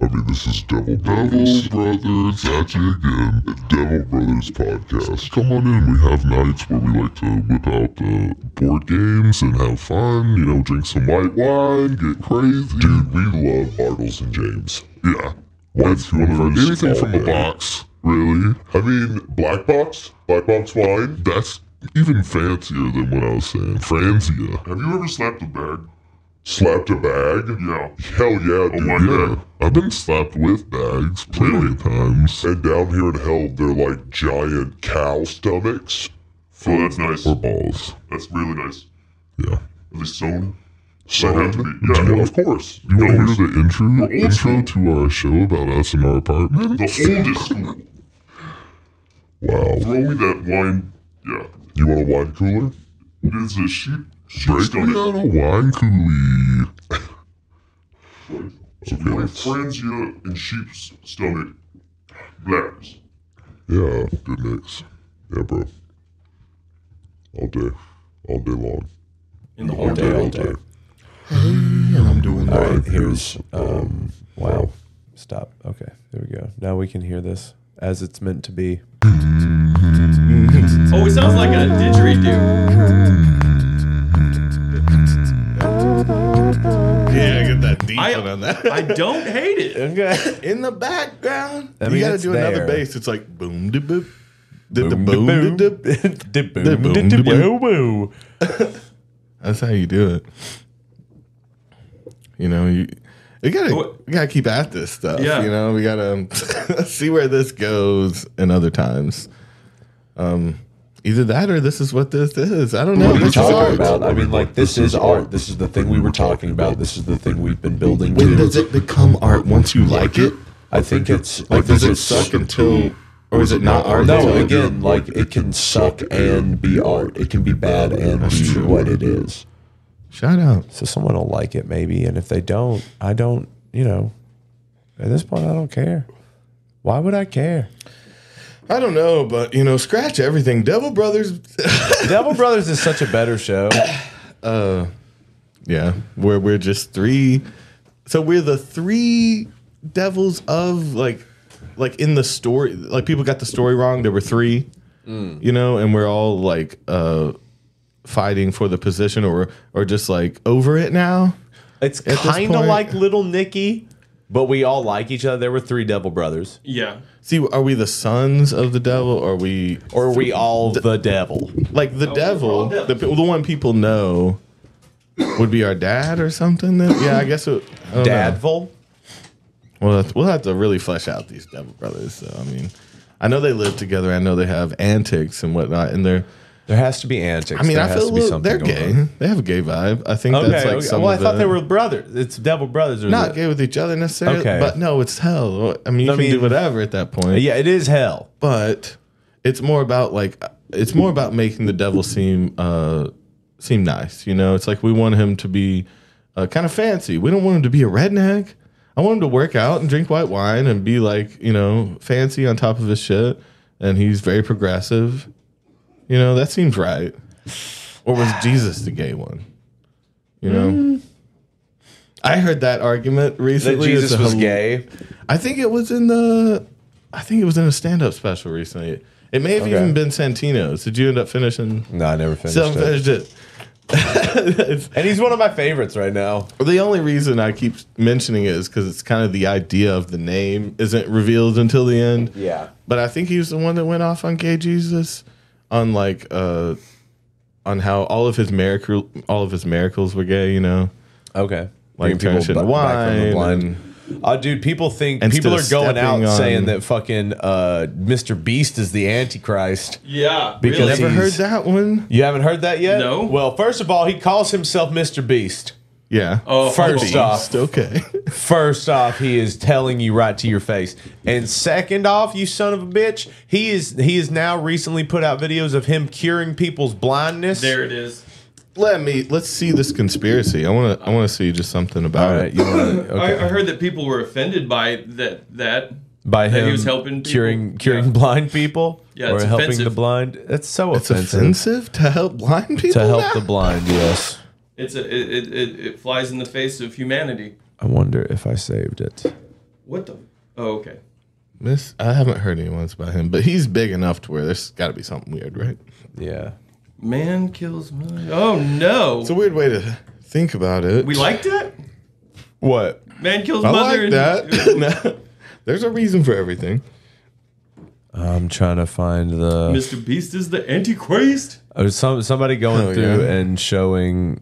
Speaker 10: I mean, this is Devil Brothers. Devil Brothers. At you again. Devil Brothers podcast. Come on in. We have nights where we like to whip out the board games and have fun. You know, drink some white wine, get crazy. Dude, we love Bartles and James. Yeah. White Brothers. Anything from a box, really. I mean, black box, black box wine. That's even fancier than what I was saying. Franzia. Have you ever slapped a bag? Slapped a bag? Yeah. Hell yeah, dude. yeah. I've been slapped with bags plenty of times. And down here in hell, they're like giant cow stomachs. So Oh, that's nice. Or balls. That's really nice. Yeah. Are they sewn? Sewn? Yeah, of course. You want to hear the intro, intro to our show about us and our apartment? The oldest school. Wow. Throw me that wine. Yeah. You want a wine cooler? It is a sheep. Break me out a wine coolie. okay, my friends, you in sheep's stomach. Blacks. Yeah, good mix. Yeah, bro. All day. All day long.
Speaker 3: In the
Speaker 10: All
Speaker 3: whole
Speaker 10: day, all
Speaker 3: day.
Speaker 10: day. man, I'm doing
Speaker 1: All
Speaker 10: live
Speaker 1: right,
Speaker 10: here's
Speaker 1: here's um wow. Stop. Okay, there we go. Now we can hear this as it's meant to be. [LAUGHS]
Speaker 3: Oh, it sounds like a [LAUGHS] didgeridoo.
Speaker 4: Yeah, get that deep
Speaker 3: I-
Speaker 4: one on that.
Speaker 3: I don't hate it.
Speaker 1: Okay.
Speaker 4: in the background.
Speaker 1: mean,
Speaker 4: you got to
Speaker 1: it's
Speaker 4: do
Speaker 1: there.
Speaker 4: another bass. It's like boom de boop. Did the boom
Speaker 1: Boom,
Speaker 4: de
Speaker 1: da,
Speaker 4: boop.
Speaker 1: boom. Da,
Speaker 4: Da,
Speaker 1: boom,
Speaker 4: boom,
Speaker 1: da,
Speaker 4: da,
Speaker 1: boom, boom.
Speaker 4: That's how you do it. You know, you you gotta
Speaker 3: What-
Speaker 4: you gotta keep at this stuff.
Speaker 3: Yeah.
Speaker 4: You know, we gotta um, [LAUGHS] see where this goes in other times. Um either that or this is what this is. I don't know.
Speaker 1: What are you
Speaker 4: This is
Speaker 1: talking
Speaker 4: art.
Speaker 1: about? I mean, like this is art. This is the thing we were talking about. This is the thing we've been building
Speaker 4: When
Speaker 1: to.
Speaker 4: does it become art once you like it?
Speaker 1: I think it's
Speaker 4: Like does it
Speaker 1: it's
Speaker 4: suck until or is it not art?
Speaker 1: No,
Speaker 4: until it-
Speaker 1: again, like it can suck and be art. It can be bad and be what it is.
Speaker 4: Shout out.
Speaker 1: So someone will like it maybe, and if they don't, I don't. You know, at this point, I don't care. Why would I care?
Speaker 4: I don't know, but you know, scratch everything. Devil Brothers [LAUGHS]
Speaker 1: Devil Brothers is such a better show.
Speaker 4: Yeah, where we're just three. So we're the three devils of like, like in the story. Like people got the story wrong. There were three, you know, and we're all like uh fighting for the position, or or just like over it now.
Speaker 1: It's
Speaker 4: this
Speaker 1: kind of
Speaker 4: point-
Speaker 1: like Little Nicky, but we all like each other. There were three Devil Brothers,
Speaker 3: Yeah.
Speaker 4: See, are we the sons of the devil? Or are we
Speaker 1: or are we all the devil?
Speaker 4: like the devil? The pe- the one people know would be our dad or something. Then yeah, I guess it, I don't know.
Speaker 1: Dadvil.
Speaker 4: Well, that's- we'll have to really flesh out these Devil Brothers. So, I mean, I know they live together. I know they have antics and whatnot, and they're.
Speaker 1: There has to be antics.
Speaker 4: I mean,
Speaker 1: there
Speaker 4: I
Speaker 1: has
Speaker 4: feel
Speaker 1: to be
Speaker 4: look,
Speaker 1: something
Speaker 4: they're
Speaker 1: going
Speaker 4: gay.
Speaker 1: on.
Speaker 4: They have a gay vibe. I think
Speaker 1: Okay.
Speaker 4: that's like
Speaker 1: okay.
Speaker 4: some.
Speaker 1: well, I
Speaker 4: of
Speaker 1: thought
Speaker 4: the-
Speaker 1: they were brothers. It's Devil Brothers. Or
Speaker 4: not
Speaker 1: the-
Speaker 4: gay with each other necessarily,
Speaker 1: Okay.
Speaker 4: but no, it's hell. I mean, you
Speaker 1: I
Speaker 4: can do
Speaker 1: mean-
Speaker 4: whatever at that point.
Speaker 1: Yeah, it is hell.
Speaker 4: but it's more about like it's more about making the devil seem uh seem nice you know it's like we want him to be uh, kind of fancy we don't want him to be a redneck i want him to work out and drink white wine and be like you know fancy on top of his shit and he's very progressive you know that seems right or was jesus the gay one you know i heard that argument
Speaker 1: Mm. That
Speaker 4: recently It's
Speaker 1: Jesus
Speaker 4: a
Speaker 1: was
Speaker 4: hel-
Speaker 1: gay.
Speaker 4: I think it was in the. I think it was in a stand-up special recently. It may have
Speaker 1: Okay.
Speaker 4: even been Santino's. Did you end up finishing?
Speaker 1: No, I never finished
Speaker 4: Still
Speaker 1: it.
Speaker 4: finished it. [LAUGHS] It's-
Speaker 1: And he's one of my favorites right now.
Speaker 4: the only reason I keep mentioning it is because it's kind of the idea of the name isn't revealed until the end.
Speaker 1: Yeah.
Speaker 4: But I think he was the one that went off on gay Jesus, on like uh, on how all of his miracle, all of his miracles were gay. You know,
Speaker 1: Okay. Bringing
Speaker 4: Like turn shit into
Speaker 1: ba- back from the
Speaker 4: wine
Speaker 1: blind. Uh, dude, people think
Speaker 4: And
Speaker 1: people are
Speaker 4: instead of
Speaker 1: going out
Speaker 4: stepping on-
Speaker 1: saying that fucking uh, Mr. Beast is the Antichrist.
Speaker 3: Yeah.
Speaker 1: Because
Speaker 3: really?
Speaker 1: he-
Speaker 4: never
Speaker 1: Jeez.
Speaker 4: heard that one.
Speaker 1: You haven't heard that yet?
Speaker 3: No.
Speaker 1: Well, first of all, he calls himself Mr. Beast.
Speaker 4: Yeah.
Speaker 3: Oh,
Speaker 1: First
Speaker 3: hold on.
Speaker 1: off,
Speaker 4: Okay. [LAUGHS]
Speaker 1: First off, he is telling you right to your face. And second off, you son of a bitch, he is he is now recently put out videos of him curing people's blindness.
Speaker 3: there it is.
Speaker 4: Let me let's see this conspiracy. I want to I want to see just something about
Speaker 1: All right,
Speaker 4: it.
Speaker 1: you
Speaker 3: [COUGHS]
Speaker 1: wanna- okay.
Speaker 3: I, I heard that people were offended by that. That
Speaker 1: by
Speaker 3: that
Speaker 1: him
Speaker 3: he was helping people.
Speaker 1: curing curing
Speaker 3: Yeah.
Speaker 1: blind people
Speaker 3: Yeah,
Speaker 1: or
Speaker 3: it's
Speaker 1: helping the
Speaker 3: offensive.
Speaker 1: blind. That's so
Speaker 4: It's
Speaker 1: offensive.
Speaker 4: offensive to help blind people.
Speaker 1: to help
Speaker 4: now?
Speaker 1: the blind. Yes,
Speaker 3: It's a it, it, it, it flies in the face of humanity.
Speaker 1: I wonder if I saved it.
Speaker 3: What the? Oh, okay.
Speaker 4: This I haven't heard any ones about him, but he's big enough to where there's got to be something weird, right?
Speaker 1: Yeah,
Speaker 3: Man kills man. Oh no.
Speaker 4: It's a weird way to think about it.
Speaker 3: we liked it.
Speaker 4: what
Speaker 3: Man kills
Speaker 4: I
Speaker 3: mother. And,
Speaker 4: like
Speaker 3: [LAUGHS]
Speaker 4: that. No. [LAUGHS] there's a reason for everything.
Speaker 1: I'm trying to find the.
Speaker 3: Mr. Beast is the Antichrist.
Speaker 1: Oh, some somebody going
Speaker 4: Oh,
Speaker 1: through
Speaker 4: yeah.
Speaker 1: and showing.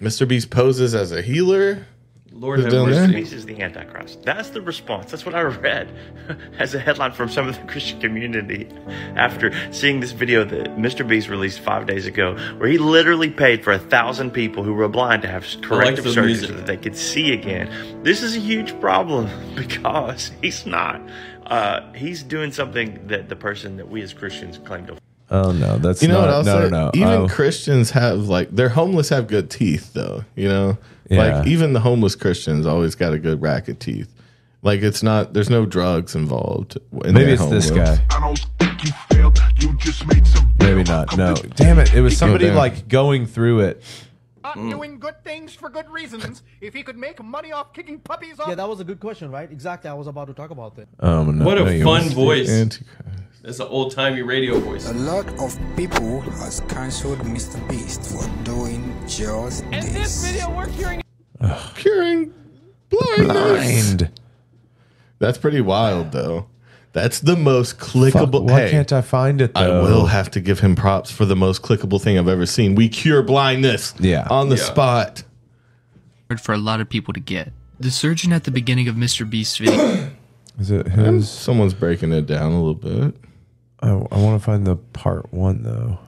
Speaker 4: Mr. Beast poses as a healer.
Speaker 3: Lord have
Speaker 4: down there?
Speaker 3: mercy.
Speaker 11: This is the Antichrist. That's the response. That's what I read [LAUGHS] as a headline from some of the Christian community after seeing this video that Mr. Beast released five days ago, where he literally paid for a thousand people who were blind to have corrective
Speaker 3: the
Speaker 11: surgery
Speaker 3: music.
Speaker 11: so that they could see again. This is a huge problem [LAUGHS] because he's not. Uh, he's doing something that the person that we as Christians claim to.
Speaker 1: Oh no, that's
Speaker 4: You
Speaker 1: not,
Speaker 4: know what else?
Speaker 1: no, no, no.
Speaker 4: Even
Speaker 1: Oh,
Speaker 4: Christians have like their homeless have good teeth though. You know,
Speaker 1: Yeah.
Speaker 4: like even the homeless Christians always got a good rack of teeth. Like it's not there's no drugs involved. In
Speaker 1: maybe
Speaker 4: their
Speaker 1: it's this
Speaker 4: homeless.
Speaker 1: guy.
Speaker 10: I don't think you failed. You just made some.
Speaker 1: Maybe not. No, damn it! It was somebody
Speaker 4: damn.
Speaker 1: like going through it.
Speaker 12: not doing good things for good reasons if he could make money off kicking puppies off.
Speaker 13: Yeah, that was a good question, right? Exactly. I was about to talk about that.
Speaker 1: Um, no,
Speaker 3: what a
Speaker 1: no,
Speaker 3: fun voice. That's an old timey radio voice.
Speaker 14: A lot of people has cancelled Mr. Beast for doing just
Speaker 12: In this video, we're curing.
Speaker 4: curing blindness. Blind. That's pretty wild, though. That's the most clickable.
Speaker 1: Fuck, why
Speaker 4: hey,
Speaker 1: can't I find it? Though?
Speaker 4: I will have to give him props for the most clickable thing I've ever seen. We cure blindness.
Speaker 1: Yeah.
Speaker 4: On the
Speaker 1: Yeah.
Speaker 4: spot.
Speaker 15: hard for a lot of people to get. The surgeon at the beginning of Mr. Beast's video.
Speaker 1: Is it
Speaker 4: And
Speaker 1: his?
Speaker 4: someone's breaking it down a little bit.
Speaker 1: I, I want to find the part one though.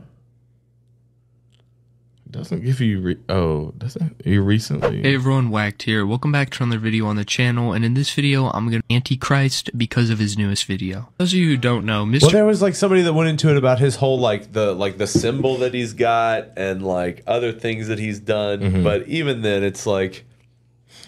Speaker 4: Doesn't give you re- oh doesn't you recently
Speaker 15: hey everyone, Whacked here. Welcome back to another video on the channel, and in this video, I'm gonna Antichrist because of his newest video. Those of you who don't know, Mr.
Speaker 1: Well, there was like somebody that went into it about his whole like the like the symbol that he's got and like other things that he's done.
Speaker 4: Mm-hmm.
Speaker 1: But even then, it's like,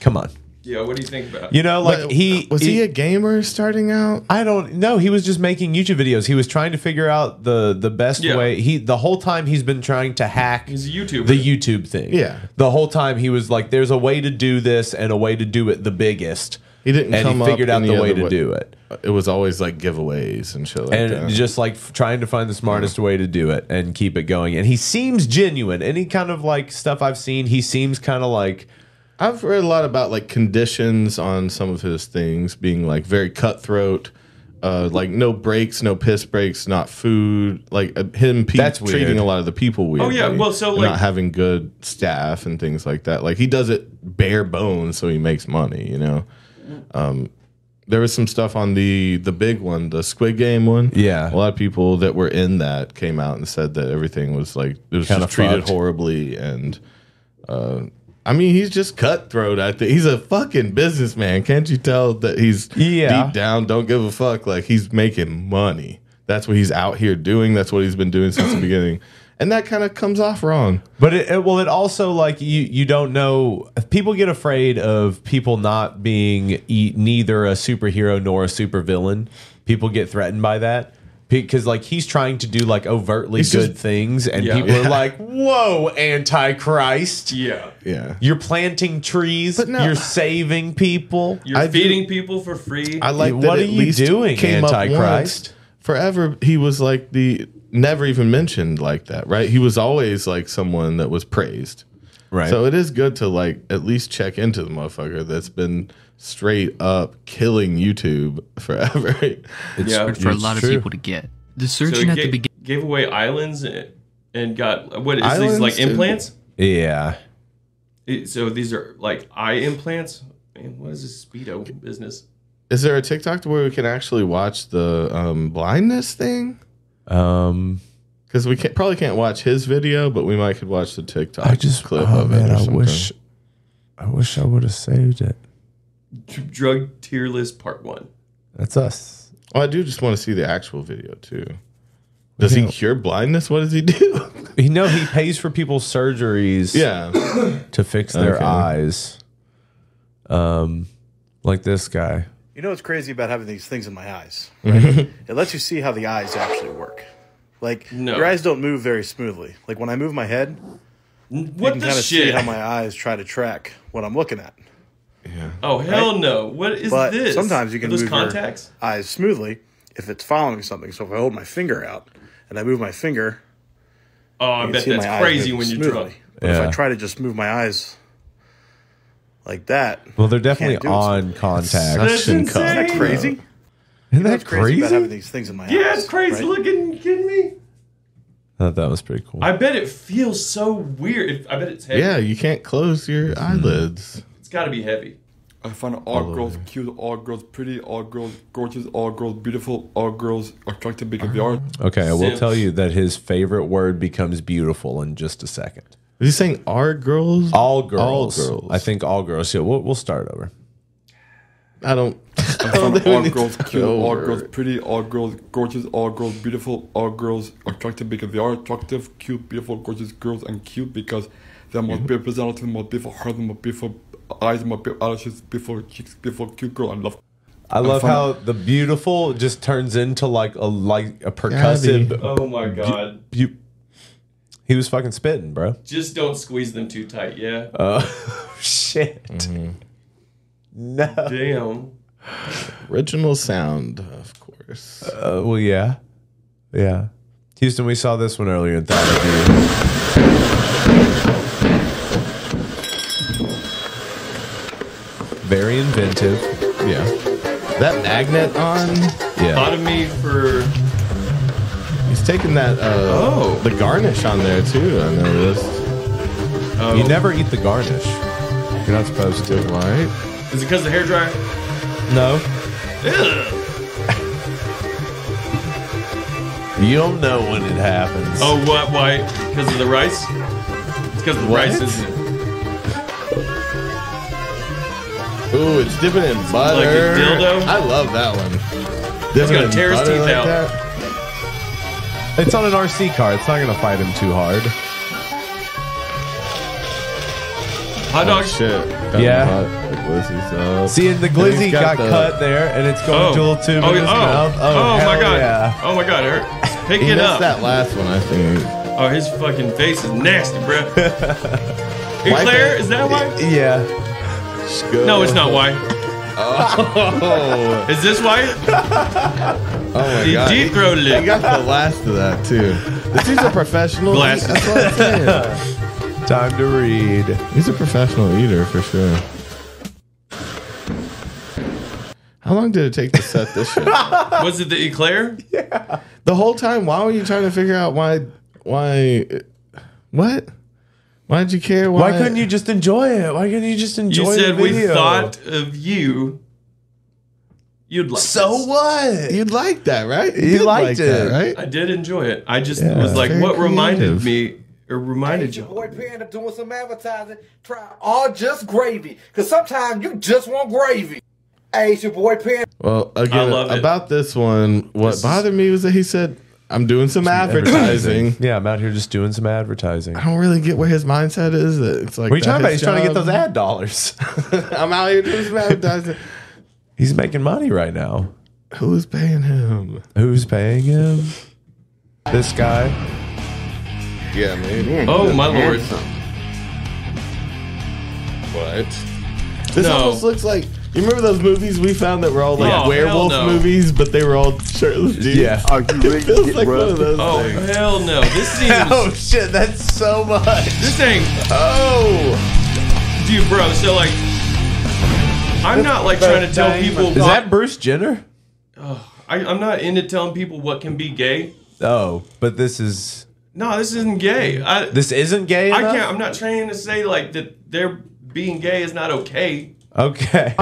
Speaker 1: come on,
Speaker 3: Yeah, what do you think about?
Speaker 1: you know, like
Speaker 4: But,
Speaker 1: he
Speaker 4: was he a gamer starting out?
Speaker 1: I don't know. He was just making YouTube videos. He was trying to figure out the the best
Speaker 3: Yeah.
Speaker 1: way. He the whole time he's been trying to hack
Speaker 3: He's a YouTuber.
Speaker 1: the YouTube thing.
Speaker 4: Yeah.
Speaker 1: The whole time he was like, "There's a way to do this and a way to do it the biggest."
Speaker 4: He didn't
Speaker 1: and
Speaker 4: come
Speaker 1: he
Speaker 4: up
Speaker 1: figured out
Speaker 4: any
Speaker 1: the way
Speaker 4: other
Speaker 1: to
Speaker 4: way.
Speaker 1: do it,
Speaker 4: It was always like giveaways and shit like
Speaker 1: and
Speaker 4: that.
Speaker 1: just like f- trying to find the smartest way to do it and keep it going. And he seems genuine. Any kind of like stuff I've seen, he seems kind of like
Speaker 4: I've read a lot about like conditions on some of his things being like very cutthroat, uh, like no breaks, no piss breaks, not food, like uh, him pe-
Speaker 1: That's weird.
Speaker 4: treating a lot of the people weird.
Speaker 3: Oh, yeah, well, so, like-
Speaker 4: not having good staff and things like that. Like he does it bare bones, so he makes money. You know, um, there was some stuff on the the big one, the Squid Game one.
Speaker 1: Yeah.
Speaker 4: a lot of people that were in that came out and said that everything was like it was
Speaker 1: Kinda
Speaker 4: just treated
Speaker 1: fucked.
Speaker 4: horribly and. I mean, he's just cutthroat. I think he's a fucking businessman. Can't you tell that he's
Speaker 1: Yeah.
Speaker 4: deep down don't give a fuck? Like he's making money. That's what he's out here doing. That's what he's been doing
Speaker 1: [CLEARS THROAT]
Speaker 4: since the beginning, and that kind of comes off wrong.
Speaker 1: But it, it well, it also like you you don't know. People get afraid of people not being e- neither a superhero nor a supervillain. People get threatened by that because like he's trying to do like overtly
Speaker 4: He's
Speaker 1: good
Speaker 4: just-
Speaker 1: things, and
Speaker 3: Yeah.
Speaker 1: people are like, "Whoa, Antichrist!
Speaker 3: Yeah.
Speaker 4: Yeah,
Speaker 1: You're planting trees.
Speaker 4: But no.
Speaker 1: You're saving people."
Speaker 3: You're
Speaker 4: I do-
Speaker 3: feeding people for free.
Speaker 4: I like
Speaker 1: What
Speaker 4: that
Speaker 1: are
Speaker 4: at
Speaker 1: you
Speaker 4: least
Speaker 1: doing,
Speaker 4: came up
Speaker 1: Antichrist?
Speaker 4: once. Forever, he was like the never even mentioned like that, right? He was always like someone that was praised.
Speaker 1: Right.
Speaker 4: So it is good to like at least check into the motherfucker that's been straight up killing YouTube [LAUGHS] forever.
Speaker 15: It's
Speaker 3: Yeah,
Speaker 15: hard for a
Speaker 1: it's
Speaker 15: lot
Speaker 1: true.
Speaker 15: of people to get. The
Speaker 3: so he
Speaker 15: surgeon at
Speaker 3: ga-
Speaker 15: the beginning.
Speaker 3: gave away islands and, and got what is these
Speaker 4: Islands
Speaker 3: like
Speaker 4: and-
Speaker 3: implants?
Speaker 1: Yeah.
Speaker 3: It- so these are like eye implants. Man, what is this speedo business?
Speaker 4: is there a TikTok where we can actually watch the um, blindness thing?
Speaker 1: Um.
Speaker 4: Because we can't, probably can't watch his video, but we might could watch the TikTok
Speaker 1: I just.
Speaker 4: clip
Speaker 1: oh
Speaker 4: of
Speaker 1: man,
Speaker 4: it. Or
Speaker 1: I
Speaker 4: something.
Speaker 1: wish. I wish I would have saved it.
Speaker 3: Dr- Drug tier list part one.
Speaker 1: That's us.
Speaker 4: Oh, I do just want to see the actual video too. Does he
Speaker 1: Yeah.
Speaker 4: cure blindness? What does
Speaker 1: [LAUGHS]
Speaker 4: he do?
Speaker 1: You know, he pays for people's surgeries.
Speaker 4: yeah.
Speaker 1: to fix their
Speaker 4: Okay.
Speaker 1: eyes. Um, like this guy.
Speaker 8: You know what's crazy about having these things in my eyes?
Speaker 1: Mm-hmm.
Speaker 8: Right? it lets you see how the eyes actually work. Like
Speaker 3: No.
Speaker 8: your eyes don't move very smoothly. Like when I move my head,
Speaker 3: What
Speaker 8: you
Speaker 3: the
Speaker 8: can kind of see
Speaker 3: shit?
Speaker 8: how my eyes try to track what I'm looking at.
Speaker 3: oh hell no! What is
Speaker 8: but
Speaker 3: this?
Speaker 8: sometimes you can
Speaker 3: Are those
Speaker 8: move
Speaker 3: contacts.
Speaker 8: your eyes smoothly if it's following something. So if I hold my finger out and I move my finger,
Speaker 3: Oh, I
Speaker 8: you can
Speaker 3: bet
Speaker 8: see my
Speaker 3: that's
Speaker 8: eyes
Speaker 3: crazy
Speaker 8: move
Speaker 3: when you're
Speaker 8: smoothly.
Speaker 3: drunk.
Speaker 8: But if
Speaker 1: Yeah.
Speaker 8: I try to just move my eyes like that,
Speaker 1: Well, they're
Speaker 8: definitely
Speaker 1: definitely
Speaker 8: do it. on [LAUGHS]
Speaker 1: on contact.
Speaker 3: That's insane.
Speaker 8: isn't that crazy?
Speaker 1: Isn't
Speaker 8: That's
Speaker 1: that
Speaker 8: crazy,
Speaker 1: crazy?
Speaker 8: about having these things in my eyes.
Speaker 3: Yeah, it's crazy.
Speaker 8: right?
Speaker 3: Looking, kidding me?
Speaker 1: thought that was pretty cool.
Speaker 3: I bet it feels so weird. It- I bet it's heavy.
Speaker 4: Yeah, you can't close your
Speaker 1: Mm-hmm.
Speaker 4: eyelids.
Speaker 3: It's got to be heavy.
Speaker 5: I find all girls cute, all girls pretty, all girls gorgeous, all girls beautiful, all girls attractive because they are.
Speaker 1: okay, I will
Speaker 3: Sims.
Speaker 1: tell you that his favorite word becomes beautiful in just a second.
Speaker 4: Is he saying our girls?
Speaker 1: All girls.
Speaker 4: girls.
Speaker 1: I think all girls. Yeah, we'll, we'll start over. [LAUGHS]
Speaker 4: I don't.
Speaker 5: I find all girls cute,
Speaker 4: Oh,
Speaker 5: all
Speaker 4: word.
Speaker 5: girls pretty, all girls gorgeous, all girls beautiful, all girls attractive because they are attractive, cute, beautiful, gorgeous girls, and cute because they are
Speaker 4: Mm-hmm.
Speaker 5: most beautiful personality, most beautiful heart, most beautiful eyes, most beautiful eyelashes, beautiful cheeks, beautiful cute girl, and love.
Speaker 1: I love
Speaker 5: fine.
Speaker 1: how the beautiful just turns into like a like a percussive.
Speaker 3: Oh my god.
Speaker 1: bu- He was fucking spitting, bro.
Speaker 3: Just don't squeeze them too tight, yeah.
Speaker 5: Uh.
Speaker 1: Oh shit. Mm-hmm. No.
Speaker 3: Damn.
Speaker 4: Original sound, of course.
Speaker 1: Uh, well, yeah, yeah. Houston, we saw this one earlier and thought of you. Very inventive.
Speaker 4: Yeah. That magnet on.
Speaker 1: Yeah.
Speaker 3: Thought of me for.
Speaker 4: He's taking that. Uh,
Speaker 3: Oh.
Speaker 4: The garnish on there too. I noticed.
Speaker 3: Oh.
Speaker 1: You never eat the garnish. You're not supposed to.
Speaker 4: Right.
Speaker 3: Is it because the hair dryer?
Speaker 1: No. You'll know when it happens.
Speaker 3: Oh, what? Why? Because of the rice? It's because of the
Speaker 4: What?
Speaker 3: rice, isn't it?
Speaker 4: Ooh, it's dipping in butter.
Speaker 3: dildo?
Speaker 4: I love that one. Dipping
Speaker 3: gonna
Speaker 4: in
Speaker 3: tear his
Speaker 4: butter
Speaker 3: teeth
Speaker 4: like
Speaker 3: out.
Speaker 4: that?
Speaker 1: It's on an RC car. It's not going to fight him too hard.
Speaker 3: Hot
Speaker 4: Oh,
Speaker 3: dog.
Speaker 4: shit. Got
Speaker 1: Yeah.
Speaker 4: hot, like, glizzy's up.
Speaker 1: See, and the glizzy
Speaker 4: He's
Speaker 1: got,
Speaker 4: the-
Speaker 1: cut there, and it's going
Speaker 3: Oh.
Speaker 1: to a little tube
Speaker 3: oh,
Speaker 1: in his
Speaker 3: oh.
Speaker 1: mouth.
Speaker 3: Oh, my
Speaker 1: hell
Speaker 3: god.
Speaker 1: Yeah.
Speaker 3: Oh my god, it
Speaker 5: [LAUGHS]
Speaker 3: hurt. Pick
Speaker 4: He
Speaker 3: it
Speaker 4: missed
Speaker 3: up.
Speaker 4: that last one, I think.
Speaker 3: Oh, his fucking face is nasty,
Speaker 5: [LAUGHS]
Speaker 3: bro. Claire,
Speaker 4: it.
Speaker 3: is that why?
Speaker 1: Yeah.
Speaker 3: No, it's not why.
Speaker 4: Oh,
Speaker 3: Is this why?
Speaker 4: oh my
Speaker 3: He
Speaker 4: god.
Speaker 3: [LAUGHS] deep throated
Speaker 4: I
Speaker 3: it.
Speaker 4: got the last of that too. This dude's a professional.
Speaker 3: Glasses.
Speaker 4: That's what I'm saying.
Speaker 1: Time to read.
Speaker 4: He's a professional eater for sure. How long did it take to set this
Speaker 1: [LAUGHS]
Speaker 4: shit?
Speaker 3: Was it the eclair?
Speaker 4: the whole time, why were you trying to figure out why? Why? What? Why did you care?
Speaker 1: Why couldn't you just enjoy it? Why couldn't you just enjoy
Speaker 3: You
Speaker 1: the
Speaker 3: said we
Speaker 1: video?
Speaker 3: thought of you. You'd like
Speaker 1: So
Speaker 3: this.
Speaker 1: what?
Speaker 4: You liked that, right?
Speaker 1: You
Speaker 4: did
Speaker 1: liked
Speaker 4: that,
Speaker 1: it.
Speaker 4: right?
Speaker 3: I did enjoy it. I just
Speaker 4: Yeah,
Speaker 3: was like,
Speaker 4: very
Speaker 3: what reminded
Speaker 4: creative.
Speaker 3: me or reminded
Speaker 12: Get your
Speaker 3: you?
Speaker 12: boy Panda doing some advertising. Try all just gravy. Because sometimes you just want gravy. Hey, it's your boy Panda.
Speaker 4: Well, again,
Speaker 3: I love it.
Speaker 4: about this one, what
Speaker 3: This is-
Speaker 4: bothered me was that he said, "I'm doing some advertising."
Speaker 1: Yeah, I'm out here just doing some advertising.
Speaker 4: I don't really get where his mindset is. that It's like
Speaker 1: What are you
Speaker 4: that
Speaker 1: talking about?
Speaker 4: his
Speaker 1: He's trying to get
Speaker 4: job?
Speaker 1: those ad dollars. [LAUGHS]
Speaker 4: I'm out here doing some advertising.
Speaker 1: He's making money right now.
Speaker 4: Who's paying him?
Speaker 1: Who's paying him? This guy.
Speaker 4: Yeah, man.
Speaker 3: Oh my lord.
Speaker 4: What? This
Speaker 3: No.
Speaker 4: almost looks like you remember those movies we found that were all like
Speaker 3: Yeah. Oh,
Speaker 4: werewolf
Speaker 3: hell no.
Speaker 4: movies, but they were all shirtless dudes.
Speaker 1: Yeah.
Speaker 4: Are you ready [LAUGHS] it feels like one of those
Speaker 3: Oh
Speaker 4: things.
Speaker 3: hell no.
Speaker 4: [LAUGHS]
Speaker 3: This
Speaker 1: Oh
Speaker 3: seems
Speaker 1: shit, that's so much.
Speaker 3: this ain't
Speaker 4: Oh,
Speaker 3: dude bro, so like I'm not like trying to tell people
Speaker 1: Is that Bruce Jenner?
Speaker 3: I, I'm not into telling people what can be gay.
Speaker 1: Oh, but this is
Speaker 3: No, this isn't gay. I
Speaker 1: this isn't gay
Speaker 3: I
Speaker 1: enough?
Speaker 3: can't I'm not trying to say like that they're being gay is not okay.
Speaker 1: Okay.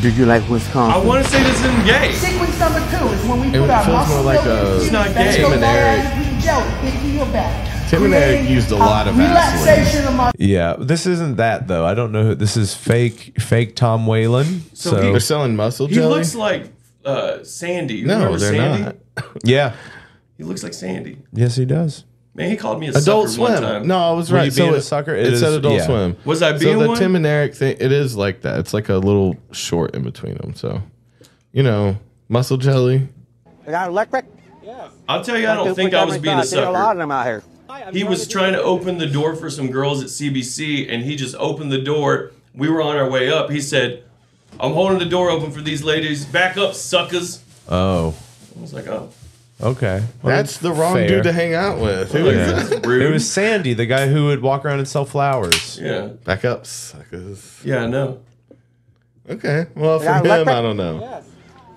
Speaker 12: Did you like Wisconsin?
Speaker 3: I wanna say this isn't gay.
Speaker 12: Sequence number two is when we
Speaker 4: it
Speaker 12: put our
Speaker 4: feels
Speaker 12: muscle
Speaker 4: more like
Speaker 3: It's
Speaker 4: a
Speaker 3: not gay.
Speaker 4: Tim and Eric.
Speaker 12: Eric.
Speaker 4: Tim and Eric used a lot of
Speaker 12: relaxation of my
Speaker 1: [LAUGHS] Yeah, this isn't that though. I don't know who this is. Fake, fake Tom Whalen. So,
Speaker 3: So he-
Speaker 4: They're selling muscle
Speaker 3: He
Speaker 4: jelly.
Speaker 3: looks like uh, Sandy. You
Speaker 4: No,
Speaker 3: remember
Speaker 4: they're
Speaker 3: Sandy?
Speaker 4: not.
Speaker 1: yeah,
Speaker 3: He looks like Sandy.
Speaker 1: yes, he does.
Speaker 3: Man, he called me a
Speaker 4: Adult
Speaker 3: sucker one
Speaker 4: Swim.
Speaker 3: time.
Speaker 4: No, I was
Speaker 1: Were
Speaker 4: right.
Speaker 1: you being a sucker?
Speaker 4: It,
Speaker 1: It
Speaker 4: said
Speaker 1: is-
Speaker 4: Adult
Speaker 1: yeah.
Speaker 4: Swim.
Speaker 3: Was I
Speaker 4: so
Speaker 3: being
Speaker 4: the
Speaker 3: one?
Speaker 4: Tim and Eric thing? It is like that. It's like a little short in between them. So, you know, muscle jelly.
Speaker 12: got electric.
Speaker 3: I'll tell you, I don't think I was being a sucker.
Speaker 12: them out here.
Speaker 3: He was trying to open the door for some girls at CBC, and he just opened the door. We were on our way up. He said, "I'm holding the door open for these ladies. Back up, suckers."
Speaker 1: Oh,
Speaker 3: I was like, "Oh,
Speaker 1: okay. Well,
Speaker 4: That's the wrong
Speaker 1: fair.
Speaker 4: dude to hang out with. Who is
Speaker 1: Yeah.
Speaker 4: that?
Speaker 1: It
Speaker 3: that's rude."
Speaker 1: was Sandy, the guy who would walk around and sell flowers.
Speaker 3: yeah,
Speaker 4: Back up, suckers.
Speaker 3: yeah, I know.
Speaker 4: Okay. Well, for
Speaker 12: Yeah, I
Speaker 4: him,
Speaker 12: like that.
Speaker 4: I don't know.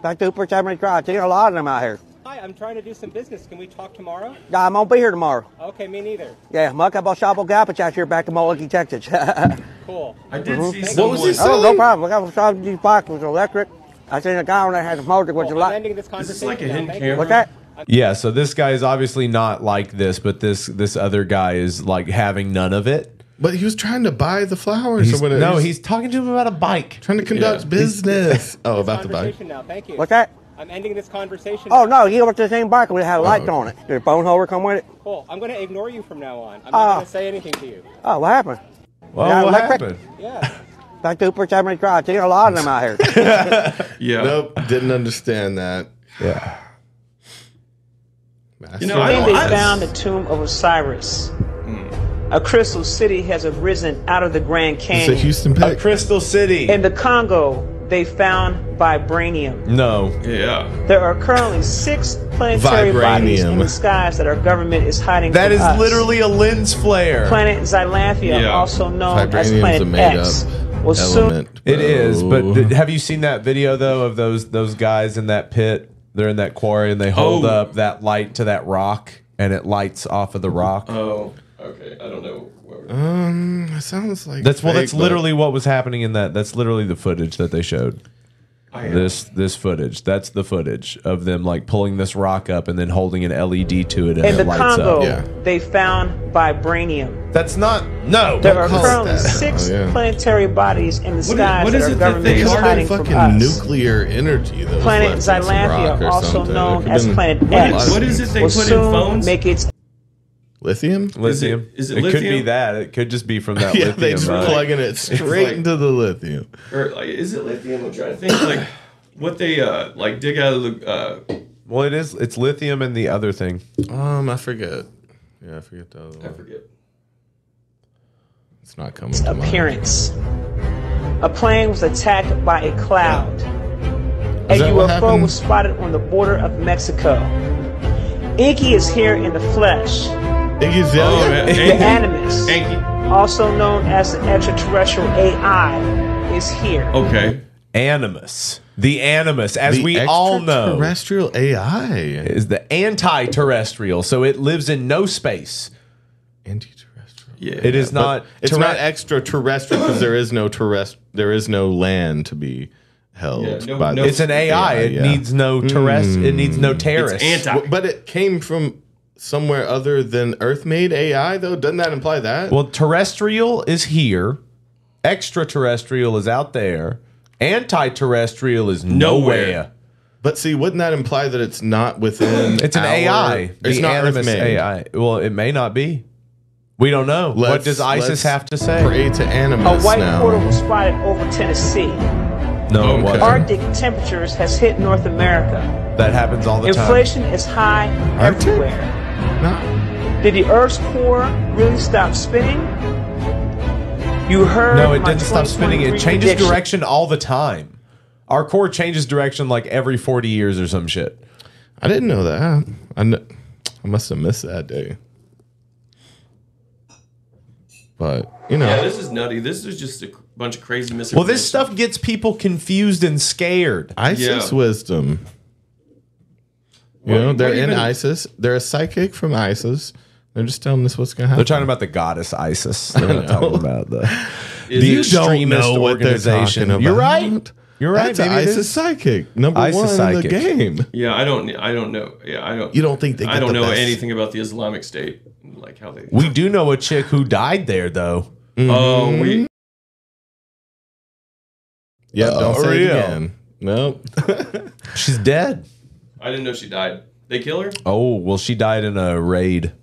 Speaker 12: Back to Hooper Chapman Drive. They got a lot of them out here.
Speaker 16: Hi, I'm trying to do some business. Can we talk tomorrow?
Speaker 12: Yeah, I'm gonna be here tomorrow.
Speaker 16: Okay, me neither.
Speaker 12: Yeah, muck up on Shabo Gapach out here back to Mulligan, Texas. [LAUGHS] oh,
Speaker 16: Cool.
Speaker 3: I did see
Speaker 4: What
Speaker 3: someone.
Speaker 4: was he
Speaker 16: Oh.
Speaker 4: selling?
Speaker 12: no problem. I got some these box was electric. I seen a guy on that had a motor which
Speaker 16: Well,
Speaker 12: was
Speaker 16: I'm
Speaker 12: a lot.
Speaker 16: ending this
Speaker 3: Is this
Speaker 16: conversation.
Speaker 3: like a
Speaker 16: now.
Speaker 3: hidden
Speaker 16: Thank you.
Speaker 3: camera?
Speaker 12: What's that?
Speaker 1: Yeah, so this guy is obviously not like this, but this this other guy is like having none of it.
Speaker 4: But he was trying to buy the flowers
Speaker 1: He's-
Speaker 4: or whatever.
Speaker 1: no,
Speaker 4: He's
Speaker 1: he's talking to him about a bike.
Speaker 4: trying to conduct business. oh, about the bike.
Speaker 16: Conversation now. Thank you.
Speaker 12: What's that?
Speaker 16: I'm ending this conversation.
Speaker 12: Oh
Speaker 16: now.
Speaker 12: no, he went to the same bike with it had lights on it. Did a phone holder come with it?
Speaker 16: Cool. I'm going to ignore you from now on. I'm
Speaker 12: Ah.
Speaker 16: not going to say anything to you.
Speaker 12: Oh, what happened?
Speaker 1: Well,
Speaker 12: Yeah,
Speaker 1: what
Speaker 12: electric.
Speaker 1: happened?
Speaker 16: Yeah.
Speaker 12: Back to Hooper Chapman Drive. They got a lot of them out here.
Speaker 1: [LAUGHS]
Speaker 3: Yeah,
Speaker 4: Nope, didn't understand that.
Speaker 1: Yeah.
Speaker 4: You know, I
Speaker 17: then
Speaker 4: don't-
Speaker 17: they
Speaker 4: I-
Speaker 17: found the [LAUGHS] tomb of Osiris. A crystal city has arisen out of the Grand Canyon.
Speaker 4: Houston pick.
Speaker 17: A
Speaker 1: crystal city.
Speaker 17: In the Congo, they found vibranium.
Speaker 1: No.
Speaker 3: Yeah.
Speaker 17: There are currently six planetary bodies in
Speaker 1: Vibranium.
Speaker 17: the skies that our government is hiding
Speaker 1: That
Speaker 17: from
Speaker 1: is
Speaker 17: us.
Speaker 1: literally a lens flare.
Speaker 17: Planet Xylanthia,
Speaker 1: Yeah.
Speaker 17: also known as
Speaker 1: Vibranium's
Speaker 17: Planet
Speaker 1: a made
Speaker 17: X,
Speaker 1: up
Speaker 17: was soon.
Speaker 1: It is,
Speaker 3: Oh.
Speaker 1: but th- have you seen that video though of those those guys in that pit? They're in that quarry and they hold
Speaker 3: Oh.
Speaker 1: up that light to that rock and it lights off of the rock.
Speaker 3: Oh, okay. I don't know. What we're...
Speaker 4: Um, it sounds like
Speaker 1: That's well.
Speaker 4: fake,
Speaker 1: That's
Speaker 4: but-
Speaker 1: literally what was happening in that. That's literally the footage that they showed.
Speaker 3: I-
Speaker 1: This this footage. That's the footage of them like pulling this rock up and then holding an LED to it and
Speaker 17: In
Speaker 1: it
Speaker 17: the
Speaker 1: lights
Speaker 17: Congo,
Speaker 1: up. Yeah.
Speaker 17: they found vibranium.
Speaker 1: That's not no.
Speaker 17: There are currently
Speaker 4: that?
Speaker 17: six
Speaker 4: Oh, yeah.
Speaker 17: planetary bodies in the
Speaker 4: What
Speaker 17: skies
Speaker 4: is- what
Speaker 17: that
Speaker 4: is
Speaker 17: our
Speaker 4: it that
Speaker 17: government
Speaker 4: they
Speaker 17: is
Speaker 4: are?
Speaker 17: hiding from
Speaker 4: fucking
Speaker 17: us.
Speaker 4: nuclear energy? That was
Speaker 17: Planet
Speaker 4: left in some rock
Speaker 17: Xylanthia,
Speaker 4: or
Speaker 17: also
Speaker 4: something. It
Speaker 17: known
Speaker 4: could've
Speaker 17: as
Speaker 4: been
Speaker 17: Planet
Speaker 4: a lot
Speaker 17: X,
Speaker 4: of things.
Speaker 17: will soon make its
Speaker 4: Lithium?
Speaker 1: Lithium.
Speaker 3: is it
Speaker 1: it could be
Speaker 3: lithium?
Speaker 1: that. It could just be
Speaker 3: [LAUGHS]
Speaker 1: from that
Speaker 4: [LAUGHS] yeah,
Speaker 1: lithium.
Speaker 4: they just
Speaker 1: right?
Speaker 4: plugging it
Speaker 3: It's
Speaker 4: straight
Speaker 3: like-
Speaker 4: into the lithium.
Speaker 3: Or like, is it lithium? I'm trying to think.
Speaker 4: [COUGHS]
Speaker 3: Like, what they uh like dig out of the uh,
Speaker 1: Well, it is. It's lithium and the other thing.
Speaker 4: Um, I forget. Yeah, I forget the other one. I
Speaker 3: forget.
Speaker 4: It's not coming to mind.
Speaker 17: appearance. A plane was attacked by a cloud. A
Speaker 4: Is that
Speaker 17: UFO
Speaker 4: what happened?
Speaker 17: was spotted on the border of Mexico. Iggy is here in the flesh.
Speaker 4: Iggy's the
Speaker 17: The
Speaker 1: Oh,
Speaker 4: other one.
Speaker 17: Animus, also known as the extraterrestrial AI, is here.
Speaker 1: Oh,
Speaker 3: Okay.
Speaker 1: Animus. The animus, as
Speaker 4: The
Speaker 1: we all know,
Speaker 4: extraterrestrial AI
Speaker 1: is the anti-terrestrial. So it lives in no space.
Speaker 4: Anti-terrestrial.
Speaker 1: Yeah, it is
Speaker 4: But
Speaker 1: not.
Speaker 4: It's
Speaker 1: terre-
Speaker 4: not extraterrestrial because there is no terrest. There is no land to be held.
Speaker 1: Yeah, no-
Speaker 4: by
Speaker 1: no-
Speaker 4: this
Speaker 1: It's an AI. It needs no terrest- it needs no terrorists.
Speaker 4: Hmm. It's
Speaker 1: anti.
Speaker 4: But it came from somewhere other than Earth-made AI, though. Doesn't that imply that?
Speaker 1: Well, terrestrial is here. Extraterrestrial is out there. Anti-terrestrial is nowhere.
Speaker 4: But see, wouldn't that imply that it's not within?
Speaker 1: It's an
Speaker 4: our-
Speaker 1: AI.
Speaker 4: It's
Speaker 1: The
Speaker 4: not
Speaker 1: animus
Speaker 4: Earth-made.
Speaker 1: AI. Well, it may not be. We don't know. what
Speaker 4: Let's-
Speaker 1: does ISIS
Speaker 4: let's
Speaker 1: have to say?
Speaker 4: Pray to
Speaker 17: A
Speaker 4: animus
Speaker 17: white
Speaker 4: now.
Speaker 17: portal was spotted over Tennessee.
Speaker 1: No, it
Speaker 4: Okay.
Speaker 1: wasn't.
Speaker 17: Arctic temperatures has hit North America.
Speaker 1: That happens all the
Speaker 17: Inflation is high everywhere. Did the Earth's core really stop spinning? You heard
Speaker 1: time. No, it
Speaker 17: my
Speaker 1: didn't stop spinning. It
Speaker 17: 2023
Speaker 1: changes
Speaker 17: prediction.
Speaker 1: direction all the time. Our core changes direction like every 40 years or some shit.
Speaker 4: I didn't know that. I, kn- I must have missed that day. But you know,
Speaker 3: yeah, this is nutty. This is just a c- bunch of crazy misinformation.
Speaker 1: Well, this stuff gets people confused and scared.
Speaker 4: ISIS wisdom. You
Speaker 1: What-
Speaker 4: know,
Speaker 1: what
Speaker 4: they're
Speaker 1: do you
Speaker 4: in
Speaker 1: mean?
Speaker 4: ISIS. They're a psychic from ISIS. They're just telling us what's gonna happen.
Speaker 1: They're talking about the goddess ISIS. They're not
Speaker 4: know.
Speaker 1: talking about the,
Speaker 4: Is
Speaker 1: the
Speaker 4: you don't
Speaker 1: extremist
Speaker 4: know what they're
Speaker 1: organization.
Speaker 4: talking
Speaker 1: You're
Speaker 4: about.
Speaker 1: right. You're right.
Speaker 4: That's a
Speaker 1: Maybe it
Speaker 4: ISIS
Speaker 1: is.
Speaker 4: psychic number
Speaker 1: ISIS
Speaker 4: one
Speaker 1: psychic.
Speaker 4: in the game.
Speaker 3: Yeah, I don't. I don't know. Yeah, I don't.
Speaker 4: You don't think they
Speaker 3: I
Speaker 4: get
Speaker 3: don't
Speaker 4: the
Speaker 3: know
Speaker 4: best.
Speaker 3: anything about the Islamic State, like how they.
Speaker 1: We do know a chick who died there, though.
Speaker 4: Mm-hmm.
Speaker 3: Oh, we.
Speaker 4: Yeah, don't say it
Speaker 1: Ariel.
Speaker 4: again.
Speaker 1: [LAUGHS]
Speaker 4: Nope.
Speaker 1: She's dead.
Speaker 3: I didn't know she died. They kill her.
Speaker 1: Oh, well, she died in a raid.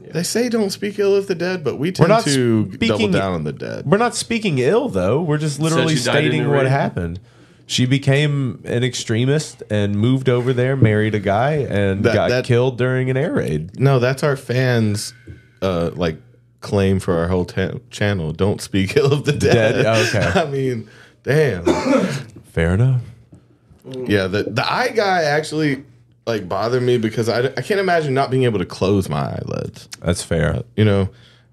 Speaker 4: They say don't speak ill of the dead, but we
Speaker 1: We're
Speaker 4: tend
Speaker 1: not
Speaker 4: to double
Speaker 1: speaking-
Speaker 4: down on the dead.
Speaker 1: We're not speaking ill, though. We're just literally
Speaker 4: she died in
Speaker 1: stating
Speaker 4: a
Speaker 1: what
Speaker 4: raid?
Speaker 1: happened. She became an extremist and moved over there, married a guy, and
Speaker 4: That-
Speaker 1: got
Speaker 4: that-
Speaker 1: killed during an air raid.
Speaker 4: No, that's our fans, uh, like claim for our whole ta- channel. Don't speak [LAUGHS] ill of the dead.
Speaker 1: Dead? Oh, Okay.
Speaker 4: [LAUGHS] I mean, damn.
Speaker 1: Fair enough.
Speaker 4: yeah, the the eye guy actually like bothered me because I, I can't imagine not being able to close my eyelids.
Speaker 1: That's fair.
Speaker 4: You know,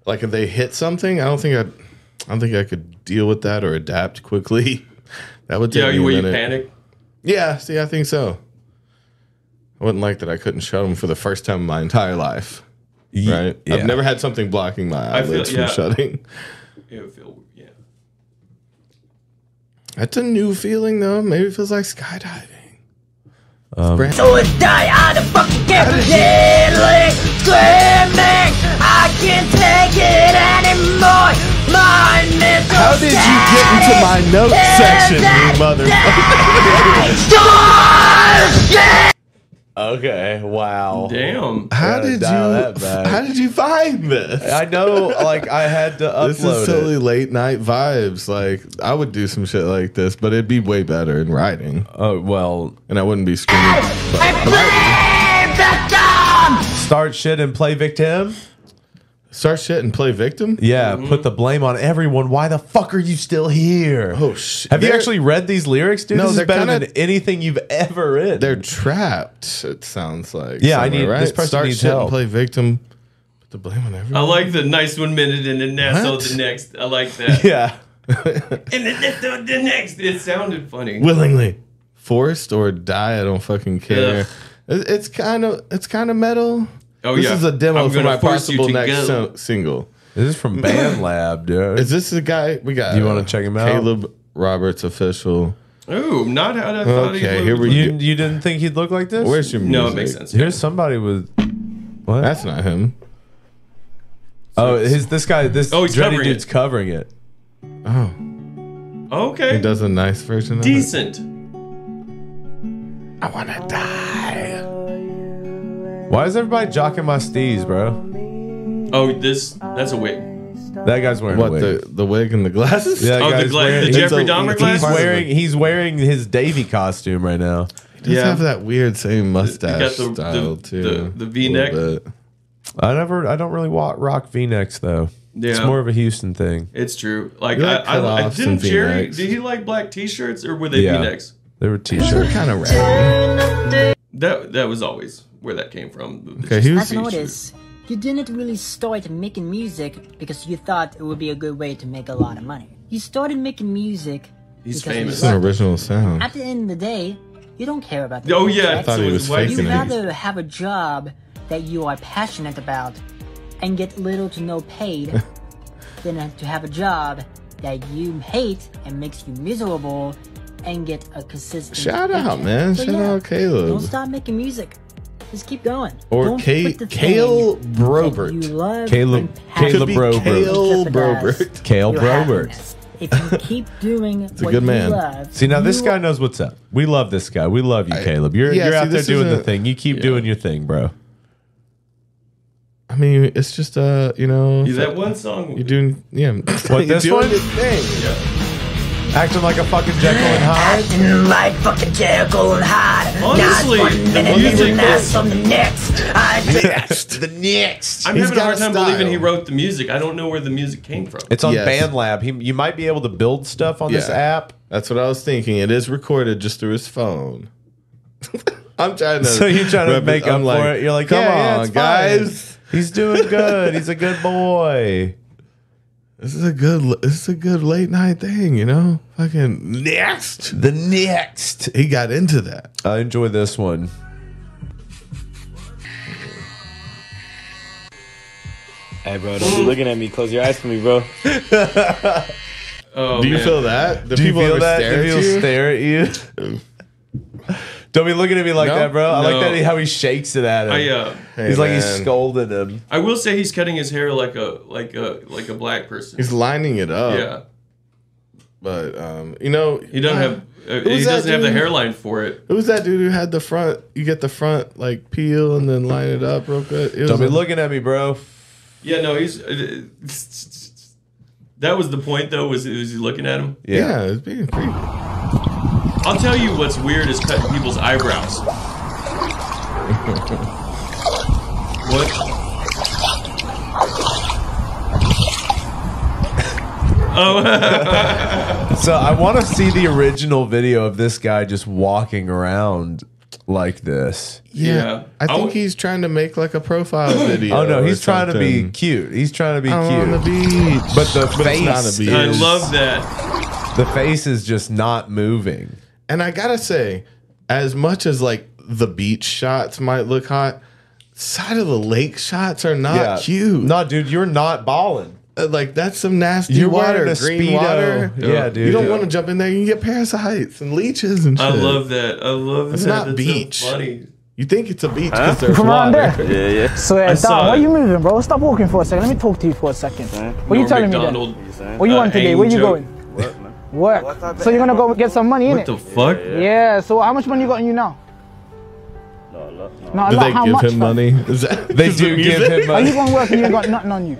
Speaker 4: like if they hit something, I don't think I, I don't think I could deal with that or adapt quickly. [LAUGHS] that would take
Speaker 3: Yeah,
Speaker 4: me
Speaker 3: you,
Speaker 4: a
Speaker 3: were you
Speaker 4: minute.
Speaker 3: panic?
Speaker 4: Yeah, see, I think so. I wouldn't like that I couldn't shut them for the first time in my entire life. Right?
Speaker 1: yeah.
Speaker 4: I've never had something blocking my
Speaker 3: I feel-
Speaker 4: eyelids
Speaker 3: yeah.
Speaker 4: from shutting.
Speaker 3: It would feel. Yeah.
Speaker 4: That's a new feeling, though. Maybe it feels like skydiving. Brand-
Speaker 18: So it's die out of fucking deadly screaming. I can't take it anymore. My mental
Speaker 4: How did you get into my note section, you
Speaker 1: [LAUGHS]
Speaker 4: motherfucker?
Speaker 1: Okay. Wow.
Speaker 3: Damn.
Speaker 4: How did you? How did you find this?
Speaker 1: I know. Like I had to upload.
Speaker 4: [LAUGHS] This is
Speaker 1: it.
Speaker 4: silly late night vibes. Like I would do some shit like this, but it'd be way better in writing.
Speaker 1: Oh well,
Speaker 4: and I wouldn't be screaming.
Speaker 18: I blame the dumb
Speaker 1: Start shit and play victim.
Speaker 4: Start shit and play victim.
Speaker 1: Yeah, mm-hmm. put the blame on everyone. Why the fuck are you still here?
Speaker 4: Oh shit!
Speaker 1: Have you actually read these lyrics, dude? No, this is better kinda, than anything you've ever read.
Speaker 4: They're trapped. It sounds like.
Speaker 1: Yeah, I need right? this person
Speaker 4: Start
Speaker 1: needs
Speaker 4: shit
Speaker 1: help.
Speaker 4: and play victim. Put the blame on everyone. I
Speaker 3: like the nice one minute and the nasty the next. I like
Speaker 4: [LAUGHS]
Speaker 3: that.
Speaker 1: Yeah.
Speaker 3: and the, the next, it sounded funny.
Speaker 4: Willingly,
Speaker 1: Oh.
Speaker 4: forced or die. I don't fucking care. Ugh. It's kind of it's kind of metal.
Speaker 3: Oh
Speaker 4: this
Speaker 3: yeah.
Speaker 4: is a demo
Speaker 3: I'm
Speaker 4: for
Speaker 3: gonna
Speaker 4: my
Speaker 3: force you
Speaker 4: possible
Speaker 3: to
Speaker 4: next
Speaker 3: go.
Speaker 4: sing- single.
Speaker 1: This is
Speaker 4: [LAUGHS]
Speaker 1: from Band Lab, dude.
Speaker 4: Is this the guy we got?
Speaker 1: Do you wanna check him out?
Speaker 4: Caleb Roberts official.
Speaker 3: Ooh, not how I thought he
Speaker 4: Okay,
Speaker 3: looked.
Speaker 4: here we
Speaker 1: you, you didn't think he'd look like this?
Speaker 4: Where's your music?
Speaker 3: No, it makes sense.
Speaker 1: Here's somebody with. What?
Speaker 4: That's not him.
Speaker 1: oh, his this guy this
Speaker 3: Oh,
Speaker 1: oh,
Speaker 3: he's covering
Speaker 1: dude's
Speaker 3: it.
Speaker 1: covering it.
Speaker 4: Oh,
Speaker 3: Okay.
Speaker 4: he does a nice version. Of
Speaker 3: Decent.
Speaker 4: It. I wanna die.
Speaker 1: Why is everybody jocking my steez, bro?
Speaker 3: Oh, this that's a wig.
Speaker 1: That guy's wearing
Speaker 4: What
Speaker 1: a wig.
Speaker 4: the the wig and the glasses?
Speaker 1: Yeah, that
Speaker 3: Oh, the
Speaker 1: guy's
Speaker 3: gla- the
Speaker 1: wearing-
Speaker 3: Jeffrey
Speaker 4: It's a-
Speaker 3: Dahmer
Speaker 4: it's a
Speaker 1: He's
Speaker 3: glasses.
Speaker 4: part of
Speaker 1: wearing
Speaker 4: it.
Speaker 1: he's wearing his Davy costume right now.
Speaker 4: He [LAUGHS] does
Speaker 3: Yeah.
Speaker 4: have that weird same mustache
Speaker 3: the- the-
Speaker 4: style
Speaker 3: the-
Speaker 4: too.
Speaker 3: the
Speaker 4: a
Speaker 3: V-neck.
Speaker 4: little bit.
Speaker 1: I never I don't really wa- rock V-necks though. It's
Speaker 3: Yeah.
Speaker 1: more of a Houston thing.
Speaker 3: It's true. Like,
Speaker 4: You like
Speaker 3: I, I, I
Speaker 4: cutoffs
Speaker 3: didn't
Speaker 4: and
Speaker 3: Jerry.
Speaker 4: V-necks.
Speaker 3: Did he like black T-shirts or were they
Speaker 1: Yeah.
Speaker 3: V-necks?
Speaker 1: They were
Speaker 4: They're
Speaker 1: t-shirts.
Speaker 4: kind of rad.
Speaker 3: That that was always where that came from.
Speaker 4: Okay, he was-
Speaker 18: I've noticed you didn't really start making music because you thought it would be a good way to make a lot of money. You started making music
Speaker 3: He's
Speaker 18: because
Speaker 3: famous.
Speaker 18: You
Speaker 4: It's an
Speaker 18: loved it.
Speaker 4: original sound.
Speaker 18: At the end of the day, you don't care about the
Speaker 3: Oh
Speaker 18: music.
Speaker 3: yeah,
Speaker 4: I thought
Speaker 3: so
Speaker 4: he
Speaker 3: his
Speaker 4: was
Speaker 3: wife-
Speaker 4: faking
Speaker 18: You
Speaker 4: it.
Speaker 18: rather have a job that you are passionate about and get little to no paid than to have a job that you hate and makes you miserable and get a consistent.
Speaker 4: Shout out,
Speaker 18: paycheck.
Speaker 4: man.
Speaker 18: So
Speaker 4: Shout
Speaker 18: yeah,
Speaker 4: out Caleb.
Speaker 18: Don't stop making music. Just keep going.
Speaker 4: Or
Speaker 18: Don't
Speaker 4: Ca-
Speaker 18: quit the thing
Speaker 4: Cale
Speaker 18: that
Speaker 4: Brobert.
Speaker 18: you love
Speaker 1: Caleb-
Speaker 18: and passion
Speaker 1: Caleb
Speaker 4: Could be
Speaker 1: Brobert.
Speaker 4: Cale
Speaker 18: Jeopardize
Speaker 4: Brobert.
Speaker 1: Kale
Speaker 18: your
Speaker 1: Brobert.
Speaker 18: happiness. If you keep doing
Speaker 4: a
Speaker 18: what
Speaker 4: good
Speaker 18: you
Speaker 4: man.
Speaker 18: love,
Speaker 1: See now this
Speaker 18: you
Speaker 1: guy knows what's up. We love this guy. We love you,
Speaker 4: I-
Speaker 1: Caleb. You're
Speaker 4: yeah,
Speaker 1: you're
Speaker 4: see,
Speaker 1: out there
Speaker 4: this
Speaker 1: doing the
Speaker 4: isn't-
Speaker 1: thing. You keep
Speaker 4: yeah.
Speaker 1: doing your thing, bro.
Speaker 4: I mean, it's just uh, you know,
Speaker 3: that one song.
Speaker 4: you're doing yeah. [LAUGHS] What
Speaker 1: this
Speaker 4: doing
Speaker 1: one?
Speaker 4: your thing.
Speaker 1: Acting like a fucking Jekyll and Hyde.
Speaker 6: Acting like fucking Jekyll and Hyde.
Speaker 3: Honestly,
Speaker 6: Not one
Speaker 3: the
Speaker 6: minute,
Speaker 3: music
Speaker 6: even now,
Speaker 3: is-
Speaker 6: some the next. I
Speaker 1: the next.
Speaker 3: I'm having
Speaker 4: He's
Speaker 3: a
Speaker 4: got
Speaker 3: hard
Speaker 4: a
Speaker 3: time believing he
Speaker 4: style.
Speaker 3: wrote the music. I don't know where the music came from.
Speaker 1: It's on
Speaker 4: Yes.
Speaker 1: BandLab. He, you might be able to build stuff on this
Speaker 4: Yeah.
Speaker 1: app.
Speaker 4: That's what I was thinking. It is recorded just through his phone. [LAUGHS] I'm trying to.
Speaker 1: So you're trying to
Speaker 4: rep-
Speaker 1: make
Speaker 4: I'm
Speaker 1: up for it. You're like,
Speaker 4: come
Speaker 1: "Yeah, yeah,
Speaker 4: on,
Speaker 1: it's fine."
Speaker 4: guys.
Speaker 1: He's doing good. He's a good boy.
Speaker 4: This is a good. This is a good late night thing. You know, fucking next.
Speaker 1: The next.
Speaker 4: He got into that.
Speaker 1: I enjoy this one.
Speaker 19: Hey, bro, don't be looking at me. Close your eyes for me, bro.
Speaker 3: Oh,
Speaker 4: Do you
Speaker 3: man.
Speaker 4: feel that? Do,
Speaker 1: Do you feel
Speaker 4: ever
Speaker 1: that?
Speaker 4: stare
Speaker 1: Do
Speaker 4: at
Speaker 1: people
Speaker 4: you?
Speaker 1: stare at you? [LAUGHS] Don't be looking at me like
Speaker 4: No,
Speaker 1: that, bro. I
Speaker 3: no.
Speaker 1: like that he- how he shakes it at him.
Speaker 3: I uh,
Speaker 1: he's
Speaker 4: Hey,
Speaker 1: like he's
Speaker 4: man.
Speaker 1: scolding him.
Speaker 3: I will say he's cutting his hair like a like a like a black person.
Speaker 4: He's lining it up.
Speaker 3: yeah,
Speaker 4: But um, you know,
Speaker 3: he doesn't
Speaker 4: uh,
Speaker 3: have uh,
Speaker 4: who's
Speaker 3: he
Speaker 4: that
Speaker 3: doesn't have the
Speaker 4: dude?
Speaker 3: hairline for it.
Speaker 4: Who's that dude who had the front? You get the front like peel and then line it up real good. It was
Speaker 1: Don't be
Speaker 4: a-
Speaker 1: looking at me, bro.
Speaker 3: Yeah, no, he's. uh, That was the point though. Was was he looking at him?
Speaker 4: Yeah, it's being creepy.
Speaker 3: I'll tell you what's weird is cutting people's
Speaker 4: [LAUGHS]
Speaker 3: eyebrows. what? Oh,
Speaker 1: So I want to see the original video of this guy just walking around like this.
Speaker 4: Yeah,
Speaker 3: Yeah.
Speaker 4: I
Speaker 3: I
Speaker 4: think
Speaker 3: would-
Speaker 4: he's trying to make like a profile video.
Speaker 1: [CLEARS THROAT] oh no,
Speaker 4: or
Speaker 1: he's trying to be
Speaker 4: something.
Speaker 1: cute. He's trying to be
Speaker 4: I'm
Speaker 1: cute.
Speaker 4: on the beach,
Speaker 1: But the
Speaker 4: But it's not
Speaker 1: face
Speaker 4: a beach.
Speaker 3: I
Speaker 1: is-
Speaker 3: love that.
Speaker 1: The face is just not moving.
Speaker 4: And I gotta say, as much as like the beach shots might look hot, side of the lake shots are not cute.
Speaker 1: No, dude, you're not balling.
Speaker 4: Uh, like that's some nasty
Speaker 1: You're
Speaker 4: water,
Speaker 1: wearing a
Speaker 4: green
Speaker 1: Speedo.
Speaker 4: water.
Speaker 1: Yeah,
Speaker 4: You
Speaker 1: dude.
Speaker 4: don't
Speaker 1: Yeah.
Speaker 4: want to jump in there. You can get parasites and leeches and shit.
Speaker 3: I love that. I love
Speaker 4: It's
Speaker 3: that.
Speaker 4: not
Speaker 3: That's so
Speaker 4: beach.
Speaker 3: funny.
Speaker 4: You think it's a beach because there's
Speaker 17: Come on
Speaker 4: water.
Speaker 17: there.
Speaker 19: Yeah, yeah.
Speaker 17: Swear,
Speaker 3: saw
Speaker 17: Don, why are
Speaker 3: it.
Speaker 17: you moving, bro? Stop walking for a second. Let me talk to you for a second. What are you telling me
Speaker 3: McDonald.
Speaker 17: then? What you
Speaker 3: uh,
Speaker 17: want today? Where you
Speaker 3: angel.
Speaker 17: going? Work. So you're gonna go get some money,
Speaker 3: What
Speaker 17: innit?
Speaker 3: the fuck?
Speaker 17: yeah, so how much money you got in you now? No, a
Speaker 4: Do
Speaker 17: lot.
Speaker 4: they
Speaker 17: how
Speaker 4: give
Speaker 17: much?
Speaker 4: him
Speaker 17: fam?
Speaker 4: money? Is that,
Speaker 1: They
Speaker 4: [LAUGHS] is the
Speaker 1: do give
Speaker 4: music?
Speaker 1: him
Speaker 17: Are you
Speaker 1: money.
Speaker 17: gonna work and you
Speaker 4: [LAUGHS]
Speaker 17: ain't got nothing on you?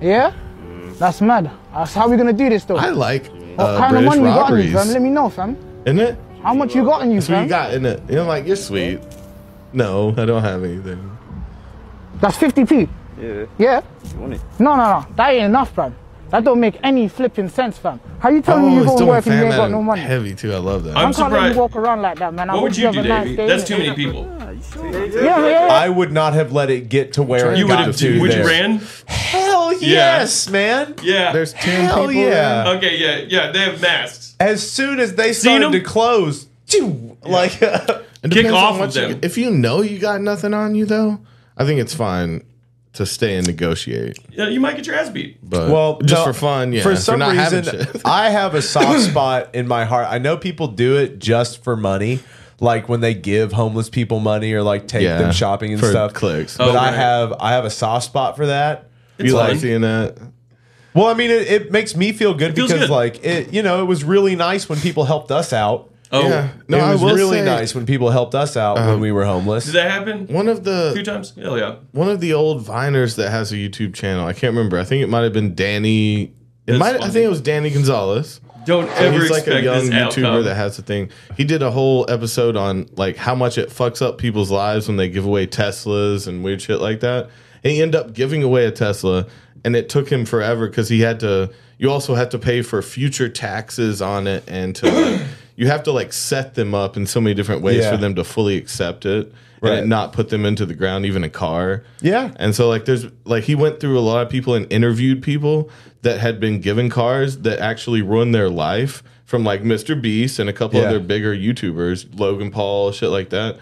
Speaker 17: Yeah?
Speaker 20: Mm.
Speaker 17: That's mad. That's how we gonna do this though.
Speaker 4: I like
Speaker 17: what
Speaker 4: uh,
Speaker 17: kind of
Speaker 4: British
Speaker 17: money
Speaker 4: robberies.
Speaker 17: you got in you, fam? Let me know, fam.
Speaker 4: Isn't it?
Speaker 17: How much you got in you,
Speaker 4: That's what
Speaker 17: fam?
Speaker 4: you got in it. You're like, you're sweet. No, I don't have anything.
Speaker 2: That's 50p.
Speaker 20: Yeah.
Speaker 2: Yeah?
Speaker 20: You want it?
Speaker 2: No, no, no. That ain't enough, fam. That don't make any flipping sense, fam. How you telling me you
Speaker 4: it's
Speaker 2: go to
Speaker 4: doing
Speaker 2: work and you ain't
Speaker 4: fat
Speaker 2: got
Speaker 4: and
Speaker 2: no money?
Speaker 4: Heavy too. I love that.
Speaker 2: I
Speaker 3: I'm
Speaker 2: can't let
Speaker 3: surprised.
Speaker 2: you walk around like that, man. I
Speaker 3: What would
Speaker 2: want
Speaker 3: you
Speaker 2: have
Speaker 3: do,
Speaker 2: a nice
Speaker 3: Davey?
Speaker 2: day,
Speaker 3: That's
Speaker 2: innit?
Speaker 3: too many people.
Speaker 2: Yeah, yeah, yeah.
Speaker 1: I would not have let it get to where it
Speaker 3: You would
Speaker 1: got
Speaker 3: have.
Speaker 1: to.
Speaker 3: Would you
Speaker 1: there.
Speaker 3: ran?
Speaker 1: Hell yes, man.
Speaker 3: Yeah.
Speaker 4: There's ten
Speaker 1: Hell
Speaker 4: people.
Speaker 1: yeah.
Speaker 3: Okay. Yeah. Yeah. They have masks.
Speaker 1: As soon as they
Speaker 3: Seen
Speaker 1: started
Speaker 3: 'em?
Speaker 1: to close, phew, like [LAUGHS]
Speaker 4: It
Speaker 3: Kick
Speaker 4: depends on
Speaker 3: off of
Speaker 4: what you-
Speaker 3: them.
Speaker 4: if you know you got nothing on you though, I think it's fine to stay and negotiate.
Speaker 3: Yeah. You might get your ass beat.
Speaker 4: But
Speaker 1: well,
Speaker 4: just
Speaker 1: no,
Speaker 4: for fun, yeah.
Speaker 1: For some
Speaker 4: not having
Speaker 1: reason,
Speaker 4: shit. [LAUGHS]
Speaker 1: I have a soft spot in my heart. I know people do it just for money, like when they give homeless people money or like take
Speaker 4: Yeah,
Speaker 1: them shopping and
Speaker 4: for
Speaker 1: stuff.
Speaker 4: clicks.
Speaker 1: but
Speaker 3: Oh,
Speaker 1: I
Speaker 3: right.
Speaker 1: have I have a soft spot for that.
Speaker 4: you
Speaker 3: fine.
Speaker 4: like seeing that?
Speaker 1: Well, I mean, it, it makes me feel good
Speaker 3: feels
Speaker 1: because
Speaker 3: good.
Speaker 1: like it, you know, it was really nice when people helped us out.
Speaker 3: Oh.
Speaker 4: Yeah. No,
Speaker 1: it
Speaker 4: I
Speaker 1: was
Speaker 4: will
Speaker 1: really
Speaker 4: say-
Speaker 1: nice when people helped us out when we were homeless.
Speaker 3: Did that happen?
Speaker 4: One of the
Speaker 3: A few times. Hell yeah.
Speaker 4: one of the old viners that has a YouTube channel. I can't remember. I think it might have been Danny. It
Speaker 3: That's
Speaker 4: might. I
Speaker 3: funny.
Speaker 4: think it was Danny Gonzalez.
Speaker 3: Don't
Speaker 4: And
Speaker 3: ever
Speaker 4: he's like
Speaker 3: expect
Speaker 4: a young
Speaker 3: this
Speaker 4: YouTuber
Speaker 3: outcome.
Speaker 4: that has a thing. He did a whole episode on like how much it fucks up people's lives when they give away Teslas and weird shit like that. And he ended up giving away a Tesla, and it took him forever because he had to. You also have to pay for future taxes on it, and to like, [COUGHS] you have to like set them up in so many different ways
Speaker 1: Yeah.
Speaker 4: for them to fully accept it and
Speaker 1: Right.
Speaker 4: it not put them into the ground, even a car.
Speaker 1: Yeah.
Speaker 4: And so like there's like he went through a lot of people and interviewed people that had been given cars that actually ruined their life from like Mr. Beast and a couple
Speaker 1: Yeah.
Speaker 4: other bigger YouTubers, Logan Paul, shit like that.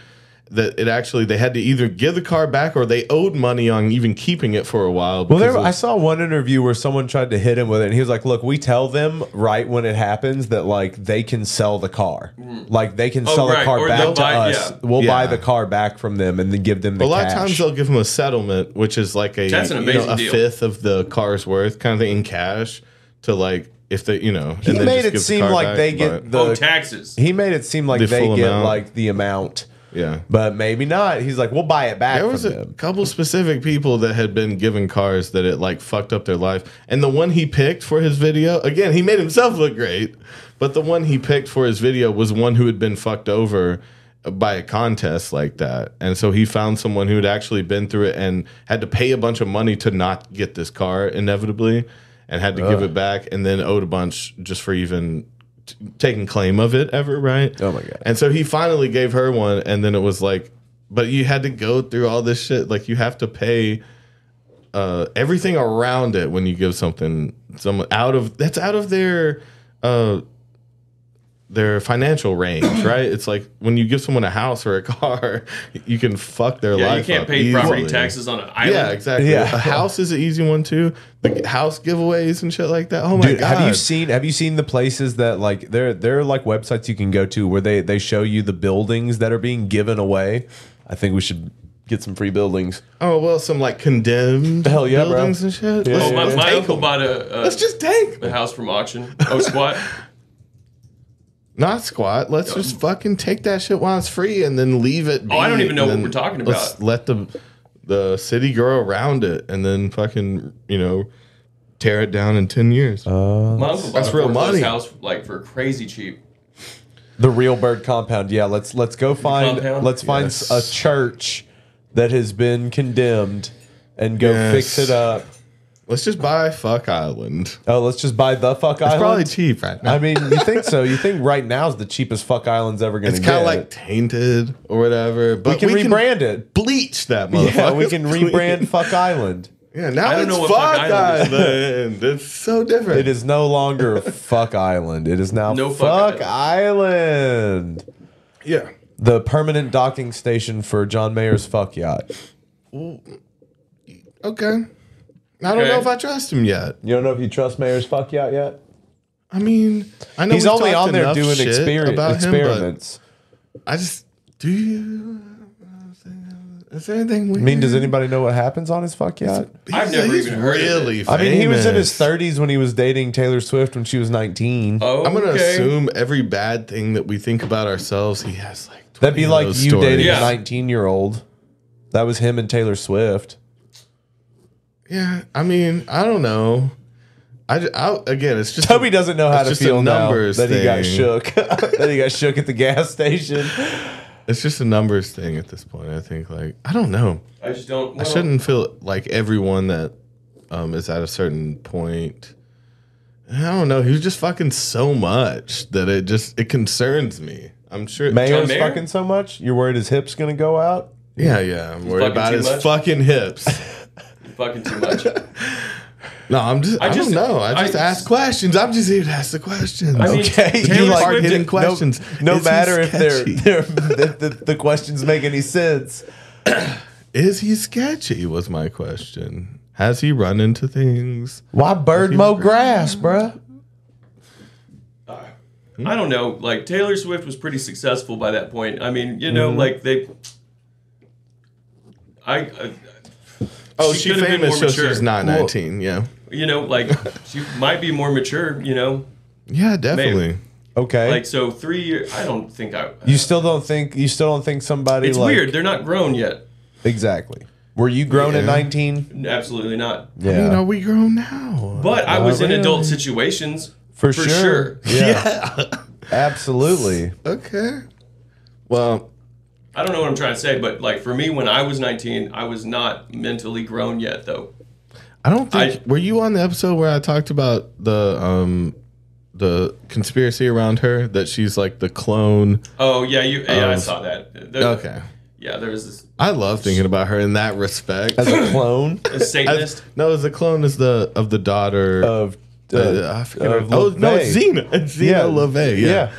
Speaker 4: That it actually they had to either give the car back or they owed money on even keeping it for a while.
Speaker 1: Well,
Speaker 4: because
Speaker 1: there,
Speaker 4: of-
Speaker 1: I saw one interview where someone tried to hit him with it, and he was like, "Look, we tell them right when it happens that like they can sell the car,
Speaker 4: Mm.
Speaker 1: like they can
Speaker 3: Oh,
Speaker 1: sell the
Speaker 3: right,
Speaker 1: car
Speaker 3: or
Speaker 1: back
Speaker 3: they'll
Speaker 1: to
Speaker 3: buy-
Speaker 1: us.
Speaker 3: yeah.
Speaker 1: We'll buy
Speaker 4: Yeah.
Speaker 1: the car back from them and then give them the
Speaker 4: a lot of
Speaker 1: cash."
Speaker 4: times they'll give them a settlement, which is like a
Speaker 3: That's an
Speaker 4: you know,
Speaker 3: amazing
Speaker 4: a
Speaker 3: deal.
Speaker 4: fifth of the car's worth kind of thing in cash to like if they you know
Speaker 1: he made
Speaker 4: just give
Speaker 1: it
Speaker 4: the
Speaker 1: seem
Speaker 4: car
Speaker 1: like
Speaker 4: back,
Speaker 1: they
Speaker 4: but-
Speaker 1: get the.
Speaker 3: oh, taxes.
Speaker 1: he made it seem like
Speaker 4: The
Speaker 1: they
Speaker 4: full
Speaker 1: get
Speaker 4: amount.
Speaker 1: like the amount,
Speaker 4: yeah.
Speaker 1: but maybe not. He's like, "We'll buy it back
Speaker 4: There
Speaker 1: from
Speaker 4: was a
Speaker 1: them."
Speaker 4: couple specific people that had been given cars that it like fucked up their life. And the one he picked for his video, again, he made himself look great, but the one he picked for his video was one who had been fucked over by a contest like that. And so he found someone who had actually been through it and had to pay a bunch of money to not get this car inevitably and had to give it back and then owed a bunch just for even t- taking claim of it ever, right?
Speaker 1: Oh my God.
Speaker 4: And so he finally gave her one, and then it was like, but you had to go through all this shit. Like you have to pay uh, everything around it when you give something some out of that's out of their uh, their
Speaker 1: [COUGHS]
Speaker 4: financial range, right? It's like when you give someone a house or a car, you can fuck their
Speaker 3: Yeah, you
Speaker 4: life.
Speaker 3: can't
Speaker 4: up
Speaker 3: pay property
Speaker 4: easily.
Speaker 3: taxes on an island.
Speaker 4: Yeah, exactly.
Speaker 1: Yeah.
Speaker 4: A house is an easy one too. The house giveaways and shit like that. Oh my
Speaker 1: Dude,
Speaker 4: god!
Speaker 1: have you seen have you seen the places that like there there are like websites you can go to where they they show you the buildings that are being given away? I think we should get some free buildings.
Speaker 4: Oh well, some like condemned
Speaker 1: Hell yeah, bro.
Speaker 4: buildings and shit.
Speaker 1: Yeah,
Speaker 4: Let's
Speaker 3: Oh, my,
Speaker 4: just
Speaker 3: my
Speaker 4: take
Speaker 3: uncle
Speaker 4: 'em.
Speaker 3: bought a, a,
Speaker 4: Let's just take.
Speaker 3: a house from
Speaker 4: [LAUGHS]
Speaker 3: auction. Oh, squat.
Speaker 4: Not squat. Let's just fucking take that shit while it's free and then leave it.
Speaker 3: Oh, I don't
Speaker 4: be,
Speaker 3: even know
Speaker 4: and
Speaker 3: what
Speaker 4: then
Speaker 3: we're talking
Speaker 4: let's
Speaker 3: about.
Speaker 4: Let the the city grow around it and then fucking you know tear it down in ten years.
Speaker 1: Uh,
Speaker 3: My uncle bought
Speaker 4: That's
Speaker 3: a
Speaker 4: real
Speaker 3: foreclosed
Speaker 4: money.
Speaker 3: house like for crazy cheap.
Speaker 1: The real bird compound. Yeah, let's let's go find
Speaker 3: compound?
Speaker 1: let's find s- a
Speaker 4: Yes.
Speaker 1: church that has been condemned and go fix
Speaker 4: Yes.
Speaker 1: it up.
Speaker 4: let's just buy fuck island.
Speaker 1: Oh, let's just buy the fuck
Speaker 4: It's probably
Speaker 1: island.
Speaker 4: cheap right now.
Speaker 1: I mean, you think so? You think right now is the cheapest fuck island's ever going
Speaker 4: it's
Speaker 1: to
Speaker 4: kind
Speaker 1: get?
Speaker 4: of like tainted or whatever.
Speaker 1: we
Speaker 4: But
Speaker 1: can rebrand it.
Speaker 4: bleach that motherfucker.
Speaker 1: Yeah, [LAUGHS] we can
Speaker 4: Please.
Speaker 1: rebrand fuck island.
Speaker 4: [LAUGHS] Yeah, now
Speaker 3: I don't
Speaker 4: it's
Speaker 3: know what
Speaker 4: fuck,
Speaker 3: fuck
Speaker 4: island.
Speaker 3: island
Speaker 4: it's so different.
Speaker 1: It is no longer Fuck Island. It is now
Speaker 3: No
Speaker 1: Fuck,
Speaker 3: Fuck
Speaker 1: Island.
Speaker 4: Yeah.
Speaker 1: the permanent docking station for John Mayer's fuck yacht.
Speaker 4: Okay. I don't
Speaker 3: Okay.
Speaker 4: know if I trust him yet.
Speaker 1: You don't know if you trust Mayer's fuck yacht yet.
Speaker 4: I mean, I know
Speaker 1: He's
Speaker 4: we've
Speaker 1: only
Speaker 4: talked
Speaker 1: on there
Speaker 4: enough
Speaker 1: doing
Speaker 4: shit
Speaker 1: experi-
Speaker 4: Him,
Speaker 1: experiments.
Speaker 4: but I just do you. Is there anything? Weird?
Speaker 1: I mean, does anybody know what happens on his fuck yacht?
Speaker 3: I've never
Speaker 4: he's
Speaker 3: even heard of it.
Speaker 4: really.
Speaker 1: I mean, he was in his
Speaker 4: famous.
Speaker 1: 30s when he was dating Taylor Swift when she was 19.
Speaker 3: Oh,
Speaker 4: I'm gonna
Speaker 3: okay.
Speaker 4: assume every bad thing that we think about ourselves, he has like.
Speaker 1: That'd be
Speaker 4: 20 of
Speaker 1: like you
Speaker 4: those stories.
Speaker 1: dating
Speaker 3: Yeah.
Speaker 1: a 19 year old. That was him and Taylor Swift.
Speaker 4: Yeah, I mean, I don't know. I, ju- I again, it's just
Speaker 1: Toby doesn't know how
Speaker 4: It's
Speaker 1: to
Speaker 4: just a
Speaker 1: feel now [LAUGHS]
Speaker 4: numbers
Speaker 1: that he got
Speaker 4: thing.
Speaker 1: shook. that he got shook at the gas station.
Speaker 4: It's just a numbers thing at this point. I think like I don't know.
Speaker 3: I just don't.
Speaker 4: I
Speaker 3: know.
Speaker 4: shouldn't feel like everyone that um, is at a certain point. I don't know. He was just fucking so much that it just it concerns me. I'm sure.
Speaker 2: Mayo's
Speaker 3: Mayer?
Speaker 2: fucking so much. You're worried his hips gonna go out.
Speaker 4: Yeah, yeah. I'm worried
Speaker 3: fucking
Speaker 4: about
Speaker 3: too
Speaker 4: his
Speaker 3: much?
Speaker 4: fucking hips.
Speaker 2: [LAUGHS]
Speaker 3: Fucking too much.
Speaker 4: No, I'm just.
Speaker 3: I
Speaker 4: I,
Speaker 3: just-
Speaker 4: don't know. I just
Speaker 3: I-
Speaker 4: ask questions. I'm just here to ask the questions.
Speaker 3: I mean,
Speaker 2: Okay,
Speaker 3: Taylor
Speaker 2: you like
Speaker 3: Swift-
Speaker 4: hidden
Speaker 2: no-
Speaker 4: questions.
Speaker 2: No,
Speaker 4: Is he
Speaker 2: matter if they're,
Speaker 4: sketchy?
Speaker 2: [LAUGHS] they're the, the, the questions make any sense.
Speaker 4: Is he sketchy? Was my question. Has he run into things?
Speaker 2: Why bird mow grass, bruh?
Speaker 3: I don't know. Like Taylor Swift was pretty successful by that point. I mean, you
Speaker 4: Mm-hmm.
Speaker 3: know, like they. I. I
Speaker 4: Oh, she,
Speaker 3: could've been
Speaker 4: famous, so
Speaker 3: more
Speaker 4: she's
Speaker 3: mature.
Speaker 4: not
Speaker 2: Well-
Speaker 4: 19. Yeah,
Speaker 3: You know,
Speaker 4: [LAUGHS]
Speaker 3: like she might be more mature. You know,
Speaker 4: yeah, definitely.
Speaker 2: Okay.
Speaker 3: like so three years. I don't think I.
Speaker 2: you still don't think you still don't think somebody
Speaker 3: It's
Speaker 2: like
Speaker 3: weird. They're not grown yet.
Speaker 2: exactly. Were you grown at
Speaker 4: Yeah.
Speaker 2: 19?
Speaker 3: Absolutely not.
Speaker 2: Yeah.
Speaker 4: I mean, are we grown now?
Speaker 3: But I
Speaker 2: Not
Speaker 3: was in adult
Speaker 2: really.
Speaker 3: situations
Speaker 2: for,
Speaker 3: for
Speaker 2: sure.
Speaker 3: sure.
Speaker 2: Yeah. Absolutely.
Speaker 4: Okay. Well,
Speaker 3: I don't know what I'm trying to say, but like for me, when I was 19, I was not mentally grown yet, though.
Speaker 4: I don't think.
Speaker 3: I-
Speaker 4: were you on the episode where I talked about the um the conspiracy around her that she's like the clone?
Speaker 3: Oh yeah, you. Yeah, I
Speaker 4: Um,
Speaker 3: saw that. There-
Speaker 4: Okay.
Speaker 3: Yeah, there was
Speaker 4: I love thinking about her in that respect.
Speaker 2: As a clone
Speaker 3: this
Speaker 4: As- [LAUGHS]
Speaker 3: Satanist.
Speaker 4: no, as the clone is the of the daughter
Speaker 2: of uh,
Speaker 4: Uh, I forget. her-
Speaker 2: of
Speaker 4: oh no,
Speaker 2: LaVey.
Speaker 4: it's [LAUGHS] Zena. It's Zena
Speaker 2: Yeah.
Speaker 4: LaVey. Yeah.
Speaker 2: Yeah.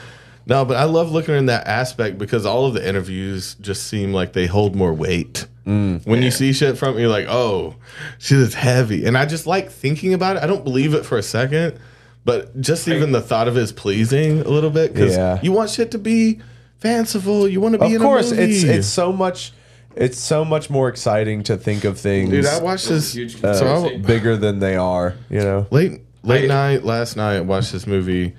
Speaker 4: No, but I love looking in that aspect because all of the interviews just seem like they hold more weight.
Speaker 2: Mm.
Speaker 4: when you see shit from it, you're like, oh, shit is heavy. And I just like thinking about it. I don't believe it for a second, but just even the thought of it is pleasing a little bit because
Speaker 2: Yeah.
Speaker 4: you want shit to be fanciful. You want to be
Speaker 2: of
Speaker 4: in
Speaker 2: course
Speaker 4: a movie.
Speaker 2: it's it's so much it's so much more exciting to think of things
Speaker 4: Dude, I watched this.
Speaker 2: Uh,
Speaker 3: Huge
Speaker 4: so I,
Speaker 3: conspiracy.
Speaker 2: bigger than they are, you know.
Speaker 4: late late night last night I watched this movie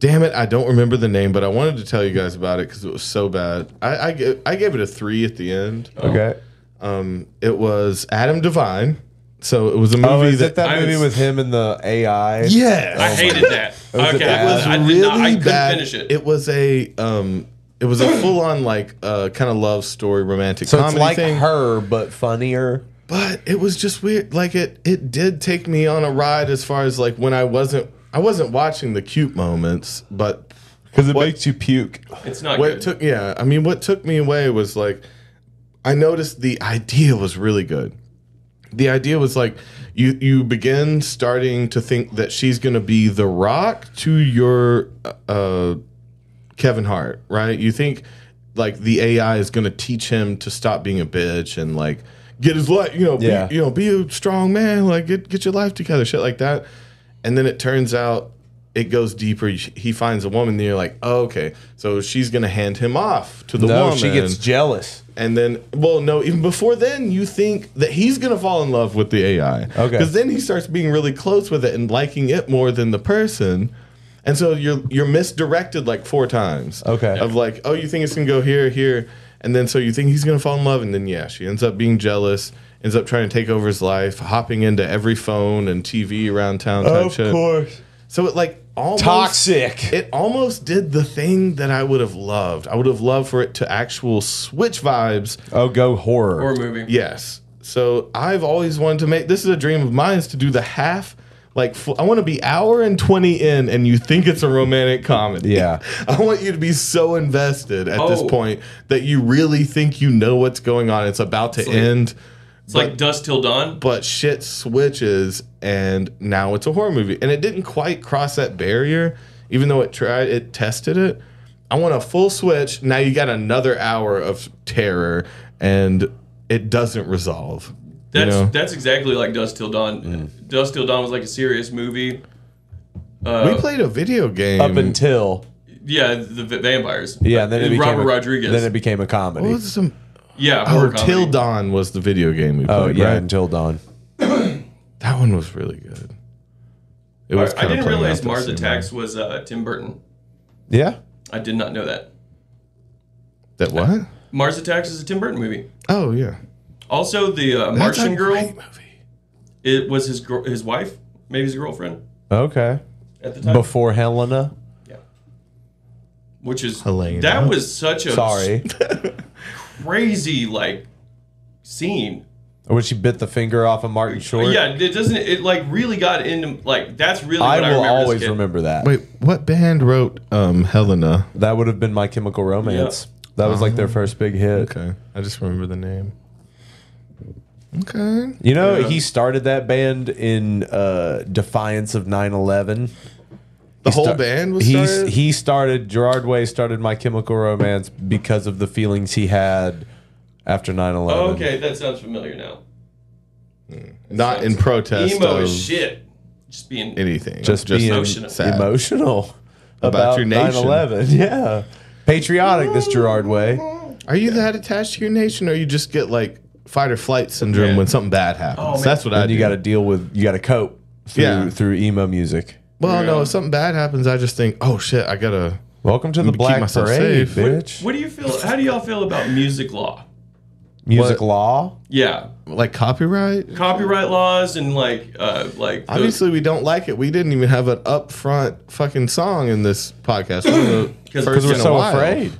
Speaker 4: damn it i don't remember the name but i wanted to tell you guys about it because it was so bad I, I, ga- I gave it a three at the end
Speaker 2: Okay.
Speaker 4: um, it was adam devine so it was a movie
Speaker 2: Oh, is
Speaker 4: that,
Speaker 2: it that
Speaker 3: I
Speaker 2: movie
Speaker 3: was-
Speaker 2: with him and the AI?
Speaker 4: yes Oh
Speaker 3: I hated that.
Speaker 2: was
Speaker 3: okay,
Speaker 2: bad.
Speaker 3: I, was, I did
Speaker 4: really
Speaker 3: not. I couldn't
Speaker 4: bad
Speaker 3: finish it.
Speaker 4: it was a um
Speaker 3: [CLEARS THROAT]
Speaker 4: it was a full-on like uh kind of love story romantic
Speaker 2: So it's
Speaker 4: comedy
Speaker 2: like
Speaker 4: thing
Speaker 2: her but funnier.
Speaker 4: but it was just weird like it it did take me on a ride as far as like when i wasn't i wasn't watching the cute moments but
Speaker 2: Because it
Speaker 4: What-
Speaker 2: makes you puke.
Speaker 3: It's not
Speaker 4: what
Speaker 3: good.
Speaker 4: took yeah i mean what took me away was like i noticed the idea was really good the idea was like you you begin starting to think that she's going to be the rock to your uh kevin hart right you think like the ai is going to teach him to stop being a bitch and like get his life you know
Speaker 2: Yeah.
Speaker 4: be, you know be a strong man like get get your life together shit like that and then it turns out it goes deeper. He finds a woman, and you're like, oh, okay, so she's gonna hand him off to the
Speaker 2: no,
Speaker 4: woman.
Speaker 2: she gets jealous.
Speaker 4: and then, well, no, even before then, you think that he's gonna fall in love with the AI.
Speaker 2: Okay.
Speaker 4: because then he starts being really close with it and liking it more than the person. And so you're you're misdirected like four times.
Speaker 2: Okay.
Speaker 4: Of like, oh, you think it's gonna go here, here, and then so you think he's gonna fall in love, and then yeah, she ends up being jealous, ends up trying to take over his life, hopping into every phone and TV around town. type shit.
Speaker 2: course.
Speaker 4: So it like almost
Speaker 2: Toxic.
Speaker 4: It almost did the thing that I would have loved. I would have loved for it to actual switch vibes.
Speaker 2: Oh, go horror.
Speaker 3: Horror movie.
Speaker 4: Yes. So I've always wanted to make this is a dream of mine is to do the half. Like fu- I want to be hour and twenty in, and you think it's a romantic comedy.
Speaker 2: Yeah.
Speaker 4: [LAUGHS] I want you to be so invested at this
Speaker 3: Oh.
Speaker 4: point that you really think you know what's going on. It's about to
Speaker 3: like-
Speaker 4: end
Speaker 3: It's like Dust Till Dawn.
Speaker 4: but shit switches and now it's a horror movie and it didn't quite cross that barrier even though it tried it tested it i want a full switch now you got another hour of terror and it doesn't resolve
Speaker 3: That's
Speaker 4: you know? Mm.
Speaker 3: that's exactly like Dust Till Dawn. Dust Till Dawn was like a serious movie. Uh,
Speaker 4: we played a video game
Speaker 2: [LAUGHS] Up until
Speaker 3: yeah, the v- vampires. Uh,
Speaker 2: yeah, then it became
Speaker 3: Robert
Speaker 2: a-
Speaker 3: Rodriguez.
Speaker 2: Then it became a
Speaker 4: what
Speaker 2: comedy.
Speaker 4: was some
Speaker 3: yeah,
Speaker 4: oh
Speaker 3: horror comedy.
Speaker 4: till dawn was the video game we played
Speaker 2: oh yeah,
Speaker 4: right?
Speaker 2: until dawn.
Speaker 4: that one was really good it
Speaker 3: I,
Speaker 4: was
Speaker 3: I
Speaker 4: kinda
Speaker 3: didn't
Speaker 4: playing out
Speaker 3: realize
Speaker 4: that
Speaker 3: Mars
Speaker 4: same
Speaker 3: Attacks was uh, Tim Burton.
Speaker 2: Yeah.
Speaker 3: I did not know that.
Speaker 4: way. that what
Speaker 3: Mars Attacks is a Tim Burton movie.
Speaker 4: oh yeah
Speaker 3: Also, the uh,
Speaker 4: That's a
Speaker 3: Martian girl.
Speaker 4: great movie.
Speaker 3: It was his gr- his wife, maybe his girlfriend
Speaker 2: Okay.
Speaker 3: at the time.
Speaker 2: Before Helena.
Speaker 3: Which is
Speaker 4: Helena.
Speaker 3: that was such a
Speaker 2: Sorry.
Speaker 3: crazy like scene.
Speaker 1: When she bit the finger off of Martin Short.
Speaker 3: Yeah, it doesn't. It like really got into like that's really.
Speaker 1: I
Speaker 3: What I,
Speaker 1: will
Speaker 3: remember this
Speaker 1: always
Speaker 3: kid.
Speaker 1: remember that.
Speaker 4: Wait, what band wrote um, Helena?
Speaker 1: That would have been My Chemical Romance. That was like their first big hit.
Speaker 4: Oh. Okay, I just remember the name. Okay.
Speaker 1: You know, he started that band in uh, defiance of 9 11.
Speaker 4: The whole band was
Speaker 1: he,
Speaker 4: started?
Speaker 1: he started, Gerard Way started My Chemical Romance because of the feelings he had after 9 11.
Speaker 3: Oh, okay, that sounds familiar now.
Speaker 4: Not in protest
Speaker 3: Emo
Speaker 4: of
Speaker 3: as shit. Just being
Speaker 4: anything.
Speaker 1: Just, being
Speaker 3: emotional.
Speaker 1: emotional,
Speaker 4: sad.
Speaker 1: about,
Speaker 4: About your
Speaker 1: your
Speaker 4: nation.
Speaker 1: 9 11. Yeah. Patriotic, this Gerard Way.
Speaker 4: Are you that attached to your nation, or you just get like fight or flight syndrome
Speaker 3: Yeah.
Speaker 4: when something bad
Speaker 3: Oh,
Speaker 4: happens?
Speaker 3: man.
Speaker 4: That's what I
Speaker 1: And
Speaker 4: do.
Speaker 1: you got to deal with, you got to cope through,
Speaker 4: Yeah.
Speaker 1: through emo music.
Speaker 4: well, no, if something bad happens, I just think, oh shit, I gotta.
Speaker 1: Welcome to the
Speaker 4: Keep
Speaker 1: Black
Speaker 4: myself
Speaker 1: Parade,
Speaker 4: safe.
Speaker 1: bitch.
Speaker 3: What do you feel? How do y'all feel about music law?
Speaker 1: Music
Speaker 4: what-
Speaker 1: law.
Speaker 3: Yeah,
Speaker 4: Like copyright?
Speaker 3: copyright laws and like uh like the-
Speaker 4: Obviously, we don't like it. We didn't even have an upfront fucking song in this podcast.
Speaker 3: [COUGHS]
Speaker 4: Because
Speaker 1: Because we're so afraid.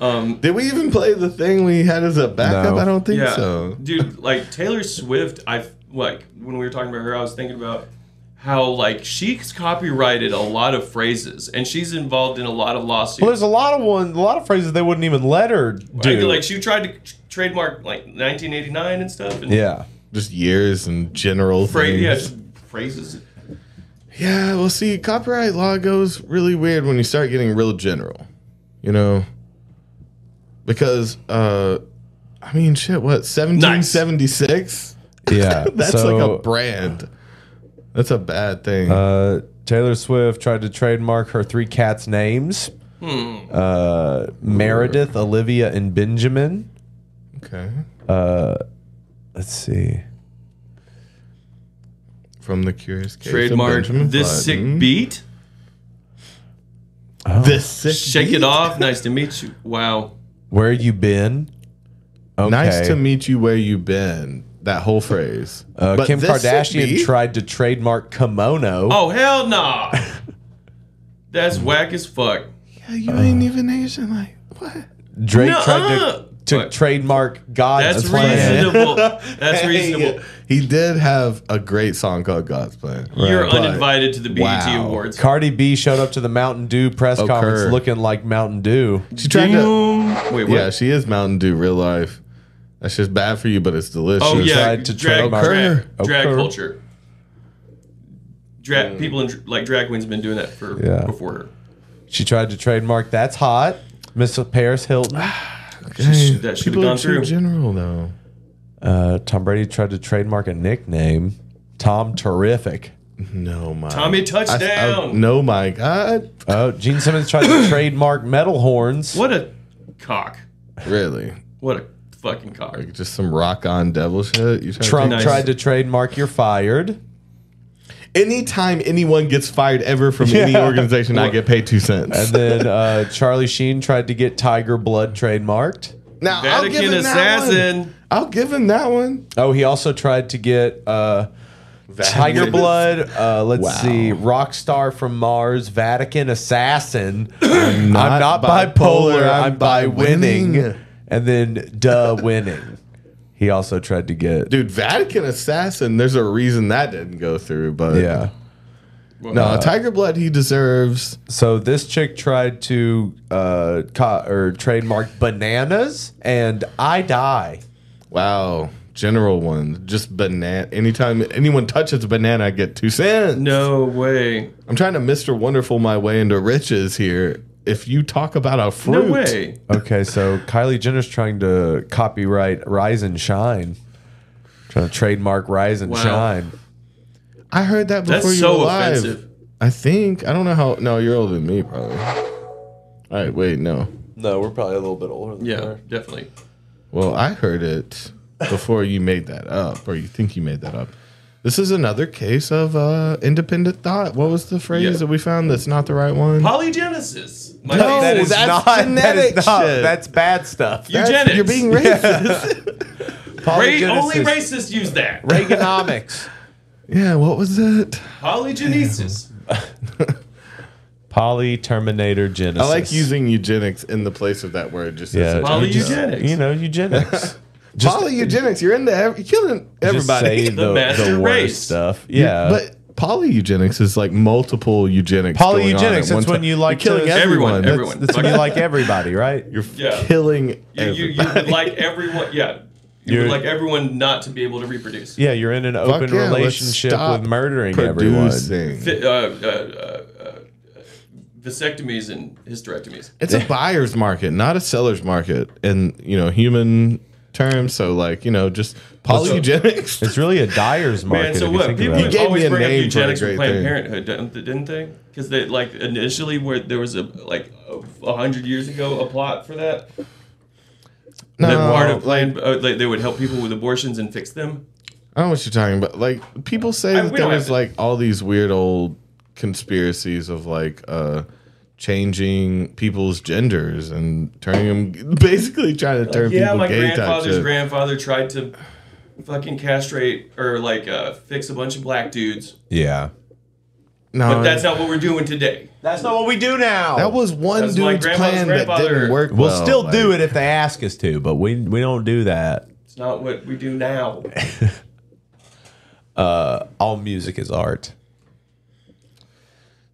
Speaker 3: um
Speaker 4: Did we even play the thing we had as a backup?
Speaker 1: No.
Speaker 4: I don't think
Speaker 3: yeah,
Speaker 4: so.
Speaker 3: dude. Like Taylor Swift, I like when we were talking about her, I was thinking about how like she's copyrighted a lot of phrases and she's involved in a lot of lawsuits.
Speaker 1: Well, there's a lot of one, a lot of phrases they wouldn't even let her
Speaker 3: Like-
Speaker 1: do.
Speaker 3: Like she tried to t- trademark like 1989 and stuff. And
Speaker 1: yeah,
Speaker 4: Just years and general
Speaker 3: Phra-
Speaker 4: things.
Speaker 3: yeah, just phrases.
Speaker 4: Yeah, well, see, copyright law goes really weird when you start getting real general, you know? Because, uh, I mean, shit, what, 1776?
Speaker 1: yeah.
Speaker 4: [LAUGHS] That's
Speaker 1: so,
Speaker 4: like a brand. That's a bad thing.
Speaker 1: uh, Taylor Swift tried to trademark her three cats' names:
Speaker 3: Hmm.
Speaker 1: uh, Meredith, Olivia, and Benjamin.
Speaker 4: okay.
Speaker 1: Let's see.
Speaker 4: From the Curious Case. of
Speaker 3: Trademark
Speaker 4: Benjamin
Speaker 3: this sick
Speaker 4: Button.
Speaker 3: beat.
Speaker 4: hmm? This sick
Speaker 3: Shake
Speaker 4: beat.
Speaker 3: it off. Nice to meet you. Wow.
Speaker 1: Where you been? Okay.
Speaker 4: Nice to meet you where you been. That whole phrase.
Speaker 1: Uh,
Speaker 4: But
Speaker 1: Kim
Speaker 4: this sick
Speaker 1: Kardashian
Speaker 4: beat?
Speaker 1: tried to trademark kimono.
Speaker 3: Oh hell nah. That's whack as fuck.
Speaker 4: Yeah, you ain't even Asian. Like, what?
Speaker 1: Drake
Speaker 3: Nuh-uh.
Speaker 1: tried to, to
Speaker 3: What?
Speaker 1: trademark God's
Speaker 3: That's
Speaker 1: plan.
Speaker 4: [LAUGHS]
Speaker 3: reasonable. That's reasonable.
Speaker 4: He did have a great song called God's Plan.
Speaker 3: You're
Speaker 4: But-
Speaker 3: uninvited to the BET
Speaker 4: wow.
Speaker 3: Awards.
Speaker 1: Cardi B showed up to the Mountain Dew press
Speaker 4: Oh,
Speaker 1: conference
Speaker 4: Kerr.
Speaker 1: looking like Mountain Dew.
Speaker 4: She tried to.
Speaker 3: Wait, what?
Speaker 4: Yeah, she is Mountain Dew real life. That's just bad for you, but it's delicious.
Speaker 3: oh yeah,
Speaker 1: tried to
Speaker 3: drag,
Speaker 1: trademark-
Speaker 3: drag,
Speaker 1: Occur.
Speaker 3: drag
Speaker 1: Occur.
Speaker 3: culture. Drag people in dr- like drag queens have been doing that for
Speaker 1: Yeah.
Speaker 3: before her.
Speaker 1: She tried to trademark that's hot, Miss Paris Hilton.
Speaker 4: Hey,
Speaker 3: that should've
Speaker 4: people
Speaker 3: gone
Speaker 4: are too
Speaker 3: through.
Speaker 4: general though.
Speaker 1: Uh, Tom Brady tried to trademark a nickname, Tom Terrific.
Speaker 4: No my
Speaker 3: Tommy
Speaker 4: I- I-
Speaker 3: touchdown.
Speaker 4: no my God,
Speaker 1: Oh, Gene Simmons tried to trademark metal horns.
Speaker 3: What a cock.
Speaker 4: really?
Speaker 3: What a fucking cock.
Speaker 4: Like just some rock on devil shit. You trying to
Speaker 1: Trump
Speaker 3: Nice.
Speaker 1: tried to trademark you're fired.
Speaker 4: take- Anytime anyone gets fired ever from any
Speaker 1: Yeah.
Speaker 4: organization, I get paid two cents.
Speaker 1: And then uh, Charlie Sheen tried to get Tiger Blood trademarked.
Speaker 4: now I'll give
Speaker 3: Vatican
Speaker 4: him that one.
Speaker 3: assassin.
Speaker 4: I'll give him that one.
Speaker 1: Oh, he also tried to get uh, Tiger Blood. Uh, let's
Speaker 4: Wow.
Speaker 1: see, Rockstar from Mars, Vatican Assassin.
Speaker 4: I'm
Speaker 1: I'm not bipolar, I'm by winning. And then duh winning. He also tried to get
Speaker 4: Dude, Vatican Assassin, there's a reason that didn't go through, but
Speaker 1: Yeah.
Speaker 4: No, Tiger Blood he deserves.
Speaker 1: So this chick tried to uh co- or trademark bananas and I die.
Speaker 4: Wow. General one. Just banana anytime anyone touches a banana, I get two cents.
Speaker 3: No way.
Speaker 4: I'm trying to Mr. Wonderful my way into riches here. If you talk about a
Speaker 3: No
Speaker 4: fruit
Speaker 3: way.
Speaker 1: Okay, so Kylie Jenner's trying to copyright Rise and Shine. Trying to trademark Rise and
Speaker 3: Wow.
Speaker 1: Shine.
Speaker 4: I heard that before
Speaker 3: That's
Speaker 4: you
Speaker 3: so
Speaker 4: were alive.
Speaker 3: offensive.
Speaker 4: I think. I don't know how no, you're older than me probably. All right, wait, no.
Speaker 1: No, we're probably a little bit older than
Speaker 3: Yeah, definitely.
Speaker 4: Well, I heard it before you made that up, or you think you made that up. This is another case of uh, independent thought. What was the phrase
Speaker 3: Yeah.
Speaker 4: that we found that's not the right one?
Speaker 3: Polygenesis. My
Speaker 4: No,
Speaker 1: That
Speaker 3: favorite.
Speaker 1: is
Speaker 4: that's
Speaker 1: not that is
Speaker 4: genetic
Speaker 1: not
Speaker 4: shit.
Speaker 1: that's bad stuff.
Speaker 4: That's-
Speaker 3: Eugenics.
Speaker 4: You're [LAUGHS] being racist.
Speaker 3: Ra-
Speaker 1: Polygenesis.
Speaker 3: only racists use that.
Speaker 1: Reaganomics.
Speaker 4: yeah, what was it?
Speaker 3: Polygenesis.
Speaker 1: Poly Terminator Genesis.
Speaker 4: I like using eugenics in the place of that word. Just yeah,
Speaker 3: poly eugenics.
Speaker 1: You know, [LAUGHS] eugenics.
Speaker 4: just, poly eugenics. You're into ev- you're killing everybody. [LAUGHS]
Speaker 1: Just say the, the, the worst stuff. Yeah,
Speaker 4: but poly eugenics is like multiple eugenics.
Speaker 1: Poly eugenics. That's
Speaker 4: time.
Speaker 1: when you like
Speaker 4: You're killing
Speaker 1: to-
Speaker 4: everyone.
Speaker 1: That's,
Speaker 3: everyone.
Speaker 1: that's when you like everybody, right?
Speaker 4: You're
Speaker 3: Yeah.
Speaker 4: killing
Speaker 3: You, you, you
Speaker 4: everybody.
Speaker 3: would like everyone. Yeah. You
Speaker 1: You're-
Speaker 3: would like everyone not to be able to reproduce.
Speaker 1: Yeah, you're in an
Speaker 4: Fuck
Speaker 1: open
Speaker 4: yeah, let's
Speaker 1: relationship
Speaker 4: stop
Speaker 1: with murdering everyone.
Speaker 4: producing.
Speaker 3: Fi- uh, uh, uh, uh, vasectomies and hysterectomies.
Speaker 1: [LAUGHS]
Speaker 4: It's a buyer's market, not a seller's market, in you know human terms. So like you know just polyogenics.
Speaker 1: It's really a dyer's market.
Speaker 3: Man, so
Speaker 1: if you
Speaker 3: what?
Speaker 1: think
Speaker 3: People
Speaker 1: about it.
Speaker 4: gave me
Speaker 3: always
Speaker 4: a
Speaker 3: bring up
Speaker 4: name for a
Speaker 3: eugenics
Speaker 4: great
Speaker 3: from Planned
Speaker 4: thing.
Speaker 3: Parenthood, didn't they? Didn't they? Because they like initially where there was a like a hundred years ago a plot for that.
Speaker 4: No,
Speaker 3: that part of
Speaker 4: like-
Speaker 3: Planned, uh, they, they would help people with abortions and fix them.
Speaker 4: I don't know what you're talking about. Like people say
Speaker 3: I-
Speaker 4: that
Speaker 3: we
Speaker 4: there
Speaker 3: don't have
Speaker 4: was
Speaker 3: to-
Speaker 4: like all these weird old conspiracies of like uh changing people's genders and turning them [LAUGHS] basically trying to turn
Speaker 3: yeah,
Speaker 4: people
Speaker 3: my
Speaker 4: gay type
Speaker 3: grandfather's
Speaker 4: shit.
Speaker 3: grandfather tried to fucking castrate or like uh, fix a bunch of black dudes,
Speaker 1: Yeah.
Speaker 4: no,
Speaker 3: but that's not what we're doing today.
Speaker 1: That's not what we do now.
Speaker 4: that was one
Speaker 3: That's my
Speaker 4: dude's
Speaker 3: grandma's
Speaker 4: plan that didn't
Speaker 3: grandfather.
Speaker 4: work.
Speaker 1: We'll
Speaker 4: well,
Speaker 1: still
Speaker 4: like-
Speaker 1: do it if they ask us to, but we we don't do that.
Speaker 3: It's not what we do now.
Speaker 1: Uh, all music is art.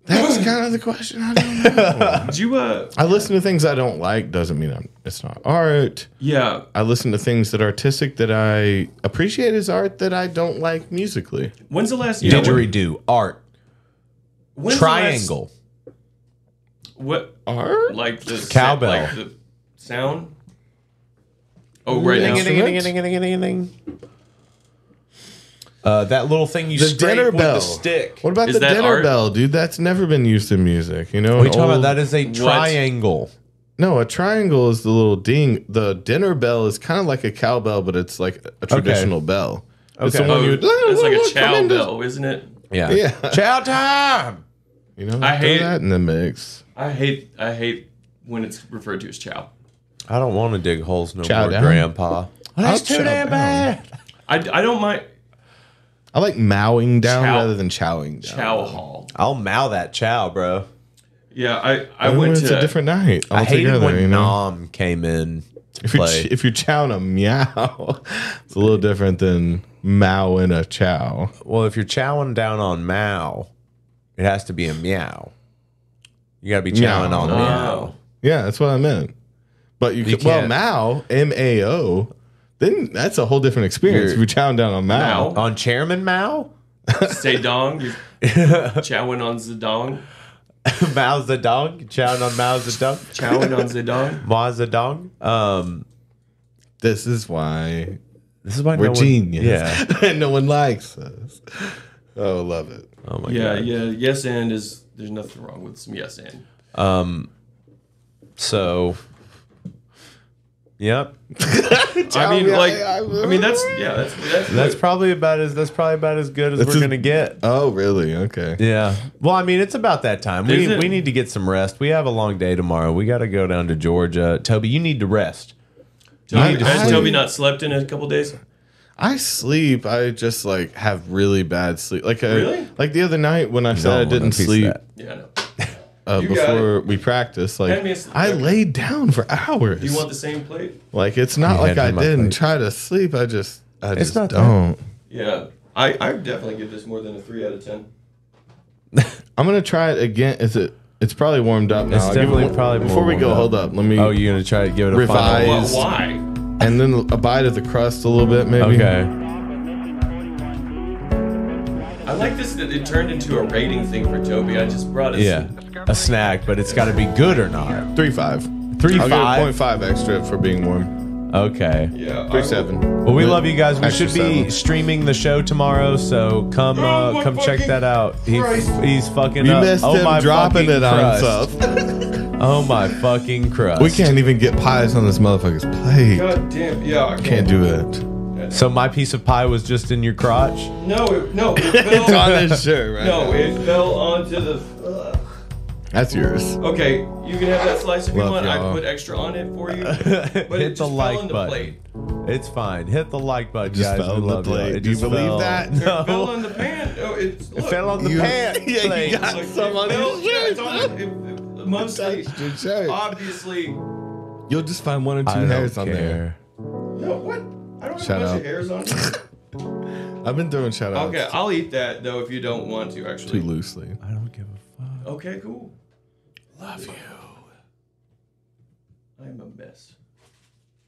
Speaker 4: That's kind of the question. I don't
Speaker 3: [LAUGHS]
Speaker 4: know.
Speaker 3: Did you? Uh,
Speaker 4: I listen to things I don't like doesn't mean I'm, it's not art.
Speaker 3: yeah.
Speaker 4: I listen to things that are artistic that I appreciate as art that I don't like musically.
Speaker 3: When's the last? yeah, when-
Speaker 1: Didgeridoo, art,
Speaker 3: when's the last-
Speaker 1: triangle.
Speaker 3: What
Speaker 4: Art?
Speaker 3: like the sa-
Speaker 1: Cowbell.
Speaker 3: like the sound? Oh, right
Speaker 4: Ding,
Speaker 3: now.
Speaker 4: ding, ding, ding,
Speaker 1: Uh, that little thing you
Speaker 4: The
Speaker 1: scrape
Speaker 4: dinner
Speaker 1: with
Speaker 4: bell.
Speaker 1: the stick.
Speaker 4: What about
Speaker 3: Is
Speaker 4: the
Speaker 3: that
Speaker 4: dinner
Speaker 3: art?
Speaker 4: bell, dude? That's never been used in music. You know,
Speaker 1: What are
Speaker 4: an
Speaker 1: you talking
Speaker 3: Oh,
Speaker 1: about?
Speaker 4: old-
Speaker 1: That is a triangle.
Speaker 4: no. A triangle is the little ding. The dinner bell is kind of like a cowbell, but it's like a traditional bell. It's
Speaker 1: Okay.
Speaker 4: the one
Speaker 3: Oh,
Speaker 4: you.
Speaker 3: it's like a
Speaker 4: Come
Speaker 3: chow
Speaker 4: in,
Speaker 3: bell, isn't it?
Speaker 1: Yeah.
Speaker 4: Yeah.
Speaker 1: Chow time.
Speaker 4: You know,
Speaker 3: I
Speaker 4: throw
Speaker 3: hate it.
Speaker 4: that in the mix.
Speaker 3: I hate I hate when it's referred to as chow.
Speaker 1: I don't want to dig holes no
Speaker 4: Chow
Speaker 1: more,
Speaker 4: down.
Speaker 1: Grandpa.
Speaker 4: That's I'll too chow damn down.
Speaker 1: bad.
Speaker 3: I, I don't mind
Speaker 4: I like mowing down
Speaker 3: Chow.
Speaker 4: rather than chowing down.
Speaker 3: chow hall.
Speaker 1: I'll mow that chow, bro.
Speaker 3: Yeah, I I
Speaker 4: I
Speaker 3: went
Speaker 4: Oh, it's
Speaker 3: to
Speaker 4: a different night
Speaker 1: I hated
Speaker 4: altogether.
Speaker 1: when
Speaker 4: you know,
Speaker 1: Nom came in to
Speaker 4: if you're,
Speaker 1: play.
Speaker 4: ch- if you're chowing a meow, [LAUGHS] it's a little different than mowing a chow.
Speaker 1: well, if you're chowing down on Mao, it has to be a meow. You got to be chowing
Speaker 4: Meow.
Speaker 1: on
Speaker 4: Oh.
Speaker 1: meow.
Speaker 4: Yeah, that's what I meant. But you,
Speaker 1: You
Speaker 4: could, well,
Speaker 1: can't-
Speaker 4: Mao, M A O, then that's a whole different experience. If
Speaker 1: You're-
Speaker 4: you're chowing down on Mao,
Speaker 3: Mao.
Speaker 1: On Chairman Mao? [LAUGHS]
Speaker 3: say dong.
Speaker 4: [LAUGHS]
Speaker 3: You're chowing on zedong.
Speaker 1: Mao Zedong? Chowing on Mao Zedong?
Speaker 3: Chowing on zedong.
Speaker 1: Mao Zedong? Um,
Speaker 4: this is why
Speaker 1: this is why
Speaker 4: we're
Speaker 1: no one-
Speaker 4: genius.
Speaker 1: Yeah.
Speaker 4: [LAUGHS] and no one likes us. [LAUGHS] Oh, love it.
Speaker 1: Oh, my
Speaker 3: Yeah,
Speaker 1: God.
Speaker 3: yeah. Yes, and is there's nothing wrong with some yes and.
Speaker 1: So, yep,
Speaker 3: I mean,
Speaker 4: me I-
Speaker 3: like,
Speaker 4: I-
Speaker 3: I mean, that's yeah, that's that's,
Speaker 1: that's probably about as that's probably about as good as
Speaker 4: That's
Speaker 1: we're
Speaker 4: as-
Speaker 1: gonna get.
Speaker 4: Oh, really? Okay.
Speaker 1: Yeah. Well, I mean, it's about that time.
Speaker 3: Is
Speaker 1: We
Speaker 3: it?
Speaker 1: we need to get some rest. We have a long day tomorrow. We got to go down to Georgia. Toby, you need to rest.
Speaker 3: Toby,
Speaker 4: I-
Speaker 3: has
Speaker 4: I-
Speaker 3: Toby not slept in a couple days?
Speaker 4: I sleep. I just like have really bad sleep. Like, I,
Speaker 3: Really?
Speaker 4: like the other night when I said I
Speaker 1: Don't wanna
Speaker 4: didn't
Speaker 1: piece
Speaker 4: sleep
Speaker 1: that.
Speaker 3: Yeah, I know.
Speaker 4: uh,
Speaker 3: You got
Speaker 4: before we practiced, like
Speaker 3: Hand me a sleep
Speaker 4: I
Speaker 3: jacket.
Speaker 4: laid down for hours.
Speaker 3: Do you want the same plate?
Speaker 4: like it's not
Speaker 1: You
Speaker 4: like
Speaker 1: handed
Speaker 4: I
Speaker 1: me my
Speaker 4: didn't
Speaker 1: plate.
Speaker 4: try to sleep. I just, I
Speaker 1: It's
Speaker 4: just
Speaker 1: not that-
Speaker 4: don't.
Speaker 3: Yeah, I I would definitely give this more than a three out of ten.
Speaker 4: I'm gonna try it again. Is it? It's probably warmed up now.
Speaker 1: It's
Speaker 4: I'll give
Speaker 1: definitely
Speaker 4: it-
Speaker 1: probably more
Speaker 4: Before we
Speaker 1: warmed
Speaker 4: go,
Speaker 1: up.
Speaker 4: hold up. Let me
Speaker 1: Oh, you're gonna try to give it a
Speaker 4: Revise.
Speaker 1: final.
Speaker 3: Well,
Speaker 4: Is-
Speaker 3: why?
Speaker 4: and then a bite of the crust a little bit, maybe.
Speaker 1: Okay.
Speaker 3: I like this that it turned into a rating thing for Toby. I just brought us.
Speaker 1: Yeah. A snack, but it's got to be good or not.
Speaker 4: Three five.
Speaker 1: Three
Speaker 4: I'll
Speaker 1: five?
Speaker 4: give it 0.5 extra for being warm.
Speaker 1: Okay.
Speaker 3: Yeah.
Speaker 4: Three
Speaker 3: I-
Speaker 4: seven.
Speaker 1: Well, we love you guys. We
Speaker 4: Extra
Speaker 1: should be
Speaker 4: seven.
Speaker 1: streaming the show tomorrow, so come
Speaker 3: Oh,
Speaker 1: uh,
Speaker 3: my
Speaker 1: come check
Speaker 3: fucking
Speaker 1: that out. He,
Speaker 3: Christ.
Speaker 1: he's fucking
Speaker 4: You
Speaker 1: up.
Speaker 4: missed
Speaker 1: oh my
Speaker 4: him dropping
Speaker 1: fucking
Speaker 4: it on
Speaker 1: crust.
Speaker 4: stuff.
Speaker 1: Oh my fucking crust.
Speaker 4: We can't even get pies on this motherfucker's plate.
Speaker 3: God damn. Yeah. I
Speaker 4: Can't
Speaker 1: [LAUGHS]
Speaker 4: do it.
Speaker 1: So my piece of pie was just in your crotch.
Speaker 3: No. It, no. It fell,
Speaker 4: It's on his shirt,
Speaker 3: [LAUGHS]
Speaker 4: right?
Speaker 3: No.
Speaker 4: now.
Speaker 3: It fell onto the. Ugh.
Speaker 4: That's yours.
Speaker 3: okay. You can have that slice if you
Speaker 4: Love
Speaker 3: want. I
Speaker 4: y'all.
Speaker 3: put extra on it for you.
Speaker 1: [LAUGHS] Hit
Speaker 3: But it just
Speaker 1: the
Speaker 3: fell
Speaker 1: like
Speaker 3: on the
Speaker 1: button.
Speaker 3: plate.
Speaker 1: It's fine. Hit the like button,
Speaker 4: Just
Speaker 1: guys.
Speaker 4: fell
Speaker 1: We
Speaker 4: on the
Speaker 1: love y'all.
Speaker 4: plate.
Speaker 1: It
Speaker 4: Do you
Speaker 1: just
Speaker 4: believe
Speaker 1: fell.
Speaker 4: that?
Speaker 3: It fell
Speaker 1: [LAUGHS] No.
Speaker 3: on the pan. Oh, it's, look,
Speaker 1: fell on the
Speaker 3: You-
Speaker 4: [LAUGHS]
Speaker 1: pants.
Speaker 3: Yeah, you
Speaker 1: Like,
Speaker 3: got
Speaker 1: like,
Speaker 3: some on
Speaker 1: fell-
Speaker 3: his shirt. It's on- it- it- Mostly,
Speaker 4: [LAUGHS]
Speaker 3: obviously.
Speaker 4: You'll just find one or two
Speaker 1: I don't
Speaker 4: hairs on there.
Speaker 3: No, what? I don't have
Speaker 4: Shout
Speaker 3: a bunch
Speaker 4: out.
Speaker 3: of hairs on.
Speaker 4: I've been doing shout outs
Speaker 3: okay, I'll eat that though if you don't want to.
Speaker 4: too
Speaker 3: Actually,
Speaker 4: loosely. I don't give
Speaker 3: okay, cool. Love you. I'm a mess.